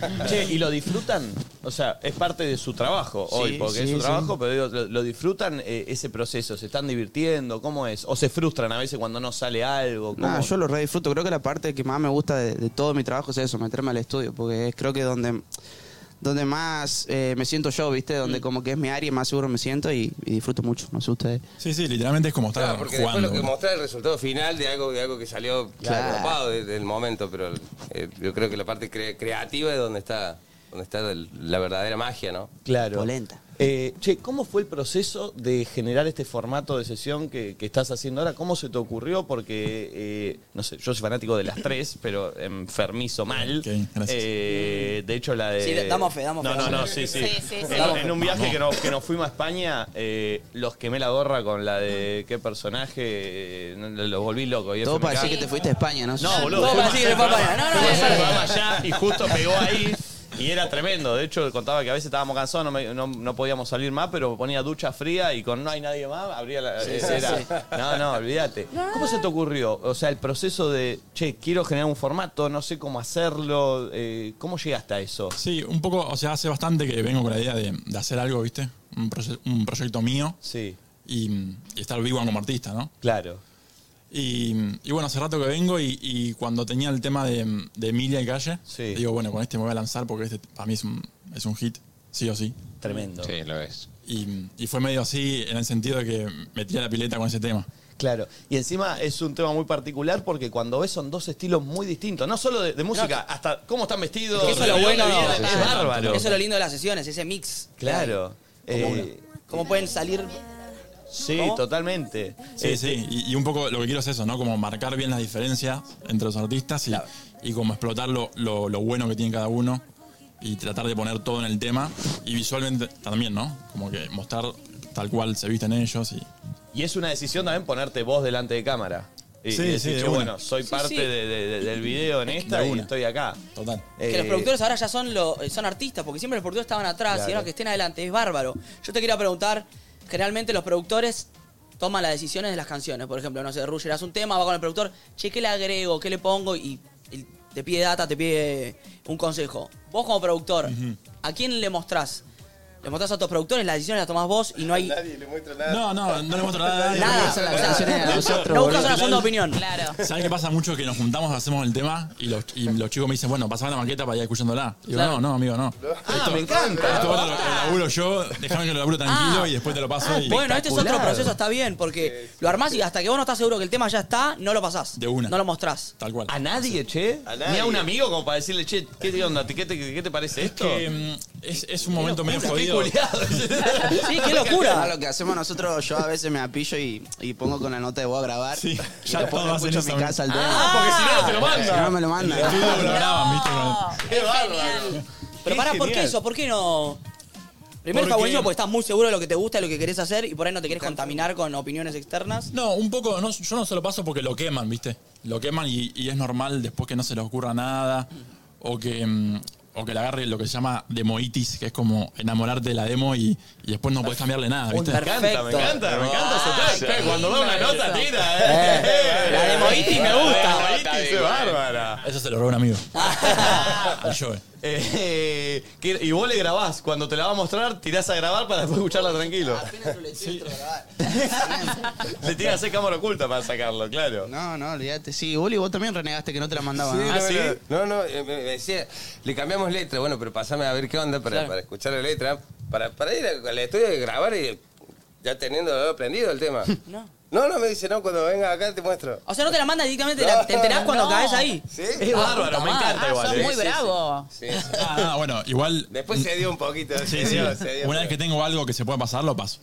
Speaker 23: bar.
Speaker 8: Che, ¿y lo disfrutan? O sea, es parte de su trabajo
Speaker 23: Sí,
Speaker 8: hoy, porque es
Speaker 23: sí,
Speaker 8: su
Speaker 23: sí.
Speaker 8: trabajo, pero digo, lo, lo disfrutan eh, ese proceso? ¿Se están divirtiendo? ¿Cómo es? ¿O se frustran a veces cuando no sale algo? ¿Cómo?
Speaker 23: No, yo lo re disfruto. Creo que la parte que más me gusta de, de todo mi trabajo es eso, meterme al estudio, porque es creo que donde, donde más eh, me siento yo, ¿viste?
Speaker 6: Mm.
Speaker 23: Donde como que es mi área, más seguro me siento y, y disfruto mucho. No sé ustedes.
Speaker 24: Sí, sí, literalmente es como estar
Speaker 18: Claro, porque
Speaker 24: jugando.
Speaker 18: después lo que mostrar el resultado final de algo, de algo que salió
Speaker 23: Claro.
Speaker 18: atrapado de- del momento, pero eh, yo creo que la parte cre- creativa es donde está, donde está el- la verdadera magia, ¿no?
Speaker 8: Claro. Eh, che, ¿cómo fue el proceso de generar este formato de sesión que, que estás haciendo ahora? ¿Cómo se te ocurrió? Porque, eh, no sé, yo soy fanático de las tres, pero enfermizo mal. Eh, de hecho, la de...
Speaker 6: Sí, damos fe, damos
Speaker 8: no,
Speaker 6: fe,
Speaker 8: No, no,
Speaker 6: damos fe.
Speaker 8: sí, sí.
Speaker 6: Sí, sí, sí.
Speaker 8: En, en un viaje que nos, que nos fuimos a España, eh, los quemé la gorra con la de qué personaje, eh, los volví loco. Y
Speaker 23: Todo
Speaker 8: FMK.
Speaker 23: parecía que te fuiste a España, ¿no?
Speaker 8: No, boludo.
Speaker 23: Todo
Speaker 8: fuimos
Speaker 23: parecía que
Speaker 8: a
Speaker 23: te fue para allá.
Speaker 8: España.
Speaker 23: No, no,
Speaker 8: Fuimos a
Speaker 23: no, no.
Speaker 8: España allá y justo pegó ahí. Y era tremendo. De hecho, contaba que a veces estábamos cansados, no, me- no- no podíamos salir más, pero ponía ducha fría y con no hay nadie más, abría la.
Speaker 2: Sí,
Speaker 8: ese
Speaker 2: sí,
Speaker 8: Eh, era-
Speaker 2: sí.
Speaker 8: No, no, olvídate. ¿Cómo se te ocurrió? O sea, el proceso de, che, quiero generar un formato, no sé cómo hacerlo. eh, ¿Cómo llegaste a eso?
Speaker 24: Sí, un poco, o sea, hace bastante que vengo con la idea de, de hacer algo, ¿viste? Un, proye- un proyecto mío.
Speaker 8: Sí.
Speaker 24: Y, mm, y estar vivo como artista, ¿no?
Speaker 8: Claro.
Speaker 24: Y, mm, y bueno, hace rato que vengo y, y cuando tenía el tema de, mm, de Emilia y Calle, digo, bueno, con este me voy a lanzar porque este para mí es un, es un hit, sí o sí.
Speaker 8: Tremendo.
Speaker 24: Sí, lo es. Y, mm, y fue medio así en el sentido de que me tiré a la pileta con ese tema.
Speaker 8: Claro, y encima es un tema muy particular porque cuando ves son dos estilos muy distintos, no solo de, de música, hasta cómo están vestidos.
Speaker 6: Eso es lo
Speaker 8: de
Speaker 6: bueno,
Speaker 8: dónde vienen,
Speaker 6: es
Speaker 8: es bárbaro.
Speaker 6: Eso es lo lindo de las sesiones, ese mix.
Speaker 8: Claro. Eh,
Speaker 6: Cómo pueden salir...
Speaker 8: sí, totalmente.
Speaker 24: Sí,
Speaker 8: Eh,
Speaker 24: sí, y, y un poco lo que quiero es eso, ¿no? Como marcar bien las diferencias entre los artistas y, y como explotar lo, lo- lo bueno que tiene cada uno y tratar de poner todo en el tema y visualmente también, ¿no? Como que mostrar tal cual se visten ellos y...
Speaker 8: Y es una decisión también ponerte vos delante de cámara. Y,
Speaker 24: Sí,
Speaker 8: y decir,
Speaker 24: sí, de
Speaker 8: "Che,
Speaker 24: una.
Speaker 8: bueno, soy
Speaker 24: Sí,
Speaker 8: parte
Speaker 24: sí.
Speaker 8: de- de- de- del video en esta
Speaker 24: De
Speaker 8: y
Speaker 24: una.
Speaker 8: estoy acá. Eh,
Speaker 24: Total.
Speaker 6: Que los productores ahora ya son lo- eh, son artistas, porque siempre los productores estaban atrás
Speaker 8: Claro.
Speaker 6: y ahora que estén adelante es bárbaro. Yo te quería preguntar, generalmente los productores toman las decisiones de las canciones. Por ejemplo, no sé, Ruger hace un tema, va con el productor, che, ¿qué le agrego? ¿Qué le pongo? Y, y te pide data, te pide un consejo. Vos como productor, ¿a quién le mostrás? ¿Le mostrás a tus productores? Las decisiones las tomás vos y no hay...
Speaker 18: Nadie le muestra nada.
Speaker 24: No, no, no le muestro nada.
Speaker 6: Nada.
Speaker 24: No,
Speaker 6: Esas
Speaker 24: no,
Speaker 6: las canciones a
Speaker 24: no,
Speaker 6: nosotros,
Speaker 24: no
Speaker 6: boludo.
Speaker 24: buscas una
Speaker 6: Final- Claro.
Speaker 24: ¿Sabes qué pasa mucho? Que nos juntamos, hacemos el tema y los, y los chicos me dicen, bueno, pasame la maqueta para ir escuchándola. Y digo,
Speaker 2: Claro.
Speaker 24: no, no, amigo, no.
Speaker 8: Ah, me encanta.
Speaker 24: Esto lo, lo laburo yo, déjame que lo laburo tranquilo y después te lo paso. y-
Speaker 6: Bueno, este es otro proceso, está bien, porque lo armás y hasta que vos no estás seguro que el tema ya está, no lo pasás. De una. No lo mostrás.
Speaker 24: Tal cual.
Speaker 8: ¿A nadie, che? Ni
Speaker 24: nadie.
Speaker 8: a un amigo como para decirle, che, ¿qué te onda? ¿Qué te, qué te parece esto?
Speaker 24: que, mm, es, es un momento medio
Speaker 8: Qué
Speaker 24: jodido.
Speaker 8: culiado.
Speaker 23: Sí,
Speaker 8: qué locura.
Speaker 23: lo que hacemos nosotros, yo a veces me apillo y, y pongo con la nota de voz a grabar. Sí,
Speaker 24: ya
Speaker 23: después
Speaker 24: todo
Speaker 23: lo
Speaker 24: va a ser
Speaker 23: escucho en
Speaker 24: eso.
Speaker 23: mi casa al tema.
Speaker 24: Ah, porque si no, no te lo manda.
Speaker 23: Si no me lo manda.
Speaker 24: El estudio lo graban, ¿viste?
Speaker 8: ¡Qué
Speaker 6: bárbaro! Pero pará, ¿por qué
Speaker 23: genial.
Speaker 6: eso? ¿Por qué no...? Primero está
Speaker 24: Porque-
Speaker 6: buenísimo porque estás muy seguro de lo que te gusta y lo que querés hacer y por ahí no te querés contaminar con opiniones externas.
Speaker 24: No, un poco, no, yo no se lo paso porque lo queman, ¿viste? Lo queman y, y es normal después que no se les ocurra nada o que, mm, o que le agarre lo que se llama demoitis, que es como enamorarte de la demo y, y después no podés cambiarle nada, ¿viste? Ah,
Speaker 8: Me encanta, me encanta, me encanta ese track. Cuando da una nota, tira.
Speaker 24: Eh,
Speaker 8: eh.
Speaker 24: la de Moiti me gusta.
Speaker 8: La de Moiti es bárbara.
Speaker 24: Eso se lo robó un amigo. Al Joe.
Speaker 8: Eh, que- y vos le grabás. Cuando te la va a mostrar, tirás a grabar para después escucharla tranquilo. Le tiras a hacer cámara oculta para sacarlo, claro.
Speaker 23: No, no, olvídate. Sí, Uli, vos también renegaste que no te la mandaban.
Speaker 18: Sí,
Speaker 23: ¿no?
Speaker 8: ¿Ah,
Speaker 18: no, no, no, no, eh, me me decía, le cambiamos letra, bueno, pero pasame a ver qué onda para,
Speaker 23: Claro.
Speaker 18: para escuchar la letra, para, para ir a- al estudio y grabar y ya teniendo aprendido el tema. No. No, no, me dice, no, cuando venga acá te muestro.
Speaker 6: O sea, no te la manda directamente, te la- te enterás cuando
Speaker 18: No.
Speaker 6: caes ahí.
Speaker 18: Sí.
Speaker 6: Ah,
Speaker 18: bárbaro, me encanta
Speaker 6: ah,
Speaker 18: igual,
Speaker 6: sos
Speaker 18: eh.
Speaker 6: muy
Speaker 18: Sí, sí,
Speaker 6: bravo.
Speaker 18: Sí,
Speaker 24: Ah, bueno, igual.
Speaker 18: Después se dio un poquito.
Speaker 24: Sí,
Speaker 18: se
Speaker 24: sí.
Speaker 18: dio, se dio,
Speaker 24: Una vez que tengo algo que se pueda pasar, lo paso.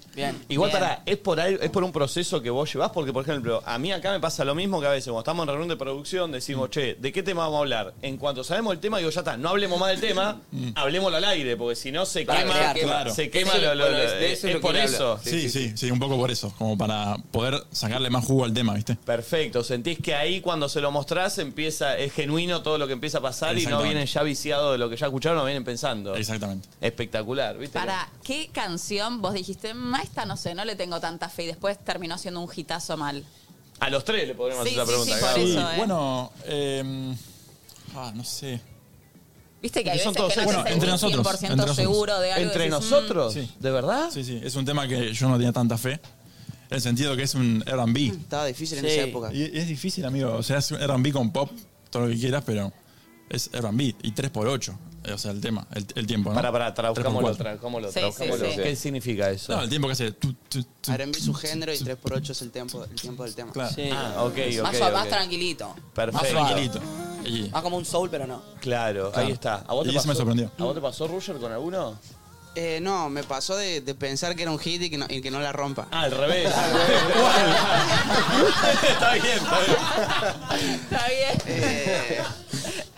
Speaker 8: Igual
Speaker 24: Bien.
Speaker 8: para, es por al- es por un proceso que vos llevás, porque por ejemplo, a mí acá me pasa lo mismo que a veces cuando estamos en reunión de producción
Speaker 18: Mm.
Speaker 8: decimos, che, ¿de qué tema vamos a hablar? En cuanto sabemos el tema, digo, ya está, no hablemos más del tema, hablemoslo al aire, porque si no se
Speaker 18: Para
Speaker 8: quema,
Speaker 18: crear, Mm. claro.
Speaker 8: Ah, se quema
Speaker 18: Sí,
Speaker 8: lo, lo-
Speaker 18: bueno,
Speaker 8: lo-
Speaker 18: es- de eso es
Speaker 8: es
Speaker 18: lo que
Speaker 8: por
Speaker 18: habla.
Speaker 8: eso.
Speaker 24: Sí sí, sí, un poco por eso, como para poder sacarle más jugo al tema, ¿viste?
Speaker 8: Perfecto, sentís que ahí cuando se lo mostrás empieza, es genuino todo lo que empieza a pasar y no
Speaker 24: Exactamente.
Speaker 8: vienen ya viciados de lo que ya escucharon, no vienen pensando.
Speaker 24: Exactamente.
Speaker 8: Espectacular, ¿viste?
Speaker 3: Para, ¿qué canción vos dijiste, ma, esta no sé, no le tengo tanta fe y después terminó siendo un hitazo mal?
Speaker 8: A los tres le podremos
Speaker 3: Sí,
Speaker 8: hacer la
Speaker 3: sí,
Speaker 8: pregunta.
Speaker 3: sí,
Speaker 8: cada
Speaker 3: por
Speaker 8: uno.
Speaker 3: eso, eh.
Speaker 24: Bueno, eh, ah, no sé.
Speaker 3: Viste que hay
Speaker 24: Porque son
Speaker 3: veces
Speaker 24: todos
Speaker 3: que no
Speaker 24: bueno,
Speaker 3: te
Speaker 24: entre
Speaker 3: sentís
Speaker 24: nosotros,
Speaker 3: 100%
Speaker 24: entre nosotros.
Speaker 3: seguro de algo. decís, mm,
Speaker 8: ¿De verdad?
Speaker 24: Sí, sí, es un tema que yo no tenía tanta fe. En el sentido que es un R&B.
Speaker 23: Estaba difícil en
Speaker 24: Sí.
Speaker 23: esa época.
Speaker 24: Y, y es difícil, amigo. O sea, es un R&B con pop, todo lo que quieras, pero es R&B. Y 3x8, eh, o sea, el tema, el, el tiempo, ¿no?
Speaker 8: Para, para, traduzcámoslo,
Speaker 24: 3x4.
Speaker 8: traduzcámoslo,
Speaker 23: Sí, sí,
Speaker 8: traduzcámoslo.
Speaker 23: sí.
Speaker 8: ¿Qué significa eso?
Speaker 24: No, el tiempo que hace... tu, tu, tu.
Speaker 23: R&B su género y 3x8 es el tiempo, el tiempo del tema.
Speaker 24: Claro. Sí.
Speaker 8: Ah, ok, ok,
Speaker 6: Más, más
Speaker 8: ok.
Speaker 6: tranquilito.
Speaker 8: Perfecto.
Speaker 6: Más suave.
Speaker 24: Y-
Speaker 6: Más como un soul, pero no.
Speaker 24: Claro.
Speaker 8: Claro, ahí está. ¿A vos
Speaker 24: Y
Speaker 8: te
Speaker 24: eso
Speaker 8: pasó,
Speaker 24: me sorprendió.
Speaker 8: ¿A vos te pasó, Roger, con alguno?
Speaker 23: Eh, no, me pasó de, de pensar que era un hit y que no, y que no la rompa.
Speaker 8: Ah, al revés. está bien, está bien.
Speaker 3: Está bien.
Speaker 23: Eh,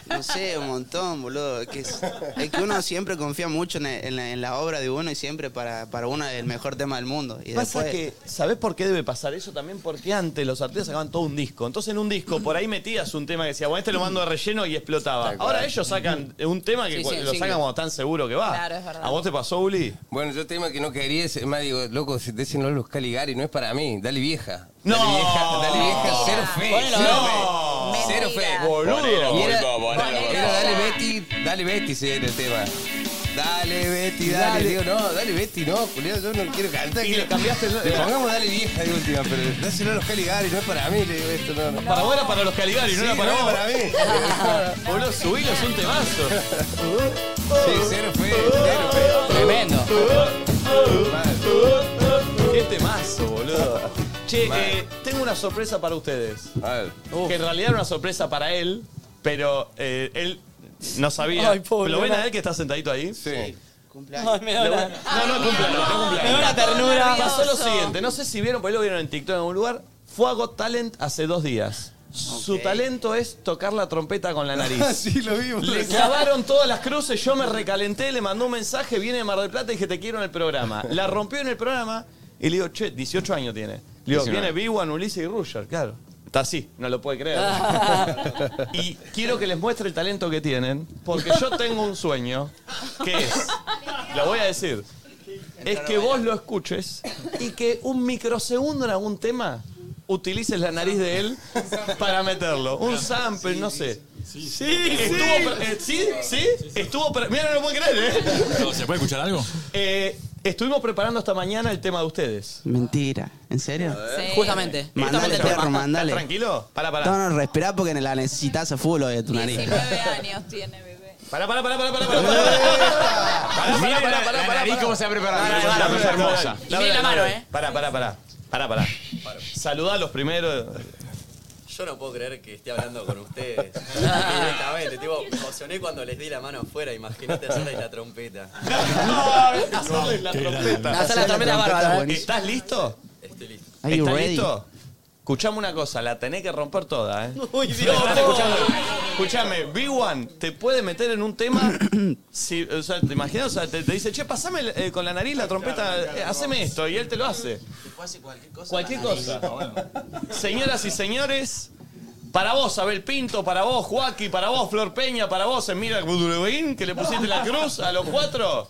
Speaker 23: no sé, un montón, boludo. Es que, es- es que uno siempre confía mucho en, en la, en la obra de uno y siempre para, para uno es el mejor tema del mundo. Y
Speaker 8: Pasa
Speaker 23: después,
Speaker 8: que, ¿sabés por qué debe pasar eso? También porque antes los artistas sacaban todo un disco. Entonces en un disco por ahí metías un tema que decía, bueno, este lo mando de relleno y explotaba.
Speaker 18: Tal cual.
Speaker 8: Ahora ellos sacan un tema que
Speaker 18: Sí,
Speaker 8: cu-
Speaker 18: sí,
Speaker 8: lo
Speaker 18: sí.
Speaker 8: sacan cuando están seguros que va.
Speaker 18: Claro, es verdad.
Speaker 8: ¿A vos te pasó, Uli?
Speaker 18: Bueno, yo tema que no quería, es es más digo, loco, si te dicen no los Caligari, no es para mí, dale vieja.
Speaker 8: No.
Speaker 18: Dale vieja, dale vieja, cero fe.
Speaker 8: Ponelo,
Speaker 18: cero
Speaker 8: no.
Speaker 18: fe. Cero fe.
Speaker 8: Boludo.
Speaker 18: Y era,
Speaker 8: Ponelo, Volvo, ponelo,
Speaker 18: era
Speaker 8: Volvo.
Speaker 18: dale Betty, dale Betty ese era el tema. Dale Betty, dale.
Speaker 8: Dale.
Speaker 18: Digo, no, dale Betty, no, Julián, yo no quiero cantar.
Speaker 8: Y le cambiaste el-
Speaker 18: Le pongamos dale vieja de última, pero dáselo a los Caligari, no es para mí, le digo esto, no. no.
Speaker 8: Para vos era para los Caligari, no
Speaker 18: Sí,
Speaker 8: era para
Speaker 18: no
Speaker 8: vos.
Speaker 18: para mí.
Speaker 8: Boludo, subilo, es un temazo.
Speaker 18: Sí, cero fe, cero fe.
Speaker 6: Tremendo.
Speaker 8: Qué temazo, boludo. Che, eh, tengo una sorpresa para ustedes. Que en realidad era una sorpresa para él, pero eh, él no sabía.
Speaker 6: Ay, pobre,
Speaker 8: ¿Lo ven
Speaker 6: no.
Speaker 8: a él que está sentadito ahí? Sí.
Speaker 6: Ay, me da una-
Speaker 8: No, no, cumpleaños, no, cumpleaños.
Speaker 6: Me da una ternura.
Speaker 8: Pasó lo siguiente, no sé si vieron, pero lo vieron en TikTok en algún lugar. Fue a Got Talent hace dos días. Su talento es tocar la trompeta con la nariz.
Speaker 6: Ah,
Speaker 18: sí, lo vimos.
Speaker 8: Le clavaron todas las cruces, yo me recalenté, le mandó un mensaje, viene de Mar del Plata y dije, te quiero en el programa. La rompió en el programa y le digo, che, 18 años tiene. Le digo,
Speaker 1: 19.
Speaker 8: viene Biwan, Ulises y Ruger, claro. Está así, no lo puede creer. y quiero que les muestre el talento que tienen, porque yo tengo un sueño, que es, lo voy a decir, es que vos lo escuches y que un microsegundo en algún tema utilices la nariz de él para meterlo. Un sample, no sé. Sí, sí. Estuvo, pre- eh, sí, sí, estuvo. pre- Mira, no lo pueden creer, ¿eh?
Speaker 24: Pero, ¿Se puede escuchar algo?
Speaker 8: Eh, Estuvimos preparando esta mañana el tema de ustedes.
Speaker 23: Mentira. ¿En serio?
Speaker 6: Justamente.
Speaker 23: Mandale, perro, mandale.
Speaker 8: ¿Tranquilo? Pará, pará.
Speaker 23: No, no, respirá porque la necesitas a full lo de tu nariz.
Speaker 3: 19 años tiene, bebé.
Speaker 8: Pará, pará, pará, pará, pará, pará, pará.
Speaker 5: Mira
Speaker 8: pará,
Speaker 5: la- la nariz cómo se ha preparado.
Speaker 8: Pará,
Speaker 5: Es una
Speaker 8: pará,
Speaker 5: cosa
Speaker 8: pará,
Speaker 5: hermosa.
Speaker 8: pará.
Speaker 5: Y mira la mano, ¿eh?
Speaker 8: Pará, pará, pará. Pará, pará. Saludá a los primeros.
Speaker 4: Yo no puedo creer que esté hablando con ustedes. Directamente, tipo, me emocioné cuando les di la mano afuera. Imagínate hacerles la trompeta.
Speaker 8: Hacerles la trompeta.
Speaker 4: Hacer la trompeta bárbara,
Speaker 8: bárbara.
Speaker 4: buenísimo.
Speaker 8: ¿Estás listo?
Speaker 4: Estoy listo.
Speaker 8: ¿Estás listo? Escuchame una cosa, la tenés que romper toda, ¿eh?
Speaker 4: Uy,
Speaker 8: Si
Speaker 4: Dios.
Speaker 8: la estás escuchando- Escuchame, B1 te puede meter en un tema. si, o sea, ¿te imaginas? O sea, te, te dice, che, pasame el- eh, con la nariz la trompeta, eh, haceme esto, y él te lo hace.
Speaker 23: Cualquier cosa.
Speaker 8: Cualquier cosa. Señoras y señores, Para vos, Abel Pinto, para vos, Joaquín, para vos, Flor Peña, para vos, Emira Budulevin, que le pusiste la cruz a los cuatro.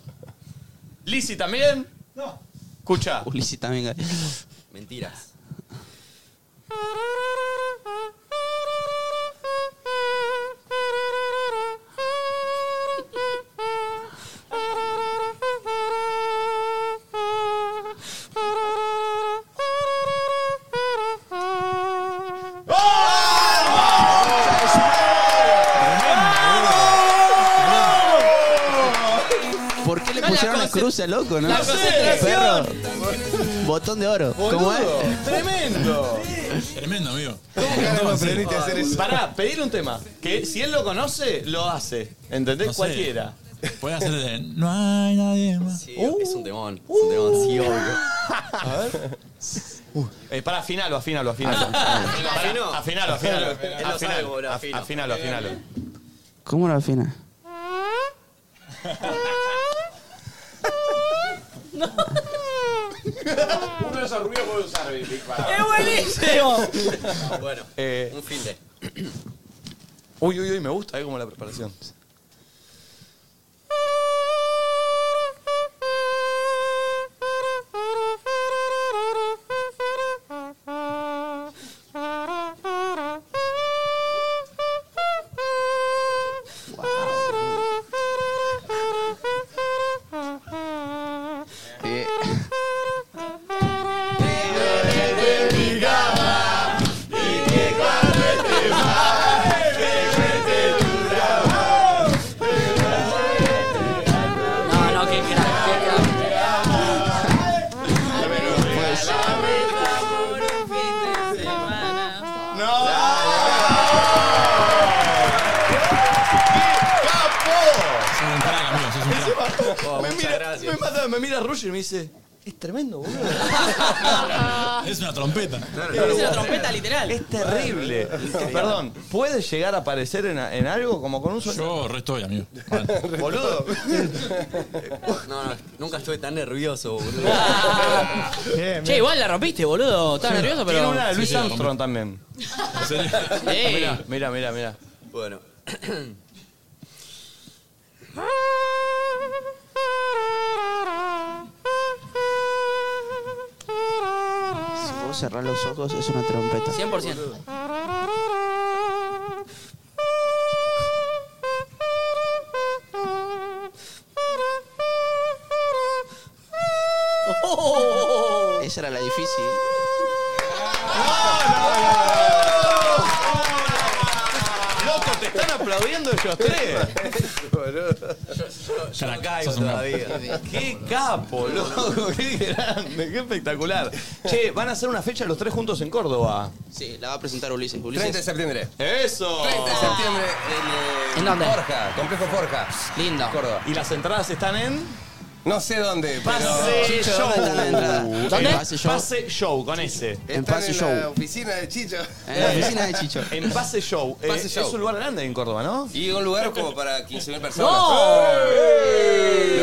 Speaker 8: Lisi también.
Speaker 11: No.
Speaker 8: Escucha.
Speaker 23: Ulises también.
Speaker 9: Mentiras.
Speaker 23: ¿Por qué le
Speaker 2: No la
Speaker 23: pusieron la
Speaker 2: conce-
Speaker 23: cruz al loco, no?
Speaker 2: la concentración.
Speaker 23: Perro. Botón de oro. ¿Cómo es?
Speaker 8: Boludo, Tremendo.
Speaker 24: Tremendo, amigo.
Speaker 8: aprendiste a hacer eso? Pará, pedir un tema. Que si él lo conoce, lo hace. ¿Entendés?
Speaker 24: No sé.
Speaker 8: Cualquiera.
Speaker 24: Puede hacer de. No hay nadie más.
Speaker 4: Eh, Es un demon. Es un demon, sí, obvio.
Speaker 8: Uh. A ver. Eh, pará, afinalo, afinalo, afinalo.
Speaker 4: Ah, ¿Afinó?
Speaker 8: Afinalo, afinalo.
Speaker 4: Él lo sabe Eh,
Speaker 8: Afinalo,
Speaker 4: cómo lo afino.
Speaker 8: afinalo, afinalo.
Speaker 23: ¿Cómo lo afina?
Speaker 5: Uno de esos ruidos puede usar, Big para.
Speaker 4: bueno,
Speaker 8: Eh,
Speaker 4: un fin de.
Speaker 8: Uy, uy, uy, me gusta, eh, como la preparación.
Speaker 6: No, no, que
Speaker 8: me, mira, me, mata, me mira Rush y me dice, es tremendo, boludo.
Speaker 24: Uh. Es una trompeta.
Speaker 8: Es una
Speaker 6: trompeta literal.
Speaker 8: Es terrible. Perdón, ¿puede llegar a aparecer en, en algo como con un sonido?
Speaker 24: Yo re estoy, amigo.
Speaker 8: Boludo.
Speaker 4: No, no, nunca estuve tan nervioso, boludo.
Speaker 6: Che, igual la rompiste, boludo. Estaba
Speaker 8: Sí.
Speaker 6: nervioso, pero.
Speaker 8: Tiene una de Luis
Speaker 6: Sí.
Speaker 8: Armstrong también.
Speaker 6: Ey.
Speaker 8: Mira, mira, mira, mira.
Speaker 4: Bueno.
Speaker 23: Si puedo cerrar los ojos, es una trompeta.
Speaker 6: 100%.
Speaker 23: Esa era la difícil.
Speaker 8: Loco, te están aplaudiendo ellos tres.
Speaker 4: Yo no caigo todavía.
Speaker 8: Qué capo, loco, qué grande, qué espectacular. Che, van a hacer una fecha los tres juntos en Córdoba.
Speaker 23: Sí, la va a presentar Ulises. Ulises.
Speaker 18: 30 de septiembre.
Speaker 8: Eso.
Speaker 18: 30 de septiembre en, eh,
Speaker 23: ¿En dónde?
Speaker 18: Forja, complejo Forja.
Speaker 23: Lindo.
Speaker 18: Córdoba.
Speaker 8: ¿Y las entradas están en?
Speaker 18: No sé dónde, pero.
Speaker 8: Pase
Speaker 18: Chicho,
Speaker 8: Show.
Speaker 18: ¿dónde está la entrada?
Speaker 8: ¿Dónde?
Speaker 18: En Pase Show.
Speaker 8: Pase Show, con ese.
Speaker 18: Están en la oficina de Chicho.
Speaker 8: En Pase Show. Eh,
Speaker 18: Pase Show.
Speaker 8: Es un lugar grande en Córdoba, ¿no?
Speaker 18: Y un lugar como para 15.000 personas.
Speaker 8: ¡No!
Speaker 18: Lo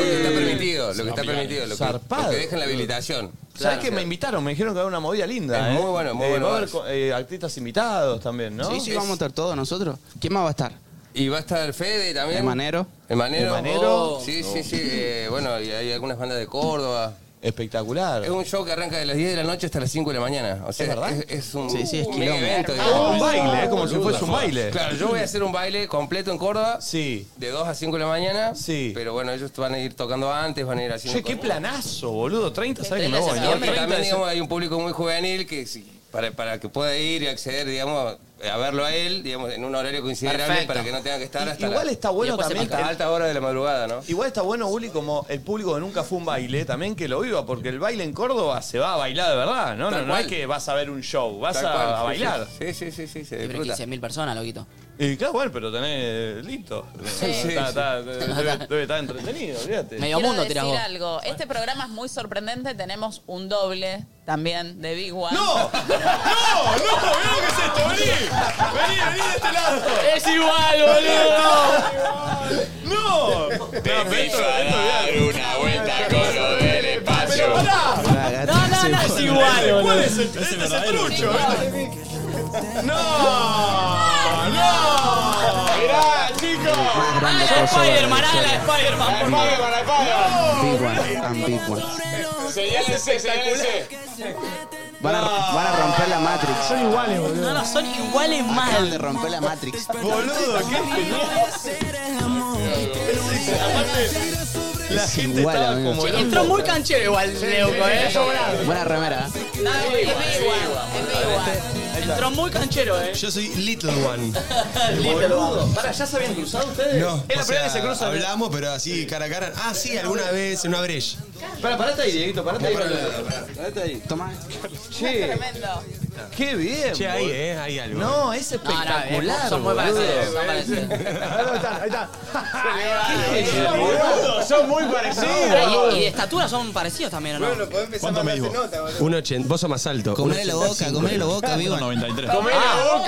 Speaker 18: que está permitido, lo que está permitido, lo que,
Speaker 8: Zarpado.
Speaker 18: lo que deja en la habilitación.
Speaker 8: ¿Sabes que me invitaron? Me dijeron que había una movida linda.
Speaker 18: Es
Speaker 8: eh.
Speaker 18: muy bueno, muy
Speaker 8: Eh,
Speaker 18: bueno.
Speaker 8: Va a haber co- eh, artistas invitados también, ¿no?
Speaker 23: Sí, sí, vamos a estar todos nosotros. ¿Quién más va a estar?
Speaker 18: Y va a estar Fede también.
Speaker 23: El Manero.
Speaker 18: El Manero. Oh,
Speaker 23: El Manero.
Speaker 18: Sí, sí, sí. eh, bueno, y hay algunas bandas de Córdoba.
Speaker 8: Espectacular.
Speaker 18: Es un show que arranca de las 10 de la noche hasta las 5 de la mañana. O sea,
Speaker 8: ¿Es verdad?
Speaker 18: Es, es un,
Speaker 23: Sí, sí, es
Speaker 18: un
Speaker 23: quilombo.
Speaker 18: evento.
Speaker 8: Ah,
Speaker 18: digamos.
Speaker 8: un baile, eh, como si fuese un baile.
Speaker 18: Claro, yo voy a hacer un baile completo en Córdoba.
Speaker 8: Sí.
Speaker 18: De 2 a 5 de la mañana.
Speaker 8: Sí.
Speaker 18: Pero bueno, ellos van a ir tocando antes, van a ir haciendo.
Speaker 8: Che, qué
Speaker 18: cosas.
Speaker 8: planazo, boludo. 30, ¿sabes que me
Speaker 18: 30
Speaker 8: voy?
Speaker 18: de
Speaker 8: ¿no?
Speaker 18: septiembre.
Speaker 8: 30
Speaker 18: También
Speaker 8: de
Speaker 18: digamos, hay un público muy juvenil que si- para, para que pueda ir y acceder, digamos, a verlo a él, digamos, en un horario considerable
Speaker 8: Perfecto.
Speaker 18: para que no tenga que estar hasta
Speaker 8: Igual
Speaker 18: la-
Speaker 8: está bueno también
Speaker 18: hasta alta hora de la madrugada, ¿no?
Speaker 8: Igual está bueno, Uli, como el público que nunca fue a un baile, también que lo viva, porque el baile en Córdoba se va a bailar de verdad, ¿no?
Speaker 18: Tal
Speaker 8: No, no
Speaker 18: cual.
Speaker 8: es que vas a ver un show, vas
Speaker 18: Tal
Speaker 8: a,
Speaker 18: cual,
Speaker 8: a
Speaker 18: sí,
Speaker 8: bailar.
Speaker 18: Sí, sí, sí, sí, se
Speaker 6: Pero
Speaker 18: disfruta.
Speaker 6: 15.000 personas, loquito.
Speaker 8: Y claro, bueno, pero tenés listo.
Speaker 18: Sí, sí,
Speaker 8: Está-
Speaker 18: sí.
Speaker 8: está- debe, debe estar entretenido, olvídate.
Speaker 3: Quiero decir algo. Este programa es muy sorprendente. Tenemos un doble también de Big One.
Speaker 8: ¡No! ¡No! ¡No! ¡Mirá lo que es esto! ¡Vení! ¡Vení, vení de este lado!
Speaker 2: Es igual, boludo.
Speaker 8: ¡No! No, pero esto- esto-
Speaker 2: una vuelta con lo del espacio.
Speaker 8: ¡Pará!
Speaker 2: No, no, no, es igual, boludo.
Speaker 8: ¿Cuál es el, este es el trucho?
Speaker 2: Mirá, chicos.
Speaker 23: grande cosa de la historia. Big one, and big one.
Speaker 2: Señálense, señálense.
Speaker 23: Van a, van a romper la Matrix. Son iguales, boludo.
Speaker 6: No, no, son iguales mal.
Speaker 23: de romper la Matrix.
Speaker 2: Boludo, qué
Speaker 8: La gente
Speaker 23: igual,
Speaker 8: estaba
Speaker 23: amigo.
Speaker 8: como
Speaker 23: Che,
Speaker 8: loco.
Speaker 23: entró muy canchero igual, Leuco, eh.
Speaker 6: Buena remera. Entró muy canchero, eh.
Speaker 25: Yo soy Little One.
Speaker 23: Para, ¿ya se habían cruzado ustedes?
Speaker 25: No,
Speaker 23: Es la primera vez
Speaker 25: o
Speaker 23: que
Speaker 25: sea,
Speaker 23: se
Speaker 8: ¿eh?
Speaker 23: cruzan.
Speaker 25: Hablamos, pero así, cara a cara. Ah, sí, alguna vez en una brecha.
Speaker 8: Pará, parate ahí, Dieguito, parate ahí.
Speaker 23: Parate ahí. Tomá.
Speaker 8: Che, qué bien.
Speaker 25: Che, ahí, eh, hay algo.
Speaker 8: Ah, No, es espectacular. boludo.
Speaker 11: ¿Dónde están? Ahí están.
Speaker 8: Ah,
Speaker 23: Boludo, son muy parecidos.
Speaker 6: Y, y de estatura son parecidos también, ¿o no? Bueno,
Speaker 18: podés empezar
Speaker 25: ¿Cuánto me dijo? 1,80. Vos sos más alto.
Speaker 6: Comele la boca,
Speaker 25: 1,85.
Speaker 6: comele la boca,
Speaker 25: vivo.
Speaker 24: 93.
Speaker 25: Ah.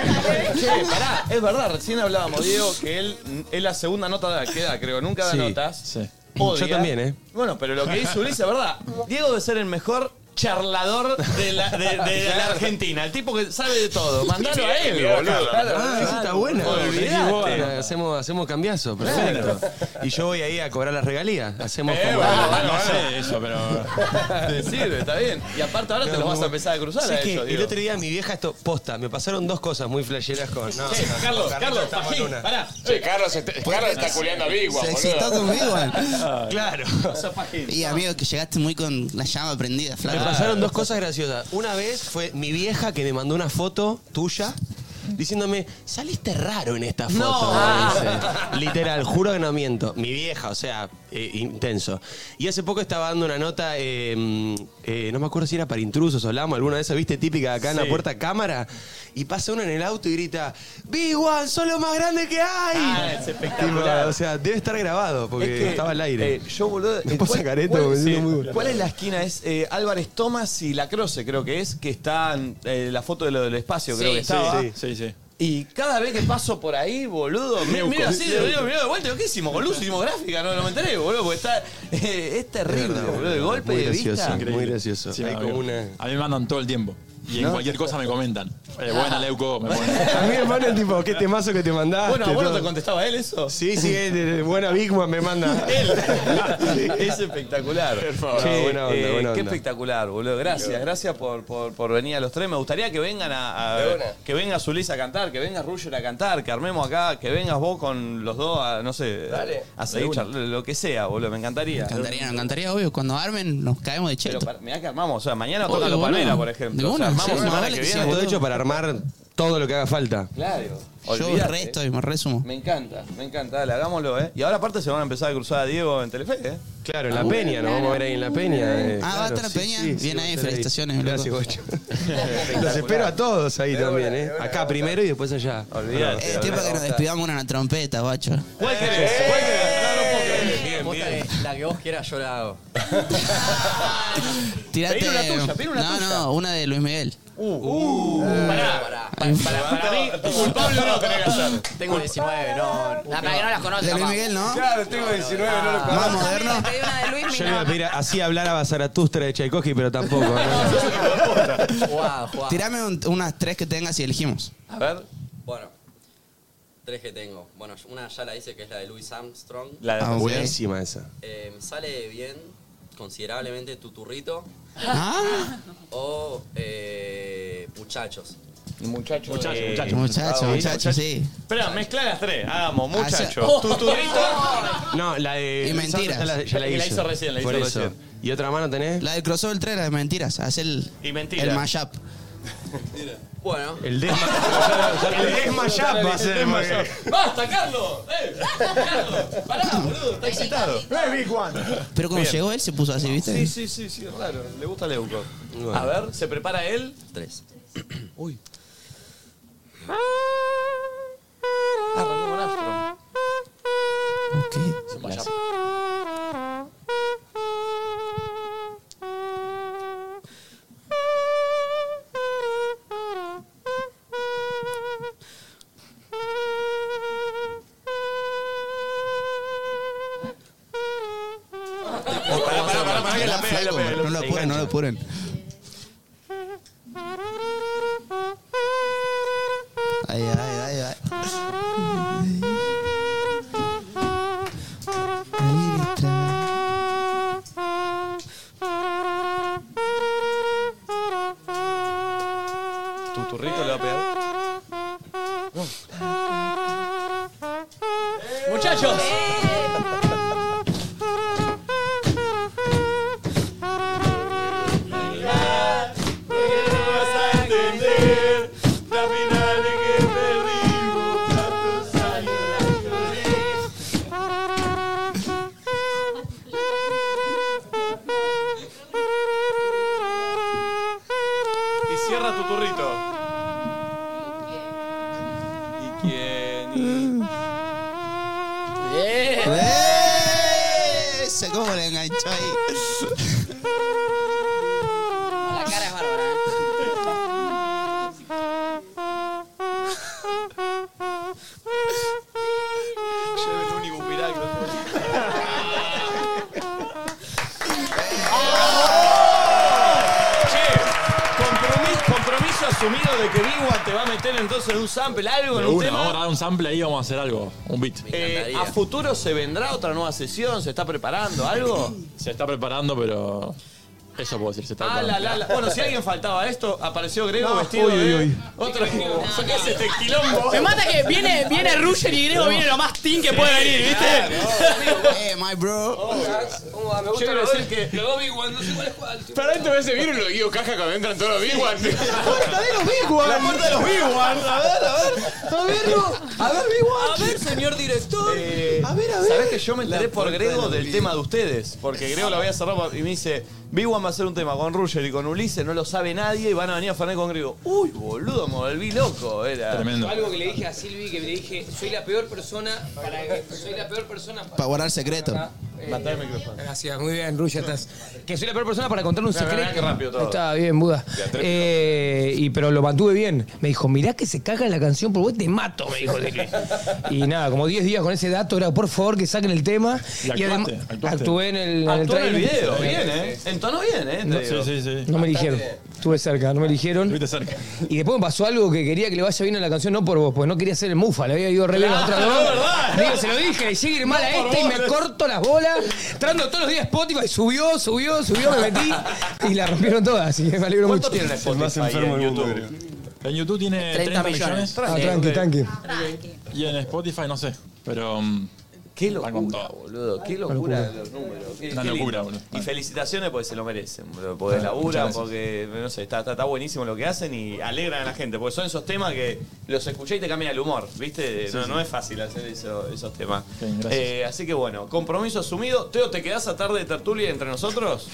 Speaker 8: Che, Ah. pará, es verdad, recién hablábamos, Diego, que él es la segunda nota que da, creo. Nunca da
Speaker 25: Sí,
Speaker 8: notas.
Speaker 24: Sí.
Speaker 8: Odia.
Speaker 25: Yo también, ¿eh?
Speaker 8: Bueno, pero lo que hizo Ulises, es verdad. Diego debe ser el mejor charlador de la, de, de la Argentina. El tipo que sabe de todo. Mandalo a él, boludo.
Speaker 25: Ah, esa está buena.
Speaker 8: Olvidate.
Speaker 25: Hacemos, hacemos cambiazo, perfecto. Y yo voy ahí a cobrar las regalías. Hacemos como-
Speaker 24: no sé eso, pero.
Speaker 8: Te sirve, está bien. Y aparte ahora te los vas a empezar a cruzar
Speaker 25: Sí,
Speaker 8: a
Speaker 25: que
Speaker 8: ellos,
Speaker 25: el
Speaker 8: Diego.
Speaker 25: otro día mi vieja esto posta, me pasaron dos cosas muy flasheras con. No,
Speaker 8: Che,
Speaker 25: no,
Speaker 8: Carlos,
Speaker 25: con
Speaker 8: Carlos,
Speaker 25: estamos
Speaker 8: Fajín,
Speaker 25: en una.
Speaker 8: pará.
Speaker 5: Che, Carlos,
Speaker 25: este,
Speaker 5: está- Carlos está culiando a Big One,
Speaker 25: Se
Speaker 5: boludo.
Speaker 25: excitó eh. con Big One.
Speaker 5: Claro.
Speaker 6: Y amigo, que llegaste muy con la llama prendida,
Speaker 25: Me
Speaker 6: flaco.
Speaker 25: pasaron dos cosas graciosas. Una vez fue mi vieja que me mandó una foto tuya diciéndome, saliste raro en esta foto.
Speaker 8: Ah.
Speaker 25: me dice. Literal, juro que no miento. Mi vieja, o sea, eh, intenso. Y hace poco estaba dando una nota, eh, mm, eh, no me acuerdo si era para intrusos o Lamo, alguna de esas, viste, típica acá en la
Speaker 8: Sí.
Speaker 25: puerta cámara. Y pasa uno en el auto y grita, Big One, sos lo más grande que hay.
Speaker 8: Ah, es espectacular.
Speaker 25: Tipo, o sea, debe estar grabado porque
Speaker 8: Es que,
Speaker 25: estaba al aire.
Speaker 8: eh, yo, boludo. eh,
Speaker 25: puedo
Speaker 8: ¿cuál-
Speaker 25: sacar esto
Speaker 8: cuál-
Speaker 25: porque
Speaker 8: sí,
Speaker 25: es muy bueno.
Speaker 8: ¿Cuál es la esquina? Es eh, Álvarez Tomás y La Croce, creo que es, que están. eh, la foto de lo del espacio, creo que estaba.
Speaker 24: Sí, sí, sí.
Speaker 8: Y cada vez que paso por ahí, boludo, me
Speaker 24: Neuco.
Speaker 8: mira así,
Speaker 24: Neuco.
Speaker 8: mira, mira de vuelta, digo, ¿qué hicimos, boludo? Hicimos gráfica, no, no me enteré, boludo, porque está. eh, es terrible, boludo, el golpe
Speaker 25: muy
Speaker 8: de
Speaker 25: gracioso,
Speaker 8: vista.
Speaker 25: muy gracioso.
Speaker 24: Sí,
Speaker 25: Hay
Speaker 24: no,
Speaker 25: como
Speaker 24: yo-
Speaker 25: una...
Speaker 24: A mí me mandan todo el tiempo. Y en
Speaker 25: ¿No?
Speaker 24: cualquier cosa me comentan. Eh, buena, Leuco, me ponen.
Speaker 25: A mí me ponen tipo, qué temazo que te mandaste.
Speaker 8: Bueno, ¿a vos no
Speaker 25: todo.
Speaker 8: te contestaba él eso?
Speaker 25: Sí, sí, eh, de- de buena Big One me manda.
Speaker 8: es espectacular. eh,
Speaker 25: No, buena onda, buena
Speaker 8: Qué
Speaker 25: onda.
Speaker 8: espectacular, boludo. Gracias, gracias por, por- por venir a los tres. Me gustaría que vengan a. a-
Speaker 18: De una.
Speaker 8: que venga Zulisa a cantar, que venga Ruger a cantar, que armemos acá, que vengas vos con los dos a, no sé,
Speaker 18: Dale.
Speaker 8: a seguir
Speaker 18: De una.
Speaker 8: charlando, lo que sea, boludo. Me encantaría.
Speaker 6: Nos encantaría, nos encantaría, obvio. Cuando armen, nos caemos de
Speaker 8: Pero
Speaker 6: cheto.
Speaker 8: para- mirá que armamos, o sea, mañana
Speaker 6: Obvio,
Speaker 8: toca los
Speaker 6: boludo.
Speaker 8: Palmera, por
Speaker 6: Oh, De
Speaker 8: ejemplo. O
Speaker 6: una,
Speaker 8: sea, armamos
Speaker 6: sí,
Speaker 8: semana
Speaker 6: vale
Speaker 8: que
Speaker 6: que sí,
Speaker 8: viene.
Speaker 25: Está todo hecho para armar todo lo que haga falta.
Speaker 8: Claro.
Speaker 6: Yo
Speaker 8: olvidate.
Speaker 6: resto y me resumo.
Speaker 8: Me encanta, me encanta, dale, hagámoslo, ¿eh? Y ahora aparte se van a empezar a cruzar a Diego en Telefe, ¿eh?
Speaker 25: Claro, en la peña, nos vamos a ver ahí en la peña. eh,
Speaker 6: Ah, va a
Speaker 25: claro,
Speaker 6: estar la
Speaker 25: sí,
Speaker 6: peña.
Speaker 25: sí, sí,
Speaker 6: Bien
Speaker 25: va a
Speaker 6: ahí,
Speaker 25: estar
Speaker 6: felicitaciones,
Speaker 25: Gracias,
Speaker 6: loco.
Speaker 25: Gocho. Los espero a todos ahí también, ¿eh? Acá primero y después allá.
Speaker 8: Olvídate.
Speaker 6: Es Eh, tiempo que nos despidamos una trompeta, guacho.
Speaker 8: ¿Cuál querés? ¿Cuál querés?
Speaker 4: Bien, bien. La que vos quieras, yo la hago.
Speaker 6: Tirate.
Speaker 4: Pedí una tuya, pedí una
Speaker 6: no,
Speaker 4: tuya.
Speaker 6: no, una de Luis Miguel.
Speaker 4: Pará, pará. Para, mí, culpable no tenés que hacer. Tengo 19, no.
Speaker 6: La para que no las conoces.
Speaker 4: De Luis
Speaker 6: capaz.
Speaker 4: Miguel, ¿no?
Speaker 18: Claro, tengo 19, no lo
Speaker 6: Más moderno.
Speaker 25: Yo le iba a pedir así hablar a Zaratustra de Tchaikovsky, pero tampoco. ¿no?
Speaker 4: Jugá, jugá.
Speaker 6: Tirame un- unas tres que tengas y elegimos.
Speaker 8: A ver.
Speaker 4: Bueno, tres que tengo. Bueno, una ya la hice que es la de Louis Armstrong.
Speaker 25: La
Speaker 6: Ah, ok.
Speaker 25: buenísima esa.
Speaker 4: Eh, me sale bien, considerablemente, Tuturrito.
Speaker 6: Ah.
Speaker 4: O eh, Muchachos.
Speaker 8: Muchachos,
Speaker 4: Muchachos,
Speaker 8: eh,
Speaker 4: muchachos.
Speaker 6: Muchachos,
Speaker 8: Ah,
Speaker 6: muchachos, sí.
Speaker 8: Espera, mezcla las tres. Hagamos, muchachos.
Speaker 6: Hacia-
Speaker 8: Tuturrito.
Speaker 25: No, la de.
Speaker 6: Y mentiras.
Speaker 25: Ya la, ya la
Speaker 8: Y
Speaker 25: hizo.
Speaker 8: la hizo recién, la hizo
Speaker 25: Por eso.
Speaker 8: recién.
Speaker 25: ¿Y otra mano tenés?
Speaker 6: La del crossover 3 era de mentiras. Haz el,
Speaker 8: Y
Speaker 6: el
Speaker 8: mentiras.
Speaker 6: mashup.
Speaker 4: Bueno.
Speaker 25: El desma.
Speaker 8: El desmayap va a ser,
Speaker 25: porque-
Speaker 8: ¡Basta, Carlos! ¡Eh!
Speaker 2: Ah,
Speaker 8: ¡Carlos! ¡Pará, boludo! Está excitado.
Speaker 11: No es Big One.
Speaker 6: Pero cuando
Speaker 8: Bien.
Speaker 6: llegó él se puso así, ¿viste?
Speaker 8: Sí, sí, sí, sí, es raro. Le gusta Leuco. A ver, ¿se prepara él?
Speaker 4: Tres.
Speaker 8: Uy. Arrancó con Armstrong.
Speaker 6: Ok.
Speaker 8: Vaya.
Speaker 6: Pará, pará, pará,
Speaker 8: que la pega, que la pega, que la
Speaker 6: No lo
Speaker 8: pega.
Speaker 6: apuren, no lo apuren.
Speaker 4: Ahí va, ahí va, ahí va.
Speaker 8: Tu turrito le va a pegar.
Speaker 2: Muchachos.
Speaker 8: Y cierra tu turrito. ¿Y quién?
Speaker 23: Esa, ¿Cómo la enganchó ahí?
Speaker 2: La cara es bárbara.
Speaker 8: Lleva el único Compromiso, compromiso asumido de que Bigua te va a meter entonces en un sample, algo, en
Speaker 24: De una,
Speaker 8: un
Speaker 24: vamos a
Speaker 8: tema.
Speaker 24: grabar un sample ahí y vamos a hacer algo, un beat.
Speaker 8: Eh, ¿A futuro se vendrá otra nueva sesión? ¿Se está preparando algo?
Speaker 24: Se está preparando, pero. Eso puedo decir, se está
Speaker 8: Ah, la, la, la.
Speaker 24: preparando.
Speaker 8: Bueno, si alguien faltaba a esto, apareció Grego
Speaker 24: No,
Speaker 8: vestido
Speaker 24: uy, uy,
Speaker 8: de...
Speaker 24: uy.
Speaker 8: Otro... ¿Qué es este quilombo?
Speaker 2: Me mata que viene, viene Ruger y Grego, viene lo más team que puede venir, ¿viste?
Speaker 4: Eh, my bro.
Speaker 8: Yo quiero decir que.
Speaker 4: Los dos Big One, no sé cuál es cuál.
Speaker 26: Para este vez se vieron los guíos caja cuando entran todos los Big
Speaker 8: ¡Puerta de los Big One! ¡La puerta de los Big One! A ver, a ver. A verlo. A ver, Big One. Eh, A ver, señor director. a ver, a ver. Sabés que yo me enteré por Grego del tema de ustedes. Porque Grego lo había cerrado y me dice: Big One va a hacer un tema con Ruger y con Ulises, no lo sabe nadie y van a venir a Fernet con Grego. Uy, boludo, me volví loco. Era.
Speaker 24: Tremendo.
Speaker 21: Algo que le dije a Silvi, que le dije, soy la peor persona para que- soy la peor persona para,
Speaker 8: Para guardar secreto.
Speaker 21: Eh,
Speaker 8: Matá el micrófono.
Speaker 21: Gracias, muy bien, Ruya, estás. Que soy la peor persona para contar un
Speaker 8: Mirá, mirá,
Speaker 21: secreto.
Speaker 8: mirá qué rápido todo.
Speaker 21: Está bien, Buda.
Speaker 8: De a tres
Speaker 21: Eh, y, pero lo mantuve bien. Me dijo, mirá que se caga en la canción, por vos te mato, me dijo Silvi. Y nada, como 10 días con ese dato, era por favor que saquen el tema.
Speaker 24: Y actuaste,
Speaker 21: además-
Speaker 24: actuaste.
Speaker 21: actué en el, en el
Speaker 8: Actuó en el
Speaker 21: trailer.
Speaker 8: video, bien, ¿eh? Entonó bien, ¿eh? Te
Speaker 21: No,
Speaker 8: digo.
Speaker 21: No me eligieron. Estuve cerca, no me eligieron. Y después me pasó algo que quería que le vaya bien a la canción, no por vos, pues no quería hacer el mufa, le había ido re bien a la otra
Speaker 23: Claro,
Speaker 21: dos.
Speaker 23: es verdad.
Speaker 21: Digo, se lo dije, sigue ir mal
Speaker 23: No
Speaker 21: a
Speaker 23: por
Speaker 21: este y
Speaker 23: vos,
Speaker 21: me
Speaker 23: es-
Speaker 21: corto las bolas. Entrando todos los días a Spotify, subió, subió, subió, me metí y la rompieron todas, así que me alegro mucho.
Speaker 24: En YouTube tiene 30,
Speaker 21: 30
Speaker 24: millones.
Speaker 21: millones. Ah, tranqui, tranqui.
Speaker 24: Y en Spotify no sé, pero. mm,
Speaker 8: Qué locura, boludo. Qué locura de los números. Qué-
Speaker 24: Una
Speaker 8: qué
Speaker 24: locura,
Speaker 8: lindo.
Speaker 24: boludo.
Speaker 8: Y felicitaciones porque se lo merecen, boludo, porque
Speaker 24: Bueno,
Speaker 8: laburan,
Speaker 24: muchas gracias.
Speaker 8: porque, no sé, está, está, está buenísimo lo que hacen y alegran a la gente, porque son esos temas que los escuché y te cambian el humor, ¿viste?
Speaker 24: Sí,
Speaker 8: no,
Speaker 24: sí.
Speaker 8: no es fácil hacer eso- esos temas.
Speaker 24: Bien, gracias.
Speaker 8: Eh, así que bueno, compromiso asumido. Teo, ¿te quedás a tarde de tertulia entre nosotros?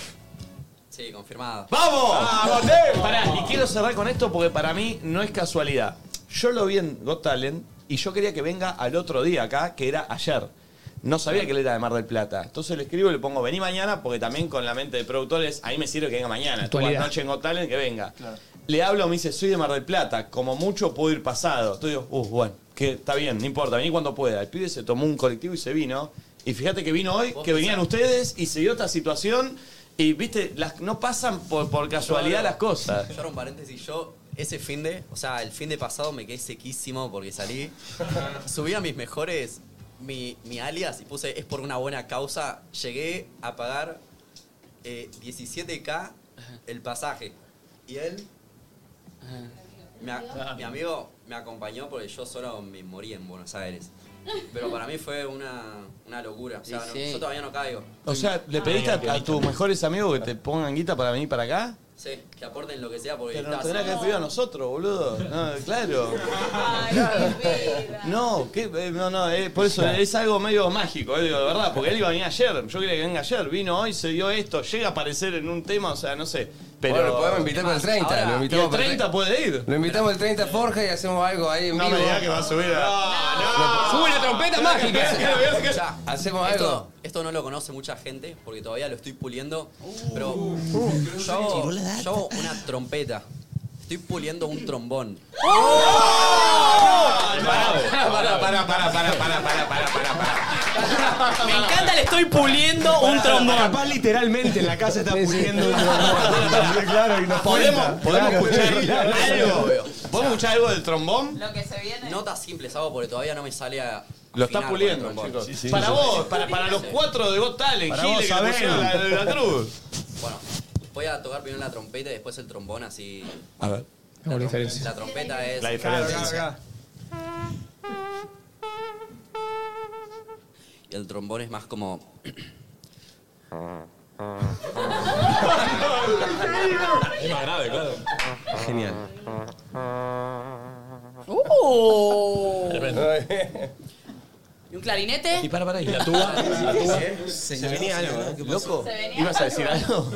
Speaker 9: Sí, confirmado.
Speaker 8: ¡Vamos!
Speaker 24: Ah,
Speaker 8: eh. Pará, y quiero cerrar con esto porque para mí no es casualidad. Yo lo vi en Got Talent y yo quería que venga al otro día acá, que era ayer. No sabía que él era de Mar del Plata. Entonces le escribo y le pongo, vení mañana, porque también con la mente de productores, ahí me sirve que venga mañana. Estuvo
Speaker 21: Actualidad.
Speaker 8: anoche en Got Talent, que venga. Le hablo, me dice, soy de Mar del Plata, como mucho puedo ir pasado. Entonces digo, uh, bueno, que está bien, no importa, vení cuando pueda. El pibe se tomó un colectivo y se vino. Y fíjate que vino hoy, que venían ustedes y se dio esta situación. Y viste, las, no pasan por, por casualidad
Speaker 9: Yo,
Speaker 8: las cosas.
Speaker 9: Yo era un paréntesis, yo ese fin de, o sea, el fin de pasado me quedé sequísimo porque salí. Subí a mis mejores, mi, mi alias y puse es por una buena causa. Llegué a pagar eh, 17k el pasaje. Y él, me a- mi amigo, me acompañó porque yo solo me morí en Buenos Aires. Pero para mí fue una, una locura. O sea,
Speaker 4: Sí,
Speaker 9: no-
Speaker 4: sí.
Speaker 9: yo todavía no caigo.
Speaker 8: O sea,
Speaker 9: Ah,
Speaker 8: ¿le pediste a, a tus mejores amigos que te pongan guita para venir para acá?
Speaker 9: Sí, que aporten lo que sea porque
Speaker 8: Pero
Speaker 9: está
Speaker 8: nos tendrás que
Speaker 9: haciendo-
Speaker 8: haber pedido a nosotros, boludo. No, claro. No, ¿qué? Eh, no, no, eh, por eso es algo medio mágico, eh, digo, de verdad, porque él iba a venir ayer, yo quería que venga ayer, vino hoy, se dio esto, llega a aparecer en un tema, o sea, no sé. Pero
Speaker 18: Bueno, lo podemos invitar para el 30,
Speaker 8: Ahora,
Speaker 18: lo
Speaker 8: y
Speaker 18: invitamos
Speaker 8: el
Speaker 18: para el
Speaker 8: 30 puede ir.
Speaker 18: Lo invitamos el 30 a Forja y hacemos algo ahí en
Speaker 8: No
Speaker 18: vivo.
Speaker 8: me digas que va a subir a...
Speaker 21: Sube la trompeta
Speaker 9: O
Speaker 21: mágica.
Speaker 9: sea,
Speaker 18: Hacemos
Speaker 9: esto,
Speaker 18: algo.
Speaker 9: Esto no lo conoce mucha gente porque todavía lo estoy puliendo.
Speaker 21: Uh.
Speaker 9: Pero yo, hago, yo hago una trompeta. Estoy puliendo un trombón.
Speaker 8: ¡Oh!
Speaker 21: Ah,
Speaker 8: Pará, pará, pará, pará, pará, pará, pará, pará.
Speaker 2: Me encanta, le estoy puliendo un trombón.
Speaker 25: Capaz literalmente en la casa está puliendo un
Speaker 8: Podemos, podemos escuchar algo. ¿Vos escuchás algo del trombón?
Speaker 27: Lo que se viene.
Speaker 9: Notas simples hago porque todavía no me sale a.
Speaker 8: Lo está
Speaker 9: afinar
Speaker 8: puliendo,
Speaker 9: con el trombón.
Speaker 8: chicos. para vos, para, para los cuatro de Got Talent, Gile, que le pusieron la, la, la cruz.
Speaker 9: Bueno, voy a tocar primero la trompeta y después el trombón así.
Speaker 8: A ver.
Speaker 21: La diferencia.
Speaker 9: La trompeta es.
Speaker 8: La diferencia.
Speaker 9: Y el trombón es más como.
Speaker 25: Es más grave, claro.
Speaker 28: Genial.
Speaker 6: ¡Uh! ¿Y un clarinete?
Speaker 8: Y para, para, ¿y la tuba? ¿La tuba? ¿eh?
Speaker 28: Se venía algo, ¿no?
Speaker 8: ¿Loco?
Speaker 6: Se venía
Speaker 8: ¿Ibas a
Speaker 6: algo.
Speaker 8: decir algo?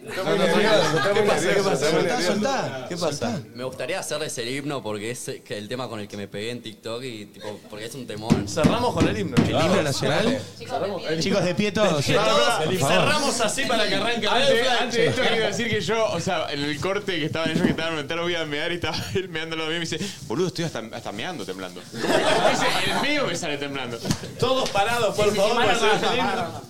Speaker 9: No, no,
Speaker 8: nervioso, está muy
Speaker 9: ¿Qué pasa? ¿Qué
Speaker 8: nervioso,
Speaker 9: pasa?
Speaker 8: está
Speaker 9: Soltá,
Speaker 8: muy nervioso.
Speaker 9: soltá. ¿Qué pasa?
Speaker 8: Soltá.
Speaker 9: Me gustaría hacerles el himno porque es eh, que el tema con el que me pegué en TikTok y tipo, porque es un temor.
Speaker 8: Cerramos con el himno.
Speaker 9: ¿El himno nacional?
Speaker 18: Chicos, de pie todos.
Speaker 8: De pie todos.
Speaker 18: Por favor.
Speaker 8: Cerramos así para que arranque.
Speaker 5: Antes, antes de esto quiero decir que yo, o sea, en el corte que estaban ellos que estaban mentando, voy a mear y estaba él meando lo mío y me dice, boludo, estoy hasta, hasta meando temblando. Como que me dice, el mío me sale temblando.
Speaker 8: Todos parados, por
Speaker 5: Sí, sí,
Speaker 8: favor.
Speaker 5: mano
Speaker 8: para hacer
Speaker 5: arriba,
Speaker 8: el
Speaker 5: mano
Speaker 8: himno.
Speaker 5: arriba.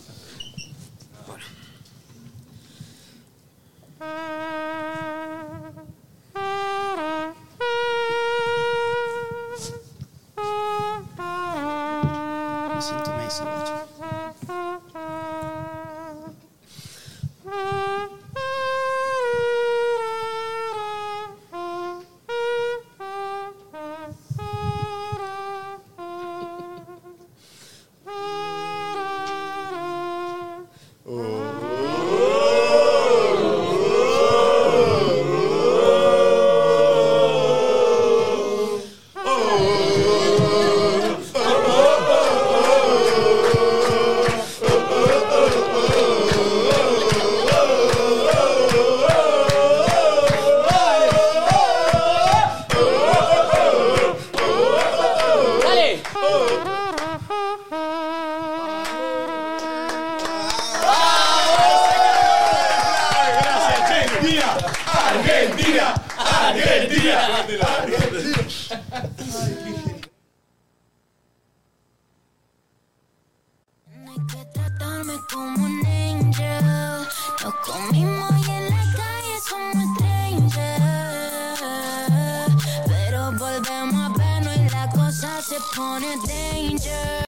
Speaker 29: Me siento Messi, guacho.
Speaker 6: ¡Dale!
Speaker 8: Argentina, Argentina, Argentina, Argentina.
Speaker 2: tratarme como un angel. Nos comimos y en la calle somos strangers. Pero volvemos a vernos y la cosa se pone danger.